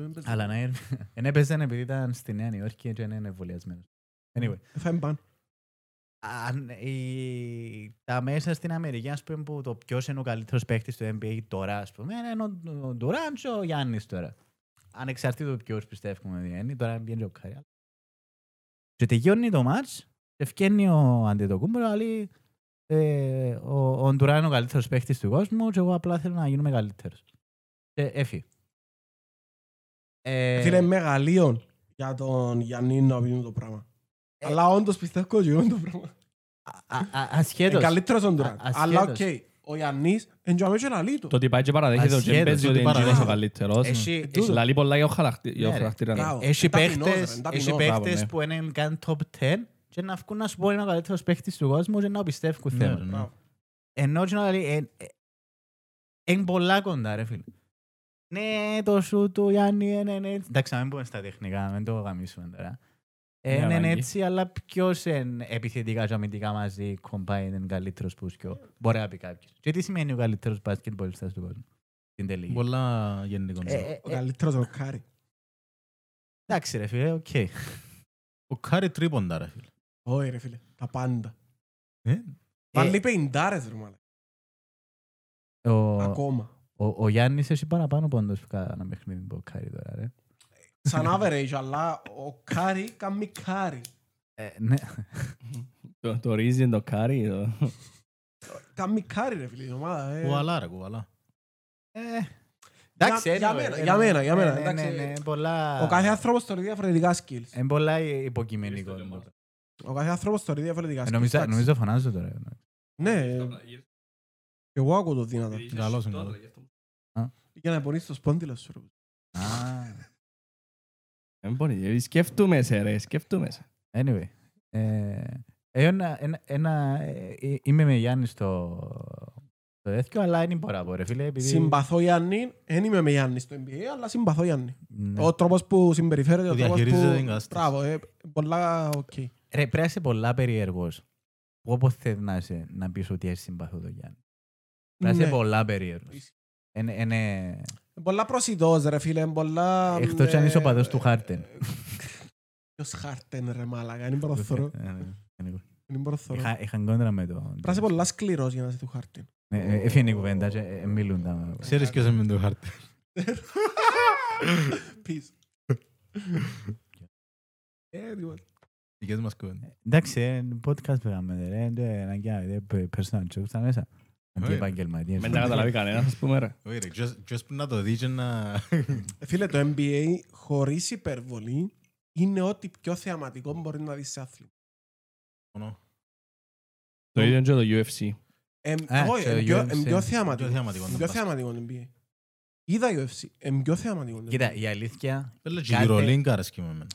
[SPEAKER 2] δεν παίζει.
[SPEAKER 4] (coughs) αλλά ναι. να είναι... (laughs) Εν έπαιζε επειδή ήταν στη Νέα Νιόρκη και είναι εμβολιασμένος. Anyway,
[SPEAKER 2] Φάμε πάνω.
[SPEAKER 4] αν η, τα μέσα στην Αμερική, ας πούμε, που το ποιος είναι ο καλύτερος παίκτης του NBA τώρα, ας πούμε, είναι ο- ο Ντουράν και ο Γιάννης τώρα. Ανεξαρτήτως ποιος πιστεύουμε ότι είναι, τώρα μπαίνει ο Κάρι. Και τελειώνει το μάτς, και βγαίνει ο Αντετοκούμπρο, λέει ε, ο, ο Ντουράν είναι ο καλύτερος παίκτης του κόσμου και εγώ απλά θέλω να γίνουμε καλύτερος. Και έφυγε. Ε,
[SPEAKER 2] Φίλε, μεγαλείων για τον Γιάννη να πει το πράγμα.
[SPEAKER 4] Ε,
[SPEAKER 2] Αλλά όντως πιστεύω ότι είναι το πράγμα.
[SPEAKER 4] α- α- α-
[SPEAKER 2] Είναι
[SPEAKER 4] ασχέτως.
[SPEAKER 2] καλύτερος ο Ντουράν.
[SPEAKER 4] Α- ασχέτως.
[SPEAKER 2] Αλλά οκ, ο Γιάννης εντιαμέσου ένα λίτο.
[SPEAKER 1] Το ότι πάει και παραδέχεται ο
[SPEAKER 4] Ασχέτως,
[SPEAKER 1] Τζέμπετζ ότι
[SPEAKER 3] ότι
[SPEAKER 1] είναι
[SPEAKER 3] παραδέχεται.
[SPEAKER 1] ο καλύτερος.
[SPEAKER 4] Εσύ-
[SPEAKER 1] Ε, τούτο. Λαλεί πολλά για ο χαρακτή- για ο
[SPEAKER 4] Ναι, ρε.
[SPEAKER 1] χαρακτήρα. του.
[SPEAKER 2] Μπράβο.
[SPEAKER 4] Έχει
[SPEAKER 2] Ταπεινός, ρε,
[SPEAKER 4] παίχτες,
[SPEAKER 2] ταπεινός,
[SPEAKER 4] έχει
[SPEAKER 1] μπράβο,
[SPEAKER 4] παίχτες
[SPEAKER 1] ναι.
[SPEAKER 4] που είναι καν top 10 και να βγουν να σου πω είναι ο καλύτερος παίχτης του κόσμου και να πιστεύουν
[SPEAKER 3] Ναι,
[SPEAKER 4] θέμα.
[SPEAKER 3] ρε, ναι.
[SPEAKER 2] Μπράβο.
[SPEAKER 4] Ενώ και να λέει, ε, ε, είναι πολλά κοντά ρε φίλε. Ναι, το σου του Γιάννη είναι είναι έτσι. Εντάξει, να μην πούμε στα τεχνικά, μην το γαμίσουμε τώρα. Ε,
[SPEAKER 1] Ναι,
[SPEAKER 4] Είναι
[SPEAKER 1] ανάγκη.
[SPEAKER 4] έτσι, αλλά ποιος είναι επιθετικά και αμυντικά μαζί κομπάει είναι καλύτερος που σκιο. Μπορεί να πει κάποιος. Και τι σημαίνει ο καλύτερος μπασκετμπολιστάς του κόσμου. Την τελική.
[SPEAKER 3] Πολλά γενικό.
[SPEAKER 4] Ε, ε,
[SPEAKER 2] Ο
[SPEAKER 4] ε,
[SPEAKER 2] καλύτερος ο Κάρι.
[SPEAKER 4] Εντάξει ρε φίλε, οκ.
[SPEAKER 3] Ο Κάρι τρίποντα, ρε φίλε.
[SPEAKER 2] Όχι ρε φίλε, τα πάντα.
[SPEAKER 3] Ε,
[SPEAKER 2] Βάλει πεντάρες ρε μάλλον.
[SPEAKER 4] Ε, Ο-
[SPEAKER 2] Ακόμα.
[SPEAKER 4] Ο, ο Γιάννης έχει παραπάνω πόντο που κάνει ένα παιχνίδι που κάρει τώρα, ρε.
[SPEAKER 2] Σαν average, αλλά ο Κάρι κάνει Κάρι.
[SPEAKER 4] Ε, ναι.
[SPEAKER 1] Το- Το ρύζι είναι το κάρι. το-
[SPEAKER 2] Κάνει Κάρι ρε φίλε, η ομάδα. ε.
[SPEAKER 3] Κουβαλά, ρε, κουβαλά.
[SPEAKER 4] Ε, εντάξει,
[SPEAKER 2] Για- για
[SPEAKER 4] anyway,
[SPEAKER 2] μένα,
[SPEAKER 4] ε,
[SPEAKER 2] για μένα, για
[SPEAKER 4] ναι,
[SPEAKER 2] μένα,
[SPEAKER 4] ναι, ναι,
[SPEAKER 2] εντάξει.
[SPEAKER 4] ναι, πολλά-
[SPEAKER 2] Ο κάθε άνθρωπος θεωρεί διαφορετικά skills.
[SPEAKER 4] Είναι πολλά υποκειμενικό.
[SPEAKER 2] Ο κάθε άνθρωπος θεωρεί διαφορετικά
[SPEAKER 4] Ε,
[SPEAKER 2] skills.
[SPEAKER 4] Νομίζω,
[SPEAKER 2] εντάξει.
[SPEAKER 4] νομίζω φωνάζω τώρα. ε,
[SPEAKER 2] Ναι, ε, και εγώ ακούω το δύνατα.
[SPEAKER 3] Καλός είναι, καλός.
[SPEAKER 2] Για να πονείς το σπόντιλο σου ρε.
[SPEAKER 4] Α,
[SPEAKER 1] Δεν μπορεί. Ε, Σκέφτομαι σε ρε, σκέφτομαι σε.
[SPEAKER 4] Anyway. Ε, ένα, ένα, ένα, ε, ε, είμαι με Γιάννη στο, στο δέθκιο, αλλά είναι μπορώ, ρε φίλε. Επειδή,
[SPEAKER 2] Συμπαθώ Γιάννη, δεν είμαι με Γιάννη στο NBA, αλλά συμπαθώ Γιάννη.
[SPEAKER 4] Ναι.
[SPEAKER 2] Ο τρόπος που συμπεριφέρεται, ο
[SPEAKER 3] Που
[SPEAKER 2] τρόπος
[SPEAKER 3] διαχειρίζεται την
[SPEAKER 2] που...
[SPEAKER 3] κατάσταση.
[SPEAKER 2] Μπράβο, ε, πολλά οκ.
[SPEAKER 4] Ρε, πρέπει να είσαι πολλά περίεργος. Όπως θες να είσαι, να πεις ότι έχεις συμπαθώ τον Γιάννη. Πρέπει να
[SPEAKER 2] Ναι.
[SPEAKER 4] είσαι πολλά περίεργος. ε, Είναι- Είναι...
[SPEAKER 2] Πολλά προσιτός ρε φίλε, πολλά... ε,
[SPEAKER 4] Εκτός κι αν είσαι οπαδός του Χάρτεν.
[SPEAKER 2] (laughs) Ποιος Χάρτεν ρε μάλακα, είναι
[SPEAKER 4] (laughs)
[SPEAKER 2] προθωρό.
[SPEAKER 4] Ε, ναι, ναι, ναι.
[SPEAKER 2] Είναι προθωρό.
[SPEAKER 4] Είχα- Είχαν κόντρα με το...
[SPEAKER 2] Πρέπει να είσαι πολλά σκληρός για να είσαι του Χάρτεν.
[SPEAKER 4] Ναι, ε, Έφυγε η κουβέντα και ε, μιλούν τα...
[SPEAKER 3] Ξέρεις
[SPEAKER 2] ε,
[SPEAKER 3] ποιος είναι με το χάρτη. (laughs)
[SPEAKER 2] Peace. Ε, τίποτα.
[SPEAKER 3] Δικές μας κουβέντες.
[SPEAKER 4] Εντάξει, ε, podcast πήγαμε, ρε, είναι αναγκαία, ε, πε- personal jokes τα μέσα. Αντί
[SPEAKER 3] Ωραία.
[SPEAKER 4] επαγγελματίες.
[SPEAKER 1] Μην τα καταλάβει κανένας, ας πούμε ρε.
[SPEAKER 3] Όχι, ρε, just- just που να το δεις και να...
[SPEAKER 2] Ε, Φίλε, το NBA χωρίς υπερβολή είναι ό,τι πιο θεαματικό μπορεί να δεις σε άθλημα.
[SPEAKER 3] Μόνο.
[SPEAKER 1] Το ίδιο είναι και το UFC.
[SPEAKER 2] Εμ-
[SPEAKER 4] Α,
[SPEAKER 2] όχι,
[SPEAKER 4] το
[SPEAKER 2] εμ πιο-
[SPEAKER 4] UFC.
[SPEAKER 2] εμ πιο
[SPEAKER 3] Πιο
[SPEAKER 2] θεαματικό.
[SPEAKER 3] θεαματικό
[SPEAKER 2] Εμ
[SPEAKER 3] το
[SPEAKER 2] πιο
[SPEAKER 3] μπάσκετ.
[SPEAKER 2] θεαματικό το NBA. Είδα UFC. Εμ πιο θεαματικό. το
[SPEAKER 4] Κοίτα,
[SPEAKER 2] NBA.
[SPEAKER 4] η αλήθεια...
[SPEAKER 3] Πέλε και η
[SPEAKER 4] Κάτι-
[SPEAKER 3] Euroleague αρέσκει με εμένα.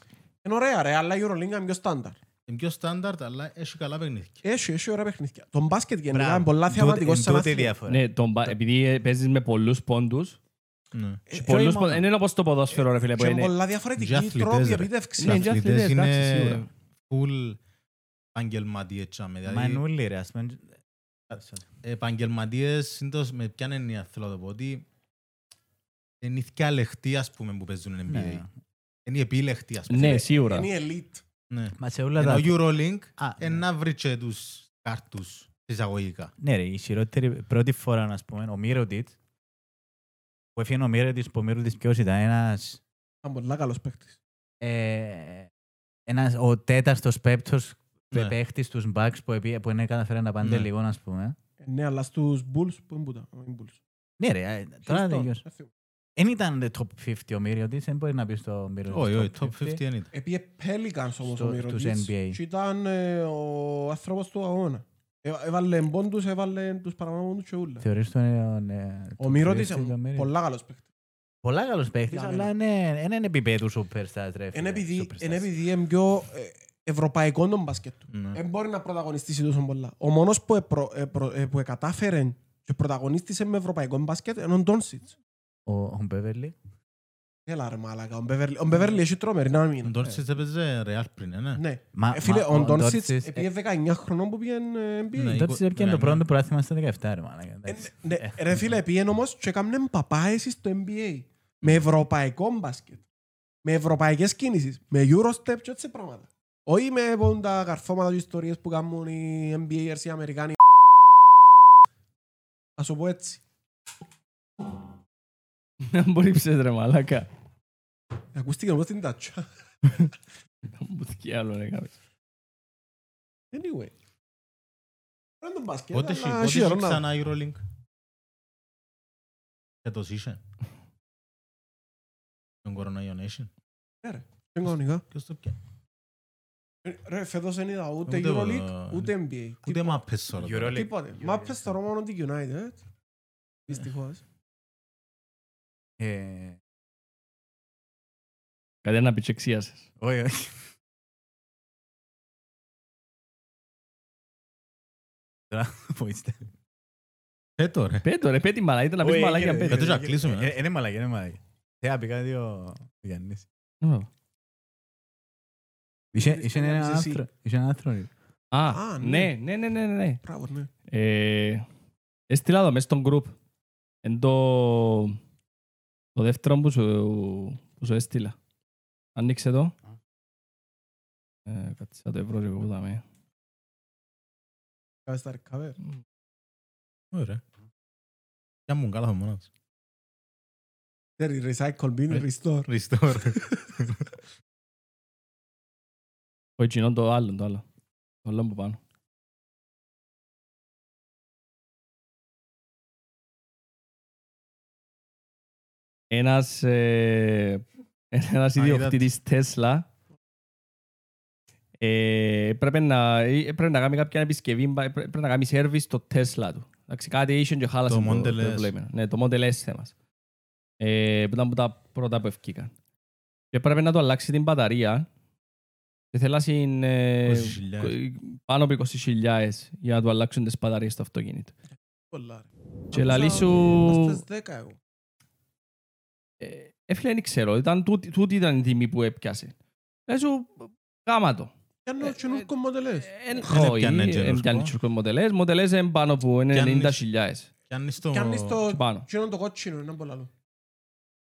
[SPEAKER 2] Είναι ωραία ρε, αλλά η Euroleague είναι πιο στάνταρ.
[SPEAKER 3] Είναι πιο στάνταρτ, αλλά έχει καλά παιχνίδια.
[SPEAKER 2] Έχει, έχει ωραία παιχνίδια. Το μπάσκετ γενικά είναι
[SPEAKER 4] Μπράβο.
[SPEAKER 2] πολλά
[SPEAKER 4] Εν
[SPEAKER 2] θεαματικό
[SPEAKER 4] τούτη- εν
[SPEAKER 2] σαν
[SPEAKER 4] τούτη
[SPEAKER 2] άθλημα.
[SPEAKER 4] διαφορά.
[SPEAKER 1] Ναι, τον πα- επειδή ε, παίζεις με πολλούς πόντους,
[SPEAKER 3] Ναι.
[SPEAKER 2] Ε,
[SPEAKER 1] και
[SPEAKER 2] και όχι
[SPEAKER 1] πολλούς
[SPEAKER 2] μόνο.
[SPEAKER 1] πόντους- δεν είναι όπως το ποδόσφαιρο ρε φίλε που
[SPEAKER 2] Και
[SPEAKER 1] είναι.
[SPEAKER 2] πολλά
[SPEAKER 3] Για
[SPEAKER 2] διαφορετικοί
[SPEAKER 3] αθλητές,
[SPEAKER 2] τρόποι
[SPEAKER 3] ρε.
[SPEAKER 1] Ναι,
[SPEAKER 2] επίτευξης.
[SPEAKER 3] Οι
[SPEAKER 1] και
[SPEAKER 3] αθλητές
[SPEAKER 1] αθλητές, εντάξει,
[SPEAKER 3] είναι
[SPEAKER 1] σίγουρα.
[SPEAKER 3] full επαγγελματίες. τσάμε, Δηλαδή,
[SPEAKER 4] Μανούλη, ρε, ας πούμε...
[SPEAKER 3] επαγγελματίες σύντος με ποιαν εννοία θέλω να το πω ότι είναι οι θκιαλεχτοί ας πούμε που παίζουν NBA.
[SPEAKER 4] Ναι.
[SPEAKER 3] Είναι οι επιλεχτοί ας πούμε.
[SPEAKER 1] Ναι, σίγουρα. (laughs)
[SPEAKER 2] Είναι η elite.
[SPEAKER 3] Ναι.
[SPEAKER 4] Μα σε
[SPEAKER 2] Ε,
[SPEAKER 4] όλα
[SPEAKER 3] Ενώ
[SPEAKER 4] τα...
[SPEAKER 3] Eurolink
[SPEAKER 4] Α, ναι.
[SPEAKER 3] είναι να βρει και τους κάρτους εισαγωγικά.
[SPEAKER 4] Ναι ρε, η χειρότερη πρώτη φορά, να πούμε, ο Μύρωτιτς, που έφυγε ο Μύρωτιτς, που ο Μύρωτιτς ποιος ήταν, ένας
[SPEAKER 2] Ήταν πολλά καλός παίκτης.
[SPEAKER 4] ε, ένας, ο τέταρτος πέπτος
[SPEAKER 3] Ναι.
[SPEAKER 4] ναι. παίχτης τους Bucks που, επί, που είναι καταφέρει να πάνε
[SPEAKER 3] Ναι.
[SPEAKER 4] λίγο, ας πούμε.
[SPEAKER 2] Ε, Ναι, αλλά στους Bulls, πού είναι που ήταν, οι Bulls.
[SPEAKER 4] Ναι ρε, ε, τώρα
[SPEAKER 2] Houston,
[SPEAKER 4] δεν
[SPEAKER 2] δεν θυμούμαι.
[SPEAKER 4] Δεν ήταν top 50 ο Μύριωτης, δεν μπορεί να πει το Μύριωτης.
[SPEAKER 3] Όχι, όχι, top 50 είναι.
[SPEAKER 2] Επίε Pelicans όμως ο
[SPEAKER 4] Στο- στους
[SPEAKER 2] Μυρωτής
[SPEAKER 4] NBA.
[SPEAKER 2] και ήταν ε, ο άνθρωπος του αγώνα. Ε, Έβαλε πόντους, έβαλε τους παραπάνω και ούλα.
[SPEAKER 4] Θεωρείς τον... ε,
[SPEAKER 2] Ο
[SPEAKER 4] top
[SPEAKER 2] Μυρωτής
[SPEAKER 4] 50
[SPEAKER 2] είναι
[SPEAKER 4] τον Μύριο.
[SPEAKER 2] πολλά καλός παίκτης.
[SPEAKER 4] Πολλά καλός παίχτης,
[SPEAKER 2] Για
[SPEAKER 4] αλλά είναι, είναι επίπεδου superstars. ρε, φίλε,
[SPEAKER 2] Είναι επειδή-
[SPEAKER 4] superstars.
[SPEAKER 2] Είναι επειδή είναι πιο ε, ευρωπαϊκό τον μπάσκετ του.
[SPEAKER 3] Ναι.
[SPEAKER 2] Δεν μπορεί να πρωταγωνιστήσει τόσο πολλά. Ο μόνος που, επρο, επρο, ε, που εκατάφερε και πρωταγωνίστησε με ευρωπαϊκό μπάσκετ είναι ο Ντόνσιτς.
[SPEAKER 4] Ο, ο Μπέβερλι.
[SPEAKER 2] Έλα ρε μαλάκα, ο Μπεβερλι, ο Μπεβερλι έχει τρομερή να
[SPEAKER 3] Ο
[SPEAKER 2] μην.
[SPEAKER 3] Ντόρτσιτς έπαιζε Real πριν, ε, ναι.
[SPEAKER 2] Ναι.
[SPEAKER 4] Μα-
[SPEAKER 2] Ε, Φίλε,
[SPEAKER 4] μα-
[SPEAKER 2] ο Ντόνσιτς
[SPEAKER 4] Doncic-
[SPEAKER 2] επειδή 19 χρονών που πήγαινε ε,
[SPEAKER 3] Ναι,
[SPEAKER 4] Ο
[SPEAKER 2] NBA.
[SPEAKER 4] Doncic
[SPEAKER 3] είκο-
[SPEAKER 4] έπιανε το
[SPEAKER 3] ναι,
[SPEAKER 4] πρώτο
[SPEAKER 3] ναι.
[SPEAKER 4] πρωτάθλημα στα 17, ρε μάλλον.
[SPEAKER 2] Ε, ναι, Ρε φίλε, πήγαινε όμως και έκαμνε παπάες στο NBA. Με ευρωπαϊκό μπάσκετ. Με ευρωπαϊκές κίνησεις. Με Eurostep και έτσι πράγματα. Όχι με πόν τα καρφώματα και ιστορίες που κάνουν οι NBAers οι Αμερικάνοι. Ας το πω έτσι.
[SPEAKER 1] Να μπορείψες ρε μαλάκα.
[SPEAKER 2] Ακούστηκε όμως την τάτσα.
[SPEAKER 1] Να μου τι άλλο έκαμε.
[SPEAKER 2] Anyway. Πρέπει το μπάσκετ,
[SPEAKER 3] Πότε έχει-
[SPEAKER 2] αλλά
[SPEAKER 3] πότε
[SPEAKER 2] έχει
[SPEAKER 3] έχει
[SPEAKER 2] καιρό να-
[SPEAKER 3] ξανά Eurolink. Φέτος είχε. Τον κορονοϊό Nation.
[SPEAKER 2] Είναι κανονικά.
[SPEAKER 3] Ποιος το πιάνει.
[SPEAKER 2] Ε, Ρε, φέτος δεν είδα ούτε
[SPEAKER 3] Ούτε
[SPEAKER 2] EuroLeague,
[SPEAKER 3] ο-
[SPEAKER 2] ούτε NBA.
[SPEAKER 3] Ούτε μάπες τώρα. τώρα.
[SPEAKER 2] Τίποτε. Μάπες τώρα μόνο την United. ε. Δυστυχώς.
[SPEAKER 4] Ε,
[SPEAKER 1] Κάτι να πιτσεξίασες.
[SPEAKER 4] Όχι, όχι. Τώρα, βοηθήστε.
[SPEAKER 3] Πέτω, ρε.
[SPEAKER 1] Πέτω ρε, πέτει μαλάκα. Ήταν να πεις
[SPEAKER 4] Όχι,
[SPEAKER 1] μαλάκια
[SPEAKER 4] έγινε,
[SPEAKER 1] πέτω.
[SPEAKER 3] Πέτω
[SPEAKER 4] έγινε,
[SPEAKER 3] και να κλείσουμε,
[SPEAKER 4] έγινε.
[SPEAKER 3] ε.
[SPEAKER 4] Ε, Είναι μαλακή, είναι Ε, μαλακή. Θεά, πήγα δύο Γιάννης. Είχε
[SPEAKER 1] Ε,
[SPEAKER 4] είχε
[SPEAKER 2] να
[SPEAKER 4] έναν
[SPEAKER 2] πεις εσύ.
[SPEAKER 4] άνθρωπο. Είχε έναν άνθρωπο.
[SPEAKER 1] Α,
[SPEAKER 2] Α,
[SPEAKER 1] ναι, ναι, ναι, ναι, ναι.
[SPEAKER 2] Μπράβο, ναι.
[SPEAKER 1] Ε, Έστειλα εδώ μέσα στον group. Εν το... Το δεύτερο που σου, που σου έστειλα. Ανοίξε το. Ε, κάτι σαν το ευρώ και που δάμε.
[SPEAKER 2] Κάμε στα recover.
[SPEAKER 3] Ωραία. Κι αν μου καλά θα μόνος.
[SPEAKER 2] Ξέρει, recycle bin, restore.
[SPEAKER 3] Restore.
[SPEAKER 1] Ο κοινό το άλλο, το άλλο. Το άλλο που πάνω. Ένας, ε, ένας
[SPEAKER 3] Α,
[SPEAKER 1] ιδιοκτήτης Τέσλα ε, έπρεπε να, ε, έπρεπε να κάνει κάποια επισκευή, μπα- έπρε- έπρεπε να κάνει service στο Τέσλα του. Εντάξει, κάτι είχε και χάλασε
[SPEAKER 3] Το Model S.
[SPEAKER 1] βλέμμα. Ναι, το Model S θέμας. Ε, που ήταν από τα πρώτα που ευκήκαν. Και έπρεπε να του αλλάξει την μπαταρία και θέλασαν ε,
[SPEAKER 3] 20.000.
[SPEAKER 1] πάνω από 20.000 για να του αλλάξουν τις μπαταρίες στο αυτοκίνητο.
[SPEAKER 2] Πολλά, ρε.
[SPEAKER 1] Και λαλί
[SPEAKER 2] Άκουσα
[SPEAKER 1] σου-
[SPEAKER 2] ότι είμαστε στις 10 εγώ.
[SPEAKER 1] Ε, ε, φίλε, δεν ξέρω, ήταν τούτη, τούτη ήταν η τιμή που έπιασε. Λέει σου, γάμα το.
[SPEAKER 2] Πιάνω
[SPEAKER 1] Ε, ε,
[SPEAKER 2] καινούργιο μοντελές.
[SPEAKER 1] Εν-
[SPEAKER 3] Δεν
[SPEAKER 1] Όχι,
[SPEAKER 3] έπιανε
[SPEAKER 1] δεν
[SPEAKER 3] τζένος,
[SPEAKER 1] πιάνει
[SPEAKER 3] πω.
[SPEAKER 1] τσουρκούς μοντελές. Μοντελές είναι πάνω από είναι
[SPEAKER 3] Πιάνεις-
[SPEAKER 1] 90.000.
[SPEAKER 3] Κι αν είσαι το-
[SPEAKER 2] Κι αν είσαι το-
[SPEAKER 1] και Πάνω.
[SPEAKER 2] Εκείνο το κότσινο, είναι πολύ άλλο.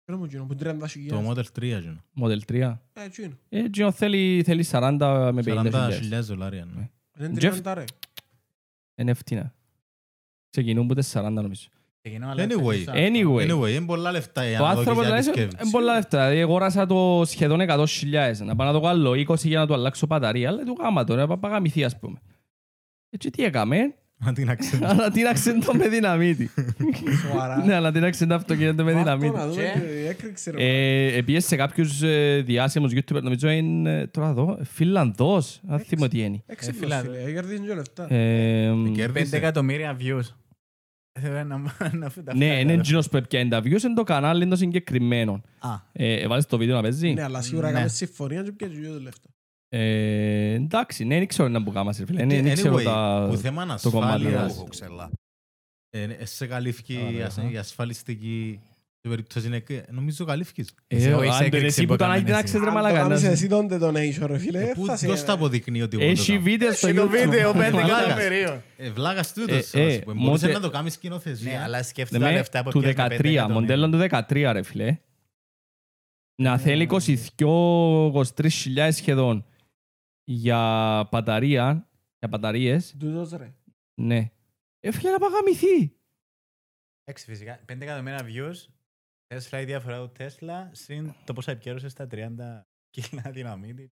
[SPEAKER 2] Εκείνο μου εκείνο, που είναι 30
[SPEAKER 3] το
[SPEAKER 2] χιλιάδες.
[SPEAKER 3] Model 3, Γιώνα.
[SPEAKER 1] Model 3.
[SPEAKER 2] Ε, εκείνο.
[SPEAKER 1] Ε, Τζιόν θέλει, θέλει 40 με 50.000.
[SPEAKER 3] 40.000 δολάρια, ναι.
[SPEAKER 1] Ναι.
[SPEAKER 2] Δεν
[SPEAKER 1] Jeff-
[SPEAKER 2] είναι 30 ρε.
[SPEAKER 1] Είναι ευθύνα. Ξεκινούν που 40 νομίζω.
[SPEAKER 3] Anyway.
[SPEAKER 1] Anyway.
[SPEAKER 3] Anyway, είναι πολλά λεφτά για
[SPEAKER 1] Το
[SPEAKER 3] να
[SPEAKER 1] άνθρωπο
[SPEAKER 3] δοκίσεις
[SPEAKER 1] λέει
[SPEAKER 3] για
[SPEAKER 1] σε-
[SPEAKER 3] επισκέψη.
[SPEAKER 1] είναι ε, πολλά λεφτά. Δηλαδή, αγόρασα το σχεδόν 100.000. Να πάω να το κάνω 20 για να του αλλάξω μπαταρία, αλλά του γάμα το, να πάω παγαμηθεί, ας πούμε. Έτσι τι έκαμε,
[SPEAKER 3] (laughs)
[SPEAKER 1] ε?
[SPEAKER 3] Αντί να ξέρεις.
[SPEAKER 1] (laughs) ανατείναξε το με δυναμίτη.
[SPEAKER 2] Σοβαρά.
[SPEAKER 1] Ναι, ανατείναξε το αυτοκίνητο με
[SPEAKER 2] Πάρ' το
[SPEAKER 1] δυναμίτη.
[SPEAKER 2] να δούμε και έκρηξε ρε.
[SPEAKER 1] Ε, Επίες σε κάποιους ε, διάσημους YouTuber, νομίζω είναι, ε, τώρα εδώ, Φιλανδός, αν θυμώ τι είναι.
[SPEAKER 2] Έξι
[SPEAKER 4] ε,
[SPEAKER 2] πλώς,
[SPEAKER 4] φίλα,
[SPEAKER 2] φίλε, κερδίζουν και λεφτά.
[SPEAKER 1] Eh, Ε,
[SPEAKER 3] Κέρδισε.
[SPEAKER 4] εκατομμύρια views. Θέλω (laughs) να να φύγω τα
[SPEAKER 1] Ναι,
[SPEAKER 4] φτιάχνω,
[SPEAKER 1] είναι
[SPEAKER 4] ρε.
[SPEAKER 1] εκείνος που έπιανε τα views, είναι το κανάλι είναι το συγκεκριμένο.
[SPEAKER 4] Α,
[SPEAKER 1] Ε, Έβαλες το βίντεο να παίζει.
[SPEAKER 2] Ναι, αλλά σίγουρα
[SPEAKER 3] ναι.
[SPEAKER 2] έκαμε συμφωνία και πιέζει δύο λεφτά.
[SPEAKER 1] Ε, εντάξει, ναι, δεν ξέρω να που κάμας, ρε φίλε. Ε, ναι, Δεν ξέρω
[SPEAKER 3] Anyway,
[SPEAKER 1] τα...
[SPEAKER 3] που θέμα
[SPEAKER 1] κομμάτι,
[SPEAKER 3] ανασφάλειας,
[SPEAKER 1] ναι.
[SPEAKER 3] ε, ε, σε καλύφθηκε
[SPEAKER 4] Άρα,
[SPEAKER 3] η ασ-
[SPEAKER 4] αχα.
[SPEAKER 3] η ασφαλιστική σε περίπτωση είναι και- νομίζω καλύφκεις.
[SPEAKER 1] Ε,
[SPEAKER 4] όχι,
[SPEAKER 1] ο
[SPEAKER 4] σε
[SPEAKER 1] Άντρε,
[SPEAKER 4] έκρηξη
[SPEAKER 1] εσύ που
[SPEAKER 4] που
[SPEAKER 1] τον
[SPEAKER 4] έκαμε,
[SPEAKER 1] Άκη να
[SPEAKER 4] εσύ.
[SPEAKER 1] ξέρεις,
[SPEAKER 2] Αν
[SPEAKER 1] ρε
[SPEAKER 2] το
[SPEAKER 1] μαλάκα.
[SPEAKER 2] κάνεις
[SPEAKER 1] να-
[SPEAKER 2] εσύ τον donation ρε φίλε,
[SPEAKER 3] Ε, Πού-
[SPEAKER 2] Ε, έφτασε,
[SPEAKER 3] Ποιος
[SPEAKER 2] ρε.
[SPEAKER 3] τα αποδεικνύει ότι
[SPEAKER 1] Έχει βίντεο στο
[SPEAKER 4] το βίντεο,
[SPEAKER 1] YouTube.
[SPEAKER 4] πέντε
[SPEAKER 1] Μαλάκας.
[SPEAKER 4] εκατομμυρίων.
[SPEAKER 3] Ε, Βλάγας
[SPEAKER 1] Ε,
[SPEAKER 3] τούτος,
[SPEAKER 1] ε,
[SPEAKER 3] ας πούμε. Μπορείς
[SPEAKER 1] μόντε-
[SPEAKER 3] να το κάνεις
[SPEAKER 4] Ναι,
[SPEAKER 3] κοινοθεσία.
[SPEAKER 4] αλλά
[SPEAKER 1] Ναι,
[SPEAKER 4] σκέφτεται τα
[SPEAKER 1] με,
[SPEAKER 4] λεφτά που
[SPEAKER 1] του
[SPEAKER 4] πιάνει με
[SPEAKER 1] 13,
[SPEAKER 4] πέντε
[SPEAKER 1] μοντέλο
[SPEAKER 4] εκατομμύρια. Ε,
[SPEAKER 1] του 13 ρε φίλε. Να
[SPEAKER 4] ναι.
[SPEAKER 1] θέλει 22-23 σχεδόν για μπαταρία, για μπαταρίες,
[SPEAKER 2] Τούτος, ρε.
[SPEAKER 1] ναι. Ε, φίλε να παγαμηθεί.
[SPEAKER 4] Έξι φυσικά. Πέντε εκατομμύρια views. Τέσλα, η διαφορά του Τέσλα, συν το πόσα επικέρωσε στα 30 κιλά δυναμίτη.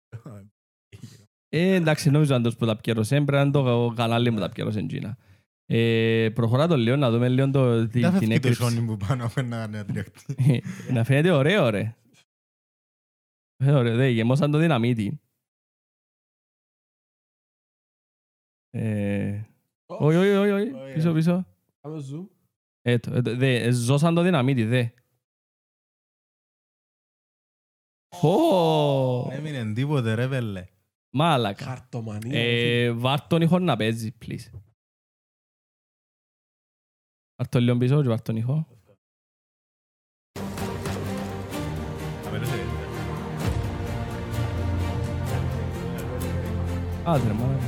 [SPEAKER 1] Ε, εντάξει, νόμιζα να το που τα πιέρωσε, πρέπει να είναι το κανάλι μου τα πιέρωσε Τζίνα. Ε, προχωρά το λίγο να δούμε λίγο το,
[SPEAKER 3] Δεν
[SPEAKER 1] την,
[SPEAKER 3] θα
[SPEAKER 1] την
[SPEAKER 3] φύγει το
[SPEAKER 1] έκρηξη.
[SPEAKER 3] ζώνη μου πάνω να είναι αντριακτή.
[SPEAKER 1] (laughs) να φαίνεται ωραίο, ρε. Ε, ωραίο, δε, γεμώσαν το δυναμίτι. Ε, όχι, όχι, όχι, όχι,
[SPEAKER 3] Όχι,
[SPEAKER 1] πίσω,
[SPEAKER 3] ρε.
[SPEAKER 1] πίσω.
[SPEAKER 2] Κάμε zoom.
[SPEAKER 1] Ε, το- ε, το- δε, ε, ζώσαν το δυναμίτι, δε. Ω,
[SPEAKER 3] Έμεινε τίποτε ρε βέλε.
[SPEAKER 1] μάλακα.
[SPEAKER 2] Χαρτομανία. ρε,
[SPEAKER 1] Ε, Βάρ τον ήχο να παίζει, pues, please. Βάρ τον λίγο πίσω και βάρ τον ήχο.
[SPEAKER 3] Θα περάσει.
[SPEAKER 1] Άντε, ρε, μάνα.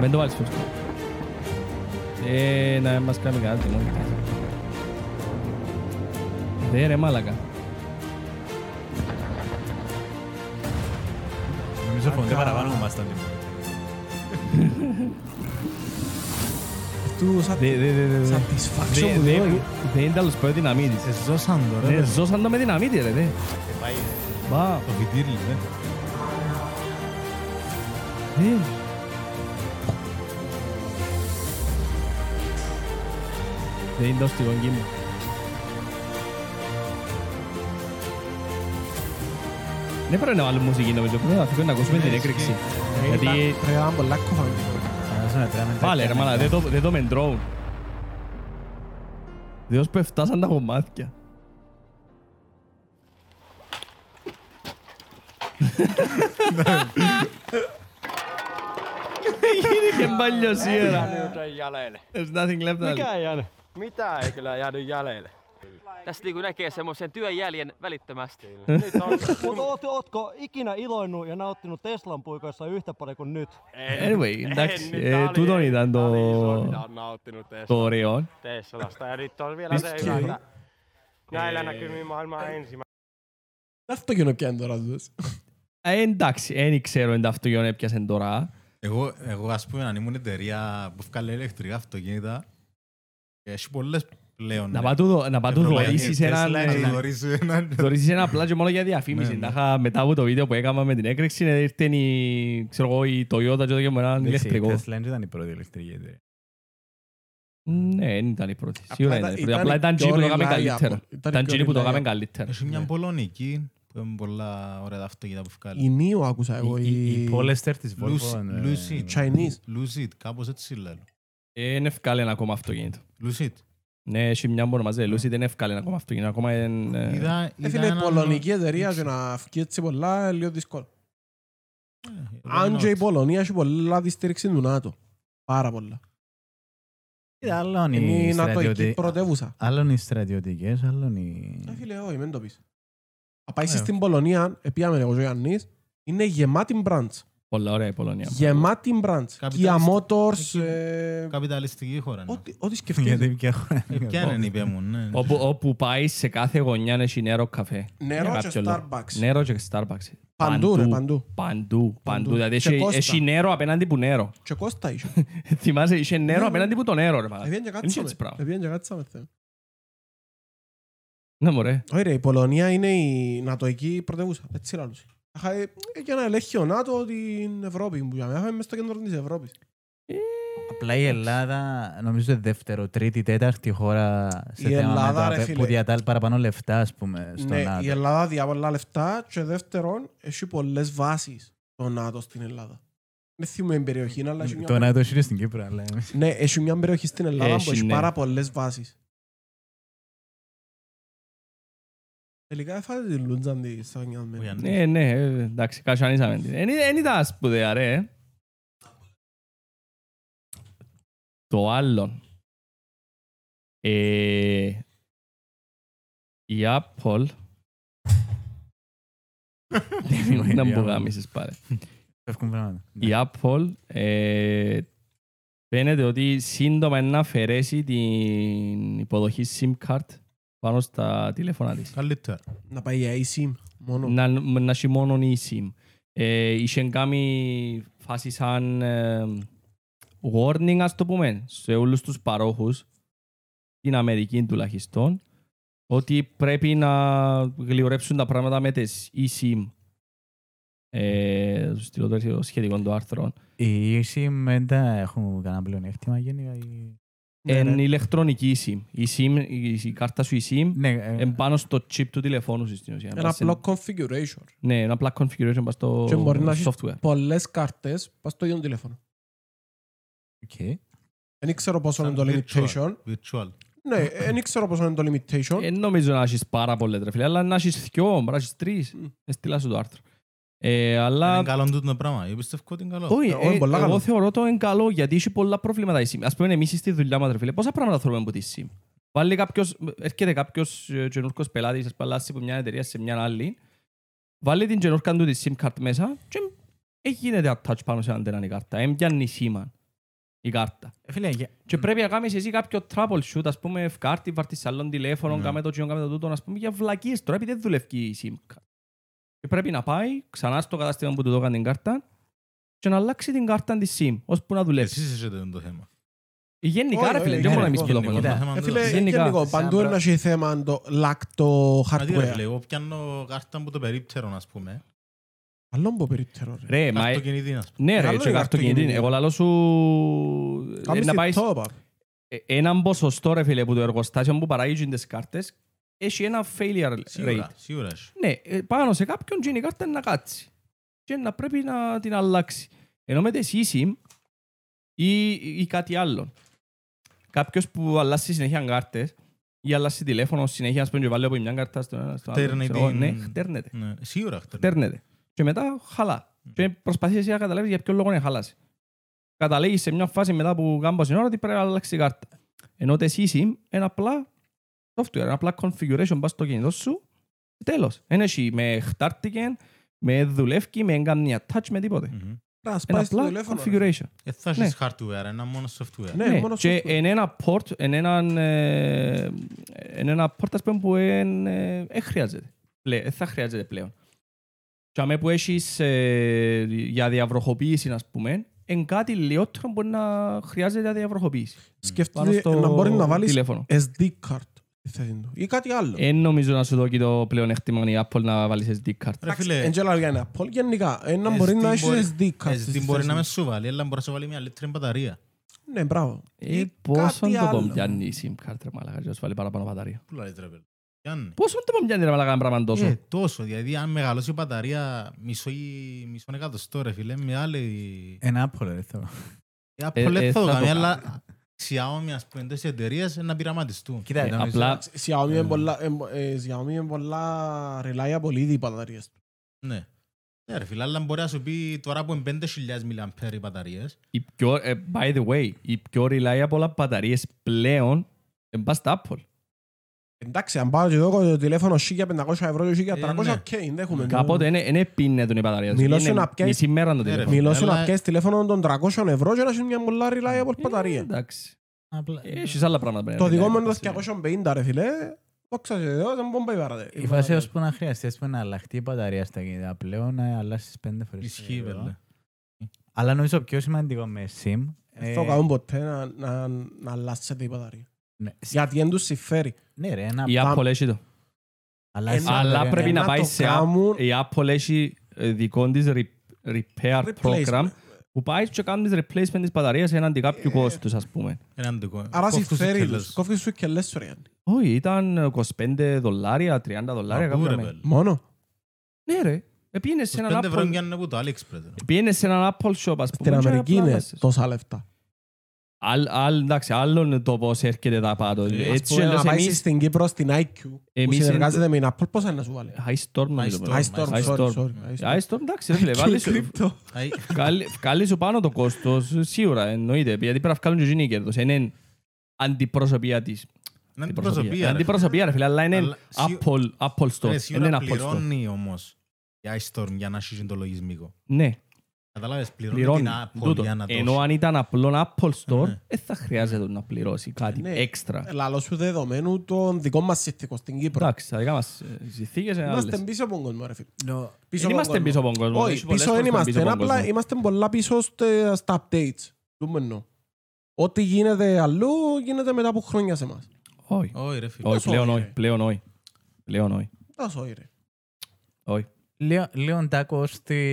[SPEAKER 1] Μην το βάλεις φως. Ε, να μας κάνει κάτι, μόνο κάτι. Δε ρε μάλακα.
[SPEAKER 4] Νομίζω φωνούνται παραπάνω που μας τον
[SPEAKER 2] φίλε. Του σα-
[SPEAKER 1] Δε, δε, δε, δε, δε.
[SPEAKER 2] satisfaction
[SPEAKER 1] Δε,
[SPEAKER 2] που
[SPEAKER 1] δε,
[SPEAKER 2] δίνω.
[SPEAKER 1] Δεν ήταν τέλος πάντων δυναμίτης.
[SPEAKER 3] Σε ζώσαν το ρε.
[SPEAKER 1] Ναι,
[SPEAKER 3] βέλε.
[SPEAKER 1] ζώσαν το με δυναμίτη ρε, δε. Βάω.
[SPEAKER 3] Το φιτήρι ε. ρε.
[SPEAKER 1] Ναι. Δεν είναι τόσο τη γονική μου. Δεν πρέπει να βάλουμε μουσική νομίζω, πρέπει να θέλουμε να ακούσουμε την έκρηξη. Γιατί
[SPEAKER 2] Πρέπει να είναι πολλά κοφαντικό.
[SPEAKER 1] πάλι ρε μάνα, δεν το- δεν το μεντρώουν. Διότι πεφτάσαν τα κομμάτια. Γίνηκε μπαλιοσύερα. There's nothing left out.
[SPEAKER 8] Mitä ei kyllä jäänyt jäljelle. Tässä niinku näkee semmoisen työjäljen välittömästi.
[SPEAKER 9] Mutta oot, ootko ikinä iloinnut ja nauttinut Teslan puikoissa yhtä paljon kuin nyt?
[SPEAKER 1] Anyway, εντάξει,
[SPEAKER 8] nyt
[SPEAKER 1] ε,
[SPEAKER 8] tää oli-
[SPEAKER 1] τούτον ήταν
[SPEAKER 8] tää
[SPEAKER 1] το-
[SPEAKER 8] oli iso, mitä on nauttinut
[SPEAKER 1] Το
[SPEAKER 8] Tesla-
[SPEAKER 1] ωραίο.
[SPEAKER 8] Teslasta. Ja nyt on vielä se hyvä, että näillä näkymin maailman ensimmäinen.
[SPEAKER 2] Αυτό και να πιάνει τώρα τους.
[SPEAKER 1] Ε, Εντάξει, δεν ξέρω αν τα αυτογειόν έπιασαν τώρα.
[SPEAKER 3] Εγώ, εγώ ας πούμε αν ήμουν εταιρεία που βγάλε ηλεκτρικά αυτοκίνητα έχει πολλές πλέον.
[SPEAKER 4] Ναι.
[SPEAKER 1] Να πάω του- Να πάω του δωρήσεις έναν... ε,
[SPEAKER 3] Δωρίσεις έναν.
[SPEAKER 1] Δωρήσεις ένα απλά και μόνο για διαφήμιση.
[SPEAKER 3] Ναι, ναι.
[SPEAKER 1] Τα είχα- μετά από το βίντεο που έκανα με την έκρηξη, ε, ήρθε η, ξέρω εγώ, η Toyota και έδωκε μου
[SPEAKER 2] Ναι,
[SPEAKER 1] έναν ηλεκτρικό.
[SPEAKER 4] ήταν η πρώτη ηλεκτρική εταιρεία.
[SPEAKER 1] Ναι, δεν ήταν η πρώτη. Σίγουρα
[SPEAKER 2] ήταν-
[SPEAKER 1] ήταν η
[SPEAKER 2] ήταν
[SPEAKER 1] πρώτη. Απλά
[SPEAKER 2] η
[SPEAKER 1] ήταν εκείνη που το
[SPEAKER 2] πιο
[SPEAKER 1] έκαμε
[SPEAKER 2] reliable.
[SPEAKER 1] καλύτερα.
[SPEAKER 2] Ήταν η
[SPEAKER 1] Ήταν
[SPEAKER 2] πιο
[SPEAKER 1] εκείνη που το
[SPEAKER 2] reliable.
[SPEAKER 1] έκαμε καλύτερα.
[SPEAKER 3] Έχει
[SPEAKER 2] Ναι.
[SPEAKER 3] μια πολωνική που έχουν πολλά ωραία τα αυτοκίνητα που βγάλε.
[SPEAKER 2] Η Νίο άκουσα εγώ.
[SPEAKER 4] Η- Η η Polester της Volvo.
[SPEAKER 3] Lucy-
[SPEAKER 4] ναι.
[SPEAKER 3] Lucy.
[SPEAKER 2] Chinese.
[SPEAKER 3] Lucid, κάπως έτσι λέω.
[SPEAKER 1] Ε, Δεν ευκάλε ένα ακόμα αυτοκίνητο.
[SPEAKER 3] Lucid.
[SPEAKER 1] Ναι, έχει μια που ονομάζεται Lucid, δεν ευκάλε ένα ακόμα αυτοκίνητο. Ακόμα εν, ε,
[SPEAKER 3] Είδα,
[SPEAKER 2] Ε,
[SPEAKER 3] είδα
[SPEAKER 2] Φίλε, η
[SPEAKER 3] έναν-
[SPEAKER 2] πολωνική εταιρεία και να φκεί έτσι πολλά είναι λίγο δύσκολο.
[SPEAKER 3] Ε,
[SPEAKER 2] Αν και η Πολωνία έχει πολλά τη στήριξη του ΝΑΤΟ. Πάρα πολλά.
[SPEAKER 4] Κοίτα, Άλλον
[SPEAKER 2] Είναι
[SPEAKER 4] οι
[SPEAKER 2] η νατοική
[SPEAKER 4] στρατιωτικοί.
[SPEAKER 2] πρωτεύουσα.
[SPEAKER 4] Άλλον οι στρατιωτικές, άλλον οι... Ναι.
[SPEAKER 2] Ε, Φίλε, όχι, μην το πεις. Αν πάει στην Πολωνία, επίαμε εγώ και ο Ιωάννης, είναι γεμάτη μπραντς.
[SPEAKER 1] Πολλά ωραία η Πολωνία.
[SPEAKER 2] Γεμάτη μπραντς. Kia
[SPEAKER 3] Καπιταλιστική.
[SPEAKER 2] Motors,
[SPEAKER 3] Εκεί-
[SPEAKER 2] ε,
[SPEAKER 3] Καπιταλιστική χώρα. ναι.
[SPEAKER 2] ό,τι- ό,τι σκεφτείτε.
[SPEAKER 4] Γιατί πια έχω-
[SPEAKER 3] Ε, Ποια είναι είπε μου, ναι.
[SPEAKER 1] Όπου, όπου πάει σε κάθε γωνιά έχει νερό καφέ.
[SPEAKER 2] Νερό
[SPEAKER 1] Για
[SPEAKER 2] και
[SPEAKER 1] κάποιο λόγο.
[SPEAKER 2] Starbucks.
[SPEAKER 1] Νερό και Starbucks.
[SPEAKER 2] Παντού, ρε, παντού.
[SPEAKER 1] Παντού, παντού.
[SPEAKER 2] Παντού.
[SPEAKER 1] Δηλαδή
[SPEAKER 2] Και
[SPEAKER 1] έχει-
[SPEAKER 2] Κώστα.
[SPEAKER 1] έχει νερό απέναντι που νερό. (laughs)
[SPEAKER 2] Και Κώστα είχε.
[SPEAKER 1] Θυμάσαι, είχε νερό
[SPEAKER 2] ναι.
[SPEAKER 1] απέναντι που το νερό. ρε μάνα.
[SPEAKER 2] Επίαν και
[SPEAKER 1] Δεν είχε
[SPEAKER 2] κάτσαμε.
[SPEAKER 1] έτσι πράγμα.
[SPEAKER 2] Επίαν και κάτσαμε. θε.
[SPEAKER 1] Ναι, μωρέ.
[SPEAKER 2] Όχι ρε, η Πολωνία είναι η νατοική πρωτεύουσα. Έτσι λάλλους. Αχα, ε, Και να ελέγχει ο ΝΑΤΟ την Ευρώπη που είχαμε. Είχαμε μες στο κέντρο της Ευρώπης.
[SPEAKER 4] Απλά η Ελλάδα νομίζω δεύτερο, τρίτη, τέταρτη χώρα σε
[SPEAKER 2] Η
[SPEAKER 4] θέμα
[SPEAKER 2] Ελλάδα,
[SPEAKER 4] με
[SPEAKER 2] ρε
[SPEAKER 4] το απε-
[SPEAKER 2] φίλε.
[SPEAKER 4] που διατάλλει παραπάνω λεφτά ας πούμε Ε, στο
[SPEAKER 2] Ναι, η
[SPEAKER 4] ΝΑΤΟ.
[SPEAKER 2] Ελλάδα διά πολλά λεφτά και δεύτερον έχει πολλές βάσεις το ΝΑΤΟ στην Ελλάδα. Δεν θυμούμε την περιοχή, αλλά έχει μια,
[SPEAKER 4] Το ΝΑΤΟ είναι στην Κύπρο αλλά εμείς-
[SPEAKER 2] ναι, έχει μια περιοχή στην Ελλάδα
[SPEAKER 1] Έχει,
[SPEAKER 2] που έχει
[SPEAKER 1] ναι.
[SPEAKER 2] πάρα πολλές βάσεις. Τελικά έφατε τη λούντζα τη
[SPEAKER 3] Ο
[SPEAKER 2] Σαββανιάδη.
[SPEAKER 3] Γιάννης.
[SPEAKER 1] Ναι, ναι, ε, εντάξει, κασανίσαμε. την. Ε, Εν- Εν ήταν σπουδαία, ρε. ε. Το άλλο. Ε, η Apple... Να μου γάμισες πάρε.
[SPEAKER 4] Φεύγουν πράγματα.
[SPEAKER 1] Η Apple ε, φαίνεται ότι σύντομα να αφαιρέσει την υποδοχή SIM card πάνω στα τηλέφωνα της.
[SPEAKER 3] Καλύτερα.
[SPEAKER 2] Να πάει η ASIM μόνο.
[SPEAKER 1] να, να έχει μόνο η SIM. Ε, είχε κάνει φάση σαν ε, warning, ας το πούμε, σε όλους τους παρόχους, την Αμερική τουλάχιστον, ότι πρέπει να γλιορέψουν τα πράγματα με τις eSIM. Ε, θα σου στείλω το σχετικό το άρθρο.
[SPEAKER 4] Η ίση μετά έχουν κανένα πλεονέκτημα γενικά. ή-
[SPEAKER 2] Ναι,
[SPEAKER 1] Εν ηλεκτρονική SIM. Η, SIM, η, η κάρτα σου η SIM
[SPEAKER 4] Ναι, ε,
[SPEAKER 1] εν πάνω στο chip του τηλεφώνου σου στην ουσία.
[SPEAKER 2] Ένα
[SPEAKER 1] Πας σε-
[SPEAKER 2] block configuration.
[SPEAKER 1] Ναι, ένα απλά configuration πας στο
[SPEAKER 2] Και μπορεί να έχεις-
[SPEAKER 1] software.
[SPEAKER 2] Πολλές κάρτες, πας στο ίδιο τηλέφωνο.
[SPEAKER 4] οκ. Ε,
[SPEAKER 2] Δεν ξέρω πόσο είναι το limitation.
[SPEAKER 3] Virtual.
[SPEAKER 2] Ναι, δεν ξέρω πόσο είναι το limitation.
[SPEAKER 1] Δεν Ε, νομίζω να έχεις πάρα πολλές ρε φίλε, αλλά να έχεις δυο, μπορεί να έχεις τρεις.
[SPEAKER 2] Μμ.
[SPEAKER 1] Έστειλα σου το άρθρο. Ε, αλλά...
[SPEAKER 3] Είναι καλό τούτο το πράγμα. Εγώ πιστεύω ότι είναι καλό.
[SPEAKER 1] Όχι,
[SPEAKER 2] Ε, όχι,
[SPEAKER 1] ε,
[SPEAKER 2] πολλά
[SPEAKER 1] εγώ
[SPEAKER 2] καλό.
[SPEAKER 1] θεωρώ το είναι καλό γιατί έχει πολλά προβλήματα η SIM. Ας πούμε εμείς στη δουλειά μας ρε φίλε, πόσα πράγματα θέλουμε από τη SIM. Βάλει κάποιος, έρχεται κάποιος ε, καινούρκος πελάτης, ας πούμε, από μια εταιρεία σε μια άλλη, βάλει την καινούρκα του τη SIM card μέσα και δεν γίνεται attach πάνω σε αντένα η κάρτα. Δεν πιάνει σήμα η κάρτα.
[SPEAKER 4] Ε, Φίλε, για-
[SPEAKER 1] Και πρέπει να κάνεις εσύ κάποιο troubleshoot, ας πούμε, ευκάρτη, βάρτης σε άλλον τηλέφωνο,
[SPEAKER 3] Ναι.
[SPEAKER 1] κάμε το τσιόν, κάμε το τούτο, ας πούμε, για βλακίες τώρα, επειδή δεν δουλεύει η SIM card. Και πρέπει να πάει ξανά στο κατάστημα που του δώκαν την κάρτα και να αλλάξει την κάρτα της SIM, ώσπου να δουλεύσει.
[SPEAKER 3] Εσείς έχετε το θέμα.
[SPEAKER 1] Γενικά,
[SPEAKER 2] Όχι,
[SPEAKER 1] ρε φίλε,
[SPEAKER 2] όχι,
[SPEAKER 1] δεν μπορούμε να
[SPEAKER 2] όχι,
[SPEAKER 1] εμείς που το
[SPEAKER 3] Γενικό
[SPEAKER 1] κάνουμε.
[SPEAKER 4] κοίτα,
[SPEAKER 3] θέμα
[SPEAKER 2] Ε,
[SPEAKER 3] τούτο.
[SPEAKER 2] Φίλε,
[SPEAKER 1] γενικά,
[SPEAKER 2] γενικό,
[SPEAKER 1] σαν
[SPEAKER 2] παντού
[SPEAKER 1] πράγμα.
[SPEAKER 2] ένα έχει θέμα το λακτο
[SPEAKER 3] Μα τι ρε φίλε,
[SPEAKER 2] hardware.
[SPEAKER 3] εγώ πιάνω κάρτα που το περίπτερον, ας πούμε.
[SPEAKER 2] Καλό που περίπτερο ρε.
[SPEAKER 1] Ρε, μα...
[SPEAKER 3] Καρτοκινητή, ας πούμε.
[SPEAKER 1] Ναι ρε,
[SPEAKER 2] Καλό
[SPEAKER 1] και
[SPEAKER 2] είναι
[SPEAKER 1] καρτοκινητή.
[SPEAKER 2] καρτοκινητή.
[SPEAKER 1] Εγώ λαλώ σου...
[SPEAKER 2] Κάμεις
[SPEAKER 1] ε, Να
[SPEAKER 2] τη
[SPEAKER 1] πάει
[SPEAKER 2] top up.
[SPEAKER 1] έναν ποσοστό ρε φίλε που το εργοστάσιο που παράγει τις κάρτες έχει ένα failure rate.
[SPEAKER 3] Σίγουρα, σίγουρα. έχει.
[SPEAKER 1] Ναι, ε, πάνω σε κάποιον γίνει η κάρτα να κάτσει. Και να πρέπει να την αλλάξει. Ενώ με τις eSIM ή, ή κάτι άλλο. Κάποιος που αλλάζει συνέχεια κάρτες ή αλλάζει τηλέφωνο συνέχεια, ας πούμε, και βάλει από μια κάρτα στον ένα, στον άλλο.
[SPEAKER 3] Χτέρνει
[SPEAKER 1] ξέρω εγώ.
[SPEAKER 3] την-
[SPEAKER 1] Ναι, χτέρνεται.
[SPEAKER 3] Ναι, Σίγουρα. χτέρνει.
[SPEAKER 1] Χτέρνεται. Και μετά χαλά. Και προσπαθείς εσύ να καταλάβεις για ποιο λόγο είναι χαλάσει. Καταλήγεις σε μια φάση μετά που κάμπα στην ώρα ότι πρέπει να αλλάξει η κάρτα. Ενώ το eSIM είναι απλά software, είναι απλά configuration, πας στο κινητό σου και τέλος. Εν έχει με χτάρτηκε, με δουλεύει, με καμία touch, με τίποτε.
[SPEAKER 3] Μμμ.
[SPEAKER 2] Ρε, ας
[SPEAKER 1] Είναι
[SPEAKER 2] πάει στο
[SPEAKER 1] απλά
[SPEAKER 2] τηλέφωνο. ρε.
[SPEAKER 1] configuration.
[SPEAKER 3] Ε, Θα έχεις hardware, ένα μόνο software. Ε,
[SPEAKER 2] Ναι, μόνο
[SPEAKER 1] και
[SPEAKER 2] software.
[SPEAKER 1] εν ένα port, εν έναν, ε, εν ένα port ας πούμε που εν, ε, ε, χρειάζεται. Πλέ, ε, θα χρειάζεται πλέον. Και αμέ που έχεις ε, για διαβροχοποίηση ας πούμε, εν κάτι λιότερο μπορεί να χρειάζεται για διαβροχοποίηση. Πάνω
[SPEAKER 2] Σκεφτείτε
[SPEAKER 1] στο
[SPEAKER 2] Δηλαδή, να μπορεί να βάλεις
[SPEAKER 1] τηλέφωνο. Ε,
[SPEAKER 2] SD card στη θέση του. Ή κάτι άλλο.
[SPEAKER 1] Δεν νομίζω να σου δώσει το πλέον έκτημα η Apple να βάλεις SD card.
[SPEAKER 3] Ρε φίλε,
[SPEAKER 2] Εν τζέλα για ένα Apple γενικά. ε, να μπορεί
[SPEAKER 3] SD
[SPEAKER 2] να έχεις SD
[SPEAKER 3] μπορεί-
[SPEAKER 2] card.
[SPEAKER 3] SD
[SPEAKER 2] στη
[SPEAKER 3] μπορεί
[SPEAKER 2] θέση
[SPEAKER 3] να με
[SPEAKER 2] του.
[SPEAKER 3] σου βάλει, αλλά μπορείς να σου βάλει μια λίτρη μπαταρία.
[SPEAKER 2] Ναι, μπράβο.
[SPEAKER 1] Ε,
[SPEAKER 2] Ή κάτι
[SPEAKER 1] πόσον το
[SPEAKER 2] άλλο.
[SPEAKER 1] πομπιάνει η SIM card, ρε μαλάκα, και να σου βάλει παραπάνω μπαταρία.
[SPEAKER 3] Πού λαλείς, ρε παιδί. Πιάνει.
[SPEAKER 1] Πόσον το πομπιάνει ρε μαλάκα, ένα πράγμα τόσο.
[SPEAKER 3] Ε, τόσο, δηλαδή αν μεγαλώσει η μπαταρία μισό ή μισό εκατοστό ρε φίλε, με άλλη...
[SPEAKER 4] Ένα Apple, ρε, θέλω.
[SPEAKER 3] Ε,
[SPEAKER 1] ε,
[SPEAKER 3] Apple
[SPEAKER 1] θα
[SPEAKER 3] δεν θα το
[SPEAKER 1] το
[SPEAKER 3] κάνει,
[SPEAKER 1] κάνει.
[SPEAKER 3] αλλά Xiaomi ας πούμε, τέτοιες εταιρείες να πειραματιστούν.
[SPEAKER 4] Κοίτα,
[SPEAKER 1] Ε,
[SPEAKER 4] νομίζω-
[SPEAKER 1] Απλά
[SPEAKER 2] Xiaomi είναι πολλά- ε, ε, Xiaomi είναι πολλά reliable ήδη οι μπαταρίες του.
[SPEAKER 3] Ναι. Ναι ρε φίλε, αλλά μπορεί να σου πει τώρα που είναι 5.000 μιλιαμπέρ οι μπαταρίες,
[SPEAKER 1] Οι πιο, ε, by the way, οι πιο reliable μπαταρίες πλέον είναι πας στα Apple.
[SPEAKER 2] Εντάξει, αν πάω και δω το τηλέφωνο 1500 ευρώ και 1300,
[SPEAKER 3] Ε, ναι.
[SPEAKER 2] οκ, ενδέχομαι.
[SPEAKER 1] Κάποτε είναι, είναι πίνεται η μπαταρία.
[SPEAKER 2] ναι. Μιλώ
[SPEAKER 1] Είναι
[SPEAKER 2] σου να πιάσεις-
[SPEAKER 1] Μισή μέρα το
[SPEAKER 3] Ναι, ρε,
[SPEAKER 1] τηλέφωνο.
[SPEAKER 2] Μιλώ σου να
[SPEAKER 3] Αλλά-
[SPEAKER 2] πιέσεις τηλέφωνο των 300 ευρώ και να έχεις μια πολλά reliable
[SPEAKER 1] Ε, ναι,
[SPEAKER 2] μπαταρία.
[SPEAKER 1] Εντάξει.
[SPEAKER 4] απλά-
[SPEAKER 1] Έχεις άλλα πράγματα.
[SPEAKER 2] Το δικό μου
[SPEAKER 1] είναι
[SPEAKER 2] είναι το 250 ρε φίλε. Δόξα σε Θεό, δεν μπορεί να πάει παρατε-
[SPEAKER 4] Η φάση ώσπου να χρειαστεί ας πούμε, να αλλάχτεί η μπαταρία στα κινητά πλέον, να αλλάσεις πέντε φορές. το
[SPEAKER 3] ισχύει
[SPEAKER 4] κινητό.
[SPEAKER 3] βέβαια.
[SPEAKER 4] Αλλά νομίζω πιο σημαντικό με SIM. ε,
[SPEAKER 2] Δεν το κάνουν ποτέ να- να- να αλλάσσεται η μπαταρία.
[SPEAKER 4] ναι, σ-
[SPEAKER 2] Γιατί δεν τους συμφέρει.
[SPEAKER 4] Ναι ρε, ένα
[SPEAKER 1] Η Apple έχει το.
[SPEAKER 4] αλλάζει
[SPEAKER 2] Ένα-
[SPEAKER 4] μπαταρία,
[SPEAKER 1] Αλλά
[SPEAKER 4] ναι.
[SPEAKER 1] πρέπει να
[SPEAKER 2] το
[SPEAKER 1] πάει σε
[SPEAKER 2] κάνουν-
[SPEAKER 1] Apple. Η Apple έχει ε, δικό της re- repair
[SPEAKER 2] Replacement.
[SPEAKER 1] program που πάει και κάνεις replacement της μπαταρίας έναντι
[SPEAKER 2] Ε.
[SPEAKER 1] κάποιου κόστους ας πούμε.
[SPEAKER 3] Έναν δικό.
[SPEAKER 2] Άρα
[SPEAKER 3] Κόφτους
[SPEAKER 2] συμφέρει
[SPEAKER 3] ικελές.
[SPEAKER 2] τους. Κόφτεις σου και λες σου ρε Γιάννη.
[SPEAKER 1] Όχι, ήταν 25 δολάρια, 30 δολάρια.
[SPEAKER 3] Παππού,
[SPEAKER 1] κάποια
[SPEAKER 3] ρε,
[SPEAKER 1] μέρα.
[SPEAKER 3] παιδί.
[SPEAKER 2] Μόνο.
[SPEAKER 1] Ναι ρε, πήγαινε σε
[SPEAKER 3] 25
[SPEAKER 1] έναν
[SPEAKER 3] ευρώ
[SPEAKER 1] Apple
[SPEAKER 3] πιάνουν από το AliExpress. ρε.
[SPEAKER 1] Πήγαινε σε έναν Apple shop, ας
[SPEAKER 2] Στην
[SPEAKER 1] πούμε. και
[SPEAKER 2] Αμερική
[SPEAKER 1] απλά
[SPEAKER 2] είναι
[SPEAKER 1] βάσεις.
[SPEAKER 2] τόσα λεφτά.
[SPEAKER 1] Άλλ, άλλ, εντάξει, άλλον το πώς έρχεται τα πάντο.
[SPEAKER 3] Ε,
[SPEAKER 2] Ας
[SPEAKER 1] Έτσι
[SPEAKER 2] πούμε, να
[SPEAKER 1] έλεγες
[SPEAKER 2] πάει
[SPEAKER 1] εμείς...
[SPEAKER 2] στην Κύπρο στην IQ που
[SPEAKER 1] εμείς είναι
[SPEAKER 2] συνεργάζεται με την Apple, πόσα είναι να σου βάλει.
[SPEAKER 1] High Storm να
[SPEAKER 3] High
[SPEAKER 1] το
[SPEAKER 3] Storm.
[SPEAKER 1] πούμε.
[SPEAKER 2] Ice Storm,
[SPEAKER 1] Ice
[SPEAKER 2] sorry,
[SPEAKER 1] Storm.
[SPEAKER 2] sorry, Ice Storm.
[SPEAKER 1] High Storm, εντάξει, ρε φίλε, βάλεις...
[SPEAKER 3] Αι,
[SPEAKER 1] βγάλει- Βγάλει σου πάνω το κόστος, σίγουρα, εννοείται. Γιατί πρέπει να βγάλουν και εκείνοι κέρδος. Είναι αντιπροσωπεία της.
[SPEAKER 3] Είναι αντιπροσωπεία. ρε.
[SPEAKER 1] Αντιπροσωπεία, ρε φίλε, αλλά είναι
[SPEAKER 3] Αλλά σι-
[SPEAKER 1] Apple, Apple Store.
[SPEAKER 3] Ρε,
[SPEAKER 1] Είναι
[SPEAKER 3] σίγουρα
[SPEAKER 1] ένα Apple Store.
[SPEAKER 3] πληρώνει όμως η iStorm για να αρχίσει το λογισμικό.
[SPEAKER 1] Ναι,
[SPEAKER 3] Καταλάβες, πληρώνει
[SPEAKER 1] πληρώνει.
[SPEAKER 3] την Apple
[SPEAKER 1] Τούτο.
[SPEAKER 3] για να δώσει.
[SPEAKER 1] Ενώ αν ήταν απλό Apple Store,
[SPEAKER 3] Ναι. Ε,
[SPEAKER 1] δεν θα χρειάζεται να πληρώσει κάτι
[SPEAKER 2] Ναι.
[SPEAKER 1] έξτρα.
[SPEAKER 2] Λαλό σου δεδομένου των δικών μας συνθήκων στην Κύπρο.
[SPEAKER 1] Εντάξει, τα δικά μας ε, συνθήκες είναι
[SPEAKER 2] Είμαστε
[SPEAKER 1] άλλες.
[SPEAKER 2] πίσω από τον κόσμο, ρε φίλε.
[SPEAKER 4] Νο-
[SPEAKER 2] Πίσω
[SPEAKER 1] Δεν
[SPEAKER 2] από τον
[SPEAKER 1] είμαστε
[SPEAKER 2] κόσμο.
[SPEAKER 1] πίσω από τον κόσμο.
[SPEAKER 2] Όχι,
[SPEAKER 1] Έχει πολλές
[SPEAKER 2] πίσω δεν
[SPEAKER 1] χώρες που
[SPEAKER 2] είμαστε.
[SPEAKER 1] πίσω από τον
[SPEAKER 2] Απλά
[SPEAKER 1] κόσμο.
[SPEAKER 2] είμαστε πολλά πίσω στε- στα updates. Δούμε εννοώ. Ό,τι γίνεται αλλού γίνεται μετά από χρόνια σε εμάς.
[SPEAKER 1] Όχι.
[SPEAKER 3] Όχι ρε φίλε.
[SPEAKER 1] Όχι, πλέον
[SPEAKER 2] όχι,
[SPEAKER 1] όχι.
[SPEAKER 2] ρε.
[SPEAKER 1] Πλέον όχι. Πλέον όχι.
[SPEAKER 2] Τα σόι ρε.
[SPEAKER 1] Όχι.
[SPEAKER 4] Λίγο, λίγο τάκο στη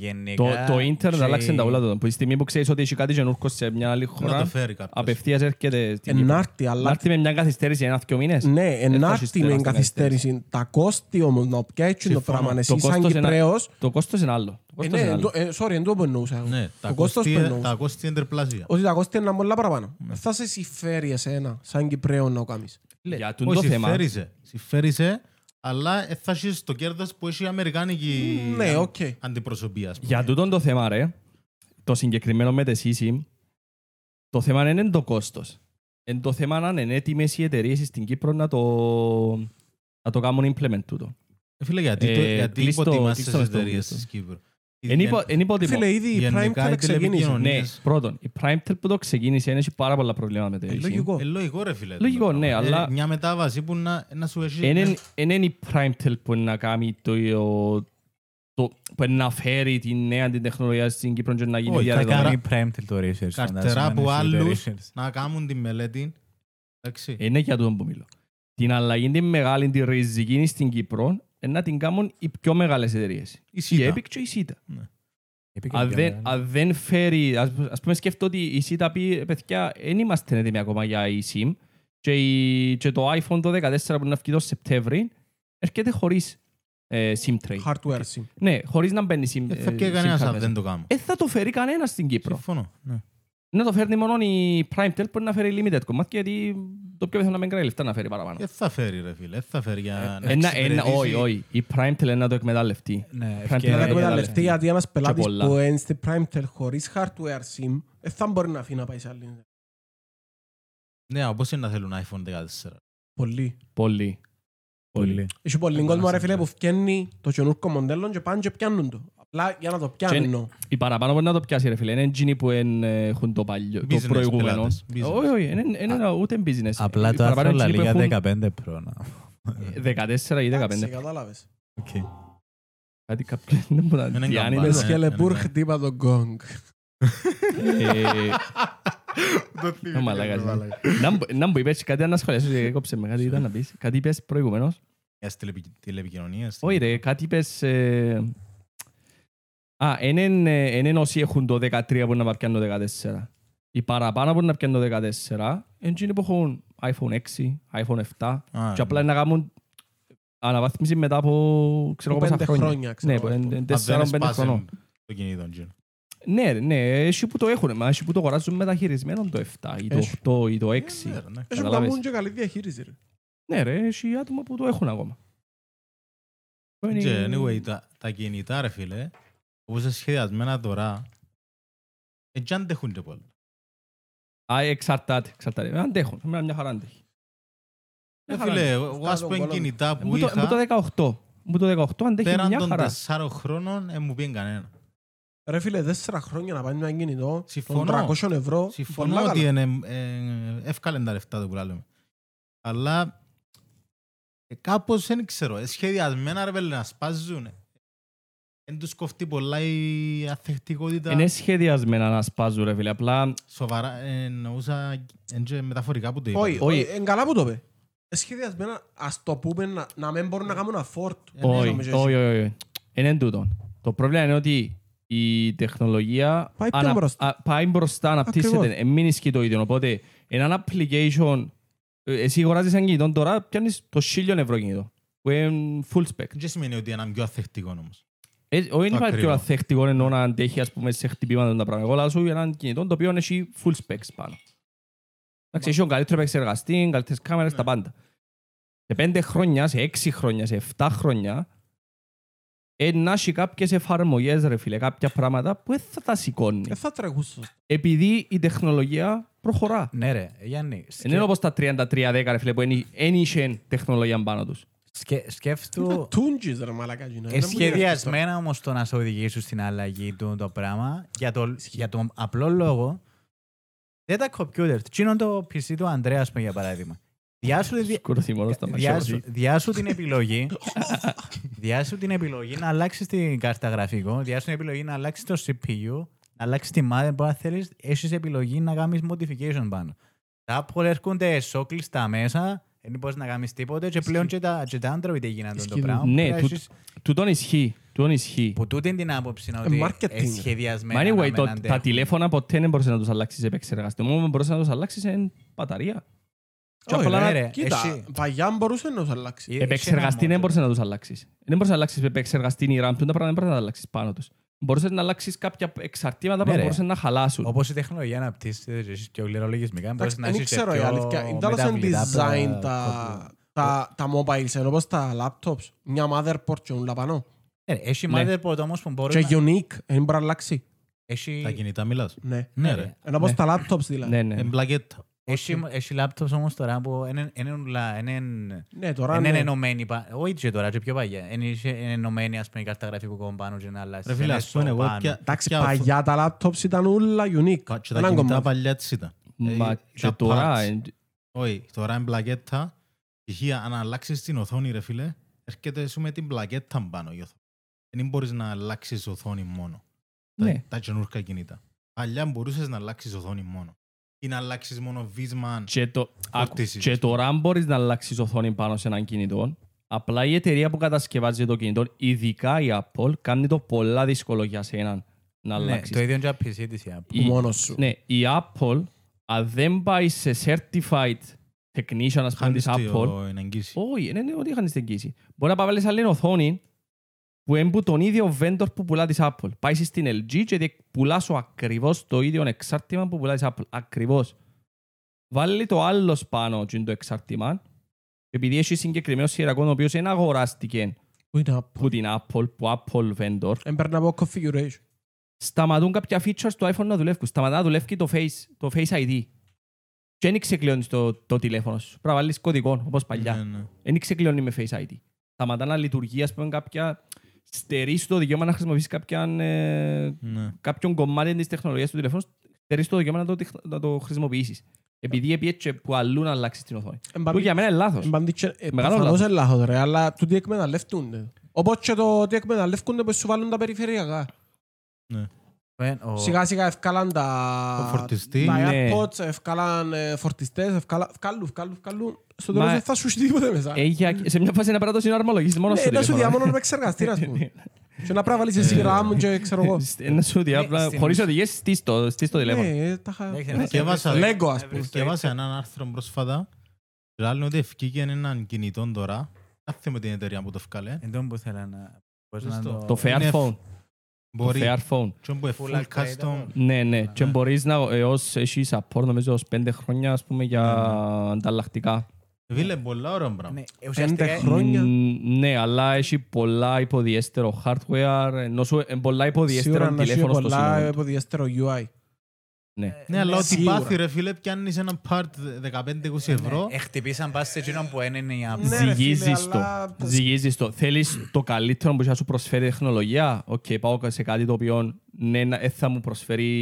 [SPEAKER 4] γενικά.
[SPEAKER 1] Το, το ίντερνετ
[SPEAKER 4] και-
[SPEAKER 1] άλλαξε τα όλα τότε. Που τη στιγμή που ξέρεις ότι έχει κάτι καινούρκο σε μια άλλη
[SPEAKER 3] Να το
[SPEAKER 1] χώρα,
[SPEAKER 3] φέρει κάποιος.
[SPEAKER 1] απευθείας έρχεται στην Κύπρο.
[SPEAKER 2] Ενάρτη,
[SPEAKER 1] Να
[SPEAKER 2] αλλά
[SPEAKER 1] έρθει με μια καθυστέρηση ένα-δυο μήνες.
[SPEAKER 2] Ναι,
[SPEAKER 1] τεράστια
[SPEAKER 2] ενάρτη με
[SPEAKER 1] τεράστια
[SPEAKER 2] καθυστέρηση. Τα κόστη όμως να πιάσουν το
[SPEAKER 3] Συμφωνώ.
[SPEAKER 2] πράγμα.
[SPEAKER 1] Το
[SPEAKER 2] Εσύ σαν
[SPEAKER 1] κόστος είναι-
[SPEAKER 2] Κυπρέος...
[SPEAKER 1] Το κόστος είναι άλλο.
[SPEAKER 2] ε,
[SPEAKER 1] Το κόστος
[SPEAKER 2] Ναι,
[SPEAKER 1] είναι
[SPEAKER 2] εν
[SPEAKER 1] άλλο.
[SPEAKER 2] τω- ε, sorry, εν τω που εννοούσα. εγώ.
[SPEAKER 3] Ναι, τα
[SPEAKER 2] Το κόστος
[SPEAKER 3] κόστη-
[SPEAKER 2] που εννοούσα.
[SPEAKER 3] τα Ναι. κόστη είναι τερπλάσια.
[SPEAKER 2] Ότι τα κόστη είναι πολλά παραπάνω. Θα σε συμφέρει εσένα, σαν Κυπρέο να το κάνεις.
[SPEAKER 1] Για τον το
[SPEAKER 3] Όχι,
[SPEAKER 1] θέμα.
[SPEAKER 3] συμφέριζε. Συμφέριζε, αλλά ε, θα έχεις το κέρδος που έχει η Αμερικάνικη
[SPEAKER 2] Ναι,
[SPEAKER 3] αν-
[SPEAKER 2] οκ.
[SPEAKER 3] αντιπροσωπεία. ας πούμε.
[SPEAKER 1] Για τούτον το θέμα, ρε, το συγκεκριμένο με τη SISIM, το θέμα είναι το κόστος. Εν το θέμα να είναι έτοιμες οι εταιρείες στην Κύπρο να το, να το κάνουν implement τούτο.
[SPEAKER 3] Ε, Φίλε, γιατί, το,
[SPEAKER 1] Ε,
[SPEAKER 3] γιατί
[SPEAKER 1] κλείστο-
[SPEAKER 3] υποτιμάς
[SPEAKER 1] κλείστο
[SPEAKER 3] τις
[SPEAKER 1] με το
[SPEAKER 3] εταιρείες
[SPEAKER 1] κλείστο.
[SPEAKER 3] της Κύπρου. Ε,
[SPEAKER 1] Εν υπο-
[SPEAKER 3] Γεν-
[SPEAKER 1] εν υποτιμώ.
[SPEAKER 2] Φίλε, ήδη η
[SPEAKER 3] γενικά
[SPEAKER 2] Primetime
[SPEAKER 3] οι
[SPEAKER 2] ξεκίνησε.
[SPEAKER 1] Ναι,
[SPEAKER 3] Yes.
[SPEAKER 1] πρώτον, η Primetel που το ξεκίνησε έχει πάρα πολλά προβλήματα με τη
[SPEAKER 2] Ε,
[SPEAKER 1] SISIM.
[SPEAKER 2] Λογικό.
[SPEAKER 3] Ε, λογικό ρε φίλε. το
[SPEAKER 1] Λογικό,
[SPEAKER 3] πράγμα.
[SPEAKER 1] ναι,
[SPEAKER 3] Ε,
[SPEAKER 1] αλλά-
[SPEAKER 3] Μια μετάβαση που να, να σου έχει...
[SPEAKER 1] Εν είναι η Primetel που να κάνει το, το, που να φέρει τη νέα την τεχνολογία στην Κύπρο και να γίνει
[SPEAKER 3] Όχι, θα
[SPEAKER 4] Θα
[SPEAKER 1] διαδεδομένη.
[SPEAKER 4] κάνει prime till το research.
[SPEAKER 3] Καρτερά
[SPEAKER 4] φαντάζομαι,
[SPEAKER 3] από
[SPEAKER 4] ναι, το
[SPEAKER 3] άλλους
[SPEAKER 4] research.
[SPEAKER 3] να κάνουν τη μελέτη. Εντάξει.
[SPEAKER 1] Είναι Ε, ναι, για τούτο που μιλώ. Την αλλαγή τη μεγάλη, τη ριζική στην Κύπρο, ε, να την κάνουν οι πιο μεγάλες εταιρείες.
[SPEAKER 3] Η
[SPEAKER 1] Η
[SPEAKER 3] ΣΥΤΑ.
[SPEAKER 1] Epic και η Sita.
[SPEAKER 4] Είπε και
[SPEAKER 1] Αν
[SPEAKER 4] πιο
[SPEAKER 1] δεν,
[SPEAKER 4] μεγάλο.
[SPEAKER 1] αν δεν φέρει, ας, ας πούμε σκεφτώ ότι η Sita πει, «Ε, παιδιά, δεν είμαστε έτοιμοι ακόμα για η SIM και, η, και το iPhone το 14 που να βγει το Σεπτέμβρη έρχεται χωρίς ε, SIM tray.
[SPEAKER 2] Hardware sim.
[SPEAKER 1] Ναι, χωρίς να μπαίνει SIM,
[SPEAKER 3] Ε,
[SPEAKER 1] ε,
[SPEAKER 3] Θα
[SPEAKER 1] SIM
[SPEAKER 3] πιέει κανένας
[SPEAKER 1] card
[SPEAKER 3] αν
[SPEAKER 1] μέσα.
[SPEAKER 3] δεν το κάνω.
[SPEAKER 1] Ε, θα το φέρει κανένας στην Κύπρο.
[SPEAKER 3] Συμφωνώ. ναι.
[SPEAKER 1] Να το φέρνει μόνο η Primetel που να φέρει limited κομμάτια, γιατί το πιο πιθανό να μην κάνει λεφτά να φέρει παραπάνω.
[SPEAKER 3] Ε, θα φέρει ρε φίλε. ε, Θα φέρει για να
[SPEAKER 1] Ένα, ένα,
[SPEAKER 3] εξυπηρετήσει-
[SPEAKER 1] όχι, όχι. Η Primetel είναι να το εκμεταλλευτεί.
[SPEAKER 4] Ναι,
[SPEAKER 1] Prime
[SPEAKER 4] ευκαιρία
[SPEAKER 2] Να
[SPEAKER 1] Till
[SPEAKER 2] το
[SPEAKER 1] είναι εκμεταλλευτεί.
[SPEAKER 2] μεταλλευτεί γιατί ένας πελάτης
[SPEAKER 1] πολλά.
[SPEAKER 2] που είναι στην Primetel χωρίς hardware sim, ε, θα μπορεί να αφήνει να πάει σε άλλη.
[SPEAKER 3] Ναι, όπως είναι να θέλουν iPhone 14.
[SPEAKER 2] Πολύ.
[SPEAKER 1] Πολύ.
[SPEAKER 4] Πολύ.
[SPEAKER 2] Έχει πολύ κόσμο ρε φίλε που φτιάχνει το καινούργιο μοντέλο και πάνε και πιάνουν το. Απλά για να το πιάνουν.
[SPEAKER 1] Και-
[SPEAKER 2] εννοώ.
[SPEAKER 1] Η παραπάνω μπορεί να το πιάσει ρε φίλε. Είναι εκείνοι που εν, ε, έχουν το, παλιό, το
[SPEAKER 3] Business
[SPEAKER 1] προηγούμενο.
[SPEAKER 3] πελάτες, business.
[SPEAKER 1] Όχι, όχι. Είναι, είναι ένα ούτε business.
[SPEAKER 4] Απλά
[SPEAKER 1] Η
[SPEAKER 4] το άρθρο
[SPEAKER 1] παραπάνω
[SPEAKER 4] La
[SPEAKER 1] είναι εκείνοι που
[SPEAKER 4] Liga 15 πρόνα.
[SPEAKER 1] έχουν 14 ή 15.
[SPEAKER 2] Εντάξει, κατάλαβες.
[SPEAKER 1] Κάτι κάποιο δεν μπορεί να
[SPEAKER 3] Είναι
[SPEAKER 1] τι
[SPEAKER 3] καμπάνα.
[SPEAKER 1] άνοιγες.
[SPEAKER 2] Με
[SPEAKER 3] (laughs) ναι,
[SPEAKER 2] σκελεπούρ
[SPEAKER 3] ναι.
[SPEAKER 2] χτύπα τον γκόγκ.
[SPEAKER 1] Ε, ο μαλάκας, ναι. Να μπο- Να μου είπες κάτι να σχολιάσεις, ε, κόψε με κάτι ήταν να πεις. Κάτι είπες προηγουμένως.
[SPEAKER 3] Για τις τηλεπικ- τηλεπικοινωνίες.
[SPEAKER 1] Όχι ρε, κάτι είπες... ε, Α, έναν ε, έναν όσοι έχουν το 13 που να πιάνουν το 14. Οι παραπάνω που να πιάνουν το 14, είναι που έχουν iPhone 6, iPhone 7
[SPEAKER 3] Α, ναι.
[SPEAKER 1] και απλά να κάνουν αναβάθμιση μετά από ξέρω εγώ πόσα
[SPEAKER 2] Πέντε
[SPEAKER 1] χρόνια.
[SPEAKER 2] χρόνια, ξέρω
[SPEAKER 1] Ναι,
[SPEAKER 2] εγώ, ας πούμε.
[SPEAKER 3] αν δεν
[SPEAKER 1] 4-5
[SPEAKER 3] σπάσουν
[SPEAKER 1] χρονών.
[SPEAKER 3] Το κινητό, Τζιν.
[SPEAKER 1] Ναι, ρε, ναι, εσύ που το έχουν, μα εσύ που το αγοράζουν μεταχειρισμένο το 7 ή
[SPEAKER 2] Έχει.
[SPEAKER 1] το 8 ή το 6.
[SPEAKER 3] Ε, ναι, ναι.
[SPEAKER 2] Έχει που
[SPEAKER 1] Καταλάβες.
[SPEAKER 2] κάνουν και καλή διαχείριση ρε.
[SPEAKER 1] Ναι ρε, έχει άτομα που το έχουν ακόμα. ε,
[SPEAKER 3] Και Ε, anyway, τα- τα κινητά ρε φίλε, όπως είναι σχεδιασμένα τώρα, ε, και αντέχουν και πολλά.
[SPEAKER 1] Α, εξαρτάται, εξαρτάται. Ε, Αντέχουν, εμένα μια χαρά αντέχει.
[SPEAKER 3] Ε,
[SPEAKER 1] Μια χαρά
[SPEAKER 3] φίλε,
[SPEAKER 1] αντέχει. Ε,
[SPEAKER 3] εγώ εγώ, ας
[SPEAKER 2] Φτάνω
[SPEAKER 3] πούμε
[SPEAKER 2] πολλά.
[SPEAKER 3] κινητά που
[SPEAKER 1] Μου το- μου
[SPEAKER 3] είχα,
[SPEAKER 1] το 18. Μου το 18 αντέχει
[SPEAKER 3] πέραν
[SPEAKER 1] μια
[SPEAKER 3] των
[SPEAKER 1] χαρά.
[SPEAKER 3] τεσσάρων χρόνων, ε, μου πήγε κανένα.
[SPEAKER 2] Ρε φίλε, τέσσερα χρόνια να πάει με ένα κινητό των
[SPEAKER 3] Συμφωνώ.
[SPEAKER 2] 300 ευρώ. πολλά
[SPEAKER 3] Συμφωνώ
[SPEAKER 2] καλά.
[SPEAKER 3] ότι είναι, ε, εύκαλεν τα λεφτά του που λέμε. Αλλά ε, κάπως δεν ξέρω, ε, σχεδιασμένα ρε πέλε να σπάζουν. Δεν τους κοφτεί πολλά η αθεκτικότητα.
[SPEAKER 1] Είναι σχεδιασμένα να σπάζουν ρε φίλε, απλά
[SPEAKER 3] Σοβαρά, ε, εννοούσα εν και μεταφορικά που το είπα.
[SPEAKER 2] Όχι,
[SPEAKER 1] Όχι.
[SPEAKER 2] όχι, εν καλά που το είπε. Ε, Σχεδιασμένα, ας το πούμε, να- να μην μπορούν να κάνουν afford.
[SPEAKER 3] Ε, ναι,
[SPEAKER 1] όχι,
[SPEAKER 2] νομίζω εσύ.
[SPEAKER 1] όχι, όχι, όχι. Είναι εν τούτον. Το πρόβλημα είναι ότι η τεχνολογία
[SPEAKER 2] Πάει πιο μπροστά.
[SPEAKER 1] α, πάει μπροστά, αναπτύσσεται,
[SPEAKER 2] Ακριβώς.
[SPEAKER 1] ε, μην ισχύει το ίδιο. Οπότε, έναν application, ε, εσύ αγοράζεις ένα κινητό τώρα, πιάνεις το 1000 ευρώ κινητό, που είναι full spec.
[SPEAKER 3] Δεν σημαίνει ότι είναι πιο αθεκτικό όμως.
[SPEAKER 1] Ε, Όχι, είναι υπάρχει
[SPEAKER 3] Ακριβό.
[SPEAKER 1] πιο αθεκτικό ενώ να αντέχει ας πούμε, σε χτυπήματα τα πράγματα. Εγώ λάζω έναν κινητό το οποίο έχει full specs πάνω. Εντάξει, έχει τον καλύτερος επεξεργαστή, καλύτερες κάμερες,
[SPEAKER 2] Ναι.
[SPEAKER 1] τα πάντα. Σε πέντε χρόνια, σε έξι χρόνια, σε εφτά χρόνια, ε, να έχει κάποιες εφαρμογές, ρε φίλε, κάποια πράγματα που δεν θα τα σηκώνει.
[SPEAKER 2] Ε, θα τρέχουσες.
[SPEAKER 1] Επειδή η τεχνολογία προχωρά.
[SPEAKER 4] Ναι ρε, Γιάννη, σκε-
[SPEAKER 1] Δεν είναι Ε, όπως τα 33-10, ρε φίλε, που δεν είχε τεχνολογία πάνω τους.
[SPEAKER 4] σκε-
[SPEAKER 2] Είναι
[SPEAKER 1] Ε,
[SPEAKER 4] σκέφτου...
[SPEAKER 2] τούντζις, ρε μαλάκα, γίνα.
[SPEAKER 4] Ε,
[SPEAKER 2] Δεν μπορεί να σκεφτώ.
[SPEAKER 4] σχεδιασμένα όμως το να σε οδηγήσουν στην αλλαγή του το πράγμα για, το, για τον απλό λόγο δεν τα κομπιούτερ. Τι είναι το PC του Ανδρέα, ας πούμε, για παράδειγμα. Διάσου,
[SPEAKER 2] Δηλαδή,
[SPEAKER 4] τη-
[SPEAKER 1] Σκουρωθεί μόνο στα
[SPEAKER 4] διάσου,
[SPEAKER 1] μαξιόρια.
[SPEAKER 4] διάσου την επιλογή. διάσου την επιλογή να αλλάξεις την κάρτα γραφικών. Διάσου την επιλογή να αλλάξεις το CPU. Να αλλάξεις τη motherboard αν θέλεις. Έχεις επιλογή να κάνεις modification πάνω. Τα Apple έρχονται σόκλειστα μέσα. Δεν μπορεί να κάνεις τίποτε. Και πλέον και τα, και τα Android έγιναν το
[SPEAKER 2] Ισχύει.
[SPEAKER 4] πράγμα.
[SPEAKER 1] Ναι,
[SPEAKER 4] Πρέπει να
[SPEAKER 1] τούτο-
[SPEAKER 4] έχεις-
[SPEAKER 1] Τούτον ισχύει. Του on ισχύει.
[SPEAKER 4] Που τούτη την άποψη να
[SPEAKER 2] Ε,
[SPEAKER 4] ότι
[SPEAKER 2] marketing.
[SPEAKER 4] ε, σχεδιασμένα
[SPEAKER 1] Μα anyway,
[SPEAKER 4] να
[SPEAKER 1] το- τα
[SPEAKER 4] μην αντέχουν.
[SPEAKER 1] τηλέφωνα ποτέ δεν μπορείς να τους αλλάξεις επεξεργαστή. Μόνο που μπορείς να τους αλλάξεις είναι
[SPEAKER 4] Ε,
[SPEAKER 1] μπαταρία. Και
[SPEAKER 4] Όχι,
[SPEAKER 1] απλά
[SPEAKER 4] ρε,
[SPEAKER 1] να-
[SPEAKER 4] ρε, εσύ.
[SPEAKER 2] Κοίτα, ε, παλιά μπορούσε να τους αλλάξεις.
[SPEAKER 4] Ε,
[SPEAKER 1] Επεξεργαστή
[SPEAKER 4] ένα
[SPEAKER 1] δεν
[SPEAKER 4] μόνο.
[SPEAKER 1] μπορείς να τους αλλάξεις. Δεν μπορείς να αλλάξεις επεξεργαστή ή RAM, τούτα πράγματα δεν μπορείς να τα αλλάξεις πάνω τους. Μπορούσες να αλλάξεις κάποια εξαρτήματα
[SPEAKER 4] Ναι,
[SPEAKER 1] που
[SPEAKER 4] ρε.
[SPEAKER 1] μπορούσες να χαλάσουν.
[SPEAKER 4] Όπως η τεχνολογία αναπτύσσεται, εσείς πιο λερολογισμικά, μπορείς
[SPEAKER 2] Εντάξει,
[SPEAKER 4] να
[SPEAKER 2] Δεν
[SPEAKER 4] έχεις και
[SPEAKER 2] ξέρω η αλήθεια.
[SPEAKER 4] πιο
[SPEAKER 2] Είναι τέλος εν
[SPEAKER 4] μεταβλητά
[SPEAKER 2] design
[SPEAKER 4] πράγματα.
[SPEAKER 2] τα- τα τα mobiles, ενώ πως τα laptops. Μια motherboard και όλα πάνω.
[SPEAKER 4] Ε, ρε, Έχει
[SPEAKER 1] Ναι.
[SPEAKER 4] motherboard όμως που μπορεί
[SPEAKER 2] Και
[SPEAKER 4] να...
[SPEAKER 2] unique, δεν μπορεί να αλλάξει.
[SPEAKER 4] έχει-
[SPEAKER 3] Τα κινητά μιλάς.
[SPEAKER 2] Ναι.
[SPEAKER 3] Ναι ρε.
[SPEAKER 2] Ενώ πως
[SPEAKER 4] Ναι.
[SPEAKER 2] τα laptops δηλαδή.
[SPEAKER 1] Ναι, ναι.
[SPEAKER 3] Εμπλακέτα.
[SPEAKER 4] Έχει, έχει laptops όμως τώρα που είναι είναι
[SPEAKER 2] Ναι, τώρα
[SPEAKER 4] είναι
[SPEAKER 2] ναι.
[SPEAKER 4] ενωμένοι, πα- όχι και τώρα, και πιο παλιά. Είναι είναι ενωμένοι, ας πούμε, η κάρτα γραφικού κομπάνου και να αλλάσεις.
[SPEAKER 3] Ρε φίλε,
[SPEAKER 4] ένα
[SPEAKER 3] ας πούμε
[SPEAKER 4] SO
[SPEAKER 3] εγώ
[SPEAKER 4] πάνω.
[SPEAKER 3] πια...
[SPEAKER 2] Εντάξει,
[SPEAKER 3] πια-
[SPEAKER 2] παλιά τα laptops ήταν όλα unique.
[SPEAKER 3] Κα- Και τα
[SPEAKER 2] Έναν
[SPEAKER 3] κινητά
[SPEAKER 2] κομμάτι.
[SPEAKER 3] παλιά έτσι ήταν.
[SPEAKER 1] Μα
[SPEAKER 3] Ε,
[SPEAKER 1] και
[SPEAKER 3] τα
[SPEAKER 1] τώρα...
[SPEAKER 3] parts.
[SPEAKER 1] ε,
[SPEAKER 3] Όχι, τώρα είναι πλακέτα. Π.χ. αν αλλάξεις την οθόνη ρε φίλε, έρχεται σου με την πλακέτα πάνω η οθόνη. Δεν μπορείς να αλλάξεις οθόνη μόνο. Τα-
[SPEAKER 1] Ναι.
[SPEAKER 3] Τα καινούργια κινητά. Παλιά μπορούσες να αλλάξεις οθόνη μόνο. Ή να αλλάξεις μόνο βίσμα.
[SPEAKER 1] Και, το, άκου,
[SPEAKER 3] Φορτίσεις.
[SPEAKER 1] και τώρα αν μπορείς να αλλάξεις οθόνη πάνω σε έναν κινητό, απλά η εταιρεία που κατασκευάζει το κινητό, ειδικά η Apple, κάνει το πολλά δύσκολο για σένα να
[SPEAKER 4] Ναι,
[SPEAKER 1] αλλάξεις.
[SPEAKER 4] Το ίδιο και από PC της η Apple.
[SPEAKER 1] Η-
[SPEAKER 2] Μόνος σου.
[SPEAKER 1] Ναι, η Apple, αν δεν πάει σε certified technician, ας πούμε, της Apple,
[SPEAKER 3] την εγγύηση.
[SPEAKER 1] όχι, δεν είναι ότι είχαν στην εγγύηση. Μπορεί να βάλεις άλλη οθόνη που είναι που τον ίδιο vendor που πουλά της Apple. Πάει στην LG και διε- πουλάς σου ακριβώς το ίδιο εξάρτημα που πουλά της Apple. Ακριβώς. Βάλει το άλλος πάνω τζιν το εξάρτημα επειδή έχει συγκεκριμένο σειρακόν ο οποίος δεν αγοράστηκε
[SPEAKER 2] Πού είναι Apple.
[SPEAKER 1] που την Apple, που Apple vendor
[SPEAKER 2] Έπαιρνα από configuration.
[SPEAKER 1] σταματούν κάποια features του iPhone να δουλεύουν. Σταματά να δουλεύει το Face, το face ID. Και δεν ξεκλειώνεις το, το τηλέφωνο σου. Πρέπει να βάλεις κωδικό, όπως παλιά.
[SPEAKER 3] Ναι, ναι.
[SPEAKER 1] Δεν ξεκλειώνει με Face ID. Σταματά να λειτουργεί, ας πούμε, κάποια... Στερείς το δικαίωμα να χρησιμοποιήσεις κάποιαν, ε,
[SPEAKER 3] Ναι.
[SPEAKER 1] κάποιον κομμάτι της τεχνολογίας του τηλέφωνου. Στερείς το δικαίωμα να το, τεχ- να το χρησιμοποιήσεις. Επειδή επίετσε που αλλού να αλλάξεις την οθόνη. Που για μένα είναι λάθος.
[SPEAKER 2] Εμπαντήτσε,
[SPEAKER 1] Μεγάλο
[SPEAKER 2] ε, προφανώς
[SPEAKER 1] λάθος.
[SPEAKER 2] είναι λάθος ρε, αλλά τούτοι εκμεταλλεύτουνται. Όπως και το τι εκμεταλλεύκονται που σου βάλουν τα περιφερειακά.
[SPEAKER 4] Ε, ο-
[SPEAKER 2] Σιγά σιγά ευκάλαν τα...
[SPEAKER 3] Το φορτιστή,
[SPEAKER 2] Τα
[SPEAKER 1] ναι.
[SPEAKER 2] AirPods, ευκάλαν ε, φορτιστές, ευκάλαν... Ευκάλουν, ευκάλουν, ευκάλουν. Στο
[SPEAKER 1] Μα-
[SPEAKER 2] τέλος δεν θα σου έχει τίποτε μέσα.
[SPEAKER 1] Ε, για- σε μια φάση να πρέπει να το συναρμολογήσεις μόνος
[SPEAKER 2] Ναι,
[SPEAKER 1] στο
[SPEAKER 2] Να σου
[SPEAKER 1] τηλέφωνο.
[SPEAKER 2] διαμόνω με εξεργαστήρας, ας
[SPEAKER 1] Ναι.
[SPEAKER 2] πούμε. Και να πρέπει να βάλεις εσύ
[SPEAKER 3] Ε,
[SPEAKER 2] RAM και ξέρω
[SPEAKER 1] (laughs)
[SPEAKER 2] εγώ.
[SPEAKER 1] Ένα Ε, σου διάβολα,
[SPEAKER 4] στην
[SPEAKER 1] χωρίς
[SPEAKER 4] ουσία-
[SPEAKER 1] οδηγίες, στείς το στείς το τηλέφωνο.
[SPEAKER 2] Ναι, τα είχα...
[SPEAKER 4] Εντάξει,
[SPEAKER 1] Ε,
[SPEAKER 4] να-
[SPEAKER 3] Διαβάσα-
[SPEAKER 2] Lego, ας πούμε.
[SPEAKER 3] Διαβάσα έναν άρθρο πρόσφατα. και Λένε ότι ευκήκε έναν κινητό τώρα. Κάθε με την εταιρεία που το
[SPEAKER 1] Ε,
[SPEAKER 3] ευκάλε.
[SPEAKER 4] Εν τόν που θέλω να... μπορείς να
[SPEAKER 3] Σωστό.
[SPEAKER 1] Το Fairphone. Το
[SPEAKER 3] Μπορεί.
[SPEAKER 1] Fairphone.
[SPEAKER 3] Και όπου είναι
[SPEAKER 4] Full
[SPEAKER 3] full
[SPEAKER 4] upgrade,
[SPEAKER 3] custom.
[SPEAKER 1] Ναι, ναι. Και μπορείς να έως, έχεις support νομίζω ως πέντε χρόνια ας πούμε, για
[SPEAKER 2] Ναι,
[SPEAKER 1] ανταλλακτικά.
[SPEAKER 3] Βίλε πολλά ωραία πράγμα.
[SPEAKER 4] Ναι, ε, ουσιαστικά-
[SPEAKER 2] Πέντε χρόνια.
[SPEAKER 1] Μ, Ναι, αλλά έχει πολλά υποδιέστερο hardware, ενώ σου ε, πολλά
[SPEAKER 2] Σίγουρα
[SPEAKER 1] υποδιέστερο
[SPEAKER 2] να σου
[SPEAKER 1] τηλέφωνο στο
[SPEAKER 2] πολλά ε,
[SPEAKER 1] σύνολο. του.
[SPEAKER 2] υποδιέστερο UI.
[SPEAKER 1] Ναι.
[SPEAKER 3] Ναι, αλλά ό,τι
[SPEAKER 2] σίγουρα.
[SPEAKER 3] πάθει ρε φίλε, πιάνεις ένα part 15-20 ευρώ.
[SPEAKER 4] Ε, χτυπήσαν πάση σε εκείνον που είναι η Apple.
[SPEAKER 2] Ναι, ρε,
[SPEAKER 1] Ζυγίζεις
[SPEAKER 2] φίλε,
[SPEAKER 1] το.
[SPEAKER 2] αλλά-
[SPEAKER 1] Ζυγίζεις το. Θέλεις το καλύτερο που έχει να σου προσφέρει η τεχνολογία. Οκ, πάω σε κάτι το οποίο ναι, να- ε, θα μου προσφέρει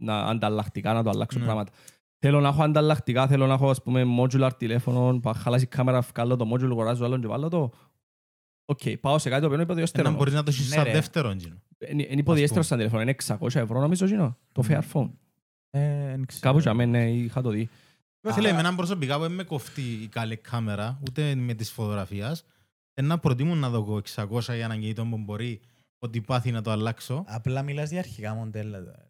[SPEAKER 1] να, ανταλλακτικά να το αλλάξω
[SPEAKER 3] Ναι.
[SPEAKER 1] πράγματα. Θέλω να έχω ανταλλακτικά, θέλω να έχω ας πούμε modular τηλέφωνο, που αν χαλάσει η κάμερα, βγάλω το modular, αγοράζω άλλον και βάλω το. Οκ, πάω σε κάτι το οποίο είναι
[SPEAKER 3] Ένα
[SPEAKER 1] υποδιέστερο.
[SPEAKER 3] μπορείς να το έχεις
[SPEAKER 4] Ναι,
[SPEAKER 3] σαν
[SPEAKER 4] ρε.
[SPEAKER 3] δεύτερο engine.
[SPEAKER 1] Είναι είναι υποδιέστερο
[SPEAKER 3] πούμε.
[SPEAKER 1] σαν τηλέφωνο, είναι 600 ευρώ νομίζω γίνω, το
[SPEAKER 2] Ναι.
[SPEAKER 1] Fairphone.
[SPEAKER 4] Ε, εν ξέρω.
[SPEAKER 1] Κάπου για μένα είχα το δει.
[SPEAKER 3] Φίλε, εμένα προσωπικά που δεν με κοφτεί η καλή κάμερα, ούτε με τις φωτογραφίες, ένα προτιμώ να δω 600 για έναν κινητό που μπορεί ότι πάθει να το αλλάξω.
[SPEAKER 4] Απλά μιλάς για αρχικά μοντέλα. τώρα.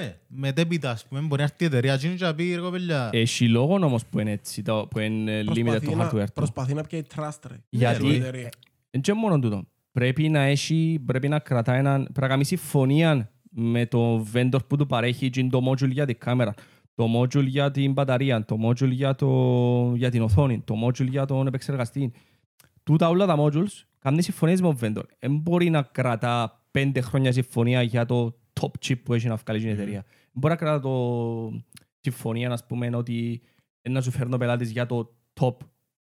[SPEAKER 3] Ναι, μετέπειτα, ας πούμε, μπορεί να έρθει η εταιρεία εκείνη και να πει, ρε κοπέλια,
[SPEAKER 1] Έχει λόγο όμως που είναι έτσι, το- που είναι ε, limited
[SPEAKER 2] Προσπαθεί
[SPEAKER 1] το
[SPEAKER 2] να-
[SPEAKER 1] hardware του.
[SPEAKER 2] Προσπαθεί να πιάει trust, ρε.
[SPEAKER 1] Γιατί-
[SPEAKER 2] Η εταιρεία.
[SPEAKER 1] Εν και μόνο τούτο. Πρέπει να έχει, πρέπει να κρατά έναν, πρέπει να κάνει συμφωνία με το vendor που του παρέχει τζιν το module για την κάμερα, το module για την μπαταρία, το module για, το, για την οθόνη, το module για τον επεξεργαστή. Τούτα όλα τα modules κάνουν συμφωνίες με τον vendor. Δεν μπορεί να κρατά πέντε χρόνια συμφωνία για το top chip που έχει να βγάλει την εταιρεία. Μπορεί να κρατά το συμφωνία, να πούμε, ότι ε, να σου φέρνω πελάτες για το top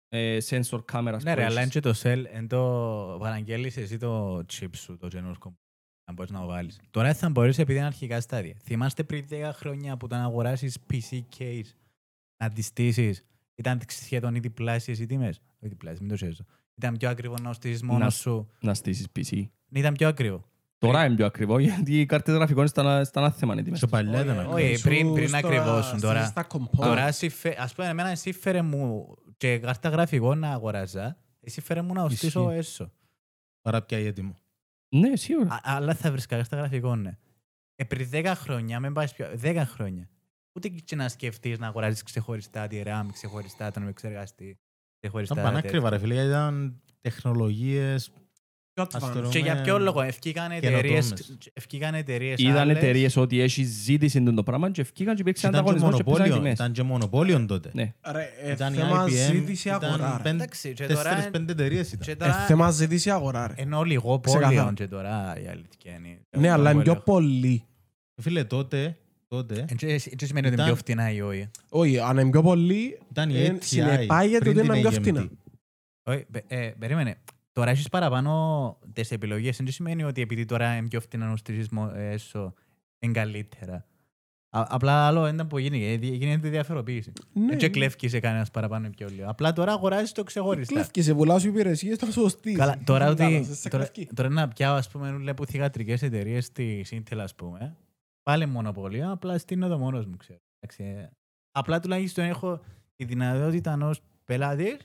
[SPEAKER 1] ε, sensor κάμερας
[SPEAKER 4] Ναι
[SPEAKER 1] που
[SPEAKER 4] ρε, αλλά
[SPEAKER 1] έχεις.
[SPEAKER 4] είναι και το Cell, εν το παραγγέλεις εσύ το chip σου, το καινούργιο να μπορείς να το βάλεις. Τώρα δεν θα μπορείς επειδή είναι αρχικά στάδια. Θυμάστε πριν 10 χρόνια που όταν αγοράσεις PC case, να τις στήσεις, ήταν σχεδόν οι διπλάσιες οι τιμές. Όχι διπλάσιες, μην το ξέρεις. Ήταν πιο ακριβό να το στήσεις
[SPEAKER 1] Να-
[SPEAKER 4] μόνος σου.
[SPEAKER 1] να στήσεις PC.
[SPEAKER 4] Ναι, Ήταν πιο ακριβό.
[SPEAKER 1] Τώρα είναι πιο ακριβό γιατί οι κάρτες γραφικών ήταν ήταν άθεμα οι τιμές.
[SPEAKER 3] σε παλιά ήταν ακριβό.
[SPEAKER 4] Όχι, πριν, πριν
[SPEAKER 2] Σου στα-
[SPEAKER 4] ακριβώς τώρα.
[SPEAKER 2] Στα components.
[SPEAKER 4] Τώρα, εσύ φε- ας πούμε, εμένα εσύ φέρε μου και κάρτα γραφικών να αγοράζα, εσύ φέρε μου να το στήσω
[SPEAKER 3] Ισχύει.
[SPEAKER 4] έσω.
[SPEAKER 3] Άρα πια έτοιμο.
[SPEAKER 1] Ναι, σίγουρα.
[SPEAKER 4] Α- αλλά θα βρίσκα στα γραφικών, ναι. Επειδή 10 χρόνια, μην πάει πιο. 10 χρόνια. Ούτε και να σκεφτείς να αγοράζεις ξεχωριστά τη RAM, ξεχωριστά τον επεξεργαστή. Ξεχωριστά.
[SPEAKER 3] Ήταν
[SPEAKER 4] τέτοια.
[SPEAKER 3] πανάκριβα ρε φίλε, γιατί ήταν τεχνολογίες
[SPEAKER 2] Πιο
[SPEAKER 3] Ας
[SPEAKER 2] advanced.
[SPEAKER 3] το
[SPEAKER 4] Και για
[SPEAKER 3] Καινοτόμες.
[SPEAKER 4] ποιο λόγο, ευκήκαν εταιρείε.
[SPEAKER 3] Καινοτόμες.
[SPEAKER 4] Ευκήκαν εταιρείες.
[SPEAKER 1] Είδαν εταιρείες ότι έχει ζήτηση το πράγμα και ευκήκαν και υπήρξε
[SPEAKER 3] ήταν και
[SPEAKER 1] ανταγωνισμός και πέσαν οι
[SPEAKER 3] μονοπόλιο,
[SPEAKER 1] τιμές.
[SPEAKER 3] ήταν και μονοπόλιο τότε.
[SPEAKER 1] Ναι.
[SPEAKER 2] Ρε, ε,
[SPEAKER 3] Ήταν η
[SPEAKER 2] θέμα
[SPEAKER 3] IBM,
[SPEAKER 2] ζήτηση αγορά.
[SPEAKER 3] ήταν
[SPEAKER 2] ρε.
[SPEAKER 4] Εντάξει, και τώρα είναι-
[SPEAKER 3] τέσσερις-πέντε εταιρείες
[SPEAKER 4] Και
[SPEAKER 3] ήταν.
[SPEAKER 2] Ε,
[SPEAKER 4] τώρα
[SPEAKER 2] Θέμα ζήτηση αγορά. ρε.
[SPEAKER 4] Ενώ λίγο
[SPEAKER 2] Ξεκάθαρα.
[SPEAKER 4] πόλεων και τώρα η αλήθεια είναι.
[SPEAKER 2] Ναι, αλλά είναι πιο
[SPEAKER 4] πόλεων.
[SPEAKER 2] πολύ.
[SPEAKER 3] Φίλε, τότε, τότε
[SPEAKER 4] Ε, και- ε, και σημαίνει ότι είναι
[SPEAKER 3] Ήταν-
[SPEAKER 4] πιο φτηνά ή όχι.
[SPEAKER 2] Όχι, αν είναι πιο πολύ,
[SPEAKER 3] ήταν η
[SPEAKER 2] ε,
[SPEAKER 3] ATI
[SPEAKER 2] συνεπάγεται
[SPEAKER 3] πριν
[SPEAKER 2] ότι
[SPEAKER 3] την
[SPEAKER 2] είναι πιο
[SPEAKER 3] AMD.
[SPEAKER 2] φτηνά.
[SPEAKER 4] Όχι, πε- ε, περίμενε. Τώρα έχεις παραπάνω τις επιλογές. Δεν σημαίνει ότι επειδή τώρα είναι πιο φτηνά ο στρισμός έσω, είναι καλύτερα. Α- απλά άλλο ήταν που γίνεται. ε, δι- Γίνεται διαφοροποίηση.
[SPEAKER 2] Ναι,
[SPEAKER 4] Δεν Ε, και κλέφκησε κανένας παραπάνω ή πιο λίγο. Απλά τώρα αγοράζεις το ξεχωριστά.
[SPEAKER 2] Κλέφκει, σε πουλάς σου υπηρεσίες, ήταν σωστή.
[SPEAKER 4] Καλά, τώρα ότι.
[SPEAKER 2] Σε
[SPEAKER 4] Τώρα,
[SPEAKER 2] κλέφκει.
[SPEAKER 4] τώρα να πιάω, ας πούμε, όλα που θηγατρικές εταιρείες στη Intel, ας πούμε. Πάλι μονοπωλία, απλά στείνω το μόνος μου, ξέρω. Εντάξει, ε. Απλά τουλάχιστον έχω τη δυνατότητα ενός πελάτης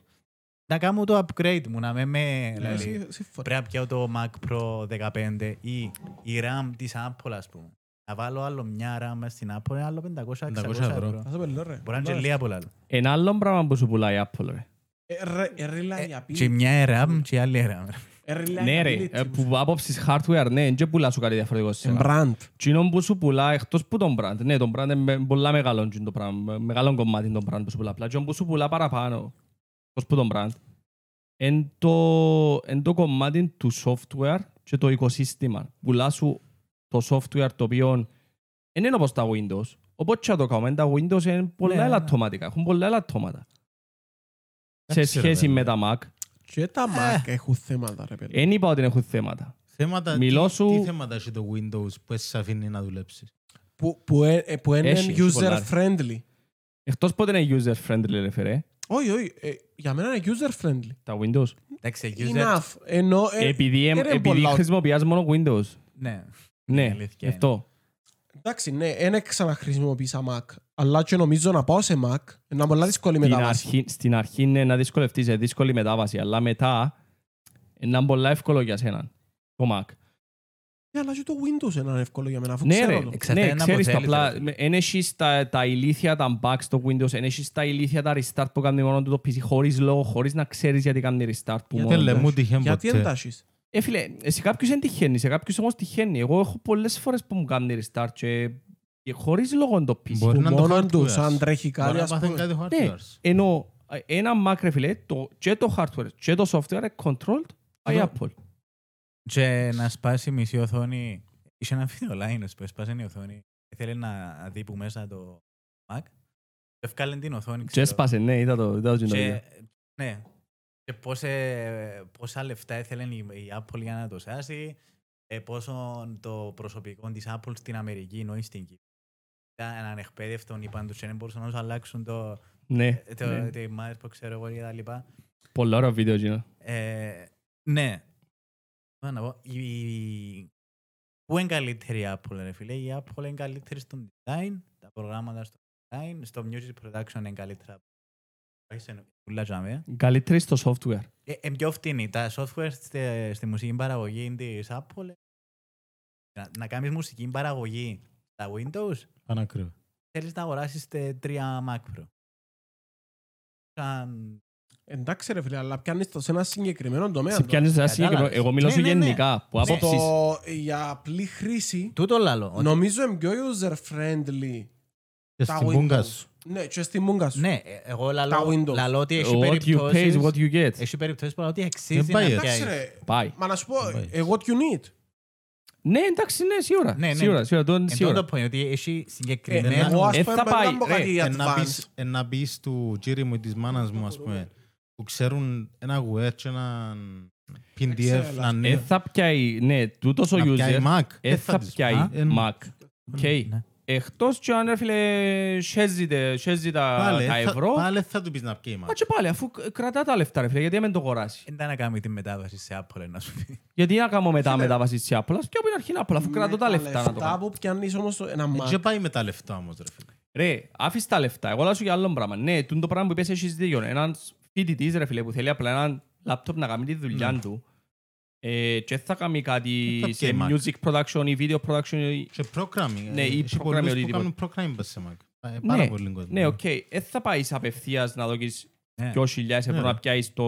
[SPEAKER 4] να κάνω το upgrade μου, να με με...
[SPEAKER 3] Ναι.
[SPEAKER 4] δηλαδή,
[SPEAKER 2] Ε, Συ- Σύμφωνα.
[SPEAKER 4] πρέπει να πιάω το Mac Pro 15 ή η RAM της Apple, ας πούμε. Να βάλω άλλο μια RAM μες στην Apple, άλλο 500-600
[SPEAKER 3] 500 ευρώ.
[SPEAKER 4] ευρώ.
[SPEAKER 2] Ας το πελώ, ρε. Ε,
[SPEAKER 4] Μπορεί να είναι
[SPEAKER 2] Ωραία.
[SPEAKER 4] και λίγα πολλά. άλλο.
[SPEAKER 1] Ένα άλλο πράγμα που σου πουλάει η Apple, ρε.
[SPEAKER 2] Ε, ρε, ε, ρε, λέει,
[SPEAKER 4] Ε,
[SPEAKER 2] απειλή.
[SPEAKER 4] Και μια RAM και άλλη RAM.
[SPEAKER 2] Ε, ρε, λέει,
[SPEAKER 1] Ναι ρε,
[SPEAKER 2] απειλή,
[SPEAKER 1] ε,
[SPEAKER 2] τύπου.
[SPEAKER 1] που άποψης hardware, ναι, δεν πουλάς σου κάτι διαφορετικό
[SPEAKER 2] Ε,
[SPEAKER 1] σήμερα.
[SPEAKER 2] brand.
[SPEAKER 1] Τσινόν που σου πουλά, εκτός που τον brand, ναι, τον brand είναι πολλά μεγάλο τζιν το πράγμα, ε, μεγάλο κομμάτι τον brand που σου πουλά. Απλά τσινόν που σου πουλά παραπάνω, εκτός που τον brand, εν το, εν το κομμάτι του software και το οικοσύστημα. Πουλά σου το software το οποίο δεν είναι όπως τα Windows. Οπότε και να το κάνουμε, τα Windows είναι
[SPEAKER 4] Ναι,
[SPEAKER 1] πολλά
[SPEAKER 4] ναι, ναι.
[SPEAKER 1] ελαττωματικά, έχουν πολλά ελαττωματα. Σε
[SPEAKER 3] Εντάξει, ρε,
[SPEAKER 1] σχέση
[SPEAKER 3] βέβαια.
[SPEAKER 1] με τα Mac,
[SPEAKER 2] Και τα Mac έχουν θέματα, ρε παιδί.
[SPEAKER 1] δεν είπα ότι έχουν θέματα.
[SPEAKER 3] Θέματα,
[SPEAKER 1] Μιλώ
[SPEAKER 3] τι,
[SPEAKER 1] σου-
[SPEAKER 3] τι θέματα έχει το Windows που σε αφήνει να δουλέψεις.
[SPEAKER 2] Που- που ε- ε, Που είναι
[SPEAKER 1] Έχει, έχει πολλά, ρε.
[SPEAKER 2] user-friendly.
[SPEAKER 1] Εκτός πότε είναι user-friendly, ρε φερέ,
[SPEAKER 2] Όχι, όχι. ε, Για μένα είναι user-friendly.
[SPEAKER 1] τα Windows.
[SPEAKER 4] Εντάξει, user...
[SPEAKER 2] Enough. Ενώ... ε,
[SPEAKER 1] Επειδή,
[SPEAKER 2] είναι
[SPEAKER 1] επειδή
[SPEAKER 2] πολλά-
[SPEAKER 1] χρησιμοποιάς μόνο Windows.
[SPEAKER 4] Ναι. Η
[SPEAKER 1] Ναι,
[SPEAKER 4] αλήθεια είναι.
[SPEAKER 1] αυτό.
[SPEAKER 2] Εντάξει, ναι, δεν ξαναχρησιμοποίησα Mac. Αλλά και νομίζω να πάω σε Mac. Είναι πολλά δύσκολη
[SPEAKER 1] Στην
[SPEAKER 2] μετάβαση.
[SPEAKER 1] αρχή, στην αρχή είναι να δυσκολευτείς, είναι δύσκολη μετάβαση, αλλά μετά ε, είναι πολύ εύκολο για σένα. Το Mac.
[SPEAKER 2] Ναι, αλλά και το Windows είναι εύκολο για μένα, αφού
[SPEAKER 1] Ναι,
[SPEAKER 2] ξέρω
[SPEAKER 1] ρε,
[SPEAKER 2] το.
[SPEAKER 4] Εξαρτάται
[SPEAKER 1] ναι,
[SPEAKER 4] αν
[SPEAKER 1] ξέρεις το
[SPEAKER 4] αποτέλεσμα,
[SPEAKER 1] απλά.
[SPEAKER 4] ρε.
[SPEAKER 1] Εν έχεις τα, τα ηλίθια, τα bugs στο Windows, εν έχεις τα ηλίθια, τα restart που κάνει μόνο του το PC χωρίς λόγο, χωρίς να ξέρεις γιατί κάνει restart που
[SPEAKER 3] Δεν
[SPEAKER 1] μόνο
[SPEAKER 3] λέμε
[SPEAKER 1] του.
[SPEAKER 3] μου τυχαίνει
[SPEAKER 2] Γιατί
[SPEAKER 3] ποτέ.
[SPEAKER 2] εντάσεις.
[SPEAKER 1] Ε, φίλε, ε, σε κάποιους δεν τυχαίνει, σε κάποιους όμως τυχαίνει. Εγώ έχω πολλές φορές που μου κάνει restart και, και χωρίς λόγο είναι το PC.
[SPEAKER 3] Μπορεί
[SPEAKER 2] Που
[SPEAKER 3] να είναι το
[SPEAKER 2] μόνον
[SPEAKER 3] hardware.
[SPEAKER 2] τους, αν τρέχει κάτι,
[SPEAKER 3] Μπορεί να
[SPEAKER 2] ας
[SPEAKER 3] πάθουν
[SPEAKER 2] πούμε.
[SPEAKER 3] κάτι
[SPEAKER 1] Ναι,
[SPEAKER 3] hardware.
[SPEAKER 1] ενώ ε, ένα Mac ρε φίλε, το, και το hardware και το software είναι controlled by
[SPEAKER 4] Εδώ-
[SPEAKER 1] Apple.
[SPEAKER 4] Και να σπάσει μισή οθόνη. Είχε ένα βίντεο online που έσπασε η οθόνη. Θέλει να δει που μέσα το Mac. Και ευκάλεν την οθόνη.
[SPEAKER 1] Και
[SPEAKER 4] ξέρω.
[SPEAKER 1] έσπασε, ναι, είδα το, είδα το
[SPEAKER 4] Και-
[SPEAKER 1] κοινό.
[SPEAKER 4] Ναι. Και πόσα, πόσα λεφτά ήθελε η, η Apple για να το σάσει. Ε, πόσο το προσωπικό της Apple στην Αμερική ενώ στην Κύπρο. Ήταν ανεκπαίδευτον, είπαν τους, και δεν μπορούσαν να τους αλλάξουν το,
[SPEAKER 1] Ναι,
[SPEAKER 4] το,
[SPEAKER 1] ναι.
[SPEAKER 4] το image που ξέρω εγώ και τα λοιπά.
[SPEAKER 1] Πολύ ωραίο βίντεο κοινό.
[SPEAKER 4] Ε, ναι. Πάω να πω. η- η- Πού είναι καλύτερη η Apple, ρε φίλε. Η Apple είναι καλύτερη στο design, τα προγράμματα στο design, στο music production είναι καλύτερα. Έχεις πουλά τζαμέ.
[SPEAKER 1] Καλύτερη στο software.
[SPEAKER 4] Ε, ε, πιο φτηνή. Τα software στη, στη μουσική παραγωγή της Apple. ε, Να, να κάνεις μουσική παραγωγή στα Windows,
[SPEAKER 3] Πανάκριβα.
[SPEAKER 4] θέλεις να αγοράσεις τε- τρία Mac Pro. Σαν-
[SPEAKER 2] Εντάξει ρε φίλε, αλλά πιάνεις το σε ένα συγκεκριμένο τομέα.
[SPEAKER 1] Σε
[SPEAKER 2] τώρα.
[SPEAKER 1] πιάνεις ένα
[SPEAKER 4] Κατάλαβες.
[SPEAKER 1] συγκεκριμένο. Εγώ μιλώ
[SPEAKER 4] Ναι,
[SPEAKER 1] σου
[SPEAKER 4] ναι, ναι.
[SPEAKER 1] γενικά, που
[SPEAKER 2] Από
[SPEAKER 1] άποψης.
[SPEAKER 2] το- Για απλή χρήση,
[SPEAKER 4] Τούτο λαλό. ότι-
[SPEAKER 2] νομίζω είναι πιο user-friendly.
[SPEAKER 3] Και
[SPEAKER 2] τα
[SPEAKER 3] στην
[SPEAKER 2] Windows.
[SPEAKER 3] πούγκα σου.
[SPEAKER 2] Ναι, και στη μούγκα σου.
[SPEAKER 4] Ναι, ε, εγώ
[SPEAKER 2] Τα
[SPEAKER 4] λαλώ,
[SPEAKER 2] Windows.
[SPEAKER 4] λαλώ ότι έχει
[SPEAKER 1] What you pay is
[SPEAKER 4] περιπτώσεις...
[SPEAKER 1] what you get.
[SPEAKER 4] Έχει περιπτώσεις που λαλώ ότι αξίζει
[SPEAKER 3] Δεν
[SPEAKER 4] να
[SPEAKER 3] πάει έτσι.
[SPEAKER 2] Εντάξει
[SPEAKER 4] πιάσεις.
[SPEAKER 2] ρε,
[SPEAKER 1] Πάει.
[SPEAKER 2] μα να σου πω,
[SPEAKER 3] Πάει.
[SPEAKER 2] ε, what you need.
[SPEAKER 1] Ναι, εντάξει, ναι, σίγουρα.
[SPEAKER 4] Ναι, ναι.
[SPEAKER 1] Σίγουρα, σίγουρα. το είναι
[SPEAKER 4] Εν τω
[SPEAKER 1] σίγουρα.
[SPEAKER 4] το point, ότι έχει
[SPEAKER 2] Ε,
[SPEAKER 4] συγκεκριμένο...
[SPEAKER 2] Εγώ ας
[SPEAKER 1] Ε,
[SPEAKER 2] πούμε
[SPEAKER 1] θα
[SPEAKER 2] πρέπει
[SPEAKER 1] πάει,
[SPEAKER 2] να πω
[SPEAKER 1] ρε,
[SPEAKER 2] κάτι
[SPEAKER 3] Ε, να
[SPEAKER 2] advanced.
[SPEAKER 3] πεις- ε, Να πεις του κύριου μου ή της μάνας μου, ας πούμε, που ξέρουν ένα web και ένα
[SPEAKER 2] ξέρω,
[SPEAKER 3] PDF να
[SPEAKER 2] αλλά-
[SPEAKER 1] Ε,
[SPEAKER 3] ανοίγουν.
[SPEAKER 1] θα πιάει, ναι, τούτος ο
[SPEAKER 3] Να πιάει
[SPEAKER 1] user.
[SPEAKER 3] Mac.
[SPEAKER 1] Ε, θα
[SPEAKER 3] της-
[SPEAKER 1] πιάει
[SPEAKER 3] Α, ε,
[SPEAKER 1] Mac. Οκ.
[SPEAKER 4] Ναι.
[SPEAKER 1] Εκτός και αν ρε φίλε, σέζεται- σέζει τα
[SPEAKER 3] Πάλι
[SPEAKER 1] τα
[SPEAKER 3] θα-
[SPEAKER 1] ευρώ.
[SPEAKER 3] Πάλι θα του πεις να πιει Mac.
[SPEAKER 1] Μα και πάλι, αφού κ- κρατά τα λεφτά, ρε φίλε, γιατί δεν το αγοράσει.
[SPEAKER 4] Δεν ήταν να κάνει τη μετάβαση σε Apple, να σου πει.
[SPEAKER 1] Γιατί να κάνω μετά μετάβαση σε Apple, ας πιω από την αρχή Apple, αφού
[SPEAKER 2] Ναι,
[SPEAKER 1] κρατώ τα λεφτά να το
[SPEAKER 2] λεφτά
[SPEAKER 1] κάνω.
[SPEAKER 2] που πιάνεις όμως το- ένα
[SPEAKER 3] Ε,
[SPEAKER 2] Mac.
[SPEAKER 3] Και πάει με τα λεφτά όμως, ρε φίλε.
[SPEAKER 1] Ρε, άφησε τα λεφτά. Εγώ λέω σου για άλλο πράγμα. Ναι, τούν το πράγμα που είπες έχεις δίκιο. Έναν φοιτητής, ρε φίλε, που θέλει απλά έναν λάπτοπ να κάνει τη δουλειά του. Ε, και θα κάνει κάτι
[SPEAKER 3] Δεν θα
[SPEAKER 1] σε
[SPEAKER 3] game,
[SPEAKER 1] music production ή video production. ή-
[SPEAKER 3] Και programming.
[SPEAKER 1] Ναι,
[SPEAKER 3] ε,
[SPEAKER 1] ή
[SPEAKER 3] έχει
[SPEAKER 1] programming
[SPEAKER 3] πολλούς που
[SPEAKER 1] οτιδήποτε.
[SPEAKER 3] κάνουν programming σε Mac. Ε, Πάρα
[SPEAKER 1] Ναι,
[SPEAKER 3] πολύ κόσμο.
[SPEAKER 1] Ναι, οκ. Ε, θα πάεις απευθείας να δοκείς
[SPEAKER 4] Ναι.
[SPEAKER 1] δυο χιλιάδες ευρώ
[SPEAKER 3] Ναι,
[SPEAKER 1] να
[SPEAKER 3] ρε.
[SPEAKER 1] πιάσεις το,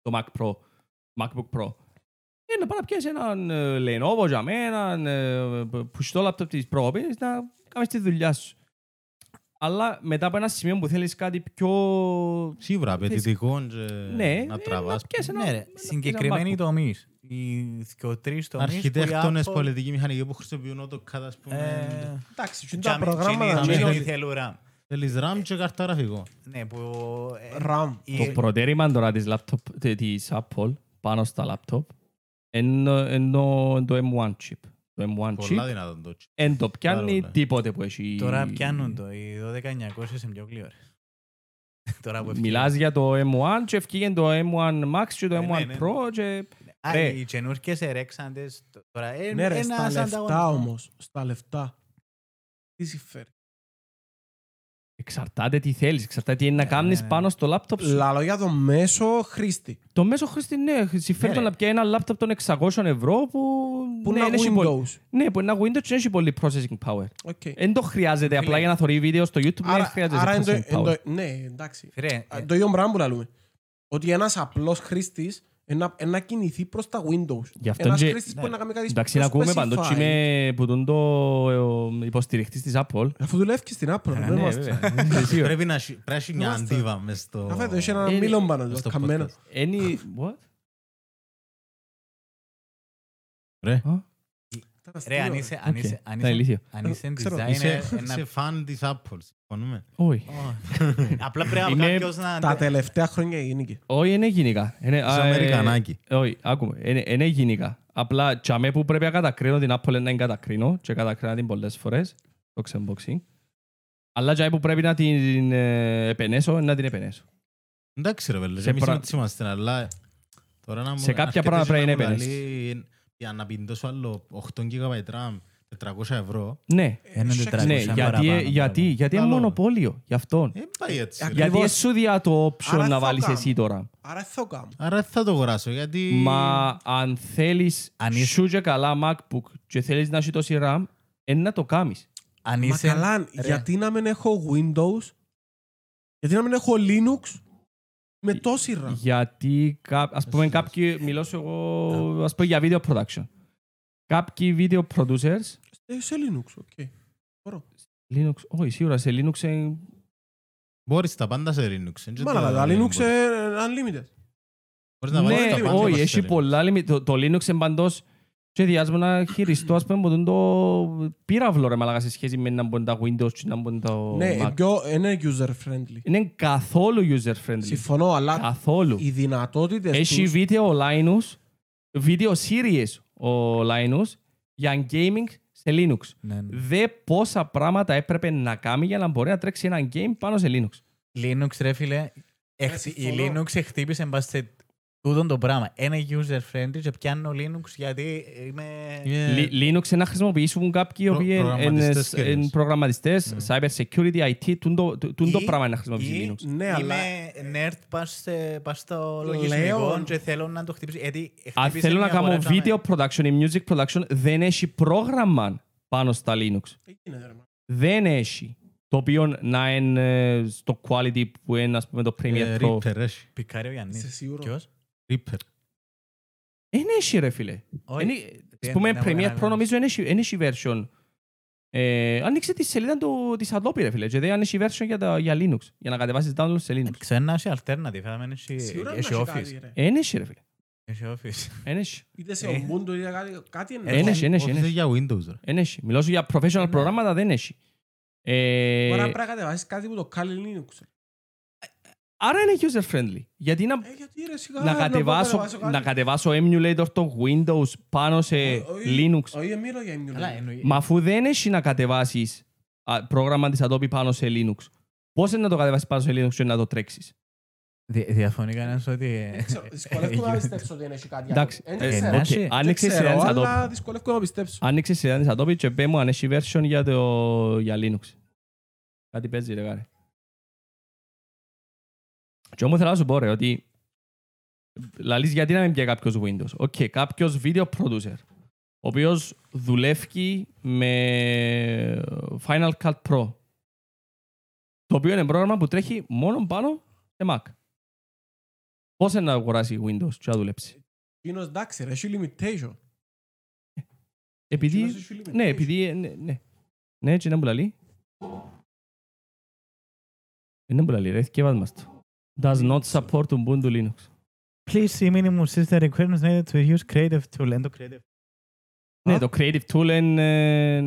[SPEAKER 1] το Mac Pro, MacBook Pro. Ε, να πάει να πιάσεις έναν ε, Lenovo για μένα, έναν ε, πουστό laptop της Pro, πίνεις να κάνεις τη δουλειά σου. Αλλά μετά από ένα σημείο που θέλεις κάτι πιο...
[SPEAKER 3] Σίγουρα, απαιτητικό και
[SPEAKER 1] Ναι, ε,
[SPEAKER 3] να
[SPEAKER 1] να
[SPEAKER 3] τραβάς.
[SPEAKER 1] πιάσεις ένα...
[SPEAKER 4] Ναι, ρε,
[SPEAKER 1] να πιάσεις ένα
[SPEAKER 4] συγκεκριμένοι
[SPEAKER 1] MacBook.
[SPEAKER 4] τομείς. Οι και τρει τομεί.
[SPEAKER 3] Αρχιτέκτονες, πολιτική μηχανική που χρησιμοποιούν AutoCAD, ας
[SPEAKER 4] Ε,
[SPEAKER 1] Ε,
[SPEAKER 2] Ε.
[SPEAKER 3] πούμε.
[SPEAKER 2] Εντάξει, και τα
[SPEAKER 4] Τα
[SPEAKER 2] προγράμματα
[SPEAKER 4] προγράμματα
[SPEAKER 2] τζ̆αι είναι
[SPEAKER 4] δεν
[SPEAKER 2] ότι-
[SPEAKER 4] θέλουν RAM.
[SPEAKER 3] Θέλεις RAM και κάρτα γραφικό.
[SPEAKER 4] Ναι, που. ε,
[SPEAKER 2] RAM.
[SPEAKER 4] η-
[SPEAKER 1] Το προτέρημα τώρα της, laptop, τε- της Apple πάνω στα laptop είναι το M1 chip. Το M1
[SPEAKER 3] Πολλά
[SPEAKER 1] chip
[SPEAKER 3] δυνατόν το chip.
[SPEAKER 1] δεν το πιάνει
[SPEAKER 3] Πάρα πολλά.
[SPEAKER 1] τίποτε που έχει...
[SPEAKER 4] Τώρα πιάνουν το. Οι 12900 είναι πιο γλύωρε. (laughs) Τώρα που ευκαιρία.
[SPEAKER 1] Μιλάς για το M1 και ευκήγε το M1 Max και το
[SPEAKER 4] Ε, ναι,
[SPEAKER 1] M1
[SPEAKER 4] ναι.
[SPEAKER 1] Pro και...
[SPEAKER 4] Α,
[SPEAKER 1] ρε.
[SPEAKER 4] οι καινούργιες ερέξαντες τώρα ε,
[SPEAKER 2] Ναι ρε,
[SPEAKER 4] ένας
[SPEAKER 2] στα λεφτά
[SPEAKER 4] ανταγωνισμός.
[SPEAKER 2] όμως. Στα λεφτά. Τι συμφέρει.
[SPEAKER 1] Εξαρτάται τι θέλεις, εξαρτάται τι είναι να
[SPEAKER 4] Ναι, ναι,
[SPEAKER 1] κάνεις
[SPEAKER 4] ναι.
[SPEAKER 1] πάνω στο λάπτοπ σου.
[SPEAKER 2] Λαλό για το μέσο χρήστη.
[SPEAKER 1] Το μέσο χρήστη, ναι, συμφέρει
[SPEAKER 4] Ναι,
[SPEAKER 1] το
[SPEAKER 4] ρε.
[SPEAKER 1] να πιάει ένα λάπτοπ των 600 ευρώ που...
[SPEAKER 2] Πού
[SPEAKER 1] ναι,
[SPEAKER 2] να
[SPEAKER 1] δεν έχει πολύ-
[SPEAKER 2] Windows.
[SPEAKER 1] Ναι, που είναι ένα Windows και δεν έχει πολύ processing power.
[SPEAKER 2] Οκ.
[SPEAKER 1] Δεν το χρειάζεται απλά για να θωρεί βίντεο στο YouTube, δεν
[SPEAKER 2] Άρα, άρα εν το-
[SPEAKER 1] Ε, ναι, χρειάζεται
[SPEAKER 2] εν
[SPEAKER 1] processing power.
[SPEAKER 2] το- ναι, εντάξει.
[SPEAKER 4] Ρε,
[SPEAKER 2] Α,
[SPEAKER 4] ε,
[SPEAKER 2] Το ίδιο πράγμα που λαλούμε. Ότι ένας απλός χρήστης ε, να- ε, να κινηθεί προς τα Windows.
[SPEAKER 1] Γι' αυτό
[SPEAKER 2] Ένας
[SPEAKER 1] και-
[SPEAKER 2] χρήστης μπορεί να κάνει κάτι
[SPEAKER 1] Εντάξει,
[SPEAKER 2] πιο
[SPEAKER 1] να ακούμε
[SPEAKER 2] specified.
[SPEAKER 1] παντός και είμαι που τον το ε, υποστηριχτής της Apple.
[SPEAKER 2] Αφού δουλεύει και στην Apple,
[SPEAKER 4] Ε,
[SPEAKER 1] Ναι,
[SPEAKER 2] δεν είμαστε.
[SPEAKER 1] βέβαια. (laughs) Σίγουρα.
[SPEAKER 3] Πρέπει να έχει- πρέπει να έχει μια
[SPEAKER 2] Είμαστε.
[SPEAKER 3] αντίβα μες στο...
[SPEAKER 2] Καφέ, το είχε ένα
[SPEAKER 1] Ε,
[SPEAKER 2] μήλο πάνω
[SPEAKER 3] στο
[SPEAKER 2] του, καμένος.
[SPEAKER 3] podcast. (laughs)
[SPEAKER 1] Any... What?
[SPEAKER 3] Ρε.
[SPEAKER 1] Α,
[SPEAKER 4] Ρε, αν είσαι, αν
[SPEAKER 1] οκ.
[SPEAKER 4] είσαι,
[SPEAKER 1] Ήταν
[SPEAKER 4] αν είσαι,
[SPEAKER 1] ηλίθιο.
[SPEAKER 4] αν είσαι
[SPEAKER 2] Ξέρω,
[SPEAKER 4] designer,
[SPEAKER 3] Είσαι
[SPEAKER 4] ένα-
[SPEAKER 3] είσαι fan της Apple, συμφωνούμε.
[SPEAKER 1] Όχι.
[SPEAKER 4] (laughs) απλά πρέπει να
[SPEAKER 1] Είμαι-
[SPEAKER 4] κάποιος να...
[SPEAKER 2] Τα τελευταία χρόνια γίνηκε.
[SPEAKER 1] Όχι, είναι γενικά. Είναι,
[SPEAKER 3] Είσαι
[SPEAKER 1] α, ε,
[SPEAKER 3] Αμερικανάκι.
[SPEAKER 1] Όχι, άκουμε. Είναι, είναι γενικά. Απλά τσάμε που πρέπει να κατακρίνω την Apple να την κατακρίνω και κατακρίνω την πολλές φορές, το unboxing. Αλλά τσάμε που πρέπει να την ε, επενέσω, να την επενέσω.
[SPEAKER 3] Εντάξει ρε βέλε,
[SPEAKER 1] Σε
[SPEAKER 3] εμείς
[SPEAKER 1] πρα-
[SPEAKER 3] είναι ότι είμαστε, αλλά... Τώρα να μου...
[SPEAKER 1] Σε κάποια
[SPEAKER 3] αρκετές
[SPEAKER 1] πράγματα πρέπει να
[SPEAKER 3] μου
[SPEAKER 1] επενέσεις.
[SPEAKER 3] λαλεί, Για να πιντώσω άλλο 8 GB RAM, 400 ευρώ.
[SPEAKER 1] Ναι,
[SPEAKER 4] Έναν
[SPEAKER 2] Shakespeare.
[SPEAKER 1] ναι,
[SPEAKER 4] τετρακόσια
[SPEAKER 1] γιατί,
[SPEAKER 4] παραπάνω,
[SPEAKER 1] γιατί,
[SPEAKER 4] μπράβο.
[SPEAKER 1] γιατί είναι
[SPEAKER 3] Καλό.
[SPEAKER 1] μονοπόλιο γι' αυτόν.
[SPEAKER 3] Ε, πάει έτσι. ρε.
[SPEAKER 2] Ακριβώς.
[SPEAKER 1] Γιατί εσύ σου διά το option
[SPEAKER 2] Άρα
[SPEAKER 1] να
[SPEAKER 2] θα
[SPEAKER 1] βάλεις
[SPEAKER 2] κάνω.
[SPEAKER 1] εσύ τώρα.
[SPEAKER 2] Άρα δεν θα το κάνω.
[SPEAKER 3] Άρα δεν θα το αγοράσω, γιατί...
[SPEAKER 1] Μα αν θέλεις
[SPEAKER 4] Αν είσαι-
[SPEAKER 1] σου και καλά MacBook και θέλεις να έχει τόση RAM, είναι να το κάνεις.
[SPEAKER 4] Αν
[SPEAKER 2] Μα
[SPEAKER 4] είσαι...
[SPEAKER 2] καλά,
[SPEAKER 4] ρε.
[SPEAKER 2] γιατί να μην έχω Windows, γιατί να μην έχω Linux με τόση RAM.
[SPEAKER 1] Γιατί, κά- ας πούμε,
[SPEAKER 3] Εσύ
[SPEAKER 1] κάποιοι, μιλώ σου εγώ, ας πούμε για video production. Κάποιοι video producers,
[SPEAKER 2] Ε, Σε Linux, οκ.
[SPEAKER 1] Linux, όχι, σίγουρα σε Linux, ε,
[SPEAKER 3] Μπορείς τα πάντα σε Linux. δεν
[SPEAKER 2] Μα
[SPEAKER 3] το-
[SPEAKER 2] αλλά τα
[SPEAKER 3] δεν
[SPEAKER 2] Linux
[SPEAKER 3] μπορείς.
[SPEAKER 2] ε, unlimited.
[SPEAKER 3] Μπορείς να βάλεις τα
[SPEAKER 1] ναι,
[SPEAKER 3] πάντα
[SPEAKER 1] όχι,
[SPEAKER 3] σε
[SPEAKER 1] έχει
[SPEAKER 3] Linux.
[SPEAKER 1] πολλά, λιμι- το, το Linux εμπαντός και διάσμο να χειριστώ, ας πούμε, που τον το πύραυλο, ρε μαλάκα, σε σχέση με να μπορεί τα Windows και να μπορεί τα
[SPEAKER 2] Ναι,
[SPEAKER 1] Mac.
[SPEAKER 2] πιο είναι user-friendly.
[SPEAKER 1] Είναι καθόλου user-friendly.
[SPEAKER 2] Συμφωνώ, αλλά
[SPEAKER 1] Καθόλου.
[SPEAKER 2] οι δυνατότητες
[SPEAKER 1] Έχει
[SPEAKER 2] τους...
[SPEAKER 1] βίντεο ο Linus, βίντεο series ο Linus για gaming σε Linux.
[SPEAKER 4] Ναι, ναι.
[SPEAKER 1] Δε πόσα πράγματα έπρεπε να κάνει για να μπορεί να τρέξει ένα game πάνω σε Linux.
[SPEAKER 4] Linux, ρε φίλε, εχ- η
[SPEAKER 2] συμφωνώ.
[SPEAKER 4] Linux χτύπησε μπας σε τούτον το πράγμα. Είναι user-friendly και πιάνω Linux γιατί είμαι...
[SPEAKER 3] Είναι-
[SPEAKER 1] Λι- Linux είναι να χρησιμοποιήσουν κάποιοι οι
[SPEAKER 3] Ε. Προ-
[SPEAKER 1] οποίοι είναι- είναι
[SPEAKER 3] προγραμματιστές κυρίως.
[SPEAKER 1] είναι προγραμματιστές, cyber security, IT, τούν το- τούν το
[SPEAKER 4] Ή-
[SPEAKER 1] πράγμα είναι να χρησιμοποιήσει
[SPEAKER 4] ή-
[SPEAKER 1] Linux.
[SPEAKER 2] Ναι, αλλά
[SPEAKER 4] Είμαι nerd, πας σε- πας στο
[SPEAKER 2] Λέω-
[SPEAKER 4] λογισμικό και θέλω να το χτυπήσω. Γιατί
[SPEAKER 1] Αν
[SPEAKER 4] χτύπησε
[SPEAKER 1] θέλω να
[SPEAKER 4] μια ναι.
[SPEAKER 1] κάνω
[SPEAKER 4] αγορά τζαμέ.
[SPEAKER 1] video production ή music production, δεν έχει πρόγραμμα πάνω στα Linux.
[SPEAKER 2] Έγινε, Ε, ρε, μα.
[SPEAKER 1] Δεν έχει. Το οποίο να είναι ε, στο quality που είναι ας πούμε, το
[SPEAKER 3] Ε,
[SPEAKER 1] Premiere Pro.
[SPEAKER 3] Reaper, έχει.
[SPEAKER 4] Πικάρει ο Γιάννης.
[SPEAKER 2] Είσαι σίγουρο?
[SPEAKER 4] Ποιος?
[SPEAKER 3] Reaper.
[SPEAKER 1] Εν έχει Ε, ρε φίλε.
[SPEAKER 4] Όχι.
[SPEAKER 1] Εν- Ας πούμε
[SPEAKER 4] δεν μπορεί να
[SPEAKER 1] Premiere Pro
[SPEAKER 4] κάνεις.
[SPEAKER 1] νομίζω εν έχει- εν έχει version. Ε, Άνοιξε τη σελίδα του, της Adobe ρε φίλε και δεν έχει version για, τα, για Linux. Για να κατεβάσεις download σε
[SPEAKER 4] Ε,
[SPEAKER 1] Linux.
[SPEAKER 4] Ξέρω να είσαι alternative, αλλά δεν έχει-
[SPEAKER 2] Σίγουρα να
[SPEAKER 4] έχει
[SPEAKER 2] έχει
[SPEAKER 4] office.
[SPEAKER 2] κάτι, ρε.
[SPEAKER 1] Εν έχει Ε, ρε φίλε.
[SPEAKER 4] Έχει office.
[SPEAKER 1] Εν έχει.
[SPEAKER 2] Είτε σε
[SPEAKER 4] Ε. ναι,
[SPEAKER 2] Ubuntu είτε κάτι- κάτι εννοώ.
[SPEAKER 1] Εν έχει, εν έχει,
[SPEAKER 3] Όχι,
[SPEAKER 1] εν
[SPEAKER 3] είναι
[SPEAKER 1] έχει.
[SPEAKER 3] για Windows, ρε.
[SPEAKER 1] Εν έχει. Μιλώ σου για professional προγράμματα δεν έχει. Ε,
[SPEAKER 2] Μπορεί να πρέπει να κατεβάσεις κάτι που το κάλει Linux.
[SPEAKER 1] άρα είναι user friendly. Γιατί να,
[SPEAKER 2] Ε, γιατί ρε, σιγά,
[SPEAKER 1] να,
[SPEAKER 2] μπορώ
[SPEAKER 1] κατεβάσω,
[SPEAKER 2] κατεβάσω
[SPEAKER 1] να
[SPEAKER 2] κάτι. Ε,
[SPEAKER 1] κατεβάσω emulator των Windows πάνω σε
[SPEAKER 2] Όχι-
[SPEAKER 1] Ε, Linux.
[SPEAKER 2] Όχι, δεν μιλώ για emulator.
[SPEAKER 4] Αλλά εννοεί-
[SPEAKER 1] Μα αφού δεν έχει να κατεβάσεις πρόγραμμα της Adobe πάνω σε Linux, πώς είναι να το κατεβάσεις πάνω σε Linux και να το τρέξεις.
[SPEAKER 4] Δι- Διαφωνεί κανένας ότι... ε,
[SPEAKER 2] Δεν
[SPEAKER 4] (laughs)
[SPEAKER 2] ξέρω, Δυσκολεύομαι να πιστέψω ότι δεν έχει κάτι
[SPEAKER 1] Εντάξει.
[SPEAKER 2] άλλο.
[SPEAKER 1] ε,
[SPEAKER 2] Δεν ξέρω.
[SPEAKER 1] οκ.
[SPEAKER 4] Ενάσχε. Δεν
[SPEAKER 1] Άνοιξε η
[SPEAKER 2] Δεν ξέρω,
[SPEAKER 1] σειρά τη
[SPEAKER 2] αλλά
[SPEAKER 1] Adobe.
[SPEAKER 2] δυσκολεύομαι να πιστέψω.
[SPEAKER 1] Άνοιξε η σειρά της Adobe και πέ μου αν έχει version για, το, για Linux. Κάτι παίζει ρε γάρε. Και όμως θέλω να σου πω ρε ότι Λαλείς γιατί να μην πιέ κάποιος Windows. Οκ, κάποιος video producer, ο οποίος δουλεύει με Final Cut Pro, το οποίο είναι πρόγραμμα που τρέχει μόνο πάνω σε Mac. Πώς είναι να αγοράσει Windows και να δουλέψει.
[SPEAKER 2] Εκείνος εντάξει ρε, έχει limitation.
[SPEAKER 1] Επειδή,
[SPEAKER 2] Εκείνος έχει limitation.
[SPEAKER 1] ναι, επειδή, ε, ναι, ναι. Ναι, έτσι είναι που λαλεί. Είναι που λαλεί, ρε, θυκεύας μας το. Does not support Ubuntu Linux.
[SPEAKER 4] Please see minimum system requirements needed to use creative tool. Εν το creative.
[SPEAKER 1] Ναι, το Creative Tool είναι...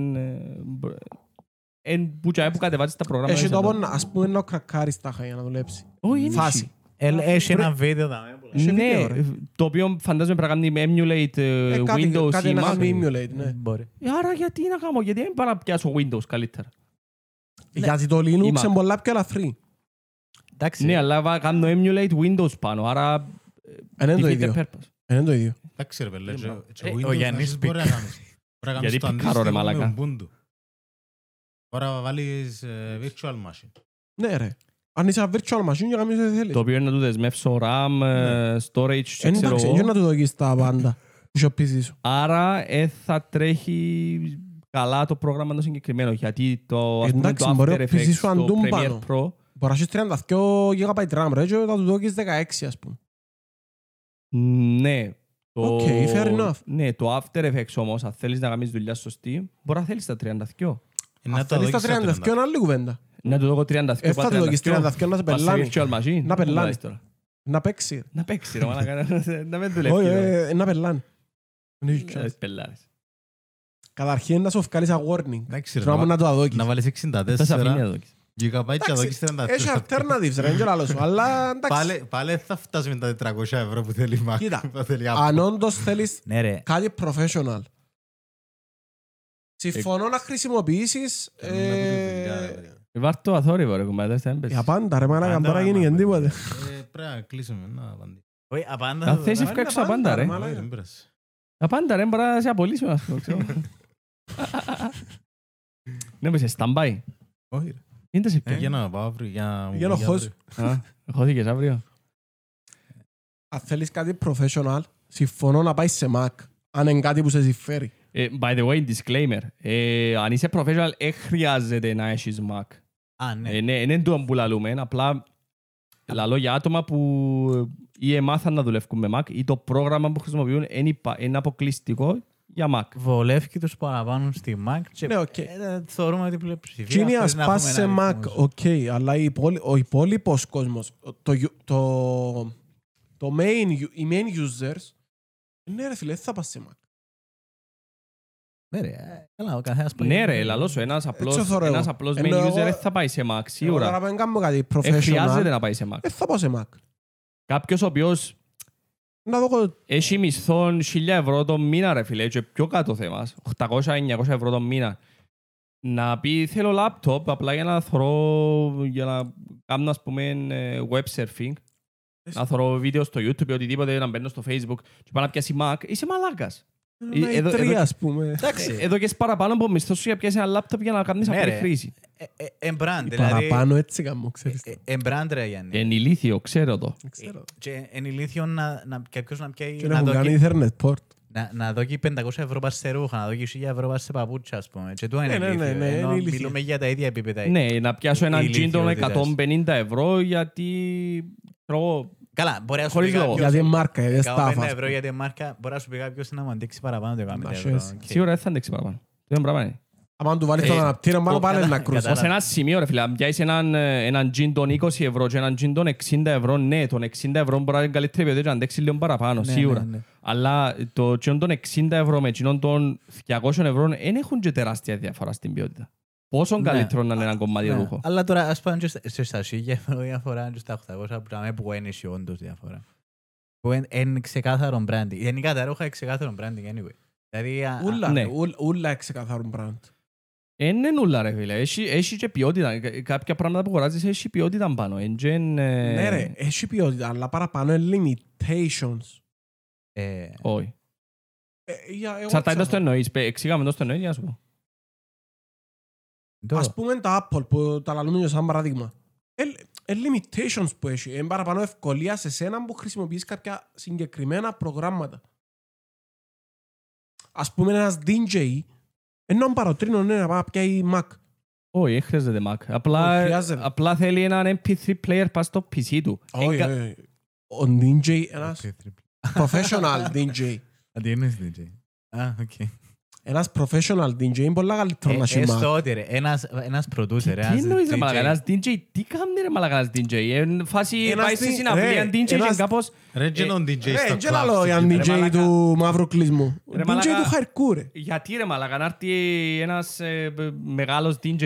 [SPEAKER 1] Είναι που και που κατεβάζεις τα προγράμματα.
[SPEAKER 2] Έχει
[SPEAKER 1] μέσα
[SPEAKER 2] τόπο
[SPEAKER 1] εδώ.
[SPEAKER 2] να- ας πούμε να κρακάρεις τάχα για να δουλέψει.
[SPEAKER 1] Όχι, είναι
[SPEAKER 2] Φάση.
[SPEAKER 4] Ελ- Έχει ένα βίντεο δάμε. που λέει.
[SPEAKER 2] Έχει
[SPEAKER 1] Ναι,
[SPEAKER 2] βίντεο, ρε.
[SPEAKER 1] το οποίο φαντάζομαι πρέπει να κάνει emulate ε,
[SPEAKER 2] Ε, κάτι-
[SPEAKER 1] Windows
[SPEAKER 2] Κάτι
[SPEAKER 1] ή
[SPEAKER 2] να
[SPEAKER 1] Mac.
[SPEAKER 2] κάνουμε emulate, ναι.
[SPEAKER 4] Μπορεί.
[SPEAKER 1] Ε, Άρα γιατί να κάνω, γιατί δεν πάω να πιάσω Windows καλύτερα.
[SPEAKER 2] Γιατί το
[SPEAKER 1] Ή
[SPEAKER 2] Linux
[SPEAKER 1] Mac.
[SPEAKER 2] είναι πολλά πιο ελαφρύ. Ε,
[SPEAKER 4] Εντάξει.
[SPEAKER 1] Ναι, αλλά βα- κάνω emulate Windows πάνω, άρα
[SPEAKER 2] Ε, Είναι το
[SPEAKER 1] defeat the
[SPEAKER 2] ίδιο.
[SPEAKER 1] purpose.
[SPEAKER 2] Ε, Είναι το ίδιο.
[SPEAKER 3] Εντάξει ρε παιδιά,
[SPEAKER 1] Ε,
[SPEAKER 3] και- και
[SPEAKER 1] ο
[SPEAKER 3] Windows να
[SPEAKER 4] Γιάννης
[SPEAKER 3] σας μπορεί να
[SPEAKER 4] πικ-
[SPEAKER 3] κάνεις. Μπορεί να
[SPEAKER 1] Γιατί
[SPEAKER 3] κάνεις το
[SPEAKER 1] πικάρω, ρε,
[SPEAKER 3] αντίστοιχο με
[SPEAKER 1] μαλάκα.
[SPEAKER 3] Ubuntu. Μπορεί να βάλεις ε, virtual machine.
[SPEAKER 2] Ναι ρε. Αν είσαι ένα virtual machine, για κάνεις ό,τι θέλεις.
[SPEAKER 1] Το οποίο είναι να του δεσμεύσω RAM, ε, storage, και
[SPEAKER 2] Ε,
[SPEAKER 1] ξέρω
[SPEAKER 2] Εντάξει, είναι
[SPEAKER 1] εγώ.
[SPEAKER 2] να του δοκίσεις τα πάντα. Είσαι πίσω σου.
[SPEAKER 1] Άρα ε, θα τρέχει καλά το πρόγραμμα το συγκεκριμένο. Γιατί το, ας πούμε,
[SPEAKER 2] Εντάξει,
[SPEAKER 1] το
[SPEAKER 2] μπορεί
[SPEAKER 1] After
[SPEAKER 2] ο PC
[SPEAKER 1] Effects,
[SPEAKER 2] σου
[SPEAKER 1] το
[SPEAKER 2] αντούν
[SPEAKER 1] Premiere
[SPEAKER 2] πάνω.
[SPEAKER 1] Pro,
[SPEAKER 2] Μπορεί να έχεις 32 GB RAM ρε, και να του δοκίσεις 16 ας πούμε.
[SPEAKER 1] Ναι. Το...
[SPEAKER 2] Οκ, fair enough.
[SPEAKER 1] Ναι, το After Effects όμως, αν θέλεις να κάνεις δουλειά σωστή, μπορεί να θέλεις τα 32.
[SPEAKER 3] Ε,
[SPEAKER 2] Αν
[SPEAKER 3] να το
[SPEAKER 2] θέλεις τα
[SPEAKER 3] δοκίσεις τα
[SPEAKER 2] 32 είναι άλλη κουβέντα.
[SPEAKER 1] Να του δω εγώ 32.
[SPEAKER 2] Ε, θα του δοκίσεις 32 να σε
[SPEAKER 1] Πας σε
[SPEAKER 2] πελάνει.
[SPEAKER 1] virtual machine.
[SPEAKER 2] Να
[SPEAKER 1] Πού
[SPEAKER 2] πελάνει.
[SPEAKER 1] πάεις τώρα.
[SPEAKER 2] Να παίξει.
[SPEAKER 1] Να παίξει, ρε, μαλάκα, να- να μην
[SPEAKER 2] Όχι,
[SPEAKER 1] δουλεύει.
[SPEAKER 2] ε, ε, να πελάνει. Δεν
[SPEAKER 3] Ε,
[SPEAKER 2] έχεις
[SPEAKER 1] Να
[SPEAKER 2] chance.
[SPEAKER 1] τις πελάρεις.
[SPEAKER 2] Καταρχήν να σου βγάλεις ένα warning.
[SPEAKER 3] Εντάξει, ρε,
[SPEAKER 2] Πρέπει
[SPEAKER 3] να-
[SPEAKER 2] να το αδόκεις.
[SPEAKER 3] Να βάλεις
[SPEAKER 1] Θα σε
[SPEAKER 3] 64
[SPEAKER 1] αφήνει εδώ.
[SPEAKER 3] Gigabyte και
[SPEAKER 2] Εντάξει,
[SPEAKER 3] δοκίσεις 32. (laughs)
[SPEAKER 2] Έχει Ε, alternatives ρε, είναι και λαλός σου. Αλλά εντάξει.
[SPEAKER 3] Πάλε, πάλε θα φτάσουμε τα 400 ευρώ που θέλει η Mac. (laughs)
[SPEAKER 2] Κοίτα,
[SPEAKER 3] που θέλει Apple.
[SPEAKER 2] Αν όντως θέλεις
[SPEAKER 4] Ναι ρε.
[SPEAKER 2] κάτι professional. Συμφωνώ να χρησιμοποιήσεις...
[SPEAKER 3] Θέλουμε Ε, να δούμε δουλειά, ρε,
[SPEAKER 2] ε,
[SPEAKER 3] παιδιά.
[SPEAKER 1] Βάρ' το αθόρυβο, ρε, κουμπάτα, δεν θα έμπαιζες.
[SPEAKER 2] Για πάντα ρε μάνα, τώρα γίνει και τίποτε.
[SPEAKER 3] Ε, Πρέπει να κλείσουμε. Να απαντήσω.
[SPEAKER 4] Όχι, απάντα.
[SPEAKER 1] Θα
[SPEAKER 4] το
[SPEAKER 2] ε,
[SPEAKER 1] θέσεις
[SPEAKER 4] δάμε.
[SPEAKER 1] φκάξω απάντα, ρε.
[SPEAKER 2] μαλάκα.
[SPEAKER 3] Ε, δεν πειράζει.
[SPEAKER 1] Τα πάντα, ρε, μπορεί να σε απολύσουν, ας πούμε, ξέρω. Ναι, μπες, stand-by.
[SPEAKER 3] Όχι, ρε.
[SPEAKER 1] Είναι τα σε
[SPEAKER 3] Ε,
[SPEAKER 1] ποιο.
[SPEAKER 3] Για να πάω αύριο. για να μου
[SPEAKER 2] Πηγαίνω
[SPEAKER 3] βγει
[SPEAKER 2] χως.
[SPEAKER 3] αύριο.
[SPEAKER 1] Α, Χώθηκες αύριο.
[SPEAKER 2] Αν θέλεις κάτι professional, συμφωνώ να πάει σε Mac. Αν είναι κάτι που σε συμφέρει.
[SPEAKER 1] Ε, by the way, disclaimer. Ε, αν είσαι professional, ε, χρειάζεται να έχεις Mac.
[SPEAKER 4] Α,
[SPEAKER 1] Ε,
[SPEAKER 4] ναι.
[SPEAKER 1] ναι, δεν το που λαλούμε, απλά λαλώ για άτομα που ε, ή εμάθαν να δουλεύουν με Mac ή το πρόγραμμα που χρησιμοποιούν είναι, υπα- είναι αποκλειστικό για Mac.
[SPEAKER 4] Βολεύει τους παραπάνω στη Mac και
[SPEAKER 2] Ναι, οκ.
[SPEAKER 4] ε, θεωρούμε ότι πλειοψηφία
[SPEAKER 2] Κίνη
[SPEAKER 4] χωρίς
[SPEAKER 2] ας
[SPEAKER 4] να
[SPEAKER 2] πας
[SPEAKER 4] έχουμε
[SPEAKER 2] σε Mac,
[SPEAKER 4] ένα αριθμό.
[SPEAKER 2] οκ, αλλά η υπόλοι- ο υπόλοιπος κόσμος, το, γιου- το, το main, u- οι main users, ναι ρε φίλε, δεν θα πας σε Mac.
[SPEAKER 4] Ναι ρε, ε, καλά, ο καθένας πάει-
[SPEAKER 1] Ναι ρε, λαλώ σου, ένας
[SPEAKER 2] Έτσι
[SPEAKER 1] απλός,
[SPEAKER 2] θεωρώ εγώ.
[SPEAKER 1] ένας απλός main
[SPEAKER 2] Ενώ
[SPEAKER 1] user
[SPEAKER 2] εγώ-
[SPEAKER 1] δεν θα πάει σε Mac,
[SPEAKER 2] Εγώ Τώρα
[SPEAKER 1] σίγουρα.
[SPEAKER 2] πάνε κάνω κάτι
[SPEAKER 1] Ε, χρειάζεται
[SPEAKER 2] professional,
[SPEAKER 1] να πάει σε Mac.
[SPEAKER 2] δεν θα πάω σε Mac.
[SPEAKER 1] Κάποιος ο οποίος
[SPEAKER 2] Να
[SPEAKER 4] Ε,
[SPEAKER 2] δω
[SPEAKER 1] έχει μισθόν 1000 ευρώ το μήνα ρε φίλε και πιο κάτω θέμας, 800-900 ευρώ το μήνα να πει θέλω λάπτοπ απλά για να θωρώ, για να κάνω ας πούμε ε, web surfing να θωρώ βίντεο στο YouTube ή οτιδήποτε, να μπαίνω στο Facebook και πάω να πιάσει Mac, είσαι μαλάκας. Ε,
[SPEAKER 2] ένα
[SPEAKER 1] εδώ-
[SPEAKER 2] E3
[SPEAKER 1] εδώ-
[SPEAKER 2] ας πούμε.
[SPEAKER 4] Εντάξει,
[SPEAKER 1] Ε, Εδώ και παραπάνω από μισθό σου για να πιάσει ένα λάπτοπ για να κάνεις
[SPEAKER 4] Ναι,
[SPEAKER 1] απλή
[SPEAKER 4] ρε.
[SPEAKER 1] χρήση.
[SPEAKER 4] ε, ε, εμπραντ, δηλαδή.
[SPEAKER 2] Παραπάνω έτσι κάνω, ξέρεις.
[SPEAKER 4] ε, Εμπραντ ρε Γιάννη.
[SPEAKER 1] Είναι ηλίθιο, ξέρω το.
[SPEAKER 2] Δεν ξέρω.
[SPEAKER 4] Και εν ηλίθιο να, να, κάποιος να πιάει
[SPEAKER 2] Και
[SPEAKER 4] ε, να
[SPEAKER 2] να έχουν
[SPEAKER 4] δοκι-
[SPEAKER 2] κάνει Ethernet port.
[SPEAKER 4] να, να δοκι 500 ευρώ πας σε ρούχα, να δοκι 1000 ευρώ πας σε παπούτσια ας πούμε. Και του είναι
[SPEAKER 2] Ναι, ναι, ναι,
[SPEAKER 4] ηλίθιο,
[SPEAKER 2] ναι,
[SPEAKER 4] ενώ
[SPEAKER 2] είναι ηλίθιο.
[SPEAKER 4] μιλούμε για τα ίδια επίπεδα.
[SPEAKER 1] Ναι, να πιάσω έναν
[SPEAKER 4] ηλίθιο,
[SPEAKER 1] τζιν των
[SPEAKER 4] δηλαδή.
[SPEAKER 1] 150 ευρώ γιατί ξέρω εγώ,
[SPEAKER 4] Καλά, μπορεί να σου
[SPEAKER 1] Χωρίς
[SPEAKER 4] πει
[SPEAKER 1] λόγο.
[SPEAKER 4] κάποιος-
[SPEAKER 2] Γιατί είναι μάρκα, γιατί είναι
[SPEAKER 4] 150
[SPEAKER 2] staff. ας
[SPEAKER 4] ε, ευρώ
[SPEAKER 2] πούμε.
[SPEAKER 4] για τη μάρκα, μπορεί να σου πει κάποιος να μου αντέξει παραπάνω το 150
[SPEAKER 2] Εντάξει,
[SPEAKER 4] ευρώ.
[SPEAKER 2] έτσι.
[SPEAKER 4] Οκ.
[SPEAKER 1] σίγουρα δεν θα αντέξει παραπάνω. Το ένα πράγμα είναι.
[SPEAKER 2] Άμα του βάλεις τον
[SPEAKER 4] Ε,
[SPEAKER 2] αναπτήρα,
[SPEAKER 4] ο-
[SPEAKER 2] μάλλον πάλι
[SPEAKER 4] κατα-
[SPEAKER 2] να κρούσεις.
[SPEAKER 4] κατα-
[SPEAKER 1] Ως ένα σημείο ρε φίλε, αν πιάσεις έναν, ε, έναν τζιν των 20 ευρώ και έναν τζιν των 60 ευρώ, ναι, των 60 ευρώ μπορεί να είναι καλύτερη ποιότητα και να αντέξεις λίγο παραπάνω,
[SPEAKER 4] Ναι,
[SPEAKER 1] σίγουρα.
[SPEAKER 4] ναι, ναι.
[SPEAKER 1] Αλλά το τζιν των 60 ευρώ με τζιν των 200 ευρώ δεν έχουν και τεράστια διαφορά στην ποιότητα. Πόσο
[SPEAKER 4] Ναι.
[SPEAKER 1] καλύτερο να είναι ένα κομμάτι
[SPEAKER 4] Ναι,
[SPEAKER 1] ρούχο.
[SPEAKER 4] Αλλά τώρα ας πάμε και στα- σε στα σίγια ευρώ διαφορά και στα 800 που λέμε που είναι εσύ όντως διαφορά. Που είναι- είναι ξεκάθαρο branding. Γενικά τα ρούχα είναι ξεκάθαρο branding anyway. Δηλαδή, α-
[SPEAKER 2] Ούλα,
[SPEAKER 1] ναι.
[SPEAKER 2] ρε, ούλ- ούλα ξεκαθαρούν πράγματα.
[SPEAKER 1] Ε, Είναι νουλά ρε φίλε, έχει, έχει και ποιότητα. Κα- Κάποια πράγματα που αγοράζεις έχει ποιότητα πάνω. Εν τζεν, ε,
[SPEAKER 2] Ναι ρε, έχει ποιότητα, αλλά παραπάνω είναι limitations.
[SPEAKER 4] α, ε,
[SPEAKER 1] Όχι.
[SPEAKER 2] Ε, για- εγώ
[SPEAKER 1] Εξαρτάται το
[SPEAKER 2] ξέρω.
[SPEAKER 1] στο εννοείς. Πε- Εξήγαμε το στο εννοείς για να σου πω.
[SPEAKER 4] το-
[SPEAKER 2] Ας πούμε τα Apple που τα λαλούμε για σαν παράδειγμα. Ε, ε, limitations που έχει. Είναι παραπάνω ευκολία σε σένα που χρησιμοποιείς κάποια συγκεκριμένα προγράμματα. Ας πούμε ένας DJ, ενώ παροτρύνω ναι, να πάει να πιάει Mac.
[SPEAKER 1] Όχι, δεν χρειάζεται Mac. Απλά,
[SPEAKER 2] Όχι, χρειάζεται.
[SPEAKER 1] απλά θέλει έναν MP3 player πας στο PC του.
[SPEAKER 2] Όχι,
[SPEAKER 1] Εγκα-
[SPEAKER 2] όχι. Ο DJ, ένας
[SPEAKER 4] Okay, triple.
[SPEAKER 2] professional DJ.
[SPEAKER 4] Αντί είναι DJ. Α, οκ.
[SPEAKER 2] Ένας professional DJ είναι πολλά καλύτερο
[SPEAKER 4] Ε,
[SPEAKER 2] να έχει Mac.
[SPEAKER 4] Έστω ότι ρε, ένας- ένας producer,
[SPEAKER 1] Τι
[SPEAKER 4] ένας
[SPEAKER 1] εννοείς ρε
[SPEAKER 4] DJ.
[SPEAKER 1] μαλακά, ένας DJ, τι κάνει ρε μαλακά ένας DJ. Εν φάση
[SPEAKER 2] Ένας
[SPEAKER 1] πάει στη
[SPEAKER 2] τι-
[SPEAKER 4] ε,
[SPEAKER 1] συναυλία
[SPEAKER 2] ρε,
[SPEAKER 1] DJ και
[SPEAKER 2] ένας-
[SPEAKER 1] κάπως...
[SPEAKER 3] Ρε και τον DJ
[SPEAKER 2] Ρε,
[SPEAKER 3] στα
[SPEAKER 2] και
[SPEAKER 3] clubs
[SPEAKER 2] λαλό, Ε,
[SPEAKER 3] στην
[SPEAKER 2] για
[SPEAKER 3] Κύπρο.
[SPEAKER 1] Ρε,
[SPEAKER 2] DJ
[SPEAKER 1] μαλάκα.
[SPEAKER 2] του μαύρου κλεισμού.
[SPEAKER 1] Ρε,
[SPEAKER 2] DJ
[SPEAKER 1] μαλάκα.
[SPEAKER 2] του χαρκού, ρε.
[SPEAKER 1] Γιατί ρε μαλακά, να έρθει ένας ε, μπ, μεγάλος DJ.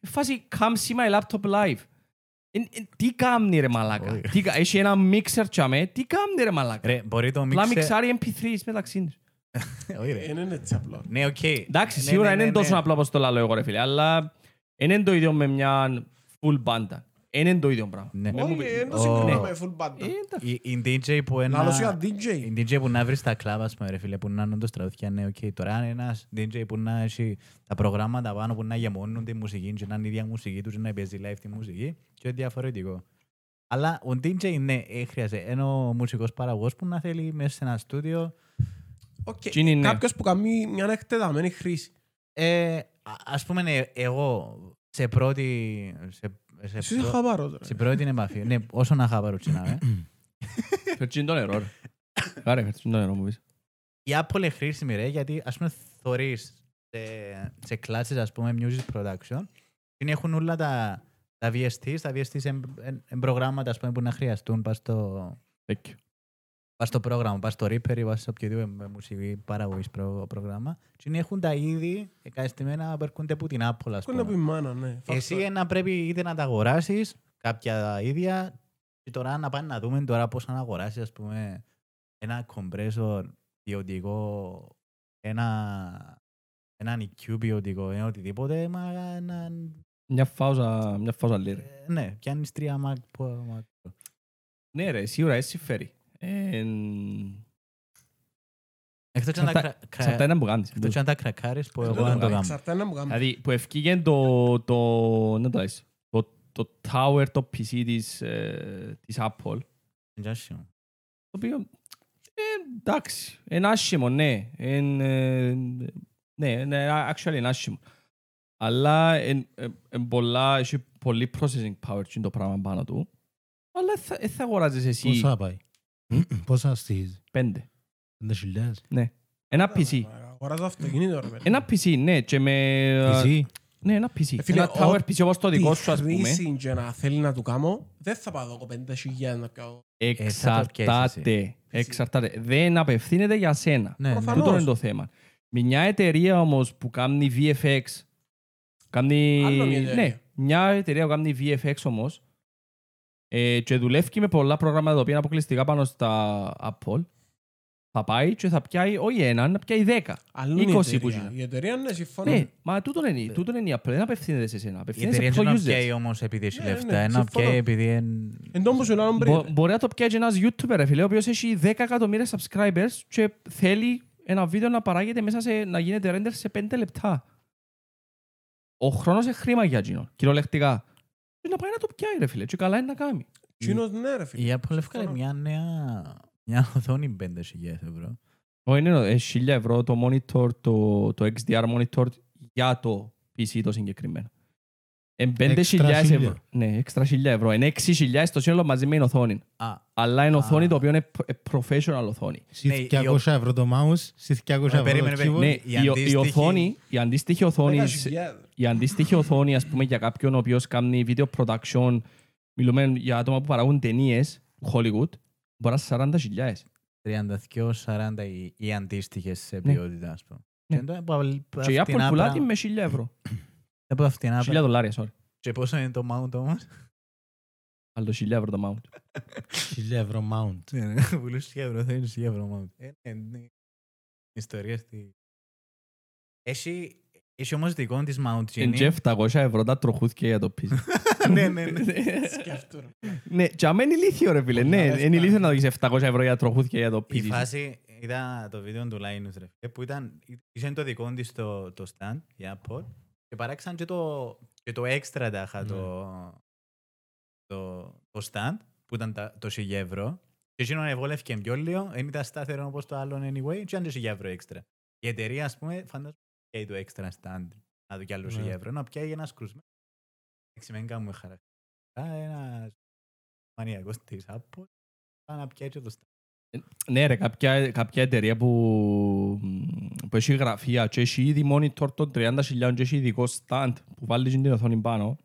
[SPEAKER 1] Ε, Φάση κάμψη my laptop live. Ε, ε, Τι κάνει ρε μαλακά. Τι κα- Έχει ένα mixer τσάμε, τι κάνει ρε μαλακά.
[SPEAKER 4] Ρε, μπορεί το
[SPEAKER 1] Απλά
[SPEAKER 4] μίξε-
[SPEAKER 1] μιξάρει MP3 μεταξύ τους.
[SPEAKER 4] Όχι, ρε.
[SPEAKER 2] Είναι Ε, έτσι απλό.
[SPEAKER 4] Ναι, οκ.
[SPEAKER 1] Εντάξει,
[SPEAKER 4] Ναι,
[SPEAKER 1] σίγουρα
[SPEAKER 4] ναι,
[SPEAKER 1] δεν είναι
[SPEAKER 4] ναι,
[SPEAKER 1] τόσο
[SPEAKER 4] ναι.
[SPEAKER 1] απλό όπως το λέω εγώ ρε φίλε, αλλά δεν είναι το ίδιο με μια full μπάντα. Δεν είναι το ίδιο πράγμα.
[SPEAKER 4] Ναι.
[SPEAKER 1] Με μου
[SPEAKER 2] Όχι,
[SPEAKER 1] πει-
[SPEAKER 2] δεν το
[SPEAKER 4] Ω.
[SPEAKER 2] συγκρίνω με full
[SPEAKER 1] Ε,
[SPEAKER 2] band.
[SPEAKER 1] (laughs) εντάξει.
[SPEAKER 4] Η- Η DJ που ένα...
[SPEAKER 2] Λαλός για DJ.
[SPEAKER 4] Η DJ που να βρεις στα κλαμπ, ας πούμε, ρε φίλε, που να είναι όντως τραγούδια, ναι, οκ. Τώρα αν ένας DJ που να έχει τα προγράμματα πάνω που να γεμώνουν τη μουσική και να είναι η ίδια μουσική τους και να παίζει live τη μουσική, και διαφορετικό. Αλλά ο DJ, ναι, ε, χρειάζεται ένα μουσικός παραγωγός που να θέλει μέσα σε ένα στούντιο
[SPEAKER 2] Οκ,
[SPEAKER 1] Τζίνι, ναι.
[SPEAKER 2] Κάποιος που κάνει μια εκτεταμένη χρήση.
[SPEAKER 4] Ε, α- ας πούμε ναι, εγώ σε πρώτη... Σε, σε,
[SPEAKER 2] Εσύ
[SPEAKER 4] πρω-
[SPEAKER 2] είσαι χαβαρός, ρε.
[SPEAKER 4] σε πρώτη επαφή. ναι, όσο να χαπαρωτσινά, ε.
[SPEAKER 1] Φερτσίν το νερό ρε. Άρα φερτσίν το νερό μου πεις.
[SPEAKER 4] Η Apple είναι χρήσιμη, ρε, γιατί ας πούμε θωρείς σε, σε classes, ας πούμε, music production, την έχουν όλα τα, τα VSTs, τα VSTs εν, εν, εν προγράμματα, ας πούμε, που να χρειαστούν πας στο,
[SPEAKER 1] Thank you.
[SPEAKER 4] πας στο πρόγραμμα, πας στο Reaper ή πας σε οποιοδήποτε μουσική παραγωγής προ, πρόγραμμα. Την έχουν τα ήδη εγκαταστημένα που έρχονται από την Apple, ας
[SPEAKER 2] Έχουν να
[SPEAKER 4] πούμε.
[SPEAKER 2] πει μάνα, ναι.
[SPEAKER 4] Εσύ
[SPEAKER 2] Φακτορ.
[SPEAKER 4] ε, να πρέπει είτε να τα αγοράσεις κάποια ίδια, και τώρα να πάμε να δούμε τώρα πώς να αγοράσεις, ας πούμε, ένα compressor ποιοτικό, ένα, έναν E EQ ποιοτικό, ένα ε, οτιδήποτε. Μα, να,
[SPEAKER 1] Μια φάουσα, μια φάουσα λίρε.
[SPEAKER 4] ε, ναι, πιάνεις τρία Mac. Pro, Mac Pro.
[SPEAKER 1] Ναι ρε, σίγουρα εσύ φέρει. Ε,
[SPEAKER 4] Εκτό και αν τα κρα- κρα-
[SPEAKER 1] Σαν τα Ε, ένα που κάνεις.
[SPEAKER 4] εκτός και αν τα κρακάρεις που
[SPEAKER 2] Δεν
[SPEAKER 4] εγώ δεν το
[SPEAKER 2] κάνω.
[SPEAKER 4] κάνω.
[SPEAKER 2] Εξαρτάται να μου κάνω.
[SPEAKER 1] Δηλαδή που ευκήγεν το, το, να το λες, το, το tower, το PC της, ε, της Apple,
[SPEAKER 4] Δεν ξέρω.
[SPEAKER 1] Ναι, το οποίο, ε, εντάξει, είναι άσχημο, ναι. Εν, ε, ναι, ναι, actually είναι άσχημο. Αλλά εν, εν, εν πολλά, έχει πολύ processing power τσιν το πράγμα πάνω του. Αλλά δεν θα, ε, θα αγοράζεις εσύ
[SPEAKER 3] Πόσα πάει. Πόσα στοιχίζει.
[SPEAKER 1] πέντε.
[SPEAKER 3] 5.000.
[SPEAKER 1] Ένα PC.
[SPEAKER 2] ναι. Αγοράζω αυτοκίνητο, ρε. παιδί.
[SPEAKER 1] Ένα PC, ναι, και με...
[SPEAKER 3] Εσύ.
[SPEAKER 1] Ναι, ένα PC.
[SPEAKER 2] Ε, φίλε,
[SPEAKER 1] ένα tower
[SPEAKER 2] ό,τι
[SPEAKER 1] PC όπως το δικό
[SPEAKER 2] Τι
[SPEAKER 1] σου, ας πούμε.
[SPEAKER 2] χρήση και να θέλει να του κάνω, δεν θα πάω εγώ 50.000 να πιάω.
[SPEAKER 1] Εξαρτάται. Εξαρτάται. Δεν απευθύνεται για σένα.
[SPEAKER 4] Ναι, ναι.
[SPEAKER 2] Προφανώς.
[SPEAKER 1] Τούτο είναι το θέμα. Μια εταιρεία όμως που κάνει VFX, κάνει...
[SPEAKER 2] Άλλο μια εταιρεία.
[SPEAKER 1] Ναι, μια εταιρεία που κάνει VFX όμως ε, και δουλεύει με πολλά προγράμματα τα οποία είναι αποκλειστικά πάνω στα Apple, θα πάει και θα πιάει όχι έναν, να πιάει δέκα.
[SPEAKER 2] Άλλο είναι η
[SPEAKER 1] 20 που
[SPEAKER 2] εταιρεία.
[SPEAKER 1] γίνει.
[SPEAKER 2] Η εταιρεία, ναι, συμφωνώ.
[SPEAKER 1] Ναι, μα τούτο είναι, τούτο είναι η Apple. Δεν απευθύνεται σε σένα.
[SPEAKER 2] Ε,
[SPEAKER 4] Η
[SPEAKER 1] Απευθύνεται
[SPEAKER 4] εταιρεία
[SPEAKER 1] σε πιο
[SPEAKER 4] δεν να
[SPEAKER 1] users.
[SPEAKER 4] πιάει όμως επειδή έχει
[SPEAKER 2] Ναι, Ε, ναι,
[SPEAKER 4] λεφτά, να
[SPEAKER 2] συμφωνώ.
[SPEAKER 4] πιάει επειδή... εν-
[SPEAKER 2] Εν τω που σου λέω πριν,
[SPEAKER 1] Μπο- Μπορεί να το πιάει και ένας YouTuber, ρε φίλε, ο οποίος έχει 10 εκατομμύρια subscribers και θέλει ένα βίντεο να παράγεται μέσα σε, να γίνεται render σε 5 λεπτά. Ο χρόνος είναι χρήμα για εκείνον, κυριολεκτικά. Και να πάει να το πιάει, ρε φίλε, και καλά είναι να κάνει.
[SPEAKER 2] τσίνος ναι, ρε φίλε.
[SPEAKER 4] Η Apple έφυγε μια νέα... Μια οθόνη 5.000 ευρώ.
[SPEAKER 1] Όχι, είναι ε, 1000 ευρώ το monitor, το, το XDR monitor για το PC το συγκεκριμένο. Εν 5.000
[SPEAKER 3] Έξτρα
[SPEAKER 1] ευρώ.
[SPEAKER 3] χίλια.
[SPEAKER 1] Ναι, έξτρα 1000 ευρώ. Είναι 6.000 το σύνολο μαζί με την οθόνη.
[SPEAKER 4] Α,
[SPEAKER 1] Αλλά είναι οθόνη
[SPEAKER 4] Α.
[SPEAKER 1] το οποίο είναι προ- ε, professional οθόνη.
[SPEAKER 4] Ναι,
[SPEAKER 3] Συν
[SPEAKER 4] η
[SPEAKER 3] 200 ευρώ το mouse, συν 200 ευρώ
[SPEAKER 4] περίμενε,
[SPEAKER 3] το
[SPEAKER 4] περίμενε.
[SPEAKER 3] keyboard.
[SPEAKER 1] Ναι,
[SPEAKER 4] Λοιπόν, Η
[SPEAKER 1] η, η,
[SPEAKER 4] αντίστοιχη-
[SPEAKER 1] οθόνη, η αντίστοιχη οθόνη,
[SPEAKER 2] 10.000.
[SPEAKER 1] η αντίστοιχη οθόνη, ας πούμε, για κάποιον ο οποίος κάνει video production, μιλούμε για άτομα που παράγουν ταινίες του Hollywood, μπορεί να είναι 40.000.
[SPEAKER 4] 32-40 οι, οι αντίστοιχες σε
[SPEAKER 1] Ναι.
[SPEAKER 4] ποιότητα, ας πούμε.
[SPEAKER 1] Ναι.
[SPEAKER 4] Και το- από αυ- από
[SPEAKER 1] Και η Apple
[SPEAKER 4] φτηνά
[SPEAKER 1] πουλά
[SPEAKER 4] πρα-
[SPEAKER 1] την με 1.000 ευρώ.
[SPEAKER 4] από τα φτηνά
[SPEAKER 1] 1.000
[SPEAKER 4] πρα-
[SPEAKER 1] δολάρια, sorry.
[SPEAKER 4] Και πόσο είναι το mount όμως. (laughs)
[SPEAKER 1] Αλλά το 1.000 ευρώ το mount.
[SPEAKER 3] 1000 Ναι. ευρώ mount.
[SPEAKER 4] Ναι, Βουλούς ευρώ, θέλει ευρώ mount. Ε, ναι, ναι. Ιστορία στη. Έχει, έχει όμως δικό της mount
[SPEAKER 1] Είναι
[SPEAKER 4] Genie.
[SPEAKER 1] και 700 ευρώ τα τροχούθκια για το PC.
[SPEAKER 4] (laughs) ναι, (laughs) ναι, ναι.
[SPEAKER 2] Σκέφτομαι,
[SPEAKER 1] (laughs)
[SPEAKER 2] ρε.
[SPEAKER 1] Ναι, και άμα είναι ηλίθιο ρε φίλε. Ναι, είναι ηλίθιο να δεις 700 ευρώ για τροχούθκια για το
[SPEAKER 4] Η
[SPEAKER 1] PC.
[SPEAKER 4] φάση είδα το βίντεο του Linus ρε, φίλε, που ήταν, είχε το δικό της το, το stand, η Apple, και παράξαν και το, και το έξτρα τάχα, το, το, το stand που ήταν τα, το σιγεύρο. Και εκείνο ανεβόλευκε πιο λίγο, δεν ήταν σταθερό όπως το άλλο anyway, και ήταν το σιγεύρο έξτρα. Η εταιρεία, ας πούμε, φαντάζομαι πιάει το έξτρα stand, να δω κι άλλο
[SPEAKER 3] Ναι.
[SPEAKER 4] σιγεύρο, να πιάει ένα κρουσμένο. Εντάξει, μην κάνουμε χαρακτηριστικά, ένας μανιακός της Apple, θα να πιάει και το stand.
[SPEAKER 1] Ναι ρε, κάποια, κάποια εταιρεία που, που έχει γραφεία και έχει ήδη monitor των 30.000 και έχει ειδικό stand που βάλει την οθόνη πάνω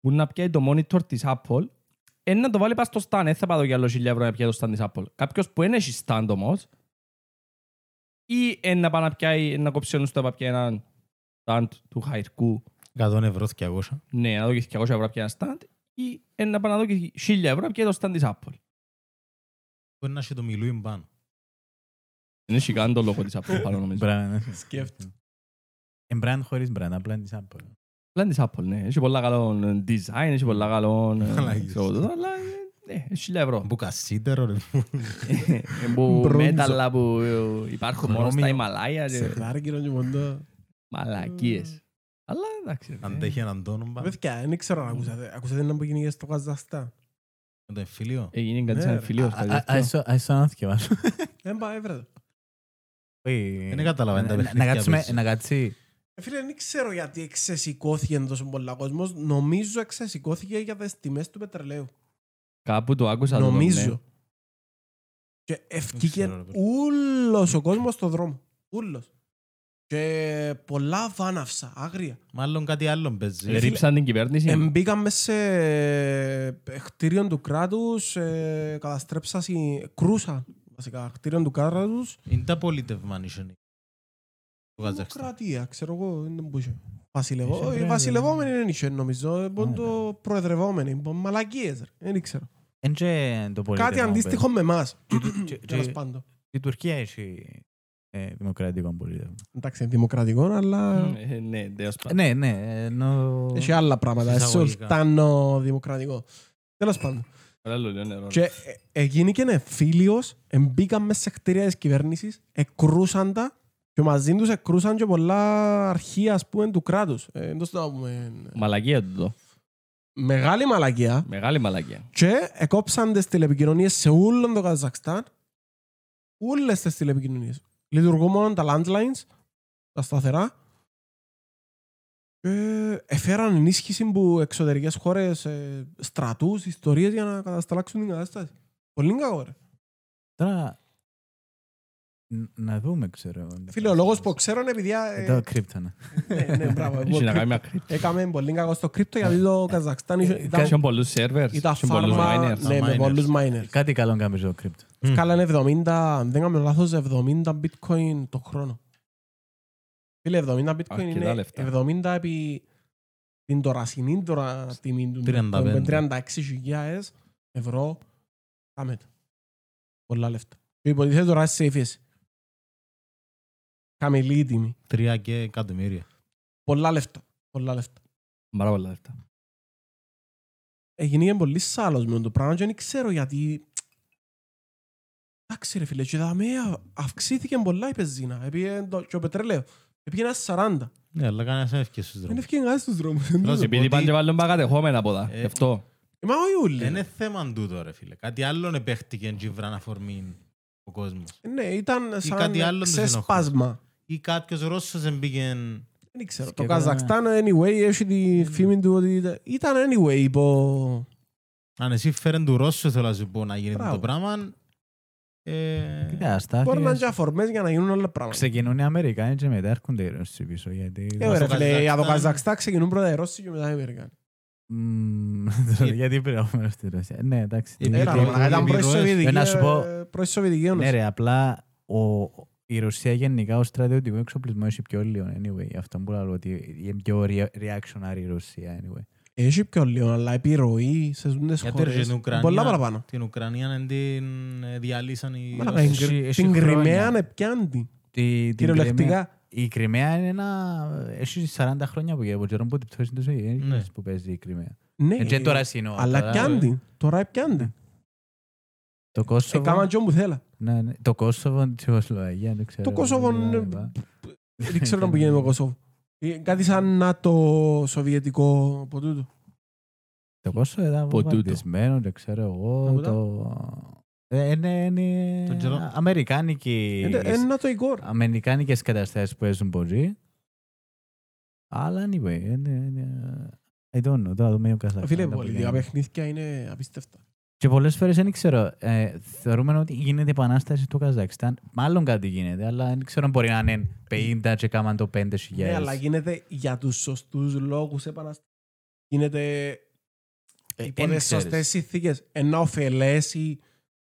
[SPEAKER 1] που να πιάει το monitor της Apple ε, να το βάλει πάνω στο stand, δεν θα πάω για άλλο 1.000 ευρώ να πιάει το stand της Apple. Κάποιος που δεν έχει stand όμως ή ε, να πάει να πιάει, ε, να κόψει ενός να πάει να πιάει έναν stand του χαϊκού
[SPEAKER 3] 100 ευρώ και αγώσα.
[SPEAKER 1] ναι, να δω και 200 ευρώ πια ένα stand ή ε, να πάω να δω και 1.000 ευρώ πια το stand της Apple.
[SPEAKER 3] Μπορεί να έχει το μιλούιν πάνω.
[SPEAKER 1] Δεν έχει καν το λόγο της Apple πάνω νομίζω.
[SPEAKER 4] Brand.
[SPEAKER 3] ναι.
[SPEAKER 2] Σκέφτομαι.
[SPEAKER 4] Ε, brand χωρίς brand, απλά της Apple.
[SPEAKER 1] Πλάν της Apple, ναι. Έχει πολλά καλό ε, design, έχει πολλά καλό... ε,
[SPEAKER 3] Καλά,
[SPEAKER 1] ξέρω
[SPEAKER 3] ίσως.
[SPEAKER 1] το, Αλλά, ε, ναι, έχει χιλιά
[SPEAKER 2] (laughs)
[SPEAKER 1] ευρώ.
[SPEAKER 3] Μπουκα σίδερο, ρε.
[SPEAKER 1] Ε, Που
[SPEAKER 2] Μπρόντζο.
[SPEAKER 1] μέταλλα που ε, υπάρχουν μόνο στα
[SPEAKER 3] Χρώμιο.
[SPEAKER 1] Ιμαλάια.
[SPEAKER 2] Σε
[SPEAKER 1] και
[SPEAKER 2] δάργυρο και ποντό.
[SPEAKER 1] Μαλακίες. Αλλά εντάξει. ε, ρε.
[SPEAKER 3] Αντέχει έναν τόνο πάνω.
[SPEAKER 2] Παιδιά, δεν ξέρω αν ακούσατε. Ακούσατε ένα που γίνηκε στο Καζαχστάν.
[SPEAKER 3] Με το εμφύλιο.
[SPEAKER 1] Έγινε κάτι
[SPEAKER 2] Ναι,
[SPEAKER 1] σαν
[SPEAKER 2] ρε.
[SPEAKER 3] Ε,
[SPEAKER 1] φιλίος. κάτι τέτοιο.
[SPEAKER 4] Ας το να θυκευάσω.
[SPEAKER 2] Δεν πάει, έβρε. το.
[SPEAKER 4] Δεν
[SPEAKER 3] Ε, καταλαβαίνω τα παιχνίδια που
[SPEAKER 4] ε, Να κάτσει
[SPEAKER 2] Ε, Φίλε, δεν ξέρω γιατί εξεσηκώθηκε τόσο πολλά κόσμος. Νομίζω εξεσηκώθηκε για τις τιμές του πετρελαίου.
[SPEAKER 1] Κάπου το άκουσα. το, ναι.
[SPEAKER 2] Νομίζω. Και
[SPEAKER 3] ξέρω, ρε,
[SPEAKER 2] ευκήκε
[SPEAKER 3] παιδιά.
[SPEAKER 2] ούλος ο κόσμος στον δρόμο. Ούλος. Και πολλά βάναυσα, άγρια.
[SPEAKER 3] Μάλλον κάτι άλλο παίζει.
[SPEAKER 1] Ε, Ρίψαν την κυβέρνηση.
[SPEAKER 2] Εμπήκαμε σε ε, κτίριον του κράτους, ε, καταστρέψα, συ- κρούσαν βασικά κτίριον του κράτους.
[SPEAKER 3] Είναι τα πολίτευμα νησιονί. Το Καζακστάν.
[SPEAKER 2] Δημοκρατία, ξέρω εγώ, δεν μπορώ. Βασιλευό,
[SPEAKER 4] Είσαι
[SPEAKER 2] οι
[SPEAKER 4] πρέδε.
[SPEAKER 2] βασιλευόμενοι δεν είχε νομίζω, ε, μπορεί
[SPEAKER 4] Ναι,
[SPEAKER 2] το προεδρευόμενοι, μπο- μαλακίες, ρε, δεν ξέρω.
[SPEAKER 4] Εν και το πολιτικό.
[SPEAKER 2] Κάτι αντίστοιχο με εμάς, τέλος πάντων.
[SPEAKER 4] Η Τουρκία έχει ε, δημοκρατικό πολιτικό.
[SPEAKER 2] Εντάξει, είναι δημοκρατικό, αλλά
[SPEAKER 1] Ε, Ναι, τέλος πάντων.
[SPEAKER 4] Ναι, ναι, ενώ...
[SPEAKER 2] έχει άλλα πράγματα, ε,
[SPEAKER 3] Εισαγωγικά.
[SPEAKER 2] σουλτάνο δημοκρατικό. Τέλος πάντων.
[SPEAKER 4] Ναι.
[SPEAKER 1] Καλά λέω, λέω νερό.
[SPEAKER 2] Και ε- έγινε και ένα φίλιος, μπήκαν μέσα σε κτίρια της κυβέρνησης, εκρούσαν τα και μαζί τους εκρούσαν και πολλά αρχεία, ας πούμε, του κράτους. Ε, εντός να πούμε, ε,
[SPEAKER 1] Μαλακία τούτο.
[SPEAKER 2] Μεγάλη μαλακία.
[SPEAKER 1] Μεγάλη μαλακία.
[SPEAKER 2] Και εκόψαν τις τηλεπικοινωνίες σε όλο το Καζακστάν. Όλες τις τηλεπικοινωνίες. Λειτουργούν μόνο τα landlines, τα σταθερά. Και έφεραν ενίσχυση που εξωτερικές χώρες, ε, στρατούς, ιστορίες για να κατασταλάξουν την κατάσταση. Πολύ κακό, ρε.
[SPEAKER 4] Τώρα... ν- Να δούμε, ξέρω. εγώ, αν
[SPEAKER 2] Φίλε, ο λόγος που ξέρω είναι επειδή... ε,
[SPEAKER 4] Ε, Το κρύπτονα.
[SPEAKER 2] ναι, ναι, μπράβο.
[SPEAKER 1] Έχει να κάνει με ακρι-
[SPEAKER 2] Έκαμε πολύ κακό στο κρύπτο γιατί το Καζακστάν είχε- ήταν-
[SPEAKER 1] Είχαν πολλούς servers.
[SPEAKER 2] ήταν
[SPEAKER 1] είχαν πολλούς
[SPEAKER 2] φάρμα
[SPEAKER 1] miners.
[SPEAKER 2] ναι, με
[SPEAKER 3] miners.
[SPEAKER 2] πολλούς miners.
[SPEAKER 4] Κάτι καλό κάνει το κρύπτο.
[SPEAKER 2] Βγάλανε 70, αν δεν κάνω λάθος, 70 bitcoin το χρόνο. Φίλε, 70 bitcoin
[SPEAKER 1] Αρκετά
[SPEAKER 2] είναι
[SPEAKER 1] λεφτά.
[SPEAKER 2] 70 επί την τωρασινή τώρα τιμή του
[SPEAKER 3] 35.
[SPEAKER 2] bitcoin, 36.000 ευρώ. Κάμε το. Πολλά λεφτά. Και υποτίθεται τώρα σε ύφεση. Χαμηλή τιμή.
[SPEAKER 3] Τρία και εκατομμύρια.
[SPEAKER 2] Πολλά λεφτά. Πολλά λεφτά.
[SPEAKER 1] Πάρα πολλά λεφτά.
[SPEAKER 2] Έγινε πολύ σάλος με το πράγμα και δεν ξέρω γιατί... Εντάξει ρε φίλε, και δαμέ αυξήθηκε πολλά η πεζίνα επί, το, και ο πετρέλαιο. Επήγαινε ένα 40.
[SPEAKER 3] Ναι, αλλά κανένας δεν έφυγε στους
[SPEAKER 2] Δεν
[SPEAKER 3] δρόμους.
[SPEAKER 2] έφυγε κανένας στους δρόμους.
[SPEAKER 3] Ρώσοι,
[SPEAKER 2] Μα
[SPEAKER 1] Επειδή
[SPEAKER 3] ότι-
[SPEAKER 1] πάνε και βάλουν παγατεχόμενα από τα.
[SPEAKER 3] Ε,
[SPEAKER 1] Γι' αυτό.
[SPEAKER 2] όχι
[SPEAKER 3] Δεν είναι
[SPEAKER 2] όλοι.
[SPEAKER 3] θέμα τούτο ρε φίλε. Κάτι άλλο επέχτηκε και βραν αφορμή ο κόσμος.
[SPEAKER 2] Ναι, ήταν
[SPEAKER 3] κάτι
[SPEAKER 2] σαν
[SPEAKER 3] άλλο τους
[SPEAKER 2] ξεσπάσμα.
[SPEAKER 3] Ή κάποιος Ρώσος εμπήκε...
[SPEAKER 2] Δεν ξέρω. Το
[SPEAKER 4] Σκέφτομαι.
[SPEAKER 2] Καζακστάν anyway έχει
[SPEAKER 4] Ναι,
[SPEAKER 2] τη φήμη του ότι ήταν- ήταν anyway υπό...
[SPEAKER 3] Αν εσύ φέρεν του Ρώσου θέλω να σου πω να γίνεται
[SPEAKER 2] Μπράβο.
[SPEAKER 3] το πράγμα. ε,
[SPEAKER 4] Κοίτα,
[SPEAKER 2] Μπορεί να είναι και
[SPEAKER 4] στάθηκες.
[SPEAKER 2] αφορμές για να γίνουν όλα πράγματα.
[SPEAKER 4] Ξεκινούν οι Αμερικάνοι και μετά έρχονται οι Ρώσοι πίσω, γιατί...
[SPEAKER 2] Ε, ωραία,
[SPEAKER 3] στο
[SPEAKER 2] φίλε, από το
[SPEAKER 3] Καζακστάν-
[SPEAKER 2] Καζακστάν ξεκινούν πρώτα οι Ρώσοι και μετά οι Αμερικάνοι.
[SPEAKER 4] Μμμ, (laughs) Γιατί πρέπει να πάμε στη Ρωσία. Ναι, εντάξει.
[SPEAKER 3] Ε,
[SPEAKER 4] ναι.
[SPEAKER 3] πέρα,
[SPEAKER 2] Ε, Έλα, ρε,
[SPEAKER 3] επειδή-
[SPEAKER 2] μαλάκα, Ήταν
[SPEAKER 3] επειδή
[SPEAKER 2] πρώην
[SPEAKER 3] ροές-
[SPEAKER 2] Σοβιετική,
[SPEAKER 4] Να σου πω-
[SPEAKER 2] ε, πρώην Σοβιετική Ένωση.
[SPEAKER 4] Ναι, ρε, απλά ο, η Ρωσία γενικά ο στρατιωτικό εξοπλισμό έχει πιο λίγο. Anyway, αυτό που λέω ότι είναι πιο re- reactionary η Ρωσία. Anyway.
[SPEAKER 2] Έχει πιο λίγο, αλλά επιρροή σε ζούντες
[SPEAKER 3] Γιατί ρε,
[SPEAKER 2] χώρες.
[SPEAKER 3] στην Ουκρανία-
[SPEAKER 2] Πολλά παραπάνω.
[SPEAKER 3] Την Ουκρανία να την ε, διαλύσαν οι
[SPEAKER 2] Μαλάκα,
[SPEAKER 3] Ρώσοι.
[SPEAKER 2] την Κρυ-
[SPEAKER 4] εσύ
[SPEAKER 2] Την
[SPEAKER 4] χρόνια.
[SPEAKER 2] Κρυμαία είναι πιάντη.
[SPEAKER 4] Τη, την Κρυμαία-
[SPEAKER 2] Κυριολεκτικά.
[SPEAKER 4] Η Κρυμαία είναι ένα. Έχει 40 χρόνια που από καιρό που την πτώση του
[SPEAKER 3] Ναι.
[SPEAKER 4] που παίζει η Κρυμαία.
[SPEAKER 2] Ναι,
[SPEAKER 4] Ε, και τώρα σύνορα.
[SPEAKER 2] αλλά πιάντη. Τώρα πιάντη. Ε,
[SPEAKER 4] Το Κόσοβο.
[SPEAKER 2] Έκαναν και όπου θέλα.
[SPEAKER 4] Ναι, ναι, το Κόσοβο τη Ιουγκοσλαβία, δεν ξέρω.
[SPEAKER 2] Το Κόσοβο
[SPEAKER 4] δεν
[SPEAKER 2] είναι-
[SPEAKER 4] είπα.
[SPEAKER 2] Δεν ξέρω να που γίνεται με το Κωσόβο. Ε, Κάτι σαν ΝΑΤΟ σοβιετικό από τούτο.
[SPEAKER 4] Το πόσο ήταν
[SPEAKER 1] Ποτούτο.
[SPEAKER 4] βομβαρδισμένο, δεν ξέρω εγώ.
[SPEAKER 2] Ακούτα.
[SPEAKER 4] Το... Ε, Είναι, είναι
[SPEAKER 3] Τον καιρό-
[SPEAKER 2] Ε,
[SPEAKER 4] αμερικάνικοι,
[SPEAKER 2] Ένα το εικόρ.
[SPEAKER 4] αμερικάνικες καταστάσεις που παίζουν πολύ. Αλλά anyway, είναι, είναι... I don't know, τώρα δούμε καθαρά.
[SPEAKER 2] Φίλε, πολιτικά παιχνίδια είναι απίστευτα.
[SPEAKER 4] Και πολλές φορές δεν ξέρω. Ε, θεωρούμε ότι γίνεται επανάσταση του Καζακστάν. Μάλλον κάτι γίνεται, αλλά δεν ξέρω αν μπορεί να είναι 50 και κάμαν το 5.000.
[SPEAKER 2] Ναι, αλλά γίνεται για τους σωστούς λόγους επαναστασία. Γίνεται
[SPEAKER 4] Ε,
[SPEAKER 2] υπό
[SPEAKER 4] εν
[SPEAKER 2] τις
[SPEAKER 4] ξέρεις.
[SPEAKER 2] σωστές συνθήκες. Ενώ ωφελέσει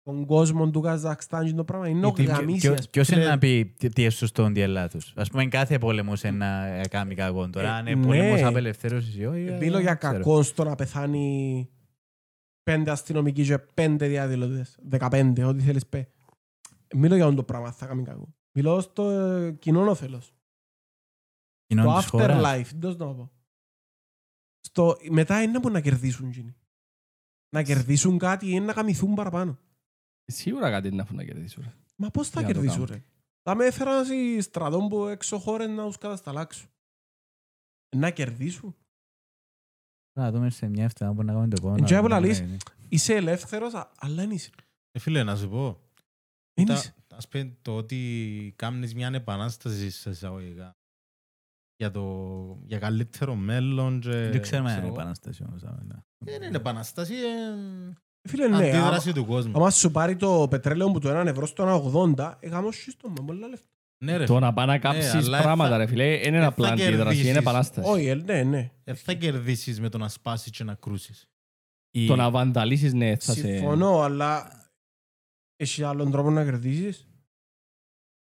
[SPEAKER 2] τον κόσμο του Καζακστάν και το πράγμα. Είναι ο
[SPEAKER 4] Γιατί ποιο-
[SPEAKER 2] γαμίσιας.
[SPEAKER 4] ποιος είναι
[SPEAKER 2] Φίλε,
[SPEAKER 4] να πει τι- τι είναι σωστό, τι είναι λάθος. Ας πούμε, κάθε πόλεμος είναι να κάνει κακό. Τώρα,
[SPEAKER 2] Ε,
[SPEAKER 4] αν
[SPEAKER 2] ναι.
[SPEAKER 4] είναι πόλεμος απελευθέρωσης ή όχι. ε,
[SPEAKER 2] Μιλώ για
[SPEAKER 4] δεν ξέρω.
[SPEAKER 2] κακός στο να πεθάνει πέντε αστυνομικοί και πέντε διαδηλωτές. Δεκαπέντε, ό,τι θέλεις πέ. Μιλώ για όντο πράγμα, θα κάνει κακό. Μιλώ στο ε, κοινό όφελος.
[SPEAKER 4] Κοινών
[SPEAKER 2] Το
[SPEAKER 4] της χώρας.
[SPEAKER 2] afterlife, δεν το πω. Στο, μετά είναι να μπορούν να κερδίσουν εκείνοι. Να κερδίσουν κάτι ή να καμηθούν παραπάνω.
[SPEAKER 1] Σίγουρα κάτι είναι να φύγουν να κερδίσουν. ρε.
[SPEAKER 2] Μα πώς θα
[SPEAKER 1] Για να το
[SPEAKER 2] κερδίσουν,
[SPEAKER 1] κάνουν.
[SPEAKER 2] ρε. Θα με έφεραν σε στρατών που έξω χώρες να τους κατασταλάξουν. Να κερδίσουν.
[SPEAKER 4] Να δούμε σε μια ευθεία, μπορούμε να κάνουμε το επόμενο.
[SPEAKER 2] Εν τζάι που
[SPEAKER 4] Ναι,
[SPEAKER 2] λαλείς,
[SPEAKER 4] ναι, ναι.
[SPEAKER 2] Είσαι ελεύθερος, α- αλλά δεν είσαι.
[SPEAKER 3] Ε, Φίλε, να σου πω.
[SPEAKER 2] Δεν
[SPEAKER 3] Τα,
[SPEAKER 2] είσαι.
[SPEAKER 3] ας πει το ότι κάνεις μια επανάσταση σε εισαγωγικά για, το, για καλύτερο μέλλον και...
[SPEAKER 4] Δεν ξέρουμε αν
[SPEAKER 3] Ε, ξέρω
[SPEAKER 4] είναι
[SPEAKER 3] εγώ.
[SPEAKER 4] επανάσταση όμως. αλλά, ναι.
[SPEAKER 3] Ε, Δεν είναι επανάσταση, είναι
[SPEAKER 2] Φίλε, ναι, άμα,
[SPEAKER 3] αντίδραση του κόσμου.
[SPEAKER 2] άμα σου πάρει το πετρέλαιο που το 1 ευρώ ε, στο 1,80, εγώ σύστο με πολλά λεφτά.
[SPEAKER 3] Ναι ρε,
[SPEAKER 1] Το να πάει να κάψεις
[SPEAKER 3] αλλά θα- ε,
[SPEAKER 1] πράγματα, ρε φίλε, είναι
[SPEAKER 3] θα
[SPEAKER 1] απλά αντίδραση,
[SPEAKER 3] κερδίσεις.
[SPEAKER 1] είναι επανάσταση.
[SPEAKER 2] Όχι, ε, ναι, ναι.
[SPEAKER 3] ε, θα κερδίσεις με το να σπάσεις και να κρούσεις.
[SPEAKER 4] Η-
[SPEAKER 1] Το να βανταλίσεις, ναι, θα σε...
[SPEAKER 2] Συμφωνώ, αλλά έχει άλλον τρόπο να κερδίσεις.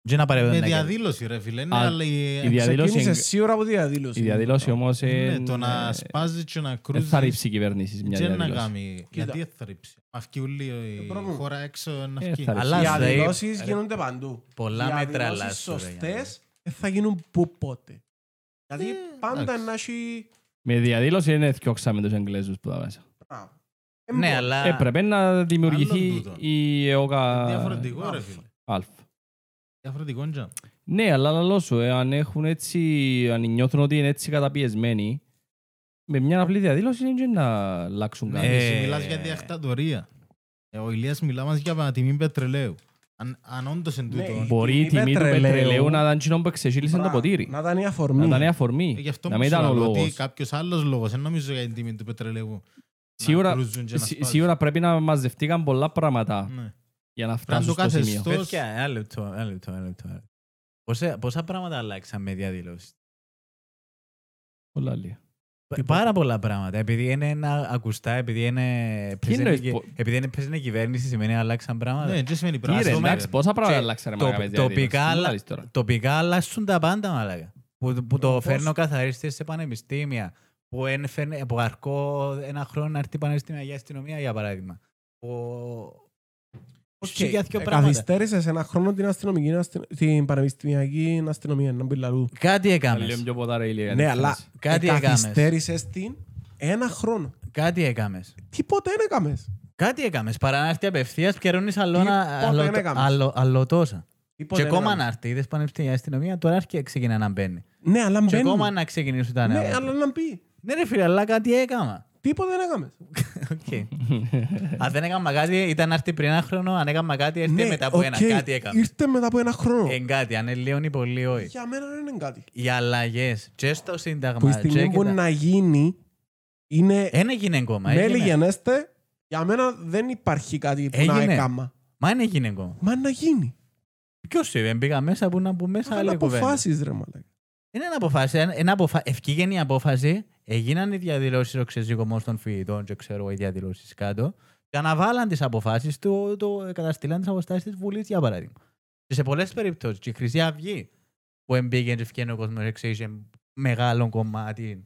[SPEAKER 4] Και να παρεύουν
[SPEAKER 3] Με
[SPEAKER 4] να κερδίσουν.
[SPEAKER 3] διαδήλωση ρε φίλε, ναι,
[SPEAKER 1] Α,
[SPEAKER 3] αλλά η-
[SPEAKER 1] η διαδήλωση-
[SPEAKER 2] Ε, Ξεκίνησε σίγουρα από διαδήλωση.
[SPEAKER 1] Η διαδήλωση όμως...
[SPEAKER 3] Ναι,
[SPEAKER 1] ε,
[SPEAKER 3] το να
[SPEAKER 1] ε,
[SPEAKER 3] σπάζεις και να
[SPEAKER 1] Δεν
[SPEAKER 3] κρούσεις...
[SPEAKER 1] θα ρίψει κυβερνήσεις μια
[SPEAKER 3] Τι να
[SPEAKER 1] διαδήλωση.
[SPEAKER 3] κάνει,
[SPEAKER 2] Κοίτα.
[SPEAKER 3] γιατί θα ρίψει. Αυκεί όλη η
[SPEAKER 2] Ε, πρόβλημα.
[SPEAKER 3] χώρα έξω να
[SPEAKER 1] Ε,
[SPEAKER 3] αυκεί.
[SPEAKER 1] θα
[SPEAKER 4] Αλλά
[SPEAKER 2] Οι
[SPEAKER 4] θα-
[SPEAKER 2] διαδηλώσεις
[SPEAKER 4] ρε,
[SPEAKER 2] γίνονται παντού.
[SPEAKER 4] Πολλά
[SPEAKER 2] Οι
[SPEAKER 4] μέτρα
[SPEAKER 2] διαδηλώσεις
[SPEAKER 4] αλλάζουν. ρε, για Ε, να-
[SPEAKER 2] σωστές δεν θα γίνουν που πότε. Δηλαδή πάντα
[SPEAKER 3] εντάξει.
[SPEAKER 2] να έχει...
[SPEAKER 1] Με διαδήλωση είναι θκιόξαμε τους Εγγλέζους που τα μέσα.
[SPEAKER 2] Μπράβο. Ε,
[SPEAKER 4] Ναι,
[SPEAKER 2] μπο-
[SPEAKER 4] αλλά...
[SPEAKER 1] Έπρεπε να δημιουργηθεί
[SPEAKER 3] Άλλον τούτο. Ε,
[SPEAKER 1] η ΕΟΚΑ
[SPEAKER 3] Διαφορετικό ρε
[SPEAKER 2] Αλφα.
[SPEAKER 3] φίλε.
[SPEAKER 1] Αλφα.
[SPEAKER 3] Διαφορετικό ντζα.
[SPEAKER 1] Ναι, αλλά λαλό σου, ε, αν έχουν έτσι, αν νιώθουν ότι είναι έτσι καταπιεσμένοι, με μια απλή διαδήλωση είναι και να αλλάξουν
[SPEAKER 3] Ναι,
[SPEAKER 1] κάτι.
[SPEAKER 4] Ε,
[SPEAKER 3] εσύ μιλάς για διακτατορία. Ε, ο Ηλίας μιλά μας για τιμή πετρελαίου. Αν, αν όντως εν
[SPEAKER 2] Ναι,
[SPEAKER 3] τούτο...
[SPEAKER 1] Μπορεί η
[SPEAKER 2] τιμή
[SPEAKER 1] τιμή του
[SPEAKER 2] πετρελαίου
[SPEAKER 1] πετρελαίου να ήταν εκείνο που εξεσύλισε το
[SPEAKER 2] μπράβο.
[SPEAKER 1] ποτήρι.
[SPEAKER 2] Να ήταν η
[SPEAKER 1] Να ήταν η
[SPEAKER 2] αφορμή.
[SPEAKER 3] Ε,
[SPEAKER 1] αφορμή.
[SPEAKER 3] Γι' αυτό
[SPEAKER 1] Να
[SPEAKER 3] μου
[SPEAKER 1] μην ήταν ο
[SPEAKER 3] σου λέω ότι
[SPEAKER 1] λόγος.
[SPEAKER 3] κάποιος άλλος λόγος. Δεν νομίζω για την τιμή του πετρελαίου. να
[SPEAKER 1] Σίγουρα-
[SPEAKER 3] κρούζουν και να
[SPEAKER 1] Σι-
[SPEAKER 3] σπάζουν.
[SPEAKER 1] Σίγουρα πρέπει να μαζευτήκαν πολλά πράγματα
[SPEAKER 3] Ναι.
[SPEAKER 1] για να
[SPEAKER 3] Πρέπει να
[SPEAKER 1] φτάσουν
[SPEAKER 3] το
[SPEAKER 1] στο σημείο.
[SPEAKER 3] καθεστώς...
[SPEAKER 4] Παιδιά, ένα λεπτό, ένα λεπτό, ένα λεπτό. ένα λεπτό. Πόσα, πόσα πράγματα αλλάξαν με διαδηλώσεις.
[SPEAKER 1] Πολλά λίγα.
[SPEAKER 4] Πα- Πάρα πολλά πράγματα. Επειδή είναι ένα ακουστά, επειδή είναι. Επειδή είναι,
[SPEAKER 1] εννοείς,
[SPEAKER 4] κυ-
[SPEAKER 1] πο-
[SPEAKER 4] επειδή είναι, επειδή είναι κυβέρνηση, σημαίνει αλλάξαν πράγματα.
[SPEAKER 3] Ναι, δεν σημαίνει
[SPEAKER 1] Τι ρε,
[SPEAKER 3] πράγμα.
[SPEAKER 1] εντάξει, πόσα πράγματα
[SPEAKER 4] Και
[SPEAKER 1] αλλάξανε
[SPEAKER 4] το-
[SPEAKER 1] μαλάκα με διαδήλωση.
[SPEAKER 4] τοπικά
[SPEAKER 1] Τι μου
[SPEAKER 4] αλλά-
[SPEAKER 1] λαλείς τώρα.
[SPEAKER 4] Τοπικά αλλάσουν τα πάντα, μαλάκα. Που, που το
[SPEAKER 2] Όπως-
[SPEAKER 4] φέρνω καθαρίστη σε πανεπιστήμια. Που, ένφερνε, που αρκώ ένα χρόνο να έρθει πανεπιστήμια για αστυνομία, για παράδειγμα. Που...
[SPEAKER 2] Οκ,
[SPEAKER 4] Okay. Για δύο
[SPEAKER 2] ε,
[SPEAKER 4] πράγματα.
[SPEAKER 2] Καθυστέρησες ένα χρόνο την αστυνομική, αστυ- την πανεπιστημιακή αστυνομία. Να μπει λαλού.
[SPEAKER 4] Κάτι
[SPEAKER 1] Τα λέω
[SPEAKER 4] έκαμε.
[SPEAKER 1] πιο ποτά, ρε, ηλία,
[SPEAKER 2] Ναι,
[SPEAKER 1] γιατί
[SPEAKER 2] αλλά
[SPEAKER 1] θέλεις.
[SPEAKER 4] Κάτι
[SPEAKER 2] ε,
[SPEAKER 4] έκαμες.
[SPEAKER 2] καθυστέρησες την ένα χρόνο.
[SPEAKER 4] Κάτι έκαμες.
[SPEAKER 2] Τίποτα δεν έκαμες.
[SPEAKER 4] Κάτι έκαμες. Παρά να έρθει απευθεία, πιερώνει αλόνα-
[SPEAKER 2] Τίποτα
[SPEAKER 4] αλο-
[SPEAKER 2] δεν έκαμες.
[SPEAKER 4] αλο- αλωτόσα.
[SPEAKER 2] Τίποτα
[SPEAKER 4] Και
[SPEAKER 2] δεν
[SPEAKER 4] ακόμα
[SPEAKER 2] έκαμες.
[SPEAKER 4] να έρθει, είδες πανεπιστήμια η αστυνομία, τώρα έρχεται ξεκινά να μπαίνει.
[SPEAKER 2] Ναι, αλλά
[SPEAKER 4] Και
[SPEAKER 2] μπαίνει.
[SPEAKER 4] ακόμα να ξεκινήσουν τα νέα.
[SPEAKER 2] Ναι, αλλά να μπει.
[SPEAKER 4] Ναι ρε φίλε, αλλά κάτι έκαμα.
[SPEAKER 2] Τίποτα δεν έκαμες.
[SPEAKER 4] Οκ. Αν δεν έκαμα κάτι, ήταν να έρθει πριν ένα χρόνο, αν έκαμα κάτι, έρθει μετά από ένα.
[SPEAKER 2] Ναι, οκ,
[SPEAKER 4] Κάτι έκαμε.
[SPEAKER 2] Ήρθε μετά από ένα χρόνο.
[SPEAKER 4] Εν κάτι, αν είναι λίγο ή πολύ, όχι.
[SPEAKER 2] Για μένα δεν είναι κάτι.
[SPEAKER 4] Οι αλλαγές και στο Σύνταγμα,
[SPEAKER 2] Που η
[SPEAKER 4] και
[SPEAKER 2] στιγμή
[SPEAKER 4] και
[SPEAKER 2] που
[SPEAKER 4] τα-
[SPEAKER 2] να γίνει είναι
[SPEAKER 4] Εν έγινε ακόμα.
[SPEAKER 2] μέλη
[SPEAKER 4] Ε, έγινε.
[SPEAKER 2] γενέστε. Για μένα δεν υπάρχει κάτι που να
[SPEAKER 4] Έγινε.
[SPEAKER 2] έκαμα.
[SPEAKER 4] Μα δεν έγινε ακόμα.
[SPEAKER 2] Μα να γίνει.
[SPEAKER 4] Ποιος είπε, μπήκα μέσα που να μπουν μέσα
[SPEAKER 2] Θα
[SPEAKER 4] Ε, άλλη κουβέντα.
[SPEAKER 2] αποφάσεις ρε μαλάκα.
[SPEAKER 4] Είναι ένα αποφάση. Ένα, ένα αποφα... Ευκήγενη η απόφαση. Έγιναν οι διαδηλώσεις ο ξεζυγωμό των φοιτητών, και ξέρω εγώ, οι διαδηλώσεις κάτω. Και αναβάλαν τις αποφάσεις του, το, καταστήλαν τις αποστάσεις της Βουλής, για παράδειγμα. Και σε πολλές περιπτώσεις. Και η Χρυσή Αυγή που εμπήκε και ευκαινεί ο κόσμος, εξήγησε μεγάλο κομμάτι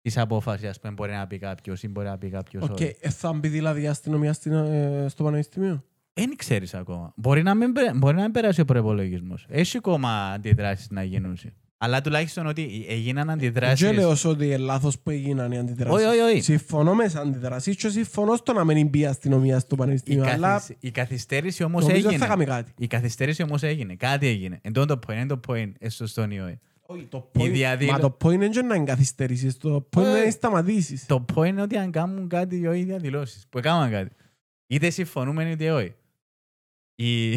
[SPEAKER 4] τη απόφασης, ας πούμε, μπορεί να πει κάποιος ή μπορεί να πει κάποιος.
[SPEAKER 2] Οκ,
[SPEAKER 4] όχι.
[SPEAKER 2] ε, θα μπει δηλαδή η αστυνομία στην, ε, στο πανεπιστήμιο.
[SPEAKER 4] Δεν ξέρεις ακόμα. Μπορεί να, μην, πε- μπορεί να μην περάσει ο προπολογισμό. Έχει ακόμα αντιδράσεις να γίνουν. Αλλά τουλάχιστον ότι ε, έγιναν αντιδράσει.
[SPEAKER 2] Ε, Δεν λέω ότι είναι λάθος που έγιναν οι
[SPEAKER 4] Όχι,
[SPEAKER 2] αντιδράσεις.
[SPEAKER 4] όχι, όχι.
[SPEAKER 2] Συμφωνώ μες τις αντιδράσεις και συμφωνώ στο να μην μπει η αστυνομία στο
[SPEAKER 4] Η,
[SPEAKER 2] πανεπιστήμιο. Αλλά
[SPEAKER 4] καθυσ- η καθυστέρηση όμως
[SPEAKER 2] νομίζω
[SPEAKER 4] έγινε.
[SPEAKER 2] δεν θα κάνει κάτι.
[SPEAKER 4] Η καθυστέρηση όμως έγινε. Κάτι έγινε. Εν τότε το point, εν το point, ε, σωστό ή όχι.
[SPEAKER 2] Όχι, το
[SPEAKER 4] Η
[SPEAKER 2] point-
[SPEAKER 4] διαδήλω- ε.
[SPEAKER 2] Μα το point είναι και να εγκαθυστερήσεις, το point είναι να σταματήσεις.
[SPEAKER 4] Το point είναι ότι αν κάνουν κάτι οι ίδιοι διαδηλώσεις, που έκαναν κάτι. Είτε συμφωνούμε είτε όχι. Η...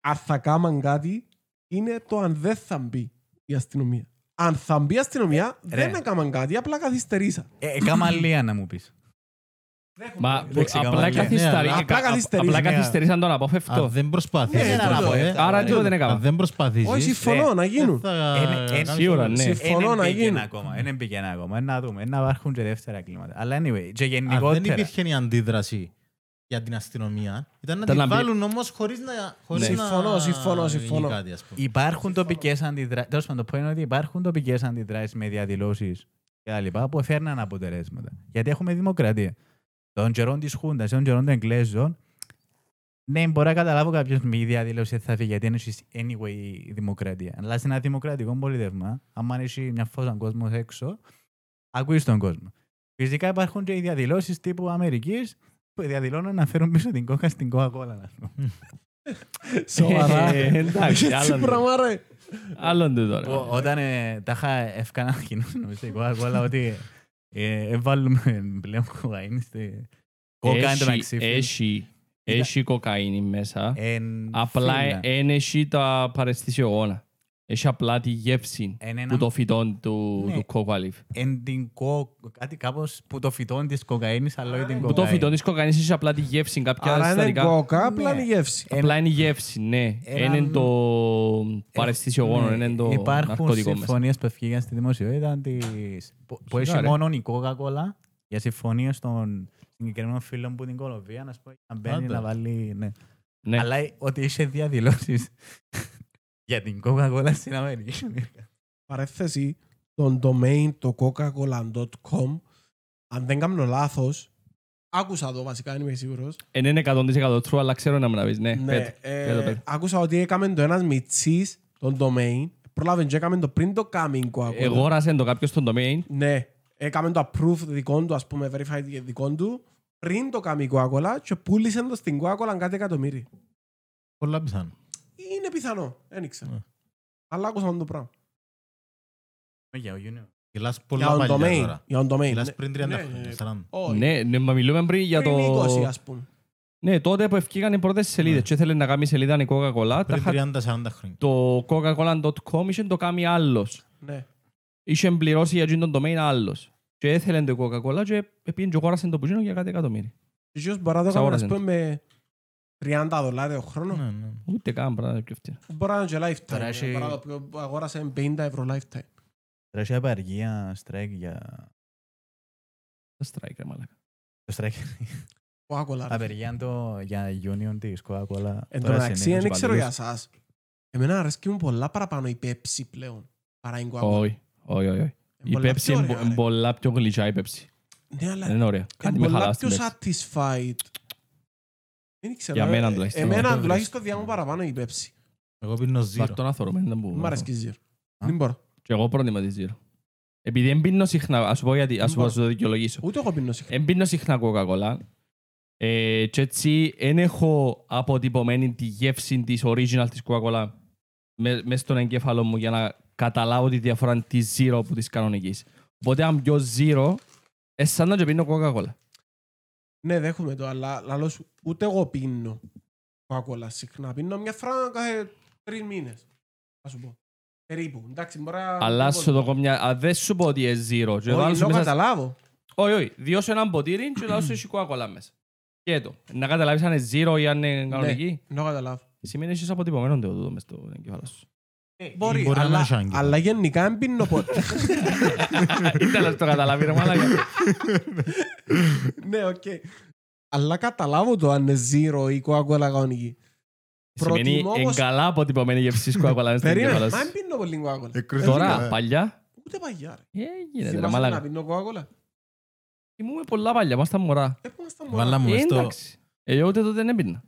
[SPEAKER 2] Αν θα κάμαν κάτι, είναι το αν δεν θα μπει η αστυνομία. Αν θα μπει η αστυνομία,
[SPEAKER 1] Ε,
[SPEAKER 2] δεν έκαναν κάτι, απλά καθυστερήσα.
[SPEAKER 4] Ε, Έκαμα λίγα να μου πεις.
[SPEAKER 1] Μα
[SPEAKER 4] Εντάξει,
[SPEAKER 1] απλά
[SPEAKER 4] καμάλια.
[SPEAKER 1] καθυστερή- Ε, κα-
[SPEAKER 3] Ναι, αλλά
[SPEAKER 2] απλά καθυστερείς,
[SPEAKER 1] Απλά
[SPEAKER 2] ναι.
[SPEAKER 1] καθυστερήσαν τον
[SPEAKER 3] Αν
[SPEAKER 1] απόφευκτο.
[SPEAKER 3] δεν προσπαθείς.
[SPEAKER 2] Ναι, ναι,
[SPEAKER 3] ε,
[SPEAKER 2] ναι,
[SPEAKER 3] ε,
[SPEAKER 2] ναι.
[SPEAKER 1] Άρα
[SPEAKER 3] αν
[SPEAKER 1] τίποτα δεν έκανα.
[SPEAKER 3] Αν δεν προσπαθήσεις.
[SPEAKER 1] Ε,
[SPEAKER 2] Όχι, συμφωνώ, να γίνουν.
[SPEAKER 3] θα
[SPEAKER 4] Ε, ε,
[SPEAKER 3] κάνεις
[SPEAKER 1] σίγουρα,
[SPEAKER 3] τίποτα.
[SPEAKER 1] ναι.
[SPEAKER 2] Συμφωνώ να
[SPEAKER 4] γίνει.
[SPEAKER 2] γίνει.
[SPEAKER 4] ακόμα, δεν πήγαινε ακόμα. Ε, Να δούμε, ε, να υπάρχουν και δεύτερα κλίματα. Αλλά anyway, και
[SPEAKER 3] Αν δεν
[SPEAKER 4] γενικότερα.
[SPEAKER 3] υπήρχε η αντίδραση για την αστυνομία, ήταν να
[SPEAKER 1] Ήταν
[SPEAKER 3] την
[SPEAKER 1] να μπει-
[SPEAKER 3] βάλουν όμως χωρίς να... χωρίς
[SPEAKER 1] Ναι.
[SPEAKER 3] να
[SPEAKER 2] Συμφωνώ, συμφωνώ,
[SPEAKER 3] γίνει
[SPEAKER 2] συμφωνώ.
[SPEAKER 3] κάτι, ας πούμε.
[SPEAKER 4] Υπάρχουν τοπικέ αντιδράσει. Τέλος πάντων, το point είναι ότι υπάρχουν τοπικές αντιδράσεις με διαδηλώσεις κτλ. που φέρναν αποτελέσματα. Γιατί έχουμε δημοκρατία. Των καιρών της Χούντας, των καιρών των Εγγλέζων, ναι, μπορώ να καταλάβω κάποιος μη διαδήλωση θα φύγει γιατί είναι anyway η δημοκρατία. Αλλά σε ένα δημοκρατικό πολιτεύμα, άμα έχει μια φόσα κόσμο έξω, ακούεις τον κόσμο. Φυσικά υπάρχουν και οι διαδηλώσεις τύπου Αμερικής που διαδηλώνουν να φέρουν πίσω την κόκα στην Coca-Cola. ας πούμε.
[SPEAKER 2] Σοβαρά.
[SPEAKER 1] (laughs) Ε, Εντάξει,
[SPEAKER 2] (laughs) Έτσι
[SPEAKER 1] άλλον τούτο.
[SPEAKER 2] πράγμα, ρε.
[SPEAKER 1] Άλλον του τώρα.
[SPEAKER 4] Ό- Όταν ε, τα είχα ευκάνα κοινώσει νομίζω η Coca-Cola ότι ε, ε, βάλουμε πλέον κοκαίνη στη κόκα εν τω
[SPEAKER 1] Έχει-
[SPEAKER 4] μεταξύ. φίλε.
[SPEAKER 1] Έχει, έχει κοκαίνη μέσα.
[SPEAKER 4] Ε, Εν-
[SPEAKER 1] Απλά ε,
[SPEAKER 4] φίλα.
[SPEAKER 1] δεν έχει τα παρεστησιογόνα. Έχει απλά τη γεύση
[SPEAKER 4] Εν ένα-
[SPEAKER 1] που το φυτόν του,
[SPEAKER 4] Ναι.
[SPEAKER 1] του coca leaf.
[SPEAKER 4] Εν την κο... κάτι κάπως που το φυτόν της κοκαίνης αλλά όχι την
[SPEAKER 1] Που το
[SPEAKER 4] κοκαίνη.
[SPEAKER 1] φυτόν της κοκαίνης έχει απλά τη γεύση κάποια
[SPEAKER 2] Ναι. Άρα είναι
[SPEAKER 1] συστατικά.
[SPEAKER 2] κόκα, απλά
[SPEAKER 4] Ναι.
[SPEAKER 2] είναι η γεύση.
[SPEAKER 1] Απλά είναι η γεύση, ναι.
[SPEAKER 4] Ένα-
[SPEAKER 1] Είναι το παρεστησιογόνο,
[SPEAKER 4] Ναι,
[SPEAKER 1] είναι το
[SPEAKER 4] Υπάρχουν
[SPEAKER 1] ναρκωτικό μέσα.
[SPEAKER 4] συμφωνίες που βγήκαν στη δημοσιότητα της... που- που έχει
[SPEAKER 1] ρε.
[SPEAKER 4] μόνο η Coca-Cola για συμφωνίες των συγκεκριμένων φίλων που την Κολομβία να σου πω, να μπαίνει
[SPEAKER 3] Άντε.
[SPEAKER 4] να βάλει... ναι.
[SPEAKER 1] Ναι.
[SPEAKER 4] Αλλά ότι είχε διαδηλώσεις (laughs) για την Coca-Cola στην Αμερική.
[SPEAKER 2] Παρέθεση, τον domain το coca-cola.com αν δεν κάνω λάθος, άκουσα το βασικά, δεν είμαι σίγουρος.
[SPEAKER 1] Εν Είναι 100% true, αλλά ξέρω να μου να πεις. Ναι,
[SPEAKER 2] Ναι,
[SPEAKER 1] πέτω.
[SPEAKER 2] ε,
[SPEAKER 1] πέτω, πέτω.
[SPEAKER 2] άκουσα ότι έκαμε το ένας μιτσής, τον domain, πρόλαβε και έκαμε το πριν το coming coca
[SPEAKER 1] Εγώ το κάποιος στον domain.
[SPEAKER 2] Ναι, έκαμε το approve δικό του, ας πούμε, verified δικό του, πριν το κάνει η Coca-Cola και πούλησε το στην Coca-Cola κάτι εκατομμύρια.
[SPEAKER 3] Πολλά πιθανό.
[SPEAKER 2] Είναι πιθανό, δεν ξέρω.
[SPEAKER 3] Ναι.
[SPEAKER 2] Αλλά άκουσα αυτό το πράγμα.
[SPEAKER 3] Μιλάς
[SPEAKER 2] Για
[SPEAKER 3] πολλά
[SPEAKER 2] τον
[SPEAKER 3] παλιά
[SPEAKER 2] domain.
[SPEAKER 3] τώρα.
[SPEAKER 2] Για τον domain.
[SPEAKER 3] Μιλάς
[SPEAKER 2] ναι.
[SPEAKER 3] πριν 30
[SPEAKER 2] Ναι,
[SPEAKER 3] χρόνια,
[SPEAKER 2] ναι,
[SPEAKER 3] 40.
[SPEAKER 2] όχι.
[SPEAKER 1] Ναι, ναι, μα μιλούμε πριν για
[SPEAKER 2] Πριν
[SPEAKER 1] το...
[SPEAKER 2] 20, ας πούμε. Ναι.
[SPEAKER 1] Ναι, τότε που ευκήγαν οι πρώτες σελίδες και ήθελε να κάνει σελίδα η Coca-Cola, τα
[SPEAKER 3] Πριν
[SPEAKER 1] είχα-
[SPEAKER 3] 30-40 χρόνια.
[SPEAKER 1] το coca-cola.com είχε το κάνει άλλος.
[SPEAKER 2] Ναι.
[SPEAKER 1] Είχε πληρώσει για εκείνον τον domain άλλος. Και έθελε το Coca-Cola και πήγαινε και αγόρασε το πουζίνο για κάτι εκατομμύρια.
[SPEAKER 2] Και ίσως μπορεί να το κάνουμε,
[SPEAKER 1] Ξαγόραζε
[SPEAKER 2] ας πούμε, με 30 δολάρια το χρόνος.
[SPEAKER 3] Ναι, ναι.
[SPEAKER 1] Ούτε καν πράγμα πιο φτηνά.
[SPEAKER 2] Μπορεί να είναι και lifetime.
[SPEAKER 4] Τώρα
[SPEAKER 2] ναι.
[SPEAKER 4] έχει-
[SPEAKER 2] Μπορεί να το πιο- αγόρασε 50 ευρώ lifetime.
[SPEAKER 4] Τρέχει απαργία, στρέκ για...
[SPEAKER 1] Τα strike ρε μαλάκα.
[SPEAKER 4] Το στρέκ.
[SPEAKER 2] Coca-Cola. ρε.
[SPEAKER 4] Απεργία το για union της Coca-Cola.
[SPEAKER 2] Εν τω
[SPEAKER 4] Τώρα
[SPEAKER 2] μεταξύ,
[SPEAKER 4] συνέχεια
[SPEAKER 2] δεν ξέρω για
[SPEAKER 4] παντού.
[SPEAKER 2] εσάς. Εμένα αρέσκει μου πολλά παραπάνω η Pepsi πλέον. Παρά η Coca-Cola.
[SPEAKER 1] Όχι, όχι, όχι. όχι.
[SPEAKER 2] Είναι Ε,
[SPEAKER 1] Η
[SPEAKER 2] πολλά
[SPEAKER 1] Pepsi
[SPEAKER 2] πιο
[SPEAKER 1] είναι
[SPEAKER 2] ωραία,
[SPEAKER 1] μπο-
[SPEAKER 2] ρε.
[SPEAKER 1] πολλά πιο γλυκιά η Pepsi.
[SPEAKER 2] Ναι, αλλά
[SPEAKER 1] Δεν είναι ωραία. Κάτι
[SPEAKER 2] είναι
[SPEAKER 1] με
[SPEAKER 2] πολλά
[SPEAKER 1] χαλάς στην
[SPEAKER 2] πιο
[SPEAKER 1] Pepsi.
[SPEAKER 2] satisfied. Δεν ξέρω.
[SPEAKER 1] Για
[SPEAKER 2] ε,
[SPEAKER 1] μένα τουλάχιστον.
[SPEAKER 2] Εμένα
[SPEAKER 1] Δεν
[SPEAKER 3] το
[SPEAKER 2] τουλάχιστον
[SPEAKER 3] βρίσκω.
[SPEAKER 2] διά μου παραπάνω η Pepsi.
[SPEAKER 3] Εγώ πίνω
[SPEAKER 1] Βάρ'
[SPEAKER 3] zero.
[SPEAKER 1] το να θωρούμε, δεν μπορώ.
[SPEAKER 2] Μ' αρέσκει η Zero.
[SPEAKER 4] Α.
[SPEAKER 2] Δεν μπορώ.
[SPEAKER 1] Και εγώ πρότειμα τη Zero. Επειδή δεν πίνω συχνά, ας σου πω γιατί, ας σου πω,
[SPEAKER 2] Λοιπόν.
[SPEAKER 1] ας σου το δικαιολογήσω.
[SPEAKER 2] Ούτε εγώ πίνω συχνά.
[SPEAKER 1] Δεν πίνω συχνά Coca-Cola. Ε, και έτσι δεν έχω αποτυπωμένη τη γεύση της original της Coca-Cola με- μες στον εγκέφαλο μου για να καταλάβω τη διαφορά της Zero που της κανονικής. Οπότε αν πιω Zero, ε, σαν να και πίνω Coca-Cola. Ε-
[SPEAKER 2] Ναι, δέχομαι το, αλλά λαλός σου, ούτε εγώ πίνω Coca-Cola συχνά. Πίνω μια φορά κάθε τρεις μήνες. Θα σου πω. Περίπου. Εντάξει, μπορεί να...
[SPEAKER 1] Αλλά
[SPEAKER 2] μπορεί-
[SPEAKER 1] σου το μια... Α, δεν σου πω ότι είναι Zero. Και βάλω
[SPEAKER 2] Όχι,
[SPEAKER 1] σου
[SPEAKER 2] ενώ
[SPEAKER 1] μέσα-
[SPEAKER 2] καταλάβω.
[SPEAKER 1] Όχι, όχι. Διώ σου έναν ποτήρι και
[SPEAKER 2] (clears throat)
[SPEAKER 1] λάω σου έχει Coca-Cola μέσα. Και το. Να καταλάβεις αν είναι Zero ή αν
[SPEAKER 2] Ναι.
[SPEAKER 1] είναι κανονική.
[SPEAKER 2] Ενώ καταλάβω.
[SPEAKER 1] Σημαίνει έχεις αποτυπωμένο το δούτο μες στο εγκέφαλο
[SPEAKER 2] (laughs)
[SPEAKER 1] σου.
[SPEAKER 2] Μπορεί,
[SPEAKER 3] μπορεί να
[SPEAKER 2] αλλά-
[SPEAKER 3] έχει άγγελος.
[SPEAKER 2] αλλά γενικά δεν πίνω ποτέ.
[SPEAKER 1] Ήθελα να το καταλάβει ρε
[SPEAKER 2] (laughs)
[SPEAKER 1] μάλακα.
[SPEAKER 2] Ναι, οκ. Αλλά καταλάβω το αν είναι zero ή Coca-Cola κανονική.
[SPEAKER 1] Σημαίνει
[SPEAKER 2] Προτιμώ όμως-
[SPEAKER 1] εγκαλά αποτυπωμένη γεύση της Coca-Cola μες στο
[SPEAKER 2] Περίμενε,
[SPEAKER 1] εγκέφαλο
[SPEAKER 2] μα δεν
[SPEAKER 1] σου.
[SPEAKER 2] πίνω πολύ
[SPEAKER 3] Ε,
[SPEAKER 2] Coca-Cola.
[SPEAKER 1] Τώρα, παλιά,
[SPEAKER 2] Ούτε παγιά. ρε.
[SPEAKER 1] ε, γίνεται ρε
[SPEAKER 2] Θυμάσαι να
[SPEAKER 1] μάλακα.
[SPEAKER 2] πίνω Coca-Cola.
[SPEAKER 1] Ήμουν πολλά παλιά, μας τα μωρά.
[SPEAKER 2] Έπαινα στα μωρά.
[SPEAKER 3] Βάλα μου
[SPEAKER 1] Ε,
[SPEAKER 3] μες στο...
[SPEAKER 1] Εντάξει. Ε, ούτε τότε δεν έπινα.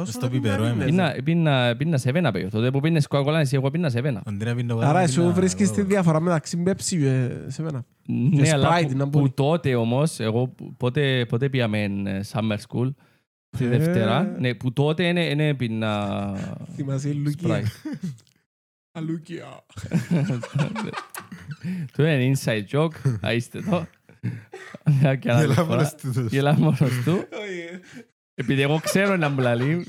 [SPEAKER 2] Όσο
[SPEAKER 3] στο
[SPEAKER 2] να πίνω,
[SPEAKER 3] πιπερό
[SPEAKER 2] να
[SPEAKER 3] είμαι.
[SPEAKER 2] πίνω.
[SPEAKER 1] Πίνα- πίνα- Πίνα σε βένα, παιδί. Τότε που πίνες Coca-Cola, εσύ, εγώ πίνα σε βένα.
[SPEAKER 3] Αντί να πίνω εγώ,
[SPEAKER 2] Άρα
[SPEAKER 3] να
[SPEAKER 2] εσύ
[SPEAKER 3] πίνω
[SPEAKER 2] βρίσκεις τη
[SPEAKER 3] εγώ.
[SPEAKER 2] διαφορά μεταξύ Pepsi και ε, σε μένα.
[SPEAKER 1] Ναι, αλλά
[SPEAKER 2] Sprite,
[SPEAKER 1] που-
[SPEAKER 2] να
[SPEAKER 1] που
[SPEAKER 2] μπορεί.
[SPEAKER 1] τότε όμως, εγώ που- πότε, πότε πήγαμε ε, summer school, τη
[SPEAKER 2] Ε.
[SPEAKER 1] Δευτέρα, ναι, που τότε δεν έπινα
[SPEAKER 2] Ε, Θυμάσαι η Λουκία.
[SPEAKER 1] Sprite.
[SPEAKER 2] Αλούκια.
[SPEAKER 1] (laughs) Του είναι inside joke, θα
[SPEAKER 2] (laughs)
[SPEAKER 1] είστε εδώ. Και άλλη
[SPEAKER 3] Γελά
[SPEAKER 1] φορά
[SPEAKER 3] μόνος του τους.
[SPEAKER 1] Γελά μόνος του.
[SPEAKER 2] ε,
[SPEAKER 1] Επειδή εγώ ξέρω να μου λαλεί.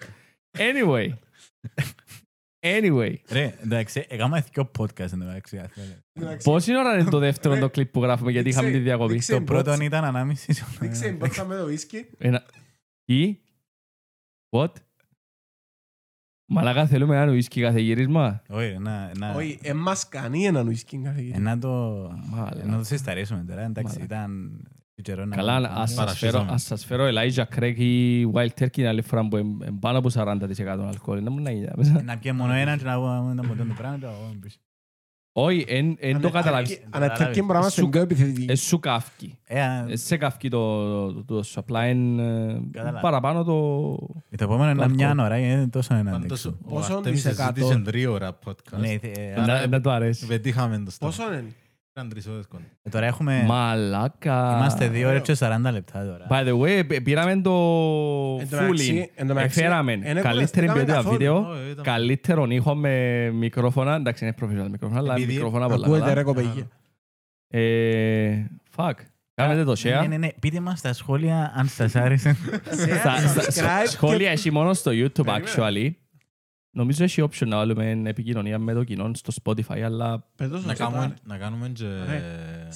[SPEAKER 2] (laughs)
[SPEAKER 1] Anyway. Anyway.
[SPEAKER 4] Ρε, εντάξει, έκανα δυο podcast εντάξει. αν θέλετε.
[SPEAKER 1] Πόση ώρα είναι το
[SPEAKER 2] Ε,
[SPEAKER 1] δεύτερο το κλιπ που γράφουμε γιατί είχαμε τη διακοπή.
[SPEAKER 2] Δείξε
[SPEAKER 4] Το πρώτο ήταν ανάμιση. Ε,
[SPEAKER 2] Δείξε μπότσα με το ίσκι.
[SPEAKER 1] Ένα... Τι? What? Μαλάκα θέλουμε ένα ουίσκι κάθε γύρισμα.
[SPEAKER 4] Όχι, ρε, να, να,
[SPEAKER 2] Όχι, εν μας κάνει έναν ουίσκι κάθε
[SPEAKER 4] ε,
[SPEAKER 2] γύρι.
[SPEAKER 4] να το,
[SPEAKER 1] Μάλα.
[SPEAKER 4] να το συσταρίσουμε τώρα. Εντάξει,
[SPEAKER 1] Μάλα.
[SPEAKER 4] ήταν... καιρό να-
[SPEAKER 1] Καλά, ας σας
[SPEAKER 3] Παρασύζαμε.
[SPEAKER 1] φέρω, ας σας φέρω Elijah Craig ή Wild Turkey την άλλη φορά που εμ- εμ πάνω από 40% αλκοόλ. Να μου να γίνει.
[SPEAKER 4] Να πιέ μόνο έναν και να πω ένα ποτέ το πράγμα. και να πω, πεις.
[SPEAKER 1] (laughs) Όχι, εν- εν το καταλάβεις.
[SPEAKER 2] Ανατρική πράγμα σου πιο επιθετική.
[SPEAKER 1] Ε, σου καύκει.
[SPEAKER 4] Ε, α,
[SPEAKER 1] Ε, Σε καύκει το, το, το supply είναι
[SPEAKER 4] Καταλάβα.
[SPEAKER 1] παραπάνω το...
[SPEAKER 4] Ε, Το επόμενο είναι
[SPEAKER 1] Το
[SPEAKER 4] μια
[SPEAKER 1] αλκοόλ.
[SPEAKER 4] ώρα, είναι τόσο να
[SPEAKER 3] Πάντως,
[SPEAKER 4] αντέξω.
[SPEAKER 3] ο
[SPEAKER 2] Πόσον
[SPEAKER 3] Αρτέμις
[SPEAKER 2] της εκατό?
[SPEAKER 3] συζήτησε τρία ώρα
[SPEAKER 4] Ναι,
[SPEAKER 3] podcast.
[SPEAKER 4] ε,
[SPEAKER 3] Άρα,
[SPEAKER 1] Να, να το αρέσει.
[SPEAKER 3] Πετύχαμε το στόχο.
[SPEAKER 2] Πόσο είναι.
[SPEAKER 3] Ήταν τρεις ώρες κοντά.
[SPEAKER 4] ε, Τώρα έχουμε...
[SPEAKER 1] Μαλάκα.
[SPEAKER 4] Είμαστε δύο ώρες και 40 λεπτά τώρα.
[SPEAKER 1] By the way, π- πήραμε το
[SPEAKER 2] Εν τω
[SPEAKER 1] fulling.
[SPEAKER 2] μεταξύ- εν τω μεταξύ,
[SPEAKER 1] Εφέραμε
[SPEAKER 2] εν εκουραστήκαμε
[SPEAKER 1] καλύτερη ποιότητα
[SPEAKER 2] καθόλου.
[SPEAKER 1] βίντεο,
[SPEAKER 3] Ω, ε, ήταν-
[SPEAKER 1] καλύτερον ήχο με μικρόφωνα. Εντάξει, είναι professional μικρόφωνα, αλλά
[SPEAKER 3] Επειδή
[SPEAKER 1] μικρόφωνα πολλά
[SPEAKER 2] Ακούετε ρε
[SPEAKER 1] καλά.
[SPEAKER 2] κοπέγια.
[SPEAKER 1] Ε, Fuck. Κάνετε το
[SPEAKER 4] Ναι,
[SPEAKER 1] share.
[SPEAKER 4] ναι, ναι. Πείτε μας στα σχόλια
[SPEAKER 1] (laughs)
[SPEAKER 4] αν σας άρεσε.
[SPEAKER 1] Στα- στα-
[SPEAKER 2] subscribe
[SPEAKER 1] Σχόλια έχει μόνο στο YouTube, actually. Νομίζω έχει option να βάλουμε επικοινωνία με το κοινό στο Spotify, αλλά
[SPEAKER 2] Πετώσω
[SPEAKER 3] Να
[SPEAKER 2] σε
[SPEAKER 3] κάνουμε-
[SPEAKER 2] τάρε.
[SPEAKER 3] Να κάνουμε και...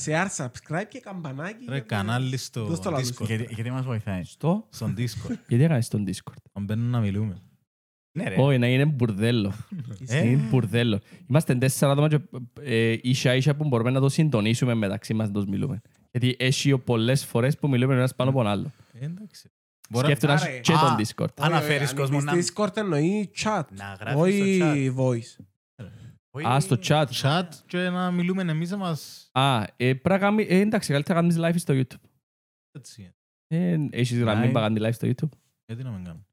[SPEAKER 2] Share, subscribe και καμπανάκι.
[SPEAKER 3] Ρε κανάλι στο
[SPEAKER 2] Δώσ' το λαλούς.
[SPEAKER 3] Discord.
[SPEAKER 4] Γιατί γιατί μας βοηθάει.
[SPEAKER 1] στο...
[SPEAKER 3] Στον (laughs) Discord.
[SPEAKER 1] Γιατί έκανες τον Discord.
[SPEAKER 3] Αν μπαίνουν να μιλούμε.
[SPEAKER 4] Ναι, ρε. Ε,
[SPEAKER 1] Όχι, να είναι μπουρδέλο. Είναι μπουρδέλο. Είμαστε τέσσερα άτομα και ε, ίσα ίσα που μπορούμε να το συντονίσουμε μεταξύ μας να τους μιλούμε. Γιατί έχει πολλές φορές που μιλούμε ένας πάνω από τον άλλο.
[SPEAKER 3] Ε, Εντάξει. Μπορεί-
[SPEAKER 1] Σκέφτονας
[SPEAKER 2] Άρα,
[SPEAKER 1] και
[SPEAKER 4] α,
[SPEAKER 1] τον Discord.
[SPEAKER 2] ε,
[SPEAKER 4] Αν αφαίρεις κόσμο να-
[SPEAKER 2] Discord εννοεί chat.
[SPEAKER 4] Να γράφεις στο chat.
[SPEAKER 2] Όχι voice.
[SPEAKER 4] Όχι.
[SPEAKER 1] Α, στο chat.
[SPEAKER 3] Chat και να μιλούμε εμείς να μας...
[SPEAKER 1] Α, ε, πρέπει να κάνεις- ε, εντάξει, καλύτερα κάνεις live στο YouTube.
[SPEAKER 3] Έτσι. ε.
[SPEAKER 1] Ε, έχεις γραμμή
[SPEAKER 4] Live.
[SPEAKER 1] που κάνεις live στο YouTube.
[SPEAKER 3] Γιατί να μην κάνουμε.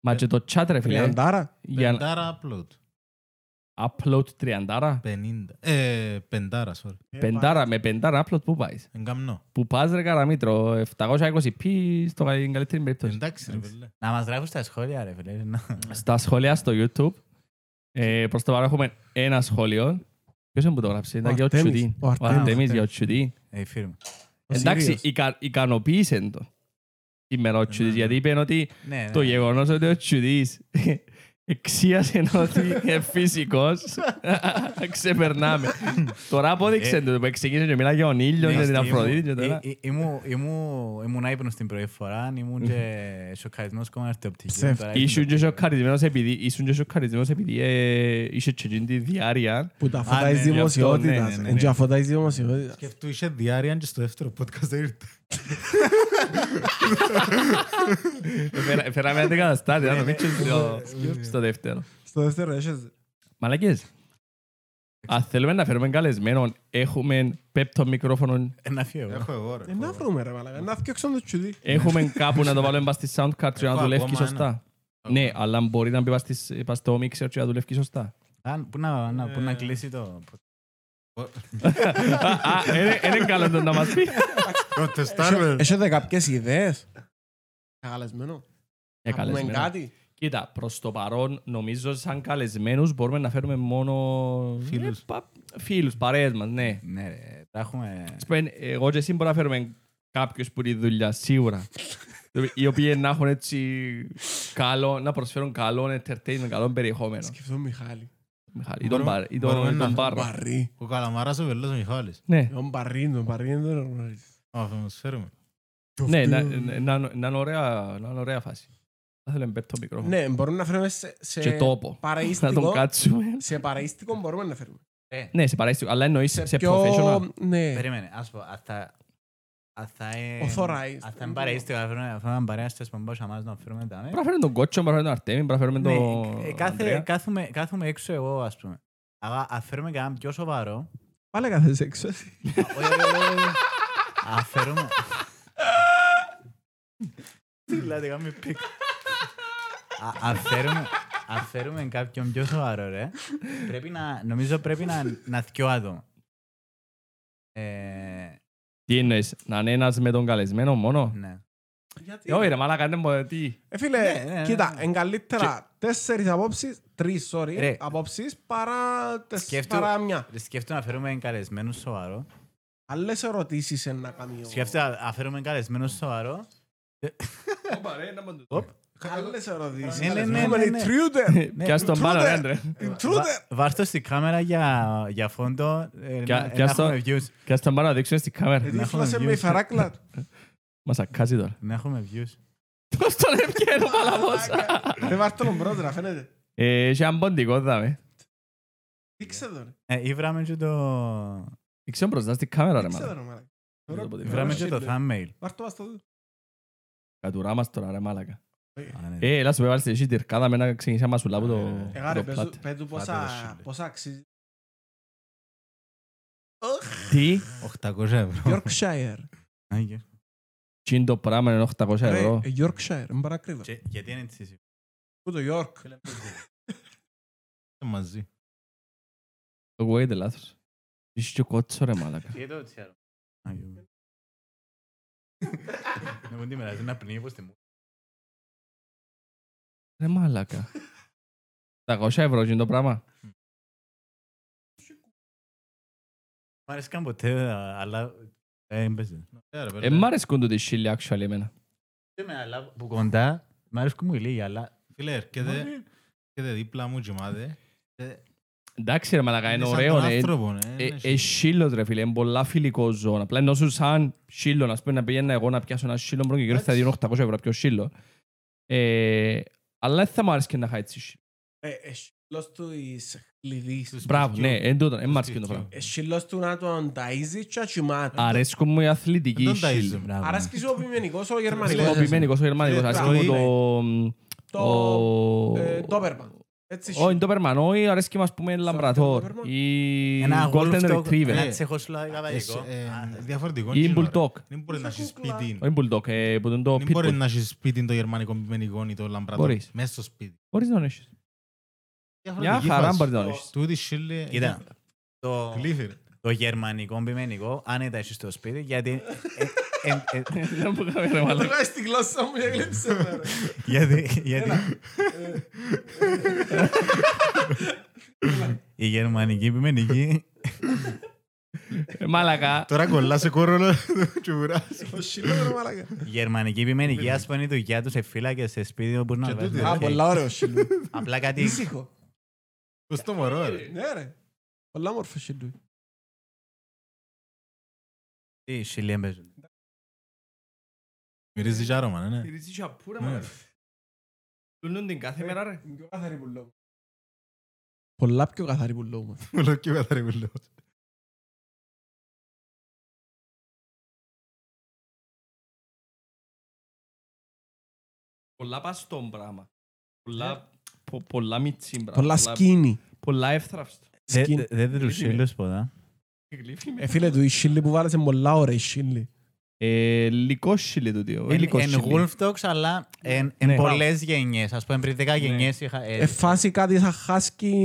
[SPEAKER 1] Μα και το chat ρε φίλε.
[SPEAKER 2] Τριαντάρα.
[SPEAKER 1] Για να
[SPEAKER 3] Πεντάρα upload.
[SPEAKER 1] upload τριαντάρα.
[SPEAKER 3] 50. Ε, πεντάρα, sorry.
[SPEAKER 1] Πεντάρα, με πεντάρα upload που πάεις.
[SPEAKER 3] Εγκαμνώ.
[SPEAKER 1] Που πας ρε καραμήτρο, 720p στο κα- καλύτερη περίπτωση.
[SPEAKER 3] Εντάξει ρε παιδιά.
[SPEAKER 4] Να μας γράφουν στα σχόλια, ρε φίλε. Να-
[SPEAKER 1] στα σχόλια στο YouTube. Ε, προς το παρόν έχουμε ένα σχόλιο. Ποιος είναι που το γράψε, ήταν
[SPEAKER 2] Ο
[SPEAKER 1] για ο
[SPEAKER 2] Αρτέμις.
[SPEAKER 1] Τσουτή.
[SPEAKER 2] Ο
[SPEAKER 1] Ο
[SPEAKER 2] Αρτέμις.
[SPEAKER 1] Αρτέμις για ο Τσουτή.
[SPEAKER 4] Ε, φύρμα.
[SPEAKER 2] Ο
[SPEAKER 1] Εντάξει,
[SPEAKER 2] Σύριος.
[SPEAKER 1] ικα, ικανοποίησε τον σήμερα ο Τσουτής,
[SPEAKER 3] ναι.
[SPEAKER 1] γιατί είπε ότι
[SPEAKER 4] Ναι, ναι.
[SPEAKER 1] το γεγονός ότι ο Τσουτής εξίασε ότι είναι φυσικός, ξεπερνάμε. Τώρα απόδειξε το, που ξεκίνησε και μιλά για τον ήλιο,
[SPEAKER 4] Ναι,
[SPEAKER 1] για την
[SPEAKER 4] ήμου-
[SPEAKER 1] Αφροδίτη και τώρα.
[SPEAKER 4] ή- ή- ήμου- ήμου- Ήμουν άϊπνος την πρώτη φορά, ήμουν και σοκαρισμένος κόμμα στην οπτική.
[SPEAKER 2] Ψεύτη.
[SPEAKER 4] Τώρα
[SPEAKER 1] Ήσουν
[SPEAKER 4] ήρθε
[SPEAKER 1] και
[SPEAKER 4] το-
[SPEAKER 1] σοκαρισμένος επειδή, ήσουν και σοκαρισμένος επειδή ε, είσαι και εκείνη τη διάρκεια
[SPEAKER 2] Που τα
[SPEAKER 4] Α, ναι,
[SPEAKER 2] φωτάει
[SPEAKER 4] γι' αυτό,
[SPEAKER 2] δημοσιότητας.
[SPEAKER 4] ναι, ναι, ναι,
[SPEAKER 2] Εν
[SPEAKER 4] ναι.
[SPEAKER 2] και τα φωτάει δημοσιότητας.
[SPEAKER 3] Σκεφτού είχε διάρκεια και στο δεύτερο podcast δεν ήρθε.
[SPEAKER 1] Φέρα- Φέραμε αντικαταστάτη, να το πείτε στο- στο δεύτερο.
[SPEAKER 2] Στο δεύτερο έχεις.
[SPEAKER 1] Μαλακές. Αν θέλουμε να φέρουμε καλεσμένον, έχουμε πέπτο μικρόφωνο,
[SPEAKER 4] Ένα φύγω.
[SPEAKER 3] Έχω εγώ
[SPEAKER 2] Ε, Να
[SPEAKER 3] ρε.
[SPEAKER 2] βρούμε ρε μαλακά. Να φτιάξουν το τσουδί.
[SPEAKER 1] έχουμε κάπου να το βάλουμε πας στη sound card και να
[SPEAKER 3] Έχω
[SPEAKER 1] δουλεύει
[SPEAKER 3] ακόμα
[SPEAKER 1] σωστά.
[SPEAKER 3] Ακόμα.
[SPEAKER 1] Ναι, αλλά μπορεί να μπει πας στις- πας στο mixer και να δουλεύει σωστά.
[SPEAKER 4] Αν- Πού να- να- πού να κλείσει το...
[SPEAKER 1] (laughs) Α, α, είναι- Είναι καλό το να μας πει.
[SPEAKER 2] (laughs)
[SPEAKER 3] Προτεστάρμε.
[SPEAKER 2] Έχετε κάποιες ιδέες. Καλεσμένο.
[SPEAKER 1] (laughs) Ε,
[SPEAKER 2] Να πούμε
[SPEAKER 1] καλεσμένο.
[SPEAKER 2] κάτι.
[SPEAKER 1] Κοίτα, προς το παρόν, νομίζω σαν καλεσμένους μπορούμε να φέρουμε μόνο...
[SPEAKER 3] Φίλους.
[SPEAKER 1] Ε, πα- Φίλους, παρέες μας, ναι.
[SPEAKER 4] Ναι, ρε. Τα έχουμε...
[SPEAKER 1] Σπεν, ε, εγώ και εσύ μπορούμε να φέρουμε κάποιους που είναι η δουλειά σίγουρα. οι οποίοι να έχουν έτσι καλό, να προσφέρουν καλό entertainment, καλό περιεχόμενο.
[SPEAKER 2] Σκεφτώ Μιχάλη.
[SPEAKER 1] Μιχάλη, Ή τον
[SPEAKER 3] Μπορούμε-
[SPEAKER 1] μπαρ- ή
[SPEAKER 3] μπορούμε
[SPEAKER 1] τον- ή
[SPEAKER 3] να-
[SPEAKER 1] τον μπαρ.
[SPEAKER 2] Μπαρί.
[SPEAKER 3] Ο Καλαμάρας ο Βελός ο Μιχάλης.
[SPEAKER 1] Ναι,
[SPEAKER 2] Εγώ μπαρί, τον μπαρί δεν το γνωρίζεις.
[SPEAKER 3] Α, θα μας φέρουμε.
[SPEAKER 1] ναι, να- να- να να είναι ωραία- να είναι ωραία φάση. Θα θέλουμε πέπτο μικρόφωνο.
[SPEAKER 2] Ναι, μπορούμε να φέρουμε σε- σε
[SPEAKER 1] Και τόπο. Να τον
[SPEAKER 2] παραίστικο.
[SPEAKER 1] κάτσουμε.
[SPEAKER 2] Σε παραίστικο μπορούμε να φέρουμε.
[SPEAKER 1] Ναι, σε παραίσθηση, αλλά εννοείς σε
[SPEAKER 2] πιο-
[SPEAKER 1] professional.
[SPEAKER 2] Ναι.
[SPEAKER 4] Περίμενε, ας πω, ας τα... Ας θα είναι...
[SPEAKER 2] Ο Θωράης.
[SPEAKER 4] Ας θα είναι παραίστη, ας φέρουμε- ας φέρουμε παρέαστες που μπορούσαμε να μας να φέρουμε τα ε.
[SPEAKER 1] Μπορούμε να φέρουμε τον Κότσο, μπορούμε να φέρουμε τον Αρτέμι,
[SPEAKER 4] Ναι,
[SPEAKER 1] μπορούμε να φέρουμε
[SPEAKER 4] ε,
[SPEAKER 1] τον
[SPEAKER 4] κάθε-
[SPEAKER 1] Ανδρέα.
[SPEAKER 4] κάθομαι- Κάθομαι έξω εγώ, ας πούμε. Αλλά αν φέρουμε κανέναν πιο σοβαρό...
[SPEAKER 2] Πάλε καθες έξω.
[SPEAKER 4] Όχι, όχι, όχι, όχι. Αν φέρουμε... Τι λέτε, κάμε πικ. Α- αν φέρουμε- Αν φέρουμε κάποιον πιο σοβαρό, ρε, πρέπει να, νομίζω πρέπει να, να θκιο άτομα. Ε,
[SPEAKER 1] Τι εννοείς, να είναι ένας με τον καλεσμένο μόνο.
[SPEAKER 4] ναι.
[SPEAKER 1] Ε, Όχι ρε μαλάκα, είναι μο- τι.
[SPEAKER 2] Ε, φίλε,
[SPEAKER 4] ναι, ναι,
[SPEAKER 2] κοίτα,
[SPEAKER 4] ναι.
[SPEAKER 2] εγκαλύτερα τέσσερις απόψεις τρεις, sorry,
[SPEAKER 4] Ρε.
[SPEAKER 2] απόψεις παρά, τεσ-
[SPEAKER 4] Σκέφτου-
[SPEAKER 2] παρά μια.
[SPEAKER 4] Σκέφτομαι να φέρουμε καλεσμένο σοβαρό.
[SPEAKER 2] Άλλες ερωτήσεις εν να κάνει ο...
[SPEAKER 4] Σκέφτομαι να φέρουμε καλεσμένο σοβαρό.
[SPEAKER 1] Όπα ρε, να μου το
[SPEAKER 2] Άλλες ερωτήσεις.
[SPEAKER 4] Ναι, ναι, ναι,
[SPEAKER 2] Έχουμε
[SPEAKER 4] ναι, Ε, ναι.
[SPEAKER 2] intruder.
[SPEAKER 4] Ναι.
[SPEAKER 1] Πιάσ' τον πάνω, ρε,
[SPEAKER 2] Intruder.
[SPEAKER 1] άντρε.
[SPEAKER 2] Intruder.
[SPEAKER 4] Βα- Βάρ' το στη κάμερα για, για φόντο. ε,
[SPEAKER 1] Πιά-
[SPEAKER 4] να- να
[SPEAKER 1] πιάσ' το.
[SPEAKER 4] έχουμε views.
[SPEAKER 1] Πιάσ' τον πάνω, δείξουμε στη κάμερα.
[SPEAKER 2] Γιατί
[SPEAKER 4] να έχουμε
[SPEAKER 2] φλάσε με η
[SPEAKER 4] views.
[SPEAKER 2] φαράκλα.
[SPEAKER 4] (laughs)
[SPEAKER 1] Μας ακάζει τώρα.
[SPEAKER 4] Να έχουμε views.
[SPEAKER 1] Πώς τον έπιανε ο παλαβός.
[SPEAKER 2] Ρε βάρ' Ε, τον πρώτο να φαίνεται.
[SPEAKER 1] Ε, Έχει έναν ποντικό, δάμε.
[SPEAKER 2] Δείξε το ρε.
[SPEAKER 4] Ε, Ήβραμε και το...
[SPEAKER 1] Ήξε μπροστά στη κάμερα, ρε,
[SPEAKER 2] Δείξε το
[SPEAKER 1] μάλλον.
[SPEAKER 2] ρε μαλάκα.
[SPEAKER 1] Δεν το πω τίποτα.
[SPEAKER 4] Ήβραμε και το
[SPEAKER 2] Shit,
[SPEAKER 4] thumbnail.
[SPEAKER 2] Βάρ' το μας το δω.
[SPEAKER 1] Κατουρά μας τώρα, ρε, μάλακα.
[SPEAKER 4] Α, ναι.
[SPEAKER 1] Ε, έλα σου πέβαλες εσύ τυρκάδα με να ξεκινήσει να μασουλά από το
[SPEAKER 2] Εγώ ρε
[SPEAKER 1] το
[SPEAKER 2] παίζου-
[SPEAKER 1] πλάτε.
[SPEAKER 2] παίζου
[SPEAKER 4] Πάτε,
[SPEAKER 2] πόσα
[SPEAKER 4] ρε,
[SPEAKER 2] πόσα αξίζει.
[SPEAKER 1] Τι,
[SPEAKER 3] 800 ευρώ.
[SPEAKER 2] Yorkshire.
[SPEAKER 4] Α, γεια.
[SPEAKER 1] τι είναι το πράγμα είναι 800
[SPEAKER 2] Ρε,
[SPEAKER 1] ευρώ.
[SPEAKER 2] Yorkshire. Μην παρακρύβω.
[SPEAKER 4] Και- Γιατί είναι έτσι εσύ.
[SPEAKER 2] Πού το York.
[SPEAKER 3] Μαζί.
[SPEAKER 1] Εγώ είδε λάθος. Είσαι και κότσο ρε μάλακα.
[SPEAKER 4] Α, γεια. Να μου τη μοιράζει ένα πνίγω στη μου.
[SPEAKER 1] Ρε μάλακα. 800 ευρώ είναι το πράγμα.
[SPEAKER 4] Μ' αρέσκαν ποτέ, α, αλλά... Ε, έμπαιζε.
[SPEAKER 1] Ε, μ' αρέσκουν τούτοι σίλια, actually, εμένα.
[SPEAKER 4] Που κοντά, μ' αρέσκουν μου οι λίγοι, αλλά...
[SPEAKER 3] Φίλε, έρχεται έρχεται δίπλα μου κοιμάται.
[SPEAKER 1] Εντάξει ρε μάλακα, είναι
[SPEAKER 3] σαν
[SPEAKER 1] ωραίο.
[SPEAKER 3] τον
[SPEAKER 1] ναι.
[SPEAKER 3] άνθρωπο, ναι.
[SPEAKER 1] Ε,
[SPEAKER 3] Ναι,
[SPEAKER 1] ε, σύλλος, ρε φίλε, είναι πολλά φιλικό ζώο. Απλά ενώ σου σαν σύλλο, ας πούμε, να πήγαινα εγώ να πιάσω ένα σύλλο πρώτο και γύρω θα δίνω 800 ευρώ πιο σύλλο. Ε, αλλά δεν θα μου άρεσε και να χάει έτσι σύλλο.
[SPEAKER 2] Ε, ε, σκύλος του εις χλειδής.
[SPEAKER 3] Τους
[SPEAKER 1] Μπράβο,
[SPEAKER 3] σπιτιού. Ε,
[SPEAKER 1] ναι, εν τούτο, εν μ' άρεσε και το
[SPEAKER 3] σπιτιού.
[SPEAKER 1] πράγμα.
[SPEAKER 2] Ε, σκύλος του να τον ταΐζει και να τσιμάται.
[SPEAKER 1] Αρέσκουν μου οι
[SPEAKER 3] Δεν
[SPEAKER 1] αθλητικοί
[SPEAKER 3] τον ταΐζουν.
[SPEAKER 1] σύλλοι.
[SPEAKER 4] Μπράβο.
[SPEAKER 2] Άρα σκίζει ο ποιμενικός ο γερμανικός.
[SPEAKER 1] Σκοπημένικος ο Γερμανικός,
[SPEAKER 2] Ε,
[SPEAKER 1] αρέσκει μου
[SPEAKER 3] Ροή,
[SPEAKER 1] το...
[SPEAKER 2] Το
[SPEAKER 1] ο-
[SPEAKER 2] ε, Doberman. Έτσι
[SPEAKER 1] Όχι, είναι το Περμανόι, αρέσκει μου ας πούμε
[SPEAKER 2] το
[SPEAKER 1] Λαμπρατόρ
[SPEAKER 2] Doberman.
[SPEAKER 1] ή
[SPEAKER 4] Ένα Ναι.
[SPEAKER 1] Golden
[SPEAKER 4] γολφτό-
[SPEAKER 1] Retriever
[SPEAKER 4] Ένα τσεχοσλαβικό
[SPEAKER 3] Ε, σε- ε, Διαφορετικό.
[SPEAKER 1] ή
[SPEAKER 3] είναι,
[SPEAKER 1] Bulldog.
[SPEAKER 3] Ναι, ρε. Δεν μπορεί να
[SPEAKER 2] Είσαι
[SPEAKER 3] έχεις
[SPEAKER 2] κούκλα.
[SPEAKER 3] σπίτι.
[SPEAKER 1] Όχι Bulldog, ε, που τον το
[SPEAKER 3] Δεν μπορεί
[SPEAKER 1] Pitbull.
[SPEAKER 3] να έχεις σπίτι το γερμανικό πιπενικό ή το λαμπράτο.
[SPEAKER 1] Μπορείς.
[SPEAKER 3] Μέσα στο σπίτι.
[SPEAKER 1] Μπορείς να τον
[SPEAKER 3] (laughs)
[SPEAKER 1] έχεις. Μια
[SPEAKER 3] Διαφορετική
[SPEAKER 1] χαρά
[SPEAKER 3] φάση.
[SPEAKER 1] μπορείς να τον
[SPEAKER 3] Το-
[SPEAKER 1] έχεις.
[SPEAKER 3] Τούτη σύλλη.
[SPEAKER 4] Κοίτα, το,
[SPEAKER 3] Κλείθη, ρε.
[SPEAKER 4] το γερμανικό μπημενικό άνετα είσαι στο σπίτι, (laughs) γιατί... ε, ε, ε, ε,
[SPEAKER 1] Δεν μου κάνει ρε μάλλον.
[SPEAKER 2] Το βγάζει στη γλώσσα μου και γλύψε με, (laughs) ρε.
[SPEAKER 4] γιατί, γιατί η γερμανική μπημενική...
[SPEAKER 1] Ε, Μάλακα.
[SPEAKER 3] Τώρα κολλάς σε κόρονα και βουράς.
[SPEAKER 2] Το σκύλο, ρε μαλάκα.
[SPEAKER 4] Η γερμανική μπημενική, ας πούμε, είναι η δουλειά τους σε φύλακες, σε σπίτι, όπου να
[SPEAKER 3] Και
[SPEAKER 4] βγάζουν
[SPEAKER 3] τούτη,
[SPEAKER 4] τα
[SPEAKER 2] Α,
[SPEAKER 3] ε.
[SPEAKER 4] χέρια.
[SPEAKER 2] πολλά ωραίο σκύλο.
[SPEAKER 4] Απλά κάτι...
[SPEAKER 2] Ήσυχο.
[SPEAKER 3] Πώς το μωρό, ρε.
[SPEAKER 2] Ναι ρε. Πολλά μορφο σκύλου.
[SPEAKER 4] Τι σιλιέν παίζουν.
[SPEAKER 3] Μυρίζεις και άρωμα, ναι, ναι.
[SPEAKER 1] Τυρίζει σαπούρε,
[SPEAKER 3] Ναι.
[SPEAKER 1] μάλλον. Τουλούν την κάθε μέρα, ρε.
[SPEAKER 2] Πιο καθαρή που λέω. Πολλά πιο καθαρή που λέω. μας.
[SPEAKER 3] (laughs) Μου λέω και καθαρή μου λέω.
[SPEAKER 1] Πολλά παστόν πράγμα. Πολλά... πο- Πολλά μιτσί πράγμα.
[SPEAKER 2] Πολλά σκίνη.
[SPEAKER 1] Πολλά εύθραυστο.
[SPEAKER 2] Σκίνη.
[SPEAKER 4] Δεν δεν τους
[SPEAKER 1] Κλείσιμε.
[SPEAKER 4] σύλλους ποτά.
[SPEAKER 2] Ε, φίλε του, οι σκύλοι που βάλεσαι πολλά ωραίοι σκύλοι.
[SPEAKER 1] Ε, Λικό σιλί του δύο.
[SPEAKER 4] Εν
[SPEAKER 1] Λικό
[SPEAKER 4] εν
[SPEAKER 1] σιλί.
[SPEAKER 4] wolf dogs, αλλά εν εν
[SPEAKER 1] Ναι.
[SPEAKER 4] πολλές γενιές. Ας πούμε, πριν 10 γενιές είχα... ε,
[SPEAKER 2] Ε, φάση κάτι σαν χάσκι...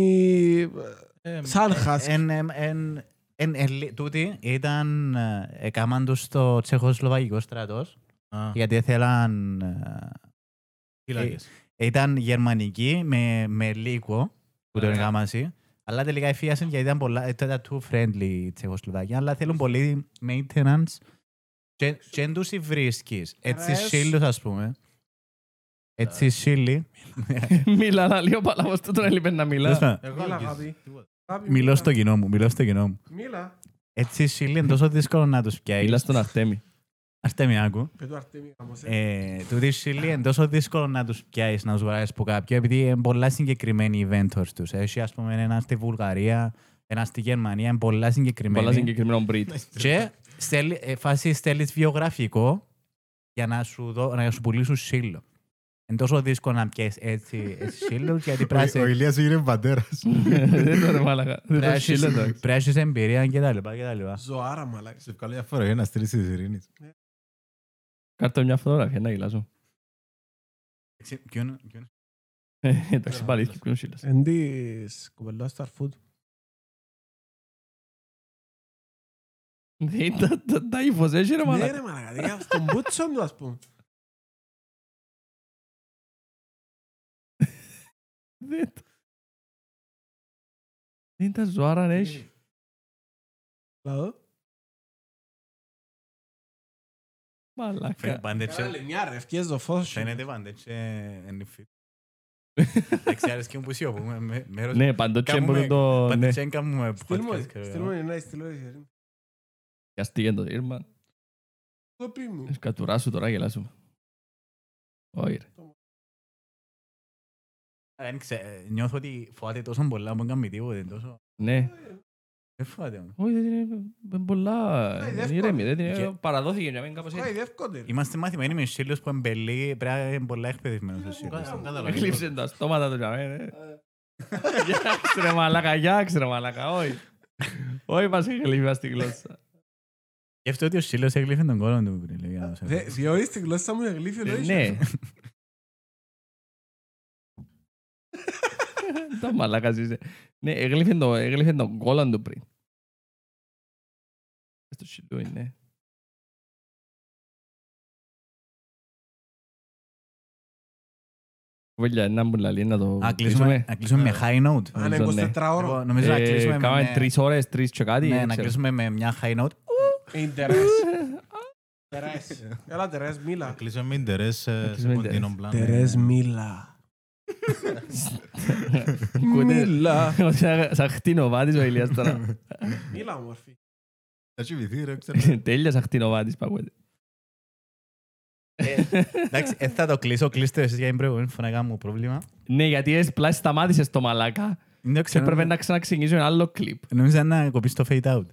[SPEAKER 3] Ε,
[SPEAKER 2] Σαν χάσκι.
[SPEAKER 4] Εν, εν, εν, εν, εν, λι- τούτοι ήταν ε, έκαναν τους στο τσεχοσλοβακικό στρατός
[SPEAKER 1] Ε,
[SPEAKER 3] α,
[SPEAKER 4] γιατί ήθελαν ε,
[SPEAKER 3] φύλακες.
[SPEAKER 4] ήταν γερμανικοί με, με λίγο που τον
[SPEAKER 3] Ωραία.
[SPEAKER 4] έκαναν εσύ αλλά τελικά εφίασαν γιατί ήταν πολλά ε, ήταν too friendly η Τσεχοσλοβακία αλλά θέλουν πολύ maintenance και, και εν τους οι βρίσκεις έτσι
[SPEAKER 2] Αρέσει.
[SPEAKER 4] σύλλους ας πούμε έτσι σύλλοι
[SPEAKER 1] Μίλα, Ε, να λέει ο Παλαβός, του τον έλειπε να
[SPEAKER 4] Τέλος
[SPEAKER 1] μιλά.
[SPEAKER 4] πάντων,
[SPEAKER 3] Εγώ
[SPEAKER 2] Μίλα,
[SPEAKER 3] αγγίζει.
[SPEAKER 2] αγάπη.
[SPEAKER 3] Τίποτα.
[SPEAKER 4] μιλώ στο κοινό μου μιλώ στο κοινό μου
[SPEAKER 2] Μίλα.
[SPEAKER 4] έτσι σύλλοι είναι τόσο δύσκολο να τους
[SPEAKER 1] Μίλα
[SPEAKER 4] πιάσεις
[SPEAKER 1] στον Αρτέμι.
[SPEAKER 4] Αρτέμι άκου
[SPEAKER 2] Πέτου Αρτέμι, κάμωσε.
[SPEAKER 4] Ε, του Σιλί είναι τόσο δύσκολο να τους πιάσεις, να τους βγάλεις που κάποιο, επειδή είναι πολλά συγκεκριμένοι οι vendors τους. Έχει ας πούμε ένα στη Βουλγαρία, ένα στη Γερμανία, είναι πολλά συγκεκριμένοι.
[SPEAKER 1] Πολλά συγκεκριμένο breed.
[SPEAKER 4] Και στέλνει- ε, φάση στέλνεις βιογραφικό για να σου, δω, να σου πουλήσουν σύλλο. Είναι τόσο δύσκολο να πιάσεις έτσι έτσι σύλλο, γιατί πρέπει να
[SPEAKER 3] Ο- Ο
[SPEAKER 4] σε-
[SPEAKER 3] Ηλίας έγινε πατέρας.
[SPEAKER 1] (laughs) Δεν το ρε μάλακα. Δεν
[SPEAKER 4] πρέπει
[SPEAKER 1] το
[SPEAKER 4] να έχεις-
[SPEAKER 1] σιλί, εντάξει.
[SPEAKER 4] πρέπει να έχεις εμπειρία κτλ. κτλ.
[SPEAKER 2] Ζωάρα, μαλάκα.
[SPEAKER 3] Σε βγάλω μια φορά για να στείλεις της ειρήνης.
[SPEAKER 1] Κάρτα μια φωτογραφία να γυλάζω.
[SPEAKER 4] Ξε- ποιον- ποιον-
[SPEAKER 1] Ε, Εντάξει, πάλι και ποιος σιλάς.
[SPEAKER 2] Εν της κοπελάς του Αρφούτ.
[SPEAKER 1] Δεν ήταν τα- τα ύφος, έτσι ρε
[SPEAKER 2] Ναι
[SPEAKER 1] μάλακα.
[SPEAKER 2] ρε μαλάκα, δηλαδή στον μπούτσο του ας πούμε.
[SPEAKER 1] Δεν το- Δεν τα ζωάρα
[SPEAKER 2] Ε,
[SPEAKER 1] να Ε, έχει.
[SPEAKER 2] Λαδό.
[SPEAKER 4] Φαίνεται
[SPEAKER 1] Μαλάκα.
[SPEAKER 4] πάντεψε.
[SPEAKER 2] Καλή μια ρε, ευκείες το φως σου.
[SPEAKER 4] Φαίνεται ε, πάντεψε. (laughs) ενυφή. Δεν ξέρεις και μου που σιωπού. με- με- Μέρος
[SPEAKER 1] Ναι, παντότσι
[SPEAKER 4] Κάμουμε-
[SPEAKER 1] έμπορε το... Ναι,
[SPEAKER 4] πάντεψε έκαμε
[SPEAKER 2] Στείλ'
[SPEAKER 4] podcast.
[SPEAKER 2] μου-
[SPEAKER 4] ξέρω
[SPEAKER 2] στείλ'
[SPEAKER 4] εγώ.
[SPEAKER 2] μου ένα, στείλ' μου ένα.
[SPEAKER 1] καστίγεν το δίρμα.
[SPEAKER 2] Το πει μου.
[SPEAKER 1] Ε, Κατουράσου τώρα, γελάσου. Όχι ρε.
[SPEAKER 4] Δεν ξέ- Νιώθω ότι φοβάται τόσο πολλά που έκαμε τίποτε. τόσο-
[SPEAKER 1] Ναι.
[SPEAKER 4] Δεν φοβάται. όμως.
[SPEAKER 1] Όχι, δεν είναι είναι πολλά...
[SPEAKER 2] Ε,
[SPEAKER 1] Είναι
[SPEAKER 2] εύκολο.
[SPEAKER 1] ηρέμη, δεν είναι...
[SPEAKER 4] Και-
[SPEAKER 1] Παραδόθηκε για μένα κάπως έτσι.
[SPEAKER 2] Χαϊδεύκονται, ρε.
[SPEAKER 4] Είμαστε μαθημένοι με σύλλος που εμπελεί, πρέπει να είναι πολλά εκπαιδευμένος ο σύλλος.
[SPEAKER 3] Κα-
[SPEAKER 1] (laughs)
[SPEAKER 3] καταλαβαίνω.
[SPEAKER 1] Έκλειψε τα στόματα του για μένα. ε. (laughs) Γιάξ ρε μαλάκα, γιάξ ρε μαλάκα, όχι. Όχι μας έκλειψε στη γλώσσα.
[SPEAKER 4] Γι' ότι ο σύλλος έγλυφε τον κόλλον του. ρε, λέει, για να σε-
[SPEAKER 2] Δε- Διότι στη γλώσσα μου εγλήφει
[SPEAKER 1] Ε,
[SPEAKER 2] λόγια. (laughs)
[SPEAKER 1] Ναι. Τα μαλάκας είσαι. Ναι, έγλειφε το- έγλειφε τον κόλλον του πριν. Στο σιλού είναι. Βέλια, ένα μου λαλεί να το
[SPEAKER 4] Α, κλείσουμε- να κλείσουμε
[SPEAKER 2] Ναι.
[SPEAKER 4] με high note.
[SPEAKER 2] Αν
[SPEAKER 1] Νομίζω, ναι.
[SPEAKER 2] 24
[SPEAKER 4] Εγώ
[SPEAKER 2] ώρο.
[SPEAKER 4] Νομίζω να
[SPEAKER 1] Ε,
[SPEAKER 4] κλείσουμε
[SPEAKER 1] Κάμαμε
[SPEAKER 4] με-
[SPEAKER 1] τρεις ώρες, τρεις και κάτι.
[SPEAKER 4] Ναι,
[SPEAKER 1] δεν
[SPEAKER 4] να
[SPEAKER 1] ξέρω. (laughs)
[SPEAKER 4] κλείσουμε με μια high note.
[SPEAKER 2] ε, Ιντερές. Τερές. Έλα Τερές, μίλα.
[SPEAKER 3] Κλείσω με Ιντερές
[SPEAKER 1] Κλείσω
[SPEAKER 3] ε, σε
[SPEAKER 1] με
[SPEAKER 3] κοντινό πλάνο.
[SPEAKER 2] μίλα.
[SPEAKER 1] Ακούτε,
[SPEAKER 2] Μίλα.
[SPEAKER 1] (laughs) ότι σαν- Σαν χτινοβάτης ο Ηλίας τώρα.
[SPEAKER 2] Μίλα όμορφη.
[SPEAKER 3] Θα τσιμπηθεί,
[SPEAKER 1] (laughs)
[SPEAKER 3] ρε, ξέρω.
[SPEAKER 1] Τέλεια σαν χτινοβάτης που ακούτε.
[SPEAKER 4] Εντάξει, ε, θα το κλείσω. Κλείστε εσείς για την προηγούμενη φορά κάμω πρόβλημα.
[SPEAKER 1] (laughs) Ναι, γιατί εσύ πλάι σταμάτησες το μαλάκα
[SPEAKER 4] Δεν
[SPEAKER 1] και
[SPEAKER 4] ξέρω, ναι.
[SPEAKER 1] έπρεπε να ξαναξεκινήσω ένα άλλο κλιπ.
[SPEAKER 4] Νομίζω να κοπείς το fade out.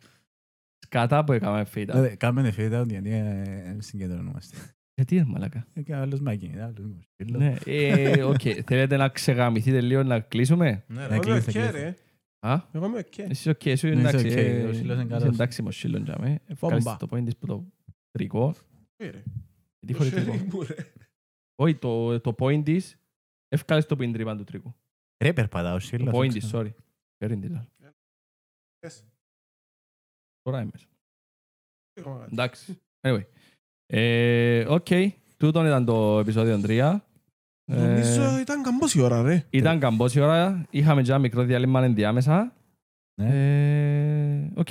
[SPEAKER 1] Σκατά που έκαμε φίτα.
[SPEAKER 4] Δηλαδή, Κάμε το fade out γιατί ε, συγκεντρωνόμαστε.
[SPEAKER 1] Γιατί είναι μαλάκα.
[SPEAKER 4] Ε, Και άλλος μάκινη, άλλος μου στείλω.
[SPEAKER 1] Ναι, ε, οκ.
[SPEAKER 4] (laughs)
[SPEAKER 1] Θέλετε να ξεγαμηθείτε λίγο να κλείσουμε.
[SPEAKER 3] Ναι, ρε.
[SPEAKER 4] Να
[SPEAKER 2] Εγώ είμαι
[SPEAKER 4] κλείστε,
[SPEAKER 2] οκέ
[SPEAKER 4] κλείστε.
[SPEAKER 2] ρε.
[SPEAKER 1] Α,
[SPEAKER 2] Εγώ είμαι οκέ.
[SPEAKER 1] εσύ οκ, εσύ
[SPEAKER 4] Ναι,
[SPEAKER 1] εντάξει.
[SPEAKER 4] είσαι οκ,
[SPEAKER 1] ε,
[SPEAKER 4] ο Σύλλος είναι
[SPEAKER 1] είσαι
[SPEAKER 4] καλός. Ε,
[SPEAKER 1] Εντάξει με ο Σύλλον για μέ. Ευχαριστώ το πόντις που το τρικό.
[SPEAKER 2] Ε, ρε. Το
[SPEAKER 1] Γιατί χωρίς τρικό.
[SPEAKER 2] sharing μου, ρε.
[SPEAKER 1] Όχι, το, το πόντις ευκάλεσε το πίντριμα του τρικού.
[SPEAKER 4] Ρε, περπατάω, σύλλο,
[SPEAKER 1] Το
[SPEAKER 4] αυτό
[SPEAKER 1] πόντις,
[SPEAKER 4] ξέρω.
[SPEAKER 1] sorry. Φέρνει τη λάλη.
[SPEAKER 2] Yes.
[SPEAKER 1] Τώρα είμαι.
[SPEAKER 2] Έχω μάθει.
[SPEAKER 1] Εντάξει. Anyway. Ε, Οκ. Τούτον ήταν το επεισόδιο 3. ε,
[SPEAKER 2] Νομίζω ήταν καμπός η ώρα ρε.
[SPEAKER 1] Ήταν καμπός η ώρα. Είχαμε και ένα μικρό διάλειμμα ενδιάμεσα.
[SPEAKER 4] Ναι.
[SPEAKER 2] Ναι.
[SPEAKER 1] Ε, Οκ.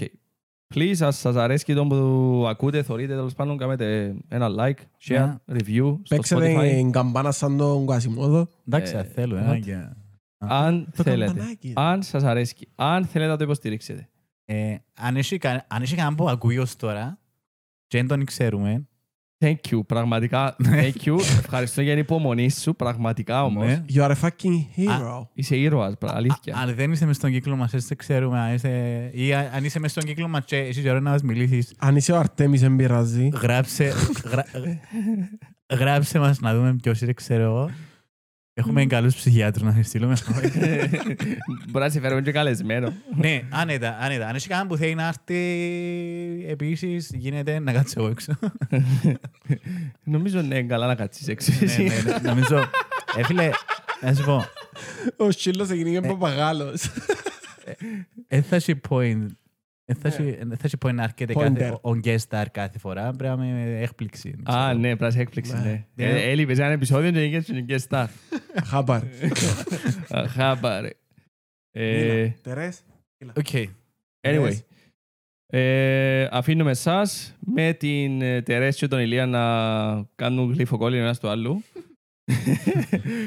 [SPEAKER 1] Please, αν σας αρέσει το που ακούτε, θωρείτε, τέλος πάντων, κάνετε ένα like, share, review στο
[SPEAKER 2] Ναι. Παίξετε
[SPEAKER 1] Spotify.
[SPEAKER 2] την καμπάνα σαν τον Κουασιμόδο.
[SPEAKER 4] Εντάξει,
[SPEAKER 1] Ε,
[SPEAKER 4] θα θέλω.
[SPEAKER 1] what?
[SPEAKER 4] ένα και-
[SPEAKER 1] Αν
[SPEAKER 2] Το
[SPEAKER 1] θέλετε.
[SPEAKER 2] καμπανάκι.
[SPEAKER 1] Αν σας αρέσει. Αν θέλετε να το υποστηρίξετε.
[SPEAKER 4] Ε, Αν έχει κα- αν έχει κανέναν που ακούει ως τώρα και δεν τον ξέρουμε.
[SPEAKER 1] Thank you, πραγματικά.
[SPEAKER 2] Ναι.
[SPEAKER 1] Thank you. Ευχαριστώ για την υπομονή σου, πραγματικά όμως.
[SPEAKER 4] ναι.
[SPEAKER 2] You are a fucking hero.
[SPEAKER 1] Είσαι ήρωας, πρα- αλήθεια.
[SPEAKER 4] Αν δεν είσαι μες στον κύκλο μας, έτσι δεν ξέρουμε. αν είσαι- ή αν αν είσαι μες στον κύκλο μας και εσύ να μας μιλήσεις,
[SPEAKER 2] Αν είσαι ο Αρτέμις δεν πειράζει.
[SPEAKER 4] γράψε, γρα- γράψε μας να δούμε ποιος είναι, ξέρω εγώ. Έχουμε καλούς ψυχιάτρους να σε
[SPEAKER 1] (laughs)
[SPEAKER 4] στείλουμε.
[SPEAKER 1] Μπορεί να σε φέρουμε και καλεσμένο.
[SPEAKER 4] ναι, άνετα, άνετα. Αν έχει κανέναν που θέλει να έρθει, επίσης γίνεται να κάτσω εγώ
[SPEAKER 1] (laughs)
[SPEAKER 4] έξω.
[SPEAKER 1] Νομίζω ναι, καλά να κάτσεις έξω
[SPEAKER 4] Ναι,
[SPEAKER 1] εσύ.
[SPEAKER 4] ναι, ναι, Νομίζω, ε, φίλε, να σου πω,
[SPEAKER 2] Ο Σίλος έγινε
[SPEAKER 1] Ε.
[SPEAKER 2] και παπαγάλος.
[SPEAKER 4] δεν θα σου point. ε, θα σου- ε, θα σου πω να αρκέται
[SPEAKER 2] Pointer.
[SPEAKER 4] κάθε, on guest star κάθε φορά. Πρέπει να είμαι έκπληξη.
[SPEAKER 1] Α, ναι, πράσινη έκπληξη, ναι.
[SPEAKER 4] Ναι.
[SPEAKER 1] Ε, Έλειπες ένα επεισόδιο και είχες σου και στάρ.
[SPEAKER 2] Χάπαρ.
[SPEAKER 1] Ε. Χάμπαρε. Ε,
[SPEAKER 2] Τερές.
[SPEAKER 4] Οκ. Ναι.
[SPEAKER 1] Anyway.
[SPEAKER 2] Yes.
[SPEAKER 1] Ε, αφήνουμε εσάς με την ε, Τερέση και τον Ηλία να κάνουν γλυφοκόλλη ένας του άλλου.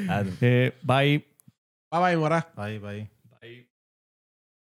[SPEAKER 4] Άντε.
[SPEAKER 1] Ε, Bye.
[SPEAKER 2] Bye bye μωρά.
[SPEAKER 3] Πάει, πάει.